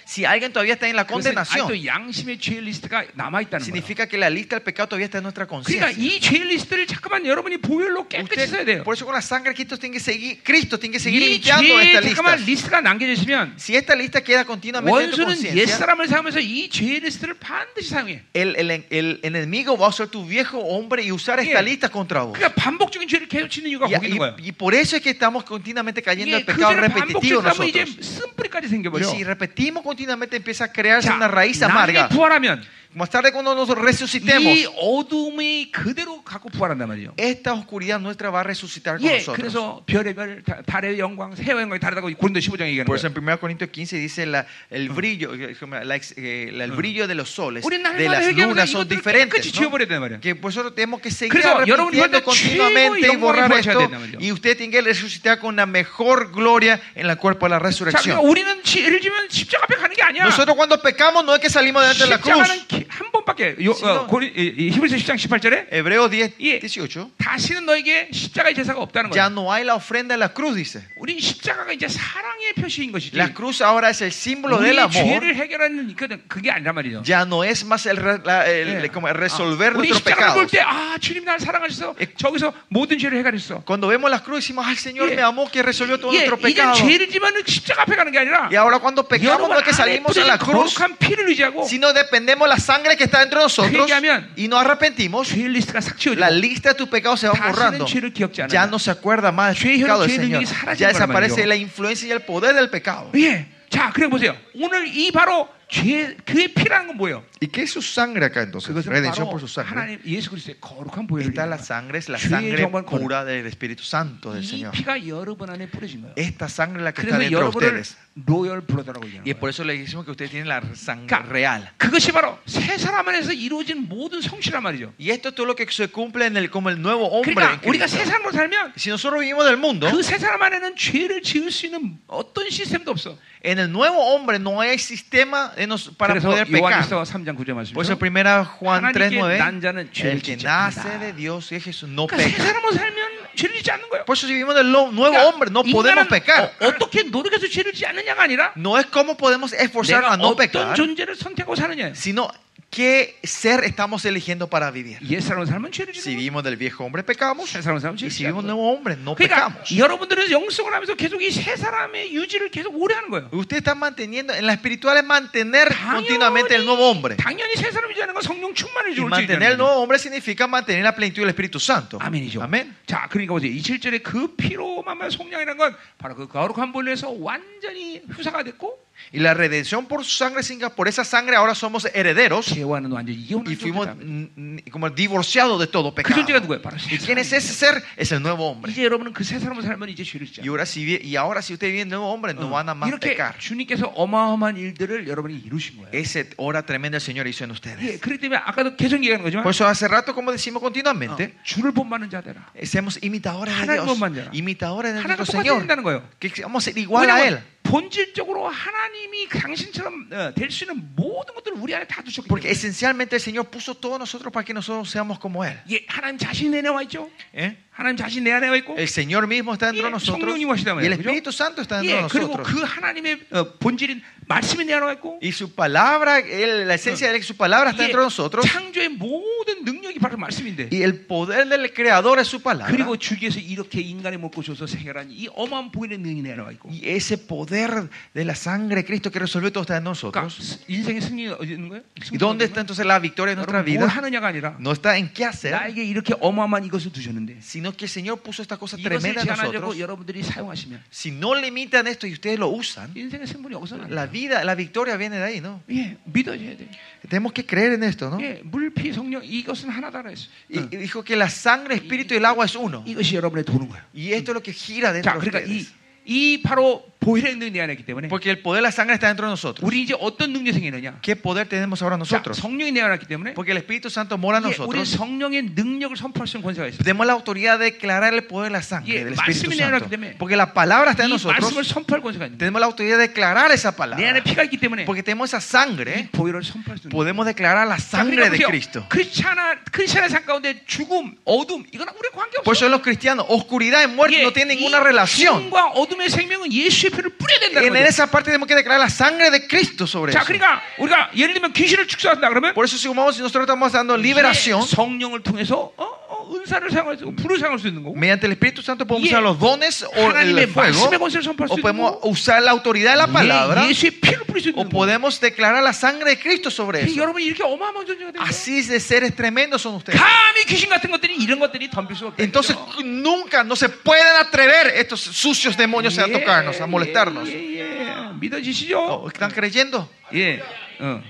Si alguien todavía está en la 그것은 condenación, 아직도 양심의 죄의 리스트가 남아 있다는 거예요. significa que la lista del pecado todavía está en nuestra 그러니까 conciencia. 이 죄의 리스트를 잠깐만 여러분이 보혈로 깨끗이 써야 Usted- 돼요. por eso con la sangre de Cristo tiene que seguir, Cristo tiene que seguir 이 limpiando 죄의 esta 잠깐만 lista. 리스트가 남겨져 있으면 Si esta lista queda continuamente en tu 원수는 옛 conciencia, 사람을 사용해서 이 죄의 리스트를 반드시 사용해. el, el- el enemigo va a ser tu viejo hombre y usar esta Yeah. lista contra vos. 그러니까 반복적인 죄를 계속 짓는 이유가 Y, 거기 있는 거야. y- y por eso es que estamos continuamente cayendo 이게 al 그 pecado 죄를 repetitivo 반복적으로 하면 이제 nosotros. 쓴뿌리까지 Y 생겨버려. si repetimos continuamente empieza a crearse 자, una raíz amarga. 나중에 부활하면 Más tarde cuando nos resucitemos, 이 어둠이 그대로 갖고 부활한단 말이에요. esta oscuridad nuestra va a resucitar con 예, nosotros. 그래서 별의 별, 다- 달의 영광, 해의 영광이 다르다고 고린도 15장 얘기하는 Por eso 거예요. en 1 Corintios 15 dice la- el brillo, eh, la ex- eh, la- el brillo de los soles, 우리는 de 날마다 las 회개하면서 lunas son 이것들을 diferentes. 깨끗이 ¿no? 지워버려야 된단 말이에요. Que por eso tenemos que seguir 그래서 여러분, arrepintiendo 이번에 continuamente y 최고의 borrar 영광을 esto. 보여줘야 된단 말이죠. Y usted tiene que resucitar con la mejor gloria en la cuerpo de la 자, 그러니까 resurrección. 우리는 예를 들면 십자가 앞에 가는 게 아니야. Nosotros cuando pecamos no es que salimos delante de la cruz. 십자가는 기- 한 번밖에 요- 어, 지금- 고린- 이- 이 히브리서 10장 18절에 Hebreo 10, 예. 18. 다시는 너에게 십자가의 제사가 없다는 Ya 거야. no hay la ofrenda de la cruz, dice. 우린 십자가가 이제 사랑의 표시인 것이지. La cruz ahora es el símbolo del 우리의 amor. 죄를 해결하는 그런- 그게 아니란 말이죠. Ya no es más el, re- la- el- 예. como el resolver 아, 우리 nuestros 십자가를 pecados. 예. 볼때 아, 주님 나를 사랑하셔서 저기서 모든 죄를 해결했어. Cuando vemos la cruz decimos, ay Señor, 예. me amó que resolvió todo 예, nuestro 이젠 pecado. 죄를 지면 십자가 앞에 가는 게 아니라 Y ahora cuando pecamos no es que salimos a la cruz, 거룩한 피를 의지하고 sino dependemos la sangre que está dentro de nosotros 회개하면 y nos arrepentimos, 죄의 리스트가 삭제되고 la lista de tus pecados se va borrando. 다시는 죄를 기억지 Ya 않아. no se acuerda más 죄의 del pecado del 혈- 죄의 Señor. 능력이 사라진 Ya 거란 desaparece 말이죠. la influencia y el poder del pecado. 예. 자, 그래 보세요. 오늘 이 바로 죄 그의 피라는 건 뭐예요? ¿Y qué es su sangre acá entonces? 그것은 Redención 바로 por su sangre. 하나님 예수 그리스도의 거룩한 보혈을 Esta es la 얘기하는 sangre, es la Sí, sangre 정말 거룩. pura del Espíritu Santo 거예요. del 이 Señor. 피가 여러분 안에 뿌려진 거예요. Esta sangre es la que está 그래서 dentro de 여러분을 ustedes. 로열 블러드라고 얘기하는 Y es 거예요. por eso le decimos que ustedes tienen la sangre 그러니까 real. 그것이 바로 새 사람 안에서 이루어진 모든 성취란 말이죠. Y esto es todo lo que se cumple en el, como el nuevo hombre. en 그러니까 우리가 Cristo. 새 사람으로 살면 Si nosotros vivimos del mundo, 그 새 사람 안에는 죄를 지을 수 있는 어떤 시스템도 없어. en el nuevo hombre no hay sistema de nos- para 그래서 poder pecar. 요한일서 3장 9절 말씀. Por eso primera Juan 하나님께 3.9 난 자는 죄를 El que 짓지 nace de 않는다. Dios es Jesús, no 그러니까 뭐, 새 peca. 사람으로 살면 죄를 짓지 않는 거예요. Por eso si vivimos del lo- nuevo 그러니까 hombre no podemos 인간은 pecar. 어, 어떻게 노력해서 죄를 짓지 않느냐가 아니라 No es cómo podemos esforzarnos 내가 a no 어떤 pecar, 존재를 선택하고 사느냐. sino qué ser estamos eligiendo para vivir. 옛 사람으로 살면 죄를 Si 짓는 거예요. vivimos del viejo hombre, pecamos. 새 사람으로 살면 Y 죄를 짓는 si vivimos del 거예요. nuevo hombre, no 그러니까 pecamos. 여러분들은 영성을 하면서 계속 이 세 사람의 유지를 계속 오래 하는 거예요. Usted está manteniendo, en la espiritual es mantener continuamente el nuevo hombre. 당연히 세 사람 유지하는 건 성령 충만을 Y 줄 mantener el nuevo hombre significa mantener la plenitud del Espíritu Santo. 아멘이죠. Amén. 자, 그러니까 보세요. 이 7절에 그 피로만만 속량이라는 건 바로 그 거룩한 본래에서 완전히 휴사가 됐고 Y la redención por su sangre, sin- por esa sangre ahora somos herederos 죄와는 완전히 y 이혼한 fuimos 존재다. mm, mm, como divorciados de todo 그 pecado. 존재가 누구예요? 바로 새 ¿Y quién es 사람. ese ser? Es el nuevo hombre. 이제 여러분은 그 새 사람으로 살면 이제 죄를 짓지 Y 않아요. 어. ahora si, vi- y ahora si usted viene el nuevo hombre, no van a más 이렇게 pecar. 주님께서 어마어마한 일들을 여러분이 이루신 거예요. Esa hora tremenda el Señor hizo en 예, ustedes. 그렇기 때문에 아까도 계속 얘기하는 거지만 Por eso hace rato, como decimos 어, continuamente, 주를 본받는 자들아. eh, seamos imitadores de 하나님만 Dios, 만져라. imitadores de 하나님 nuestro 똑같이 Señor. 된다는 거예요. Que vamos a ser igual a Él. 왜냐면 본질적으로 하나님이 당신처럼 어, 될 수 있는 모든 것들을 우리 안에 다 두셨기 Porque 때문에 esencialmente el Señor puso todos nosotros para que nosotros seamos como Él. 예, 하나님 자신 내 안에 와 있죠. ¿eh? 하나님 자신 내 안에 와 있고 El Señor mismo está dentro de Y nosotros. 성령님 하시다 Y el 말이에요, 그죠? Espíritu Santo está dentro de 예, 그리고 nosotros. 그 하나님의 어, 본질인 말씀이 내 안에 와 있고 Y su palabra, él- la esencia de él, su palabra está 예, dentro de nosotros. 창조의 모든 능력이 바로 말씀인데 Y el poder del Creador es su palabra. 그리고 주께서 이렇게 인간의 먹고 줘서 해결한 이 어마한 부인의 능이 내려와 있고 Y ese poder de la sangre de Cristo que resolvió todo está 그러니까 en nosotros. 인생의 승리는 어디 있는 거예요? ¿Y dónde está entonces la victoria de nuestra 여러분, 뭘 vida? 하느냐가 아니라 No está en qué 네. hacer, 나에게 이렇게 어마어마한 이것을 두셨는데 sino que el Señor puso esta cosa 이것을 tremenda en 제한하려고 nosotros. 여러분들이 사용하시면 Si no limitan esto y ustedes lo usan, 인생의 승부는 여기서 나요. la vida, la victoria viene de ahí, ¿no? 예, 믿어줘야 돼. Tenemos que creer en esto, ¿no? 예, 물, 피, 성령 이것은 하나다라 했어. Y y dijo que la sangre, espíritu y el agua es uno. 이것이 여러분의 도는 거예요. Y esto es lo que gira 자, dentro de 그러니까 이, ustedes. 이 바로 보혈의 능력이 안에 있기 때문에 Porque el poder de la sangre está dentro de nosotros. 우리 이제 어떤 능력이 생기느냐? ¿Qué poder tenemos ahora 자, nosotros? 성령이 내어놨기 때문에 Porque el Espíritu Santo mora en 예, 우리 nosotros. 성령의 능력을 선포할 수 있는 권세가 있어요. Tenemos la autoridad de declarar el poder de la sangre Yeah, del Espíritu 말씀이 Santo. 내려놨기 때문에 Porque la palabra está en 이 말씀을 nosotros. 선포할 권세가 있는데 Tenemos la autoridad de declarar esa 내 안에 palabra. 피가 있기 때문에 Porque tenemos esa 이 sangre. 보혈을 선포할 수 있는 거예요. Podemos declarar la 자, sangre 그러니까 de 보세요. Cristiano. 크리스찬아, 크리스찬의 삶 가운데 죽음, 어둠 이건 우리 관계 Por 없어. eso los cristianos, oscuridad y muerte no tienen ninguna relación. 죽음과 어둠의 생명은 예수의 피를 뿌려야 된다는 En 거죠. esa parte tenemos que declarar la sangre de Cristo sobre 자, eso. 그러니까 우리가 예를 들면 귀신을 축소한다 그러면 Por eso si vamos- si nosotros estamos dando 이게 liberación, 성령을 통해서 어, 어, 은사를 사용할 수, 있고 불을 사용할 수 있는 거고 mediante el Espíritu Santo podemos Yeah. usar los dones o 하나님의 el fuego, 말씀의 권세를 선포할 수 o podemos 있는 거고 usar la autoridad de la palabra. 예, 예수의 피를 뿌릴 수 O 있는 거고 podemos declarar la sangre de Cristo sobre 그 eso. 여러분 이렇게 어마어마한 존재가 되는 거예요. Así de seres tremendos son 네. ustedes. 감히 귀신 같은 것들이 이런 것들이 덤빌 수 없다. Entonces nunca no se pueden atrever estos sucios demonios a tocarnos, a molestarnos. 예, 예, 예. 믿어지시죠? Oh, ¿Están creyendo? 예. 어.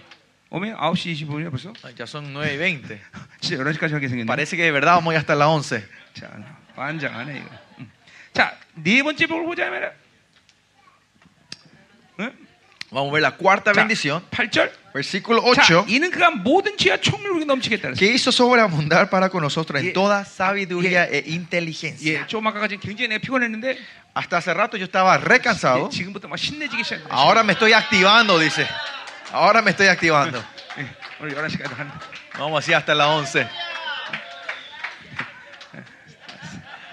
오면 9시 25분이야 벌써? Ay, Ya son 9.20. 진짜 11시까지 하게 생겼네. Parece que de verdad vamos a ir hasta las 11. 자, 반장하네 이거. 음. 자, 네 번째 복을 보자면 응? Vamos a ver la cuarta 자, bendición. 8절. Versículo 자, 8. 이는 그가 모든 지와 총명으로 넘치겠다. 그랬어요. Que hizo sobreabundar para con nosotros Yeah. en toda sabiduría e inteligencia. 예, 좀 아까까지 굉장히 내가 피곤했는데 예, Hasta hace rato yo estaba recansado. 지금부터 막 신내지기 시작해. Ahora me estoy activando, dice. Ahora me estoy activando. 예, 오늘 11시까지 하는 Vamos así hasta las 11.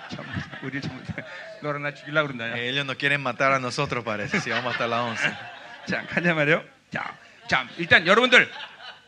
참 우리 참 너랑 나 죽일라 그런다. 야. Ellos nos quieren matar a nosotros, parece, si vamos hasta la 11. 자, 가자 말이요. 자, 자, 일단 여러분들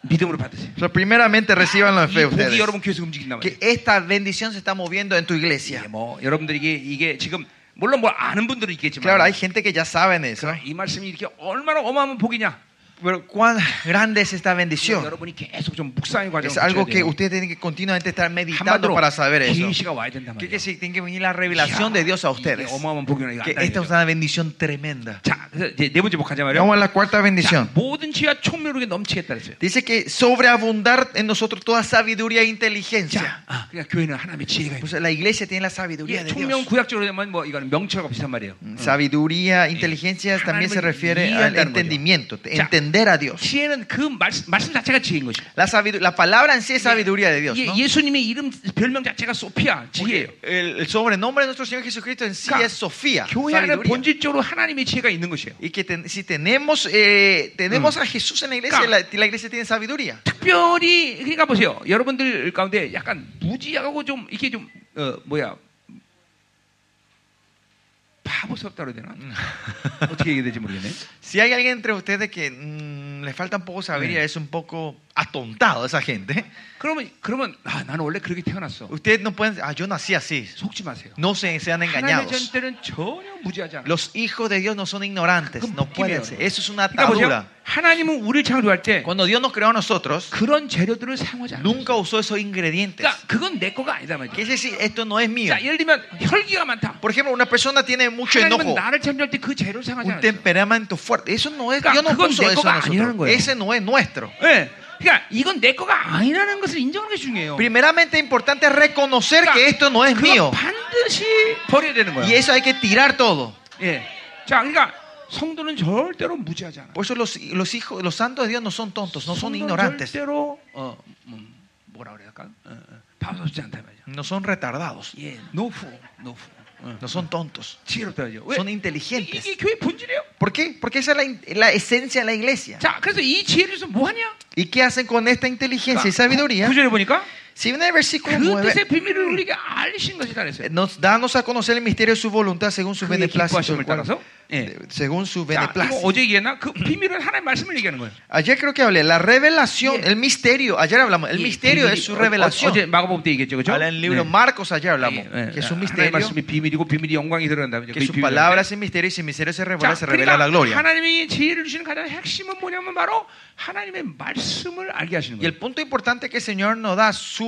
믿음으로 받으세요. O sea, primeramente reciban la 이 fe 복이 ustedes. 여러분 교회에서 움직인단 말이에요. Que esta bendición se está moviendo en tu 예, iglesia. 뭐 여러분들 이게 이게 지금 물론 뭐 아는 분들은 있겠지만 Claro, hay gente que ya saben eso. 이 말씀이 이렇게 얼마나 어마어마한 복이냐. Pero cuán grande es esta 이거 bendición. 여러분이 계속 좀 묵상의 Es 과정을 algo 거쳐야 que 돼요. ustedes tienen que continuamente estar meditando 한마디로 para saber eso. 계시가 와야 된단 Que, 말이에요. que sí, tiene que venir la revelación 이야, de Dios a 이게 ustedes. 어마어마한 복이나 이거 Que 안 esta es 다니죠. una bendición tremenda. 자, 그래서 이제 네 번째 복하자 말이요. Vamos a la cuarta bendición. 모든 지혜와 총명력에 넘치겠다 그랬어요. Dice que sobreabundar en nosotros toda sabiduría e 자, inteligencia. 아, 그러니까 교회는 하나님의 지혜가 있고. Pues la iglesia tiene la sabiduría 예, de 총명 Dios. 구약적으로 되면 뭐 이거는 명철과 비슷한 말이에요. Mm, Sabiduría, inteligencia también se 하나님을 refiere al 이해한다는 entendimiento, 거죠. 자, entender a Dios. 지혜는 그 말씀, 말씀 자체가 지혜인 것이고. La, sabidu- la palabra en sí es sabiduría de Dios. ¿no? 예, 예수님의 이름 별명 자체가 소피아 지혜예요. El, el sobrenombre de nuestro Señor Jesucristo en sí Claro. es Sofía. 교회 안에 sabiduría. 본질적으로 하나님의 지혜가 있는 것이에요. Y que ten- si tenemos, eh, tenemos a Jesús en la iglesia, la, Claro. la iglesia tiene sabiduría. 특별히 그러니까 보세요. 여러분들 가운데 약간 무지하고 좀 이게 좀 어, 뭐야 바보스럽다 그래야 되나? 어떻게 얘기해야 될지 모르겠네. Si hay alguien entre ustedes que mm, le falta un poco sabiduría, Sí. es un poco atontado esa gente. 그러면 그러면 아, 나는 원래 그렇게 태어났어. Ustedes no pueden, ah, yo nací así. 속지 마세요. No se sean 하나님의 engañados. 전때는 그러니까 전혀 무지하지 않아. Los hijos de Dios no son ignorantes, no pueden ser. Eso es una 그러니까 보세요. atadura. 하나님은 우리를 창조할 때 Cuando Dios nos creó a nosotros, 그런 재료들을 사용하지 않아. nunca usó esos ingredientes. 그러니까 그건 내 거가 아니다 말이야. ¿Qué es decir? Esto no es mío. 자, 예를 들면 혈기가 많다. Por ejemplo, una persona tiene mucho 하나님은 enojo, 나를 창조할 때 그 재료를 사용하지 un 않았어. temperamento fuerte. Eso no es, Claro, Dios no 그건 puso 내 eso en 거가 아니라는 nosotros. 거예요. Ese no es nuestro. 예. 그러니까 이건 내 거가 아니라는 것을 인정하는 게 중요해요. 그러니까 Primeramente, importante es reconocer que esto no es 그건 mío. 반드시 버려야 되는 Y 거예요. eso hay que tirar todo. 예. 자, 그러니까 성도는 절대로 무지하지 않아. Por eso los, los hijos, los santos de Dios no son tontos, no son 성도는 ignorantes, 절대로 어, 음, 뭐라 그래야 할까? 어, 어, 바보지 않다 말이야. no son retardados, 예, 노후, 노후. 어. no son tontos, 지혜롭다 이죠 왜? son 이게, inteligentes. 이게 교회 본질이에요. ¿Por qué? Porque esa es la, in- la esencia de la iglesia. 자, 그래서 이 지혜를 위해서 뭐 하냐? ¿Y qué hacen con esta inteligencia y sabiduría? 구절에 보니까 Si viene el versículo 그 9, 뜻의 비밀을 우리에게 알리신 것이다 그랬어요. nos danos a conocer el misterio de su voluntad según su 그의 beneplácito. el 기뻐하심을 cual- 따라서. 예. eh, Según su 자, 이거 beneplácito. 어제 얘기했나? 그 비밀은 하나님의 말씀을 얘기하는 거예요. Ayer creo que hablé, la revelación, Yeah. el misterio, ayer hablamos, el 이 misterio 비밀이 es su 어- revelación. 어제 마가복음 때 얘기했죠, 그렇죠? Habla en el libro Marcos, ayer hablamos, que es un 하나님의 misterio, 말씀이 비밀이고 비밀이 영광이 들어간다면 que su palabra es el misterio y si el misterio se revela, se revela la 그러니까 gloria. 하나님이 지혜를 주시는 가장 핵심은 뭐냐면 바로 하나님의 말씀을 알게 하시는 Y 거예요. el punto importante que el Señor nos da su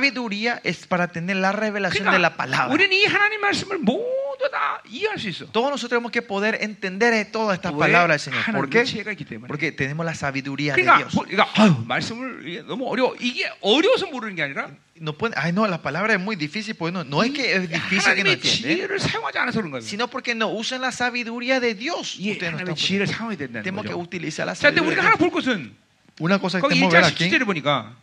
sabiduría es para tener la revelación de la 그러니까 palabra. 우리는 이 하나님의 말씀을 모두 다 이해할 수 있어. Todos nosotros tenemos que poder entender toda esta 왜? palabra del Señor. ¿Por 하나님의 qué? 지혜가 있기 때문에. Porque tenemos la sabiduría de 그러니까, Dios. 뭐, 그러니까 아유, 말씀을 이게 너무 어려워. 이게 어려워서 모르는 게 아니라 No pueden, ay, no, la palabra es muy difícil. Pues no, 뭐 no es que es difícil que no 하나님의 entiendan, 지혜를 네? 사용하지 않아서 그런 거예요. sino porque no usan la sabiduría de Dios. 예, Ustedes no 하나님의 están 지혜를 사용해야 된다는 Tenemos que 거죠. utilizar la 자, 근데 sabiduría. 우리가 de 하나 Dios. 볼 것은 Una cosa que 거기 tenemos que 1장 ver aquí. 17절을 보니까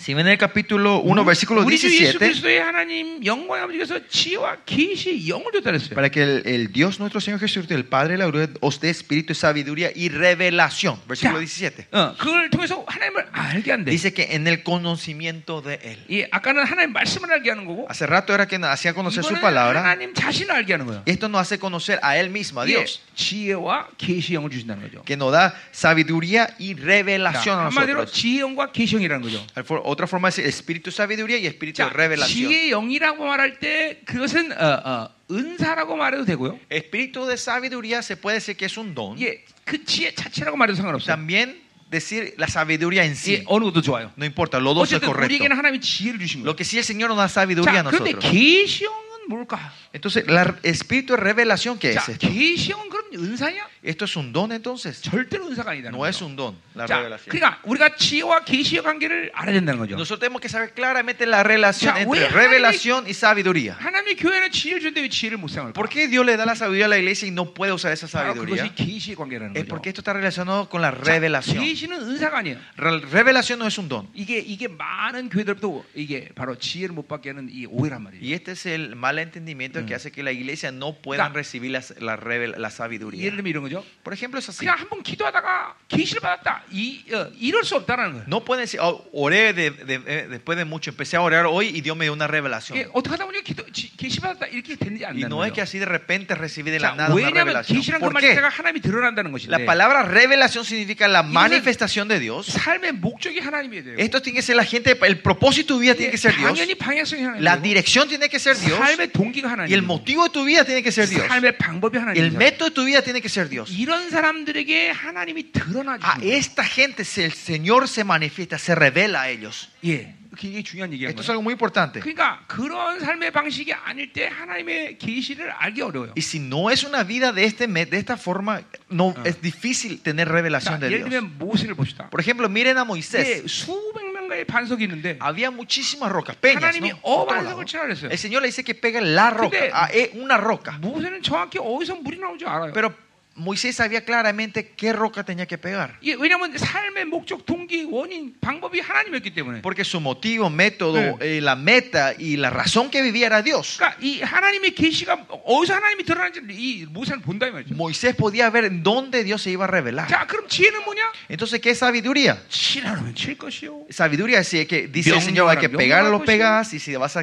Si ven el capítulo 1, versículo 우리 주 예수 17, 그리스도의 하나님 영광의 아버지께서 지혜와 계시 영을 줬다 그랬어요. para que el, el Dios nuestro Señor Jesucristo, el Padre de la gloria, os dé espíritu y sabiduría y revelación. Versículo Ya. 17. 어, 그걸 통해서 하나님을 알게 한대. Dice que en el conocimiento de Él. 예, 아까는 하나님 말씀을 알게 하는 거고 Hace rato era que nos hacía conocer su 이거는 palabra. 하나님 자신을 알게 하는 거예요. Y esto nos hace conocer a Él mismo, a 예, Dios, 지혜와 계시 영을 주신다는 거죠. que nos da sabiduría y 자, revelación a 예, 한마디로 nosotros. 지혜 영과 계시 영이라는 거죠. Al for- Otra forma es decir, espíritu de sabiduría y espíritu de 자, revelación. 지혜 영이라고 말할 때 그것은 어, 어, 은사라고 말해도 되고요. Espíritu de sabiduría se puede decir que es un don. 예, 그 지혜 자체라고 말해도 상관없어요. También decir la sabiduría en 예, sí. 어느 것도 좋아요. No importa, lo dos es 어쨌든 우리에게는 correcto. 하나님이 지혜를 주신 거예요. Lo que sí el Señor nos da sabiduría 자, a 그런데 nosotros. 계시형은 뭘까? Entonces, el espíritu de revelación, ¿qué 자, es esto? 계시형은 그럼 은사냐? ¿Esto es un don entonces? 절대로 은사가 아니다. No es un don, la 자, revelación. 그러니까 우리가 지혜와 계시의 관계를 알아야 된다는 거죠. Nosotros tenemos que saber claramente la relación Ya, entre güey, revelación y sabiduría. 하나님의 교회는 지혜를 주는데 왜 지혜를 못 사용할까? ¿Por qué Dios le da la sabiduría a la iglesia y no puede usar esa 바로 그것이 sabiduría? 계시의 관계라는 Es 거죠. porque esto está relacionado con la 자, revelación. 계시는 은사가 아니에요. Re- Revelación no es un don. 이게 이게 많은 교회들도 이게 바로 지혜를 못 받게 하는 이 오해란 말이에요. Y este es el mal entendimiento que hace que la iglesia no Ya. pueda recibir la, la, revel- la 예를 sabiduría. 들면 이런 거죠. Por ejemplo, es así. 그냥 한번 기도하다가 계시를 받았다. 이 어, 이럴 수 없다라는 거예요. No pueden decir, "Oh, oré de- de- eh, después de mucho, empecé a orar hoy y Dios me dio una revelación. 이게 어떻게 하다 보니까 기도 지- 계시 받았다 이렇게 되는지 안 Y 되는 no es que 거예요. así de repente recibí de la 자, nada una 왜냐하면 revelación. 계시란 그 ¿Por 말 qué? 자체가 하나님이 드러난다는 것인데 La palabra revelación significa la manifestación de Dios. 삶의 목적이 하나님이 돼요. Esto tiene que ser la gente, el propósito de tu vida tiene que ser Dios. 당연히 방향성이 La 하나님이고 dirección tiene que ser Dios. 삶의 동기가 Y el 하나님이고 motivo de tu vida tiene que ser Dios. 삶의 방법이 El 하나님이고 método de tu vida tiene que ser Dios. 이런 사람들에게 하나님이 드러나 A 주는 거예요. esta gente se- el Señor se manifiesta, se revela a ellos. 예, 굉장히 중요한 얘기예요. Esto es algo muy importante. 그러니까 그런 삶의 방식이 아닐 때 하나님의 계시를 알기 어려워요. Y si no es una vida de, este, me- de esta forma, no, Ah. es difícil tener 자, revelación de 예를 Dios. 들면 모세를 봅시다. Por ejemplo, miren a 예, Moisés. 수백 명가의 반석이 있는데 Había muchísimas rocas, peñas. 하나님이 ¿no? Por todos 어반석을 lados. 치라 그랬어요. oh, El Señor le dice que pegue la roca, Pero- a- eh, una roca. 모세는 정확히 어디서 물이 나오는지 알아요. Pero Moisés sabía claramente qué roca tenía que pegar. 예, 왜냐하면 삶의 목적, 동기, 원인, 방법이 하나님이었기 때문에. Porque su motivo, método, Sí. eh, la meta y la razón que vivía era Dios. 그러니까 이 하나님의 계시가 어디서 하나님이 드러나는지 이 모세는 본다 이 말이죠. Moisés podía ver en dónde Dios se iba a revelar. 자, 그럼 지혜는 뭐냐? Entonces, ¿qué es sabiduría? 치라면 칠 것이요. Sabiduría es eh, que dice el Bien, Señor, hay que bien, pegar, bien, lo bien. pegas, y si vas a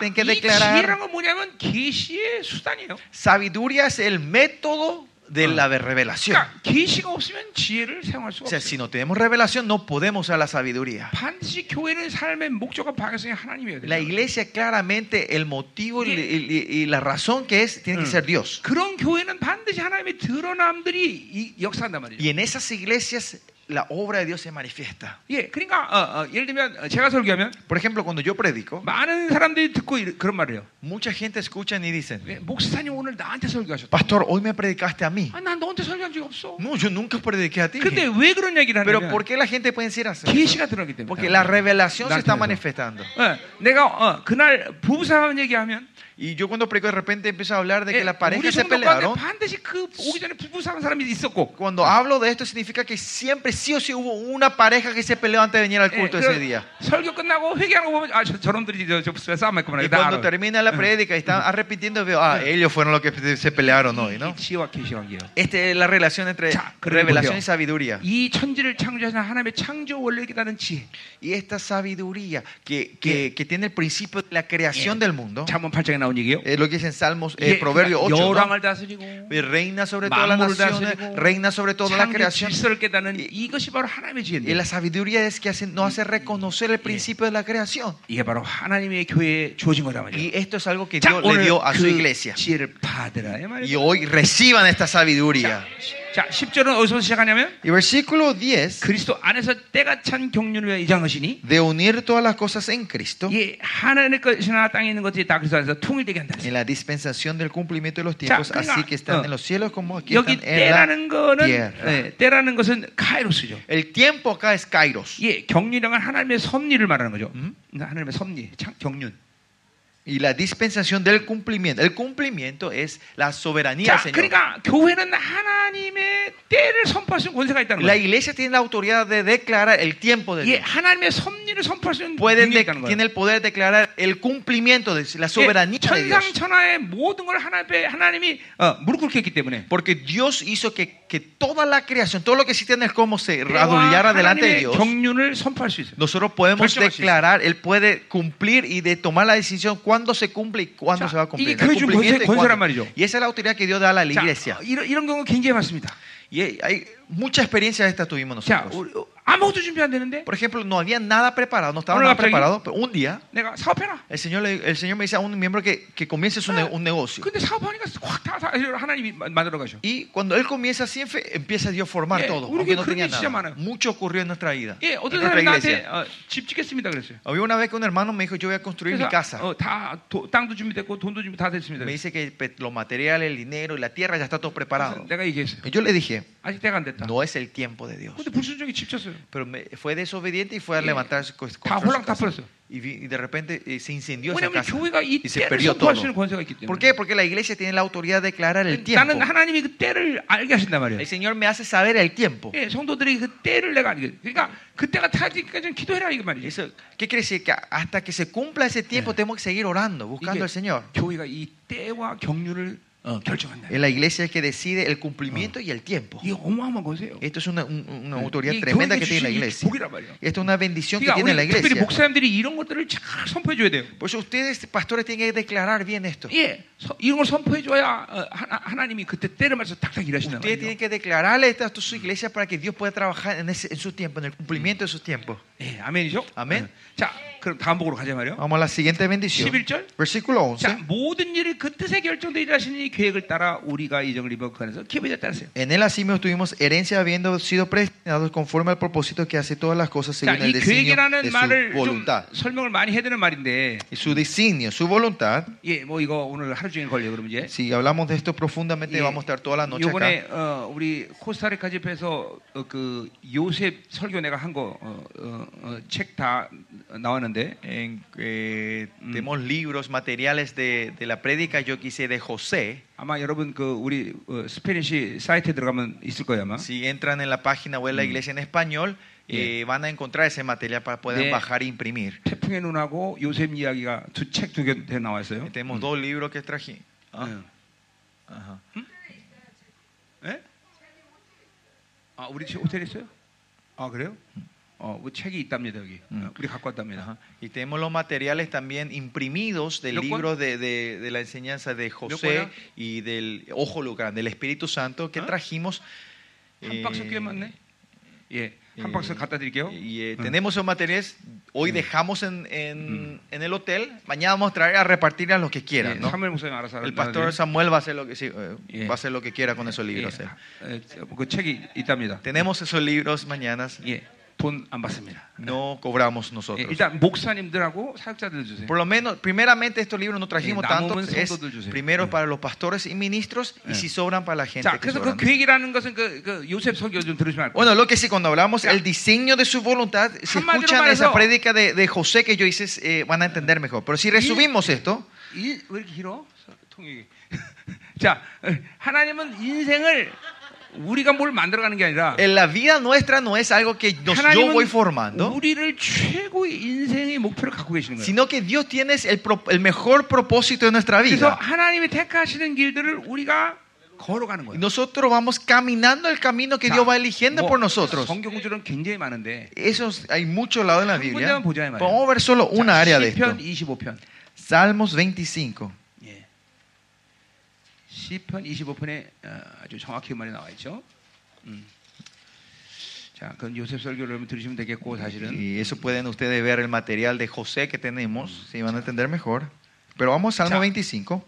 그러니까 tienes que 이 declarar. 지혜란 건 뭐냐면 계시의 수단이에요. Sabiduría es el método de la revelación. 그러니까 계시가 없으면 지혜를 사용할 O 수가 sea, 없어요. si no tenemos revelación, no podemos usar la sabiduría. 반드시 교회는 삶의 목적과 방향성이 하나님이어야 La 돼요. iglesia claramente el motivo y, y- y la razón que es tiene que ser Dios. 그런 교회는 반드시 하나님의 드러남들이 이- 역사한단 말이에요. Y en esas iglesias la obra de Dios se manifiesta. 예, 그러니까 어, 어, 예를 들면 어, 제가 설교하면 Por ejemplo, cuando yo predico, 많은 사람들이 듣고 이르- 그런 말을 해요. mucha gente escucha y dicen, 왜, 목사님 오늘 나한테 설교하셨다. Pastor, hoy me predicaste a mí. 아, 난 너한테 설교한 적이 없어. No, yo nunca prediqué a ti. 근데 왜 음, 예. 그런 얘기를 Pero 하냐면 ¿por qué la gente puede decir así? 계시가 드러나기 때문에. Porque la revelación se está Darte manifestando. 예, 내가 어, 그날 부부싸움 얘기하면 Y yo cuando predico de repente empiezo a hablar de que 예, la 우리 pareja se 성도 가운데 pelearon. 반드시 그 오기 전에 부부싸움 사람이 있었고 Cuando hablo de esto significa que siempre sí o sí hubo una pareja que se peleó antes de venir al 예, culto 그럼 ese día. 설교 끝나고 회개하고 보면 아 저, 저놈들이 저, 저 싸움했구나 Y 이거 다 cuando 알아. termina la prédica y están arrepintiendo, veo, ah, ellos fueron los que se pelearon hoy, 이 ¿no? 지혜와 계시와 관계요. Esta es la relación entre Ya, creo revelación que y sabiduría. 이 천지를 창조하신 하나님의 창조 원리에 따른 지혜. Y esta sabiduría que, que, que tiene el principio de la creación del mundo, 잠언 8장에 나온 어? 얘기예요. es lo que dice en Salmos, eh, 예, Proverbio 8, ¿no? 여랑을 다스리고 Y reina sobre todas las Mamul naciones, darsenigo. reina sobre toda la 창조 creación. 질서를 깨닫는 이것이 바로 하나님의 Y 지혜인데 la sabiduría es que hace- nos hace reconocer el principio de la creación. 이게 바로 하나님의 교회에 주어진 거란 말이에요. Y esto es algo que 자 Dios le 오늘 dio a su 그 iglesia. 지혜를 받으라 이 Y 말이에요. hoy reciban esta sabiduría. 자 10절은 어디서 시작하냐면 Y versículo 10, 그리스도 안에서 때가 찬 경륜을 위해 이장하시니 de unir todas las cosas en Cristo, 예, 하나님의 것이나 땅에 있는 것들이 다 그리스도 안에서 통일되게 한다. en la dispensación del cumplimiento de los tiempos, 그러니까, así que están 어, en los cielos como aquí 여기 están en 때라는 la 거는 tierra. 예, 때라는 것은 카이로스죠. El tiempo acá es Kairos. 예, 경륜이란 하나님의 섭리를 말하는 거죠. 그러니까 음? 하나님의 섭리, 참, 경륜. Y la dispensación del cumplimiento. El cumplimiento es la soberanía 자, del Señor. 그러니까 교회는 하나님의 때를 선포할 수 있는 권세가 있다는 La 거예요. iglesia tiene la autoridad de declarar el tiempo de 예, Dios. 하나님의 섭리를 선포할 수 있는 Pueden 능력이 de- 있다는 tiene 거예요. el poder de declarar el cumplimiento de la 예, soberanía de Dios. 천상천하의 모든 걸 하나님 앞에 하나님이 어, 무릎 꿇게 했기 때문에 Porque Dios hizo que, que toda la creación, todo lo que existe en el cosmos se 때와 radullara delante de 아, 하나님의 Dios. 경륜을 선포할 수 있어요. Nosotros podemos 결정할 수 declarar, Él puede cumplir y de tomar la decisión cuándo se cumple y cuándo 자, se va a cumplir. 이게 El 교회 중 cumplimiento 권세- y, cuándo. 권세란 말이죠. y esa es la autoridad que Dios da a la 자, iglesia. 어, 이런, 이런 경우 굉장히 많습니다. Y hay, hay mucha experiencia de esta tuvimos 자, nosotros. 우리, 어, 아무것도 준비 안 되는데 Por ejemplo, no había nada preparado, no estaba Ahora, nada 갑자기- preparado, pero un día 내가 사업해라. el Señor, le- el Señor me dice a un miembro que, que comience su ne- un negocio. 근데 사업하니까 확다 하나님이 마- 만들어 가셔. Y cuando él comienza así, enfe- empieza Dios a formar Eh, todo. uno Aunque que no cree tenía que se nada. llama- Mucho ocurrió en nuestra vida. 예, en 어떤 nuestra 사람이 iglesia. 나한테 어, 집 짓겠습니다 그랬어요. Había una vez que un hermano me dijo, yo voy a construir mi casa. 어, 다 도- 땅도 준비됐고 돈도 준비 다 됐습니다. Me 그랬어요. dice que pe- los materiales, el dinero y la tierra ya está todo 그래서 preparado. 내가 얘기했어요. Y yo le dije, 아직 때가 안 됐다. no es el tiempo de Dios. 근데 불순종이 집 쳤어요. Pero me- fue desobediente y fue a Eh, levantar su co- 다 construir su 홀랑 다 casa. 버렸어. Y, vi- y de repente eh, se incendió esa 왜냐하면 casa. 교회가 이 Y se 때를 perdió 선포할 todo. 수 있는 권세가 있기 때문에. ¿Por qué? Porque la iglesia tiene la autoridad de declarar el tiempo. 나는 하나님이 그 때를 알게 하신단 말이에요. El Señor me hace 사ber el tiempo. 예, 성도들이 그 때를 내가 알게. 그러니까 그때가 타지까지는 기도해라 이거 말이에요. Eso- ¿Qué quiere decir? Que hasta que se cumpla ese tiempo tenemos Eh. que seguir orando, 이게 buscando al Señor. 교회가 이 때와 경륜을 어, 결정한다. Es la iglesia que decide el cumplimiento Ah. y el tiempo. 이게 어마어마한 거세요. Esto es una, un- una 예, autoridad 이 tremenda 교회가 que tiene la 주신 이 iglesia. 복이란 말이에요. Esto es una bendición que 그러니까 tiene la 우리 특별히 iglesia. 목사님들이 이런 것들을 잘 선포해 줘야 돼요. Por eso ustedes, pastores, tienen que declarar bien esto. 예, 서- 이런 걸 선포해 줘야 어, 하나, 님이 그때 때를 맞춰서 딱딱 일하시는 Ustedes tienen 거예요. que declararle esto a sus iglesias para que Dios pueda trabajar en, ese- en su tiempo, en el cumplimiento de sus tiempos. 예, 아멘이죠? 아, 아멘. 예. 자, 그럼 다음 복으로 가자 말이요. Vamos a la siguiente bendición. 11절. Versículo 자, 11. 모든 일이 그 뜻에 결정되어 일하시는 이 계획을 따라 우리가 이정을 입어 그 안에서 기부졌다 했어요. En él asimismo tuvimos herencia habiendo sido predestinados conforme al propósito que hace todas las cosas 자, según 이 el designio 계획이라는 de 말을 su 좀 voluntad. 설명을 많이 해야 되는 말인데, Y su designio, su voluntad. 예, 뭐 이거 오늘 하루 종일 걸려 그러면 이제. Si hablamos de esto profundamente, vamos a estar toda la noche acá. 이번에 어, 우리 코스타리카 집에서 어, 그 요셉 설교 내가 한 거 어, 책 다 나왔는데 En, eh, Tenemos libros, materiales de, de la prédica yo que hice de José. 아마 여러분 그 우리 어, 스페니시 사이트에 들어가면 있을 거예요 아마. Si entran en la página web de la iglesia en español, eh, van a encontrar ese material para poder Bien. bajar e imprimir. 태풍의 눈하고 요셉 이야기가 두 책 두 개 나와 있어요. Tenemos dos libros que traje. Ah, 예. ajá. 예? 아 우리 집 호텔 있어요? 아 그래요? 어, 그 책이 있답니다 여기. 어, 우리 갖고 왔답니다. Ajá. Y tenemos los materiales también imprimidos del ¿Lo cual? libro de, de- de la enseñanza de José cual? y del Ojo Lucrán, del Espíritu Santo, que ¿Ah? trajimos. 한 박스 eh, 꽤 많네. 예, 한 eh, 박스 갖다 드릴게요. Y eh, 어. tenemos esos materiales, Mm. hoy dejamos en, en- en el hotel, mañana vamos a traer a repartir a los que 예, quieran. ¿no? 사무엘 목사님 알아서 El 나눠드려요. pastor Samuel va a hacer lo que, sí, eh, Yeah. va a hacer lo que quiera con esos libros. eh. 예, 예, 그 책이 있답니다. Tenemos esos libros mañana, 예, 돈 안 받습니다. no cobramos 예, nosotros. 일단 목사님들하고 사역자들 주세요. Por lo menos, primeramente estos libros no trajimos Eh, tanto, 남은 es 성도들 주세요. primero Eh. para los pastores y ministros y si sobran para la gente. 자, que 그래서 그 sobran. 계획이라는 것은 그, 그 요셉 설교 좀 들으시면 알 거예요. Bueno, lo que sí, cuando hablamos Ya. el diseño de su voluntad, si 한마디로 escuchan 말해서- esa prédica de, de José que yo hice, eh, van a entender mejor. Pero si resumimos esto, 이- 왜 이렇게 길어? 통역이. 자, 하나님은 인생을 우리가 뭘 만들어가는 게 아니라 en la vida nuestra no es algo que nos- yo voy formando, 우리를 최고의 인생의 목표를 갖고 계시는 거예요. sino que Dios tiene el, pro- el mejor propósito de nuestra 그래서 vida. 하나님이 택하시는 길들을 우리가 걸어가는 Y 거예요. nosotros vamos caminando el camino que Dios va eligiendo por nosotros. 뭐, 성경 구절은 굉장히 많은데 Esos hay muchos lados en la 한 Biblia. 군데만 보자, 이 말이야. Vamos a ver solo una 자, área de esto. 시편 25편. Salmos 25. 예. 시편 25편에 어, 아주 정확히 말이 나와 있죠. 음. 자, 그건 요셉 설교를 여러분 들으시면 되겠고 사실은 Y eso pueden ustedes ver el material de José que tenemos, si van a entender mejor. Pero vamos a Ya. Salmo 25.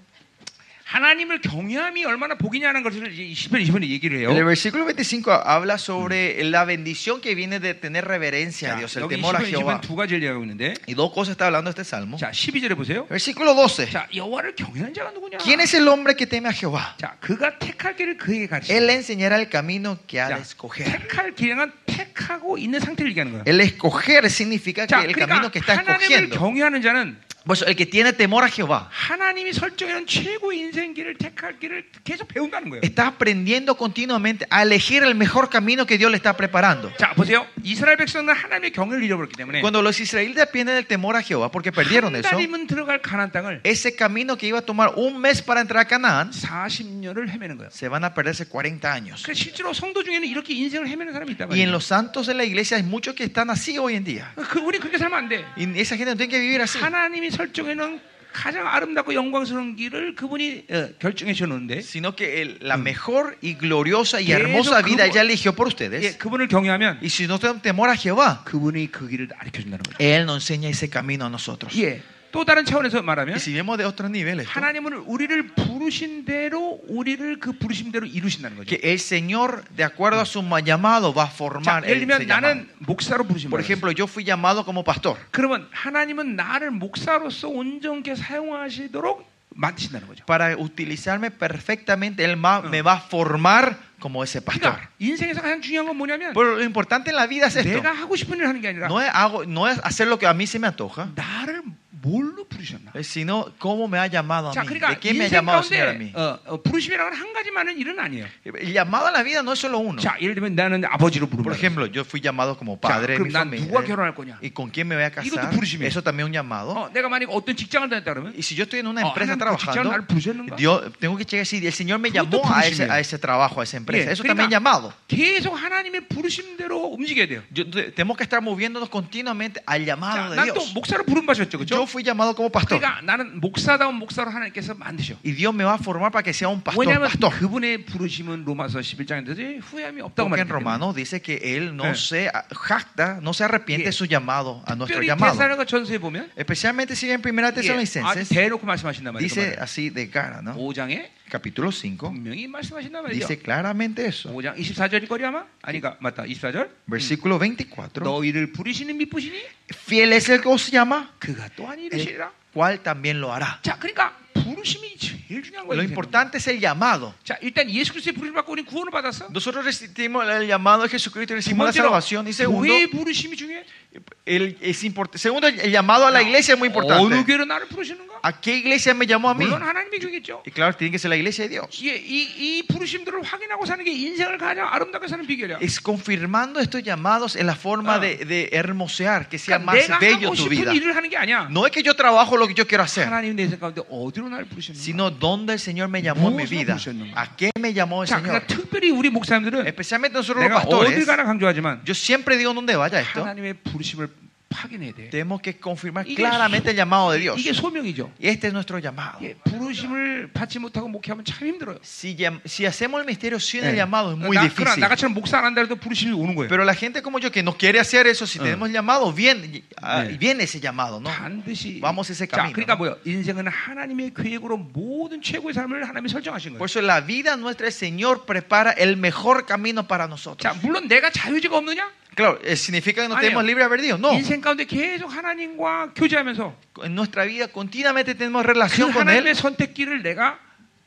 하나님을 경외함이 얼마나 복이냐는 것을 이제 이 시편 25편에 얘기를 El 해요. versículo 25 habla sobre la bendición que viene de tener reverencia a 자, Dios, el 여기 temor a 시편 25편 Jehová. 두 가지를 얘기하고 있는데 Y dos cosas está hablando este salmo. 자, 12절에 보세요. Versículo 12. 자, 여호와를 경외하는 자가 누구냐? ¿Quién es el hombre que teme a Jehová? 자, 그가 택할 길을 그에게 Él 가르치자. le enseñará el camino que 자, ha de escoger. 택할 길은 택하고 있는 상태를 얘기하는 거야. El escoger significa que 자, el camino 그러니까 que está 하나님을 escogiendo. 경외하는 자는 Pues el que tiene temor a Jehová 하나님이 설정해놓은 최고 인생 길을 택할 길을 계속 배운다는 거예요. está aprendiendo continuamente a elegir el mejor camino que Dios le está preparando. 자 보세요. 이스라엘 백성은 하나님의 경을 잃어버렸기 때문에 Cuando los israelitas pierden el temor a Jehová, porque perdieron 한 eso, 달이면 들어갈 가나안 땅을 ese camino que iba a tomar un mes para entrar a Canaán, 40년을 헤매는 거예요. se van a perderse 40 años. 그 실제로 성도 중에는 이렇게 인생을 헤매는 사람이 있다 Y en 말이에요. los santos de la iglesia hay muchos que están así hoy en día. 그 우리 그렇게 살면 안 돼. Y esa gente no tiene que vivir así. 하나님이 설정해놓은 가장 아름답고 영광스러운 길을 그분이 어, 결정해 주셨는데 Sino que el- la mejor y gloriosa y Que hermosa eso- vida como- ella eligió por 예, ustedes. 그분을 경외하면 Y si no tenemos temor a Jehová, 그분이 그 길을 가르쳐 준다는 거예요. Él nos enseña ese camino a nosotros. 예. 또 다른 차원에서 말하면 Y si vemos de otros niveles, esto, 하나님은 우리를 부르신 대로 우리를 그 부르신 대로 이루신다는 거죠. que el Señor, de acuerdo a su ma- llamado, va a 자, formar 예를 el 들면 나는 목사로 부르신 Por 거예요. ejemplo, yo fui llamado como pastor. 그러면 하나님은 나를 목사로서 온전케 사용하시도록 만드신다는 거죠. Para utilizarme perfectamente, Él ma- me va a formar como ese pastor. 그러니까 인생에서 가장 중요한 건 뭐냐면 Pero lo importante en la vida es esto. 내가 하고 싶은 일 하는 게 아니라 No es, hago, no es hacer lo que a mí se me antoja, 나를 뭘로 부르셨나. eh, sino cómo me ha llamado 자, a mí. 그러니까 ¿De qué me ha 인생 llamado el Señor a mí? 가운데 어, 어, 부르심이라는 건 한 가지만은 일은 아니에요. El llamado a la vida no es solo uno. 자, 예를 들면 나는 아버지로 Por 음. 부르면 ejemplo, yo fui llamado como 자, padre de mi 그럼 난 familia. 누구와 결혼할 거냐? ¿Y con quién me voy a 이것도 casar? 부르심이에요. Eso también es un llamado. 어, 내가 만약 어떤 직장을 다녔다 그러면 Y si yo estoy en una 어, empresa 하나님 그 직장을 나를 trabajando, 부르셨는가? Dios, tengo que checar si el Señor me 그것도 llamó a ese, 부르심이에요. a ese trabajo, a esa empresa. 예, Eso también es llamado. 계속 하나님의 부르심대로 움직여야 돼요. Yo- te- tenemos que estar moviéndonos continuamente al llamado de 난 또 Dios. 목사로 부름 받으셨죠, Yo 그렇죠? fui llamado como pastor. 그러니까 나는 목사다운 목사로 하나님께서 만드셔. Y Dios me va a formar para que sea un pastor. 왜냐하면 pastor. 그분의 부르심은 로마서 11장인데 후회함이 없다고 Porque en 말했기 때문에. Romano dice que él no Eh. se jacta, no se arrepiente Yeah. de su llamado, a nuestro 특별히 llamado. 테살로가 전서에 보면 Especialmente si en primera 예, 아주 Tesalonicenses 대놓고 말씀하신단 말이에요. dice así de cara, ¿no? 5장에 Capítulo 5 분명히 말씀하신단 아, 어? 말이에요. dice claramente eso. 5장 24절일 거리 아마? 아니까 맞다. 24절. 음. Versículo 24. 너희를 부르시는 미쁘시니 Fiel es el que os llama, 그가 또한 이르시리라. cual también lo hará. 자, 그러니까 부르심이 제일 중요한 거예요. Lo importante es el llamado. 자, 일단 예수 그리스도의 부르심 받고 우리 구원을 받았어. Nosotros resistimos el llamado de Jesucristo y recibimos la salvación. Y segundo, 교회의 부르심이 중요해. el, es import- segundo, el llamado 아, a la iglesia 뭐 es muy 어느 importante. 교회로 나를 부르시는가? ¿A qué iglesia me llamó a mí? 물론 하나님의 교회겠죠. Y claro, tiene que ser la iglesia de Dios. 예, 이, 이 부르심들을 확인하고 사는 게 인생을 가장 아름답게 사는 비결이야. Es confirmando estos llamados en la forma Ah. de, de hermosear, que sea 그러니까 más 내가 bello 하고 tu 싶은 vida. 일을 하는 게 아니야. 예. No es que yo trabajo lo que yo quiero hacer, 하나님 내 인생 가운데 어디로 나를 부르시는가? sino dónde el Señor me llamó en mi vida. ¿A qué me llamó el 자, 그러니까 Señor? 특별히 우리 목사님들은 Especialmente nosotros los 내가 어딜 pastores. 가나 강조하지만 Yo siempre digo dónde vaya esto. 하나님의 부르심을 파견해야 돼. Tenemos que confirmar 이게 claramente el llamado de Dios. 이게 소명이죠. Y este es nuestro llamado. 이게 부르심을 받지 못하고 목회하면 참 힘들어요. Si, llam- si hacemos el misterio sin el 예. llamado es muy 나- 그러나 difícil. 나같이는 목사 안 한다 해도 부르심이 오는 거예요. Pero la gente como yo que no quiere hacer eso, si tenemos llamado, viene, ah, 네. viene ese llamado, ¿no? 반드시 Vamos ese 자, camino, 그러니까 ¿no? 뭐요? 인생은 하나님의 계획으로 모든 최고의 삶을 하나님이 설정하신 거예요. Por eso la vida nuestra, el Señor prepara el mejor camino para 자, nosotros. 물론 내가 자유지가 없느냐? Claro, eh, ¿significa que no Adiós. tenemos libre albedrío? No. 인생 가운데 계속 하나님과 교제하면서 En nuestra vida continuamente tenemos 아, 그 relación con 하나님의 Él. 선택기를 내가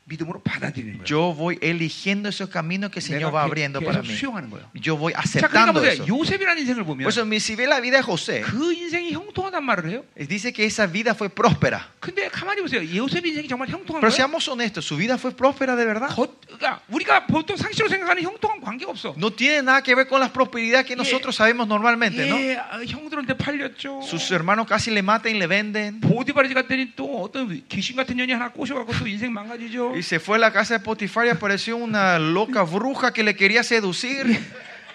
믿음으로 받아들이는 거예요. Yo voy eligiendo esos caminos que el Señor 내가 va 계- abriendo para 계속 mí. 수용하는 거예요. Yo voy 자, 그러니까 aceptando 보세요. eso. 요셉이라는 인생을 보면 Por eso, mi- si ve la vida de José, 그 인생이 형통하단 말을 해요. dice que esa vida fue próspera. 근데 가만히 보세요. 요셉 인생이 정말 형통한 거예요. Pero seamos honestos, su vida fue próspera de verdad. 겉, 그러니까 우리가 보통 상식으로 생각하는 형통한 관계가 없어. No tiene nada que ver con las prosperidades que nosotros sabemos normalmente, ¿no? 예, 아, 형들한테 팔렸죠. Sus hermanos casi le matan y le venden. 보디바르지 갔더니 또 어떤 귀신 같은 년이 하나 꼬셔갖고 또 인생 망가지죠. Y se fue a la casa de Potifar y apareció una loca bruja que le quería seducir.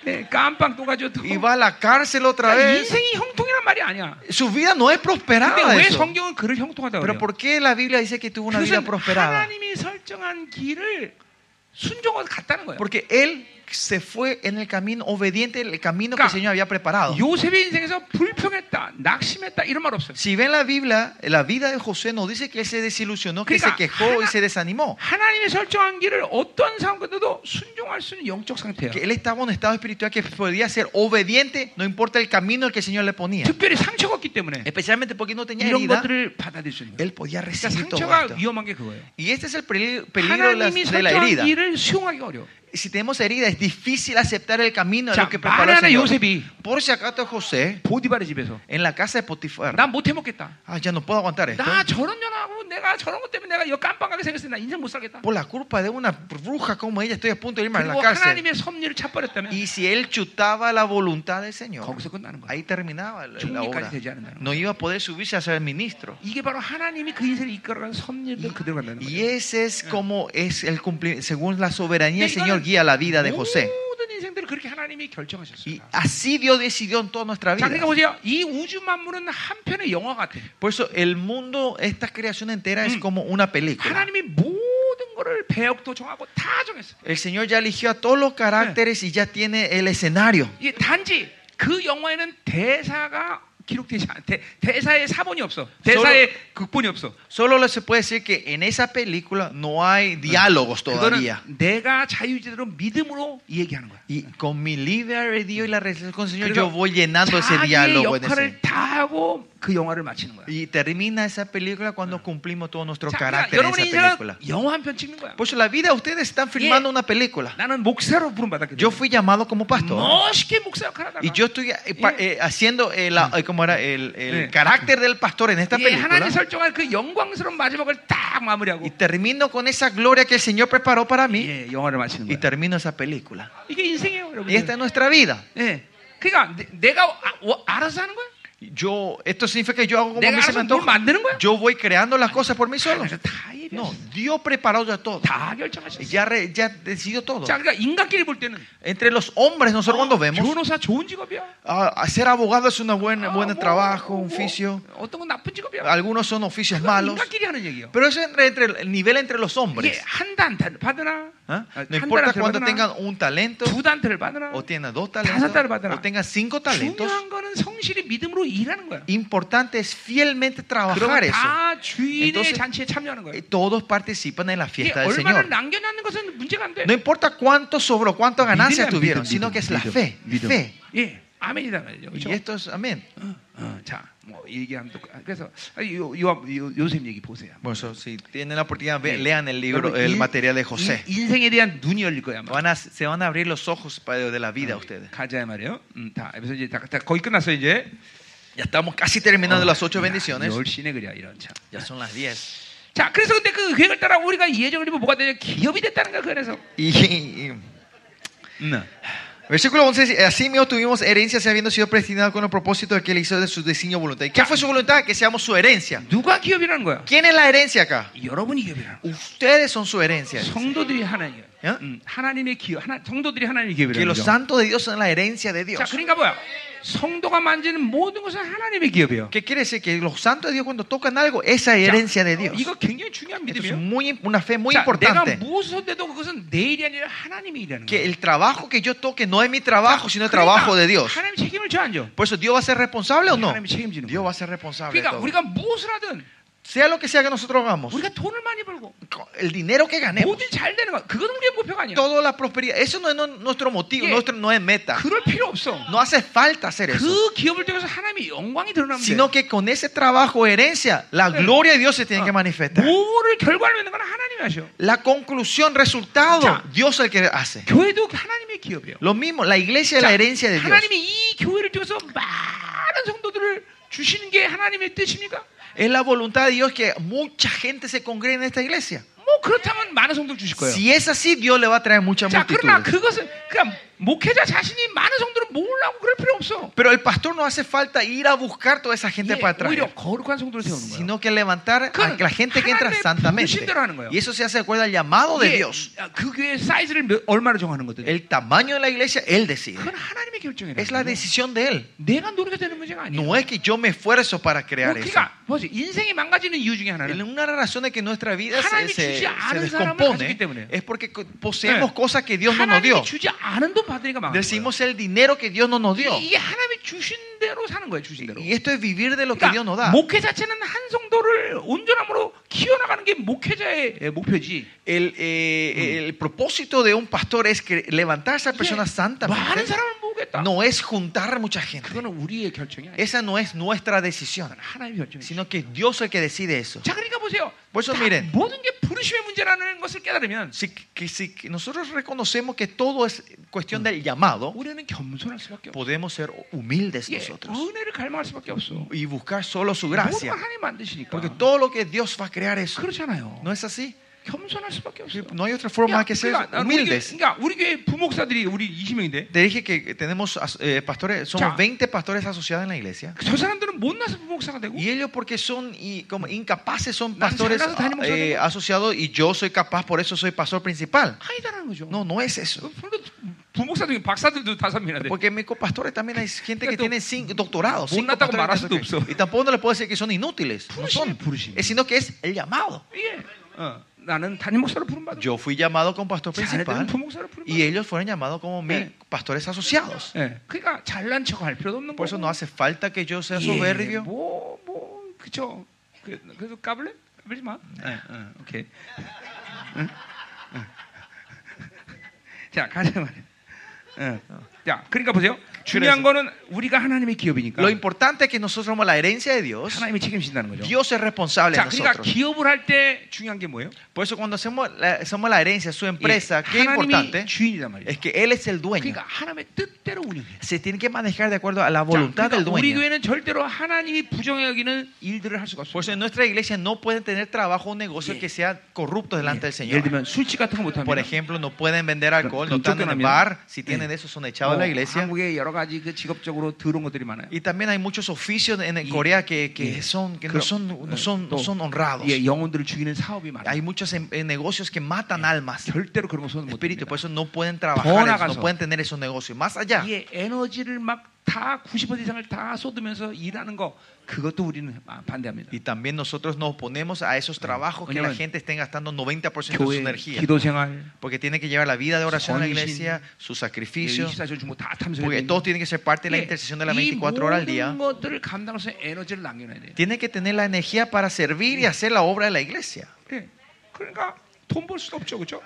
네, 깜빵 또 가죠. 또. Y va a la cárcel otra 그러니까 vez. 인생이 형통이란 말이 아니야. Su vida no es prosperada. 근데 왜 eso. 성경은 그를 형통하다고 Pero 그래요? ¿por qué la Biblia dice que tuvo una vida 그것은 prosperada? 하나님이 설정한 길을 순종하고 갔다는 거예요. Porque él se fue en el camino obediente, el camino que el Claro. Señor había 아. preparado. 요셉의 인생에서 불평했다, 낙심했다 이런 말 없어요. Si ven la Biblia, la vida de José nos dice que él se desilusionó, que se Claro. quejó y se desanimó. 하나님이 설정한 길을 어떤 상황에도 순종할 수 있는 영적 상태예요. Que él estaba en un estado espiritual que podía ser obediente, no importa el camino que el Señor le ponía. 특별히 상처가 없기 때문에 Especialmente porque no tenía 이런 herida, 것들을 받아들일 수 있는 거예요. él podía 그러니까 recibir todo 상처가 esto. 위험한 게 그거예요. Y este es el peli- peligro de la, 하나님이 de la 설정한 herida. 길을 수용하기 어려워. Si tenemos herida, es difícil aceptar el camino de 자, lo que preparó el 만약에 Señor. 요셉이 Por si acaso José, 보디바르 집에서 en la casa de Potifar, 난 못 해먹겠다. ah, ya no puedo aguantar esto. 나 저런 년하고 내가 저런 것 때문에 내가 깜빵하게 생겼으니 나 인생 못 살겠다. Por la culpa de una bruja como ella, estoy a punto de irme a la 그리고 cárcel. 하나님의 섭리를 차버렸다면 Y si él chutaba la voluntad del Señor, 거기서 끝나는 거예요. ahí terminaba la- la 총리까지 obra. 되지 않는다는 No iba a poder subirse a ser ministro. 이게 바로 하나님이 그 인생을 이끌어간 섭리를 그대로 간다는 Y 거예요. ese es como es el cumplimiento, según la soberanía Ah. del Pero Señor Uh. 이거는 guía la vida de José. 모든 인생들을 그렇게 하나님이 Y 결정하셨습니다. así Dios decidió en toda nuestra 자, vida. 그러니까 보세요. 이 우주 만물은 한 편의 영화 같아. Por eso el mundo, esta creación entera es Mm. como una película. 하나님이 모든 거를 배역도 정하고 다 정했어. El Señor ya eligió a todos los caracteres y ya tiene el escenario. 이게 단지 그 영화에는 대사가 기록되지 않 대, 대사의 사본이 없어. 대사의 극본이 없어. Solo se puede decir que en esa película no hay diálogos 그거는 todavía. 내가 자유지대로 믿음으로 이 얘기하는 거야. Y con mi libre albedrío y la relación con el Señor, Pero yo voy llenando ese 자기의 diálogo. en ese- 역할을 다 하고 그 영화를 마치는 거야. Y termina esa película cuando cumplimos todos nuestros 자, 그러니까 caracteres en 여러분의 esa película. 인생은 영화 한 편 찍는 거야. Por eso la vida de ustedes están filmando una película. 나는 목사로 부름받았기 Yo 때문에 fui llamado como pastor. 멋있게 목사 역할 하다가 Y yo estoy eh, pa- eh, haciendo eh, la- eh, ¿cómo era? el, el Sí. carácter del pastor en esta 예, 하나님 película. 설정한 그 영광스러운 마지막을 딱 마무리하고 Y termino con esa gloria que el Señor preparó para mí. 예, 영화를 마치는 Y 거야. termino esa película. 이게 인생이에요, 여러분. Y esta es nuestra vida. 예. 그러니까 내, 가 알아서 하는 거야? Yo, esto significa que yo hago como a 내가 mí se 알아서 me 뭘 antoja. 만드는 거야? Yo voy creando las cosas por mí solo. 그래서 다 예비했어. No, Dios preparó ya todo. 다 결정하셨어. Ya, re- ya Ah, decidió todo. 자, 그러니까 인간끼리 볼 때는 Entre los hombres, nosotros cuando vemos, 변호사 좋은 직업이야. ah, ser abogado es un buen, 아, buen 뭐, trabajo, 뭐, un oficio. 어떤 건 나쁜 직업이야. Algunos son oficios 그건 malos. 인간끼리 하는 얘기예요. Pero eso es entre, entre- el nivel entre los 이게 hombres. 한 단타를 받으나, 아, ¿Ah? 한 No importa 단타를 cuánto 받으나, tengan un talento, 두 단타를 받으나. o tengan dos 다섯 달을 talentos, 받으나. o tengan cinco talentos. 중요한 거는 성실히 믿음으로 일하는 거야. Importante es fielmente trabajar 그러면 eso. 다 주인의 Entonces- 잔치에 참여하는 거야. Eh, Todos participan en la 이게 fiesta del 얼마나 Señor. 남겨놨는 것은 문제가 안 돼. No importa cuánto sobró, cuántas ganancias 믿음이야, tuvieron, 믿음, sino 믿음, que es la 믿음, fe. 믿음. fe. 예, 아멘이다 말이죠. 그렇죠? Y esto es, amén. 어, 어, 자, 뭐 얘기하면 또 그래서 아니, 요, 요, 요, 요셉 얘기 보세요. Bueno, so, si tienen la oportunidad, ve- Sí. lean el libro, 여러분, el 인- material de José. 인- 인생에 대한 눈이 열릴 거야. 아마. Van a- se van a abrir los ojos para- de la vida a ustedes. 가자 말이에요. 음, 다 그래서 이제 다, 다 거의 끝났어 이제. 어. Ya estamos casi terminando las ocho 야, bendiciones. 열심히 그래 이런 참. Ya son las diez. 자, 그래서 근데 그 계획을 따라 우리가 예정을 입으면 뭐가 되냐? 기업이 됐다는 거야. 그래서. Y, y- 음. Versículo 11 dice, así mismo tuvimos herencias habiendo sido predestinados con el propósito de que él hizo de su designio voluntad. ¿Y ¿Qué fue su voluntad? Que seamos su herencia. 누가 기업이라는 거야? ¿Quién es la herencia acá? 여러분이 기업이라. Ustedes son su 예, herencia. 성도들이 하나님. 예? 음, 하나님의 기업. 하나, 성도들이 하나님의 Que 기업이라는 los 거죠. santos de Dios son la herencia de 자, Dios. 그러니까 뭐야? 성도가 만지는 모든 것은 하나님의 기업이에요. ¿Qué quiere decir? Que los santos de Dios cuando tocan algo, esa 예, es herencia de Dios. 어, 이거 굉장히 중요한 Esto es 믿음이에요. muy, una fe muy 자, 내가 importante. 무엇을 해도 그것은 내 일이 아니라 하나님의 일이라는 Que 거예요. 그러니까 el trabajo que yo toque no es mi trabajo, sino el trabajo de Dios. 하나님 책임을 져안 져. Por eso, ¿Dios va a ser responsable o no? 하나님이 책임지는 Dios 거예요. va a ser responsable. de 그러니까 todo. 우리가 무엇을 하든 Sea lo que sea que nosotros hagamos, 우리가 돈을 많이 벌고 el dinero que ganemos, 뭐든 잘 되는 거 그건 우리의 목표가 아니야. toda la prosperidad, eso no es no- nuestro motivo, Yeah. nuestro, no es meta. 그럴 필요 없어. No hace falta hacer eso. 그 기업을 통해서 하나님의 영광이 드러나면 돼. Sino que con ese trabajo, herencia, la Yeah. gloria de Dios se tiene que manifestar. 뭐를 결과를 내는 건 하나님이 하셔. La conclusión, resultado, 자. Dios es el que hace. 교회도 하나님의 기업이에요. Lo mismo, la iglesia es la 자, herencia de Dios. 하나님이 이 교회를 통해서 많은 성도들을 주시는 게 하나님의 뜻입니까? Es la voluntad de Dios que mucha gente se congregue en esta iglesia. 뭐 그렇다면 많은 성도를 주실 거예요. Si es así, Dios le va a traer mucha 자, 그러나 multitud. 그것은 그냥 목회자 자신이 많은 성도를 모으려고 그럴 필요 없어. Pero el pastor no hace falta ir a buscar toda esa gente 예, para traer, 오히려 거룩한 성도를 세우는 거예요. sino que levantar a 그건 la gente que entra 하나님의 santamente. 부르심대로 하는 거예요. Y eso se hace de acuerdo al llamado de 예, Dios. 아, 그 교회의 사이즈를 몇- 얼마로 정하는 거든. El tamaño de la iglesia, Él decide. 그건 하나님의 결정이에요. Es la decisión de Él. 내가 노력해서 되는 문제가 아니에요. No es que yo me esfuerzo para 뭐, crear eso. 그러니까 뭐지? 인생이 망가지는 이유 중에 En 하나는 una razón es que nuestra vida se, 하나님이 se- 주지 se 않은 사람을 가지기 때문에. descompone es porque co- poseemos 네. cosas que Dios no nos dio. 하나님이 주지 않은 돈 받으니까 망하는 거예요. Decimos el dinero que Dios no nos dio. 이- 이게 하나님이 주신 대로 사는 거예요. 주신 대로. Y esto es vivir de lo que Dios nos 그러니까 da. 목회 자체는 한 성도를 온전함으로 키워나가는 게 목회자의 예, 목표지. El, eh, el propósito de un pastor es que levantar a esa persona 이게 많은 santamente. 사람을 모으겠다. No es juntar mucha gente. 그거는 우리의 결정이 아니에요. Esa no es nuestra decisión, 하나님의 결정이에요. sino que Dios es el que decide eso. 자, 그러니까 보세요. 벌써 다 miren. 모든 게 부르심의 문제라는 것을 깨달으면 Si, que, si que nosotros reconocemos que todo es cuestión del llamado, 우리는 겸손할 수밖에 없어. podemos ser humildes 예, nosotros 은혜를 갈망할 수밖에 없어. y buscar solo su 모든 gracia. 걸 하나님 만드시니까. Porque todo lo que Dios va a crear es. 그렇잖아요. ¿No es así? 겸손할 수밖에 없어. No hay otra forma que ser 그러니까, 우리 교회, humildes. 그러니까 우리 교회 부목사들이 우리 20명인데 Te dije que tenemos as- eh, pastores, Ya. somos 20 pastores asociados en la iglesia. 그 저 사람들은 못나서 부목사가 되고 Y ellos porque son y como incapaces son Nan- pastores sagrados tenemos eh, nosotros. asociados y yo soy capaz, por eso soy pastor principal. 아니다라는 거죠. No, no es eso. 그 물론 부목사 중에 박사들도 다섯 명이나 돼. Porque mis copastores también hay gente que Entonces, tiene cinco doctorados. un cinco nata con pastores barato, que- Y tampoco no le puedo decir que son inútiles. No Purushim, son. purushim. Es sino que es el llamado. 예. 어, 나는 단임 목사로 부름 받아. Yo fui llamado como pastor 자네들은 principal 부목사로 부름 y 받아. ellos fueron llamados como mis Eh. pastores asociados. 예. 그러니까 잘난 척할 필요도 없는 Por eso no 거고. hace falta que yo sea 예, soberbio. 뭐, 뭐, 그쵸. 그, 그래서 까불래? 까불지 마. 예, 예, 오케이. 응? 응. 자, 가자 말이야. 예. 자, 그러니까 보세요. 중요한 거는 우리가 하나님의 기업이니까 Lo importante es que nosotros somos la herencia de Dios. 하나님이 책임진다는 거죠. Dios es responsable de 자, 그러니까 nosotros. 기업을 할 때 중요한 게 뭐예요? Por eso cuando hacemos la, somos la herencia, su 예, empresa, qué importante 하나님이 주인이란 말이에요. es que Él es el dueño. 그러니까 하나님의 뜻대로 운영해. Se tiene que manejar de acuerdo a la 자, voluntad del 그러니까 우리 dueño. 교회는 절대로 하나님이 부정해 여기는 일들을 할 수가 Por eso 없어요. en nuestra iglesia no pueden tener trabajo o negocio Bien. que sea corrupto delante del 예를 Señor. 들면 술집 같은 거 Por 못하면 ejemplo, no pueden vender alcohol, no Entonces, están en el también. bar. Si Bien. tienen eso, son 뭐 echados de la iglesia. 한국에 여러 가지 그 직업적으로 더러운 것들이 많아요. Y también hay muchos oficios en en Y- Corea que, que Bien. son, que no Creo- eh, son, no son, no 네, 또 son honrados. 예, 영혼들을 죽이는 사업이 많아요. Hay muchos em- eh, negocios que matan almas. 절대로 그런 것은 못 Espíritu, 됩니다. por eso no pueden Por trabajar, eso, acaso. no pueden tener esos negocios. Más allá. 이 에너지를 막 다 90% 이상을 다 쏟으면서 일하는 거 그것도 우리는 아, 반대합니다. Y también nosotros nos oponemos a esos trabajos que la Oye, gente esté gastando 90% de 교회 su energía. 기도 생활, Porque tiene que llevar la vida de oración a la Sonjin. iglesia, su sacrificio. 예, 24시간 중보 다 Porque 참석해야 todos 돼요. tienen que ser parte de la 예, intercesión de las 이 24 horas al día. 모든 것들을 감당해서 에너지를 남겨놔야 돼요. Tiene que tener la energía para servir y hacer la obra de la iglesia. 예. 그러니까 돈 벌 수도 없죠, 그렇죠?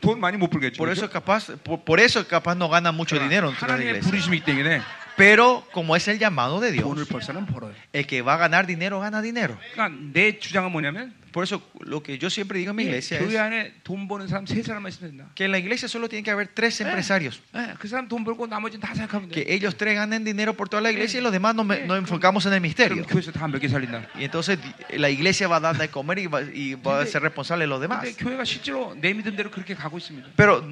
돈 많이 못 벌겠죠. Por eso 그죠? capaz, por, por eso capaz no gana mucho 그러나 dinero dentro de la 하나님의 iglesia. 부르심이 있기 때문에 Pero como es el llamado 돈을 de Dios, 벌 사람 벌어요. el que va a ganar dinero gana dinero. 그러니까 내 주장은 뭐냐면 Por eso lo que yo siempre digo en mi 예, iglesia 교회 es 안에 돈 버는 사람 세 사람만 있으면 된다. que en la iglesia solo tiene que haber tres Eh. empresarios. 예, 그 사람 돈 벌고 나머지는 다 생각하면 돼. Que ellos tres ganen dinero por toda la iglesia y los demás nos, nos enfocamos en el 그럼 misterio. 교회에서 다 몇 개 살린다. Y entonces di- la iglesia va a dar de comer y va, y va a ser responsable de los demás. 근데 교회가 실제로 내 믿음대로 그렇게 가고 있습니다. Pero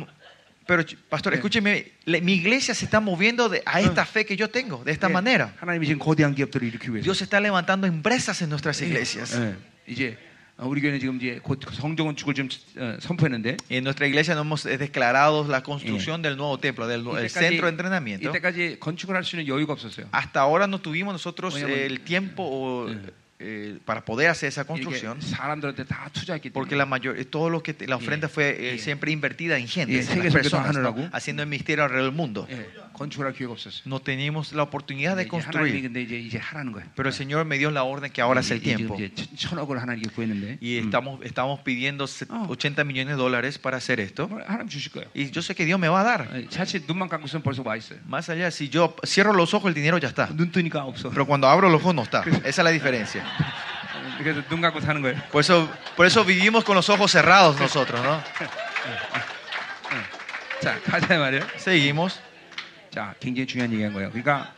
Pero, ch- pastor, escúcheme, le- mi iglesia se está moviendo de- a esta fe que yo tengo, de esta 예, manera. 하나님이 지금 거대한 기업들을 일으키고 계세요. Dios está levantando empresas en nuestras iglesias. 예, 이제 어, 우리 교회는 지금 이제 곧 성전건축을 좀 어, 선포했는데 En nuestra iglesia nos hemos eh, declarado la construcción del nuevo templo, del 뭐, nu- el centro de entrenamiento. 이때까지 건축을 할 수 있는 여유가 없었어요. Hasta ahora no tuvimos nosotros Oye, eh, bueno. el tiempo o, Eh. eh, para poder hacer esa 이렇게 construcción. 사람들한테 다 투자했기 Porque 때문에 la mayor, eh, todo lo que te- la ofrenda fue eh, Yeah. siempre invertida en gente, Yeah, en las 세계에서 personas, 기도하느라고. ¿no? haciendo el ministerio alrededor del mundo. 예, 건축을 할 기회가 없었어요. No teníamos la oportunidad 근데 de 이제 하나님이 construir, 근데 이제 이제 하라는 거예요. pero el Señor me dio la orden que ahora es el 이제- tiempo. 이제 천- 천억을 하나님께 구했는데 Y 음. estamos, estamos pidiendo se- Mm. Ah. 80 millones de dólares para hacer esto. 정말 하나님 주실 거예요. Y yo sé que Dios me va a dar. 아니, 사실 눈만 감고 있으면 벌써 와 있어요. Más allá, si yo cierro los ojos, el dinero ya está. 눈 뜨니까 없어. Pero cuando abro los ojos, no está. Esa es la diferencia. 그래서 눈 감고 사는 거예요. Por eso, por eso vivimos con los ojos cerrados nosotros, ¿no? 자 가자 말이에요. Seguimos. 자 굉장히 중요한 얘기한 거예요. 그러니까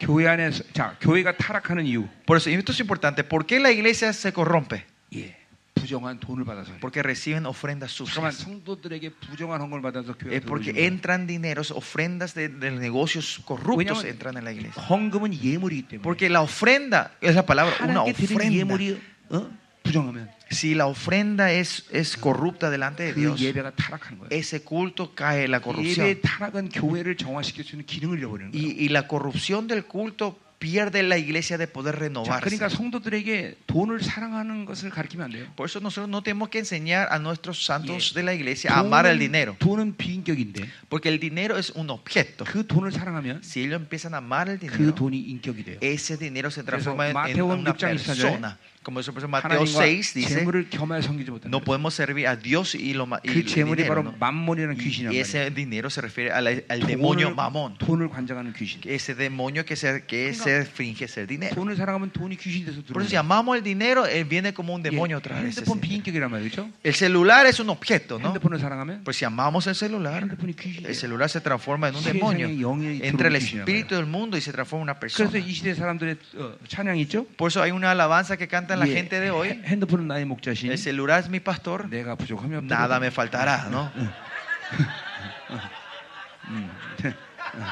교회 안에서 자 교회가 타락하는 이유 Por eso, y esto es importante. ¿Por qué la iglesia se corrompe? 예 부정한 돈을 받아서 그래요. Porque reciben ofrendas 잠깐만 sucias. 성도들에게 부정한 헌금을 받아서 교회가 Es porque 더러워지는 entran dineros, ofrendas de, de negocios corruptos entran en la iglesia. 거예요. 헌금은 예물이기 때문에 Porque la ofrenda, es la palabra, una 하나님께 드리는 ofrenda. 예물이 어? 부정하면 Si la ofrenda es, es corrupta delante de 그 Dios, 예배가 타락하는 거예요. 그 ese culto cae en la corrupción. 예배 타락은 교회를 정화시킬 수 있는 기능을 잃어버리는 거예요. Y, y la corrupción del culto pierde la iglesia de poder 자, 그러니까 renovarse. 성도들에게 돈을 사랑하는 것을 가르치면 안 돼요. Por eso nosotros no tenemos que enseñar a nuestros santos Yeah. de la 아, iglesia a amar el dinero. 돈은 비인격인데 Porque el dinero es un objeto. 그 돈을 사랑하면 Si ellos empiezan a amar el 그 dinero, 돈이 인격이 돼요. ese dinero se transforma en, en Mateo una 6장 24 절에 persona. Como eso por eso Mateo 하나님과 6 dice, 재물을 겸하여 섬기지 못한다. no podemos servir a Dios y lo ma- y 그 el 재물이 dinero, 바로 ¿no? 만몬이라는 Y 귀신이란 말이에요. ese dinero se refiere a la- al demonio 돈을, mamón, 돈을 관장하는 귀신. ese demonio que se, que se finge ser dinero. 돈을 사랑하면 돈이 귀신이 돼서 들어오는 Por eso si amamos el dinero, él viene como un demonio otra 거예요. 어? vez. ese 핸드폰 dinero. 비인격이란 말이죠. El celular es un objeto, ¿no? 핸드폰을 사랑하면 Pues si amamos el celular, 핸드폰이 귀신이 el 돼요. celular se transforma en un 세상에 demonio. 영이 Entra 들어오는 el 귀신이란 espíritu del mundo y se transforma en una 그래서 persona. 이 시대 사람들의 어, 찬양이 있죠. Por eso hay una alabanza que canta la 예, gente de hoy. 핸- 핸드폰은 나의 목자신. El celular es mi pastor, 내가 부족하면 없다. nada me faltará, ¿no?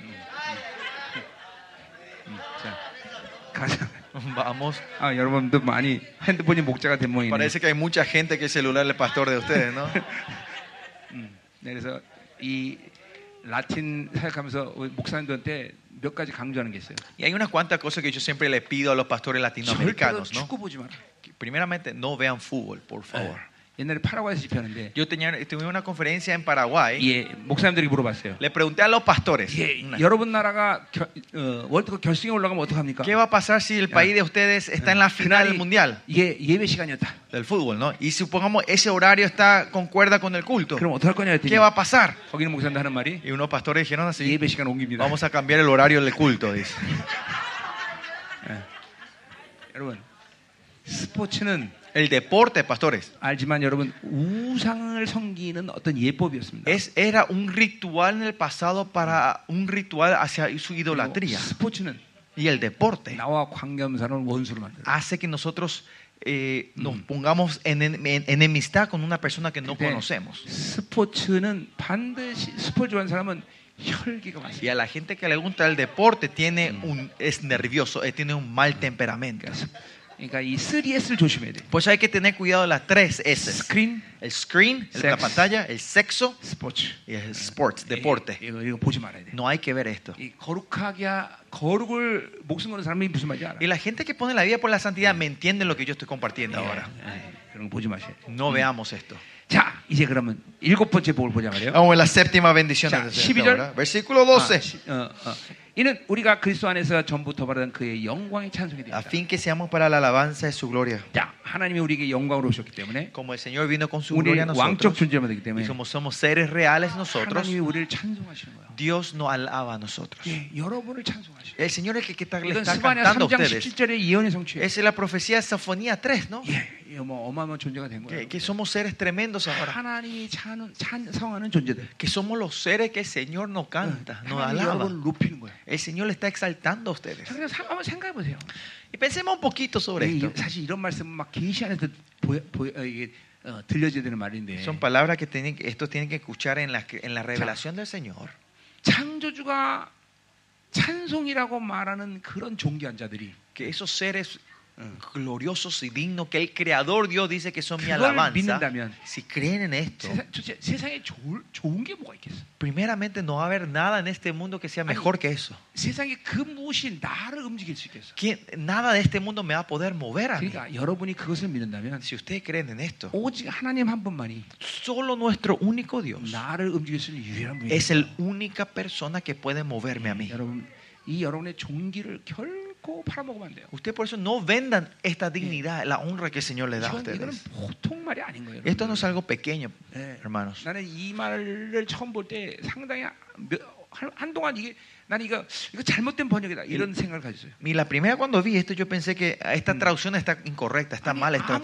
음, 자, 가자. Vamos. 아 여러분도 많이 핸드폰이 목자가 된 모양이네. Parece que hay mucha gente que el celular es el pastor de ustedes, ¿no? 네, 그래서 이 라틴 사역하면서 우리 목사님들한테 몇 가지 강조하는 게 있어요. Y hay unas cuantas cosas que yo siempre le pido a los pastores 절대로 latinoamericanos, ¿no? Eh. 축구 보지 마라. Que Primeramente, no vean fútbol, por 어. favor. 옛날에 파라과이에서 집회하는데 Yo tenía, tuve una conferencia en Paraguay. 예, 목사님들이 물어봤어요. Le pregunté a los pastores, 예, una, 여러분 나라가 결- 어, 월드컵 결승에 올라가면 어떡합니까? ¿qué va a pasar si el país de ustedes está en la final del mundial 예, 예배 시간이었다. del fútbol, ¿no? Y supongamos ese horario está concuerda con el culto, 그럼 어떡할 거냐 했더니 ¿qué va a pasar? 거기는 목사님도 하는 말이 Y unos pastores dijeron así, 예배 시간 옮깁니다. vamos a cambiar el horario del culto, dice. 여러분 스포츠는 El deporte, pastores, 알지만 여러분 우상을 섬기는 어떤 예법이었습니다. es, era un ritual en el pasado para un ritual hacia su idolatría. 스포츠는 Y el deporte 나와 관계음사는 원수로 만들어. hace que nosotros eh, nos pongamos en, en- en enemistad con una persona que no Sí. conocemos. 스포츠는 반드시 스포츠 한 사람은 혈기가 많습니다. Y a la gente que le gusta el deporte tiene un, es nervioso, eh, tiene un mal temperamento. 그러니까 이 3S를 조심해야 돼. Pues hay que tener cuidado de las tres S. 스크린, El screen, el- la Sex. pantalla, el sexo 스포츠, y Eh, el sports, deporte. 예, 이거, 이거 보지 말아야 돼. No hay que ver esto. 이 거룩하게 하- 거룩을 목숨 거는 사람이 무슨 말인지 알아. Y la gente que pone la vida por la santidad me entiende lo que yo estoy compartiendo ahora. 예, 그런 거 보지 마세요. No veamos esto. 자, 이제 그러면 일곱 번째 복을 보자 말이에요. Vamos a la séptima bendición. Ya, de esta 11. hora. Versículo 아, 12. 시- 아, 어, 어. 이는 우리가 그리스도 안에서 전부터 바라던 그의 영광의 찬송이 A 됩니다. fin que seamos para la alabanza de su gloria. 자, 하나님이 우리에게 영광으로 오셨기 때문에 Como el Señor vino con su 우리 gloria a 왕적 nosotros. 존재만 되기 때문에 Y como somos seres reales nosotros, 하나님이 우리를 찬송하시는 거예요. Dios nos alaba a nosotros. 예, 여러분을 찬송하시는 El Señor es el que está, 거예요. le 이건 está 스바냐 cantando a 3장 ustedes. 17절의 예언의 성취예요. Esa es la profecía de Sofonía 3, ¿no? 예, 이거 뭐 어마어마한 존재가 된 거예요. Que, que somos seres tremendos ahora. 하나님이 찬, 찬성하는 존재들. Que somos los seres que el Señor nos canta, nos 아, 하나님이 alaba. 여러분을 높이는 거예요. El Señor le está exaltando a ustedes. 자, 그냥 사- 한번 생각해 보세요. Y pensemos un poquito sobre 이- esto. 사실 이런 말씀 막 계시 안에서 보여, 보여, 어, 이게 어, 들려줘야 되는 말인데 Son palabras que tienen, estos tienen que escuchar en la, en la revelación del Señor. 창조주가 찬송이라고 말하는 그런 존귀한 자들이 Que esos seres gloriosos y dignos que el Creador Dios dice que son mi 그걸 alabanza, 믿는다면, si creen en esto, 세상, 도대체 세상에 좋을, 좋은 게 뭐가 있겠어? primeramente no va a haber nada en este mundo que sea mejor que eso. 세상에 그 무엇이 나를 움직일 수 있겠어? ¿Quién- nada de este mundo me va a poder mover a mí. 그러니까 여러분이 그것을 믿는다면 Si ustedes creen en esto, 오직 하나님 한 분만이 solo nuestro único Dios 나를 움직일 수 있는 유일한 분이 es el única persona que puede moverme a mí. 여러분 이 여러분의 종기를 결코 팔아먹으면 안 돼요. Ustedes por eso no vendan esta dignidad, la honra que el Señor le da a 이건, 이거는 ustedes. 보통 말이 아닌 거예요. Esto no 여러분. es algo pequeño, 예. hermanos. 나는 이 말을 처음 볼 때 상당히 몇- 한- 한동안 이게 나는 이거 이거 잘못된 번역이다 이런 생각을 가졌어요. Y la primera cuando vi esto yo pensé que esta traducción está incorrecta, está mal esta 아무리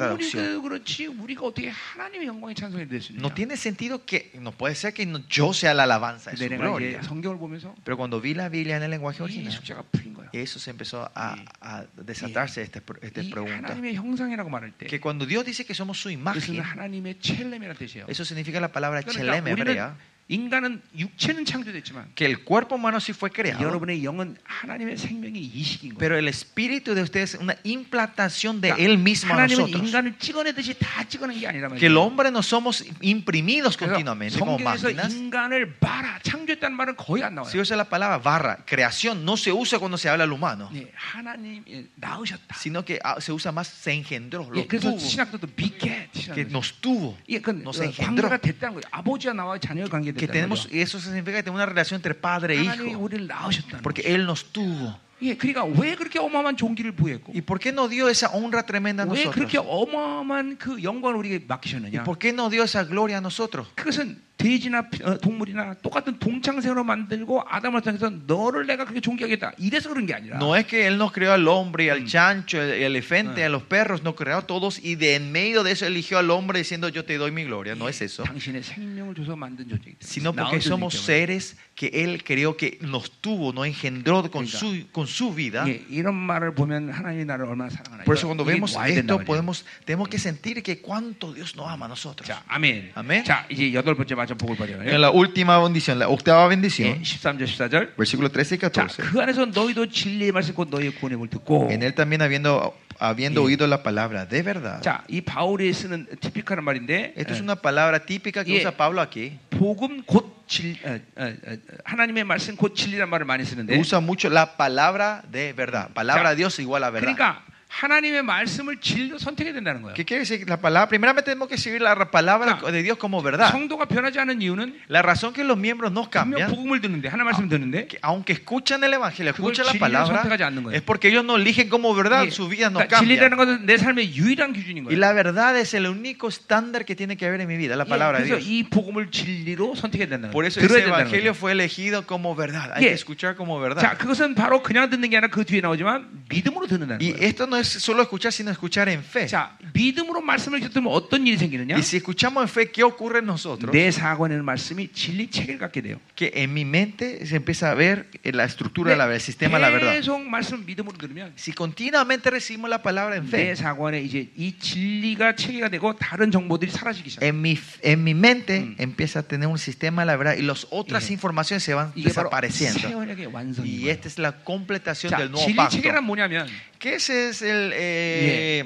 그 traducción. 그렇지 우리가 어떻게 하나님의 영광에 찬송이 될 수 있냐? No tiene sentido que, no puede ser que no- yo sea la alabanza de 근데 su 내가 이제 gloria. 성경을 보면서 Pero cuando vi la Biblia en el lenguaje 이 original, 숙제가 풀린 거야. eso se empezó a, a desatarse esta este 이 pregunta. 하나님의 형상이라고 말할 때 Que cuando Dios dice que somos su 그것은 imagen, 하나님의 첼렘이라는 뜻이에요. eso significa la palabra chelem 그러니까 우리는 hebrea, 인간은 육체는 창조됐지만 que el cuerpo humano sí fue creado, 여러분의 영은 하나님의 생명의 이식인 거예요. pero el espíritu de ustedes es una implantación de 그러니까 Él mismo a 하나님은 nosotros. 인간을 찍어내듯이 다 찍어낸 게 아니라 Que el 말이에요. hombre no somos imprimidos 그래서 continuamente como 성경에서 máquinas. 인간을 바라 창조했다는 말은 거의 안 Si 나와요. usa la palabra barra, creación, no se usa cuando se habla al humano, 예, 하나님 예, 낳으셨다. sino que ah, se usa más se engendró, 예, lo 그래서 tuvo, 신학도도 beget. que nos tuvo, 예, 그건 nos 어, engendró. 관계가 됐다는 거예요. 아버지와 나와 자녀의 관계 Que 됐다는 tenemos, 거죠. y eso significa que tenemos una relación entre padre e 하나님이 hijo, 우리를 낳으셨다는 거죠. porque Él nos tuvo. 예, 그러니까 왜 그렇게 어마어마한 종기를 부여했고 ¿Y por qué no dio esa honra tremenda a 왜 nosotros? 그렇게 어마어마한 그 영광을 우리에게 ¿Y 맡기셨느냐? por qué no dio esa gloria a nosotros? 그것은 돼지나 피- 어, 동물이나 똑같은 동창생으로 만들고 아담을 통해서 너를 내가 그렇게 존경하겠다 이래서 그런 게 아니라 No es que Él nos creó al hombre y al chancho, el elefante, a los perros, nos creó a todos y de en medio de eso eligió al hombre diciendo yo te doy mi gloria. No es eso. 당신의 생명을 줘서 만든 존재이기 때문에 Sino porque 나온 somos 존재이기 때문에. seres que Él creó que nos tuvo, nos engendró con Venga. su, con su vida. 예, 이런 말을 보면 하나님이 나를 얼마나 사랑하나 Por eso cuando 이게 vemos 와야 된단 esto 말이에요. podemos, tenemos Mm. que sentir que cuánto Dios nos ama a nosotros. 자 아멘. 네, 아멘. 자 이제 여덟 번째 마저 복을 받아요 En la última bendición, la octava 예, bendición, 13절 14절 versículo 13 y 자 14. 그 안에서 너희도 진리의 말씀 곧 너희의 구원임을 듣고 En Él también habiendo, habiendo oído la palabra de verdad. 자이 바울이 쓰는 어, 티피카는 말인데 Esto es 예, una palabra típica que Yeah. usa Pablo aquí. 복음 곧 진, 어, 어, 어, 하나님의 말씀 곧 진리란 말을 많이 쓰는데 Usa mucho la palabra de verdad. Palabra Ya. de Dios igual a verdad. 그러니까 하나님의 말씀을 진리로 선택해야 된다는 거예요. ¿Qué quiere decir? La palabra, primeramente tenemos que seguir la palabra Claro. de Dios como verdad. 성도가 변하지 않은 이유는 La razón que los miembros no 분명 cambian, 복음을 듣는데 하나 말씀 듣는데 que aunque escuchan el Evangelio, 그걸 escuchan la 진리를 선택하지 palabra, 않는 거예요. es porque ellos no eligen como verdad, 예, su vida no 그러니까 진리라는 cambia. 것은 내 삶의 유일한 기준인 Y 거예요. la verdad es el único estándar que tiene que haber en mi vida, la 예, palabra de 그래서 Dios. 이 복음을 진리로 선택해야 된다는 Por 거예요. eso ese 들어야 된다는 Evangelio 거예요. fue elegido como verdad. Hay Yeah. que escuchar como 자, verdad. 그것은 바로 그냥 듣는 게 아니라 그 뒤에 나오지만 믿음으로 듣는다는 Y 거예요. esto no es solo escuchar, sino escuchar en fe. 자, 믿음으로 말씀을 듣으면 어떤 일이 생기느냐? Y si escuchamos en fe, ¿qué ocurre en nosotros? 내 사관에는 말씀이 진리 체계를 갖게 돼요. que en mi mente se empieza a ver la estructura, de la, el sistema, de la verdad. 네. 계속 말씀 믿음으로 들으면 Si continuamente recibimos la palabra en 내 fe, 사관에 이제 이 진리가 체계가 되고 다른 정보들이 사라지기 시작해요. en mi, en mi mente empieza a tener un sistema, de la verdad, Mm. y las otras Yeah. informaciones se van 이게 바로 새 desapareciendo. 언약의 완성인 Y 거예요. esta es la completación 자, del nuevo 진리 pacto. 체계란 뭐냐면 Que ese es el, eh,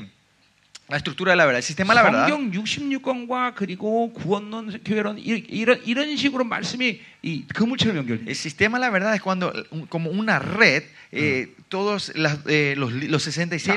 la estructura de la verdad, el sistema de la verdad. 성경 66권과 그리고 구원론, 교회론 이- 이런 이런 식으로 말씀이 이 그물처럼 연결돼요. El sistema, la verdad, es cuando, un- como una red, eh, todos las, eh, los, li- los 66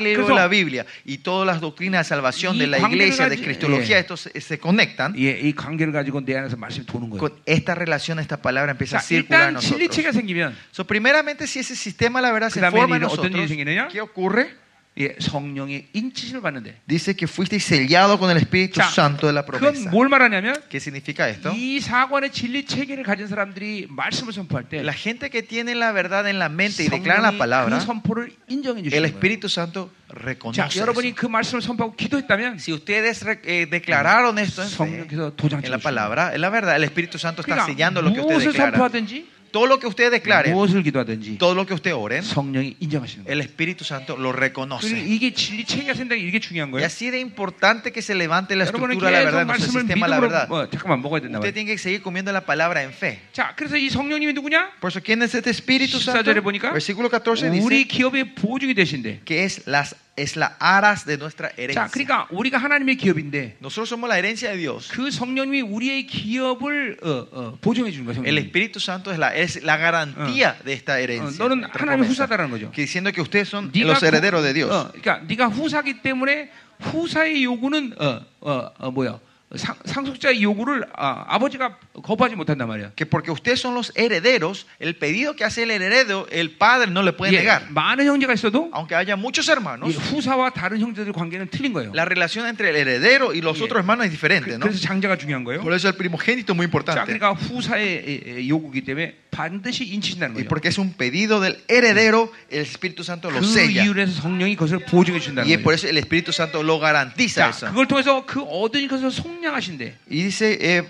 Ya, libros de 그래서 la Biblia y todas las doctrinas de salvación 이 de la 관계를 iglesia, de 가지- cristología, 예. estos se, se conectan. 예, 이 관계를 가지고 내 안에서 말씀이 도는 거예요. Con esta relación, esta palabra empieza 자, a circular en 일단 nosotros. 진리 체계가 생기면 So, primeramente, si ese sistema, la verdad, se 그다음에 forma en 이런 어떤 일이 nosotros, 생기느냐? ¿qué ocurre? 예, 성령의 인치심을 받는데. Dice que fuiste sellado con el Espíritu 자, Santo de la 그건 promesa. 뭘 말하냐면 ¿Qué significa esto? 이 사관의 진리 체계를 가진 사람들이 말씀을 선포할 때 La gente que tiene la verdad en la mente y declara la 성령이 그 palabra, 선포를 인정해 el 주시는 거예요. Espíritu Santo 자, reconoce. eso. 여러분이 그 말씀을 선포하고 기도했다면 Si ustedes re- eh, declararon esto en, fe, 성령께서 도장 en la 찍어주십니다. palabra, en la verdad, el Espíritu Santo está 그러니까 sellando lo que ustedes 무엇을 declaran. 선포하든지 Todo lo que ustedes declaren, 무엇을 기도하든지 todo lo que ustedes oren, 성령이 인정하시는 거예요. el Espíritu Santo lo 그리고 reconoce. 이게 진리 체계가 생각이 이게 중요한 Y 거예요. así de importante que se levante la 여러분은 estructura de la 계속 verdad, nuestro 말씀을 sistema de la verdad. 믿음으로 어, 잠깐만 먹어야 된다 Usted 말이에요. tiene que seguir comiendo la palabra en fe. 자, 그래서 이 성령님이 누구냐? Por eso, ¿quién es este Espíritu Santo? 14절에 보니까 Versículo 14 우리 dice 기업의 보증이 되신대. que es las es la aras de nuestra 자, herencia. 그러니까 우리가 하나님의 기업인데 Nosotros somos la herencia de Dios. 그 성령님이 우리의 기업을 어, 어, 보증해 주는 거예요. El 성령님이. Espíritu Santo es la, es la garantía de esta herencia. 어, 너는 esta 하나님의 promesa. 후사다라는 거죠. Que diciendo que ustedes son los herederos de Dios. 어, 그러니까 네가 후사기 때문에 후사의 요구는 어, 어, 어, 뭐야? 상, 상속자의 요구를 아, 아버지가 거부하지 못한단 말이야. Que porque ustedes son los herederos, el pedido que hace el heredero, el padre no le puede 예, negar. 많은 형제가 있어도 Aunque haya muchos 이 hermanos, 후사와 다른 형제들 관계는 틀린 거예요. la relación entre el heredero y los Yeah. otros hermanos es diferente, 그, ¿no? 그래서 장자가 중요한 거예요. Por eso el primogénito es muy 자, importante. 그러니까 후사의 예, 예, 요구기 때문에 반드시 인치신다는 Y 거예요. porque es un pedido del heredero, el Espíritu Santo lo 그 sella. 이유에서 성령이 그것을 보증해 Y es 준다는 por 거예요. eso el Espíritu Santo lo garantiza 자, eso. 그걸 통해서 그 얻은 것을 속량하신대. Y dice, eh,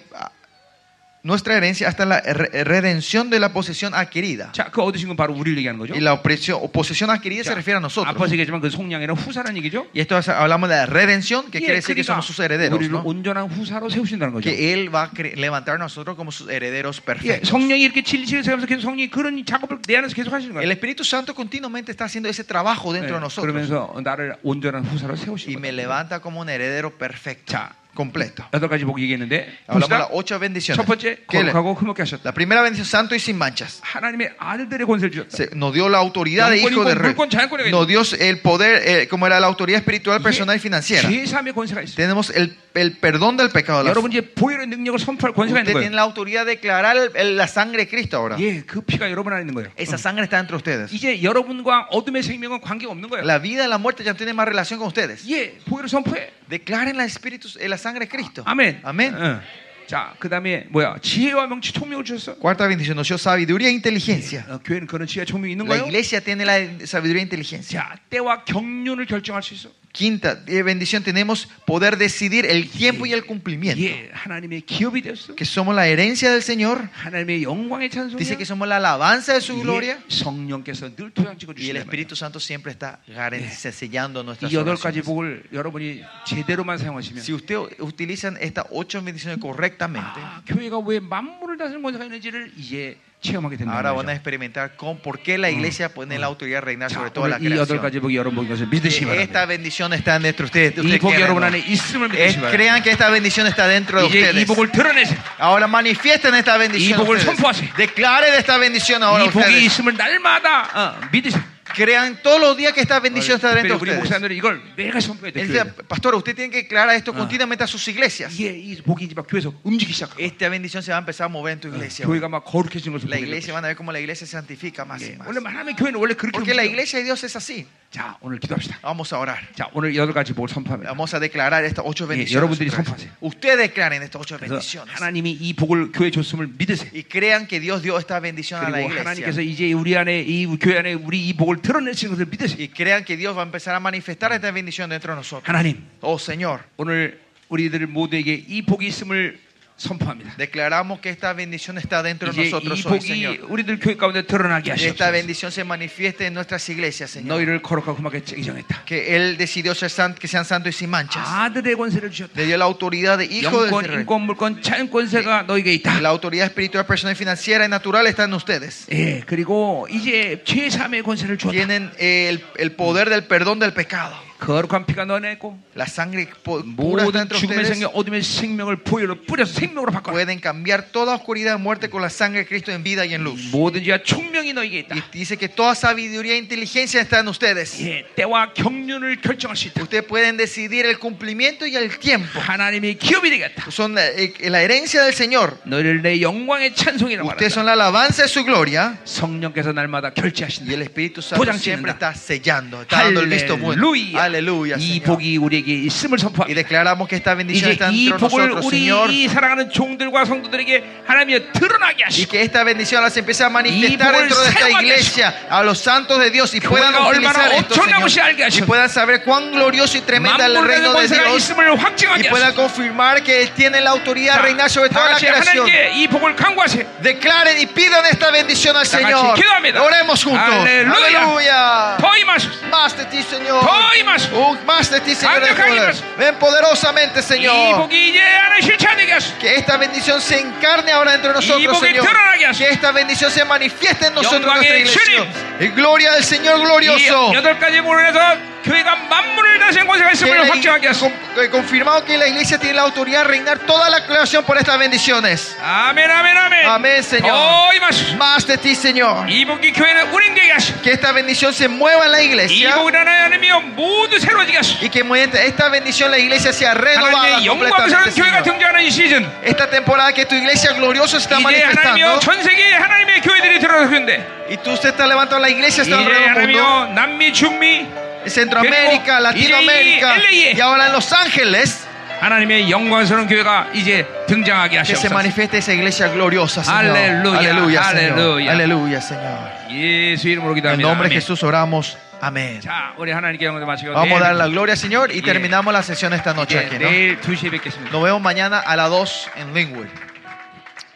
nuestra herencia hasta la re- redención de la posesión adquirida. 자, 그 얻으신 건 바로 우리를 얘기하는 거죠. Y la opresión- o posesión adquirida 자, se refiere a 앞서 nosotros. 얘기했지만 그 속량이란 후사라는 얘기죠. Y esto es- hablamos de la redención, que 예, quiere decir que 그러니까 somos sus herederos. 우리를 ¿no? 온전한 후사로 세우신다는 거죠. Que Él va a cre- levantar a nosotros como sus herederos 예, perfectos. 성령이 이렇게 진리식을 세우면서 계속 성령이 그런 작업을 내 안에서 계속 하시는 El 거예요. Espíritu Santo continuamente está haciendo ese trabajo 예, dentro de nosotros. 그러면서 나를 온전한 후사로 Y 세우시는 me 거예요. levanta como un heredero perfecto, 자, completo. 여덟 가지 복 얘기했는데 Hablamos de 봅시다. las ocho bendiciones. 첫 번째 ¿Qué le- 거룩하고 흐뭇게 하셨다. La primera bendición, santo y sin manchas. 하나님의 아들들의 권세를 주셨다. Se- nos dio la autoridad de 영권, hijo de 인권, rey. 물권, 자연권에 관해- Nos dio el poder, eh, como era la autoridad espiritual, personal y financiera. 제3의 네, 권세가 있어요. Tenemos el, el perdón del pecado. La- 여러분 이제 보혈의 능력을 선포할 권세가 있는 Usted tiene 거예요. la autoridad de declarar el- el- la sangre de Cristo ahora. 예, 그 피가 여러분 안에 있는 거예요. 응. Esa sangre está entre ustedes. 이제 여러분과 어둠의 생명은 관계가 없는 거예요. La vida y la muerte ya no tienen más relación con ustedes. 예, 보혈을 선포해. Declaren la, espíritu, eh, la sangre de Cristo. 아멘. Amén. 응. 자, 그다음에 뭐야? 지혜와 명치 총명을 주셨어. Cuarta bendición, nos dio sabiduría e inteligencia. 어, 교회는 그런 지혜와 총명이 있는 La 거예요. iglesia tiene la sabiduría e inteligencia. 자, 때와 경륜을 결정할 수 있어. Quinta eh, bendición, tenemos poder decidir el tiempo y el cumplimiento. 예, 하나님의 기업이 됐어. Que somos la herencia del Señor. 하나님의 영광의 찬송이야. Dice que somos la alabanza de su gloria. 예, 성령께서 늘 도장 찍어 Y el 주시는 Espíritu Santo siempre está garan- sellando nuestras 이 여덟 가지 oraciones. 복을 여러분이 제대로만 사용하시면 Si usted utilizan estas ocho bendiciones correctamente, 아, 교회가 왜 만물을 다스리는 권세가 있는지를 이제 체험하게 ahora 된다는 van a 거죠. experimentar con por qué la iglesia pone la autoridad de reinar sobre 자, toda la 오늘 예, 이 여덟 creación. 가지 복이 여러분 보는 것을 Que 믿으시기 Esta 바랍니다. bendición está entre ustedes. 이 ustedes 복이 crean, 여러분 안에 ¿no? 있음을 Es- 믿으시기 바랍니다. crean que esta bendición está dentro de 이제 이 ustedes. 복을 드러내세요. Ahora manifiesten esta 이 bendición. 복을 ustedes. 선포하세요. Declaren esta bendición ahora 이 복이 ustedes. 있음을 날마다 어, 믿으세요. Crean todos los días que esta bendición está 특별히 dentro de 우리 ustedes. 목사님들은 이걸 내가 선포해야 돼. Él 교회에서. decía, Pastor, usted tiene que declarar esto continuamente a sus iglesias. 예, 이 복이 이제 막 교회에서 움직이기 시작하고 Esta bendición se va a empezar a mover en Ah. tu iglesia. 교회가 막 거룩해진 것을 La 보게 되고 iglesia van a ver cómo la iglesia se santifica más 예, y más. 원래 하나님의 교회는 원래 그렇게 Porque la 움직여요. iglesia de Dios es así. 자, 오늘 기도합시다. Vamos a orar. 자, 오늘 여덟 가지 복을 선포합니다. Vamos a declarar estas ocho bendiciones. 여러분들이 otra vez. 선포하세요. Ustedes declaren estas ocho 그래서 bendiciones. 하나님이 이 복을 교회 줬음을 믿으세요. Y crean que Dios dio esta bendición a la 그리고 아, 하나님께서 iglesia. 이제 우리 안에 이 교회 안에 우리 이 복을 드러내시는 것을 믿으세요. Y crean que Dios va a empezar a manifestar esta bendición dentro de nosotros. 하나님, Oh Señor, 오늘 우리들 모두에게 이 복이 있음을 선포합니다. declaramos que esta bendición está dentro de 이제 이 nosotros hoy, 복이 Señor. 우리들 교회 가운데 드러나게 Esta 하시옵소서. bendición se manifieste en nuestras iglesias, Señor. 너희를 거룩하고 흠하게 정했다. Que Él decidió ser san- que sean santos y sin manchas. 아들의 권세를 주셨다. Le dio la autoridad de hijo del 영권, rey. 인권, 물권, 자연 권세가 너에게 있다. La autoridad espiritual, personal, financiera y natural está en ustedes. 예, 그리고 이제 제3의 권세를 주었다. Tienen eh, el, el poder del perdón del pecado. 거룩한 피가 너에 있고 La sangre po- pura está 모든 entre 죽음의 ustedes. 생명, 어둠의 생명을 보혈로 뿌려서 생명으로 바꿔라. Pueden cambiar toda oscuridad y muerte con la sangre de Cristo en vida y en luz. 모든 지와 총명이 너에게 있다. Y dice que toda sabiduría e inteligencia está en ustedes. 예, 때와 경륜을 결정할 수 있다. Ustedes pueden decidir el cumplimiento y el tiempo. 하나님의 기업이 되겠다. Son la, eh, la herencia del Señor. 너희를 내 영광의 찬송이라고 말한다. Ustedes son la alabanza de su gloria. 성령께서 날마다 Y 결제하신다. el Espíritu Santo siempre está sellando, está dando el visto bueno. Aleluya. Aleluya, 이 Señor. 복이 우리에게 있음을 Y 선포합니다. declaramos que esta bendición 이제 está 이 entre 복을 nosotros, 우리 Señor. 이 사랑하는 종들과 성도들에게 하나님이 드러나게 Y 하시고 que esta bendición las empiece a manifestar Y dentro de esta por el iglesia a los santos de Dios y Que puedan vuelva utilizar hermano, esto, ocho Señor. namusi alga, y Señor. puedan saber cuán glorioso y tremendo es el 만물을 reino de 권세가 Dios 있음을 y 확증하게 puedan 하시고 confirmar que Él tiene la autoridad de reinar sobre 다 toda la 같이 creación. 하나님께 이 복을 강구하세요. Declaren y pidan esta bendición al 같이 Señor. 기도합니다. Oremos juntos. Aleluya. Aleluya. 더 임하소서. Más de ti, Señor. 더 임하소서. Oh, Más de ti, Señor. de Cambio, poder. cambio. Ven poderosamente, 이 Señor. 복이 이제 안에 실체되게 하소서. Que esta bendición se encarne ahora dentro de nosotros, porque Señor. entrar allá. Que esta bendición se manifieste en nosotros, en nuestra Yongwang의 iglesia. Y gloria del Señor 이 glorioso. 여덟 가지 문에서 교회가 만물을 다스리는 권세가 Que la 있음을 확증하게 iglesia- 하소서. con- eh, confirmado que la iglesia tiene la autoridad de reinar toda la creación por estas bendiciones. 아멘 아멘 아멘. 아멘, Señor. 더 임하소서. Más de ti, Señor. 이 복이 교회는 운행되게 하시고 Que esta bendición se mueva en la 이 iglesia. 복이 하나의 하나님이여 모두 새로워지게 하소서. Y que mediante esta bendición la iglesia sea renovada. 하나님의 영광스러운 completamente, 교회가 Señor. 등장하는 이 시즌 Esta temporada que tu iglesia gloriosa se está 이제 하나님이여 manifestando. 전 세계에 하나님의 교회들이 드러나는데 Y tú se está levantando la iglesia 이제 hasta alrededor del mundo. 하나님이여 남미 중미 Centroamérica, Queremos Latinoamérica ir ahí, y ahora en Los Ángeles 하나님의 영광스러운 교회가 이제 등장하게 que se 하시옵소서 manifieste esa iglesia gloriosa, Señor. Aleluya, aleluya, Señor. aleluya. Aleluya, Señor. 예수 이름으로 En el 기도합니다 nombre de 아멘. Jesús oramos. Amén. 자 우리 하나님께 영광을 마치고 Vamos a dar 내일, la gloria, Señor, y Bien. terminamos la sesión esta noche 예, aquí. ¿no? 내일 2시에 뵙겠습니다 Nos vemos mañana a las 2 en Lingwood.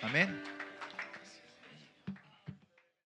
Amén.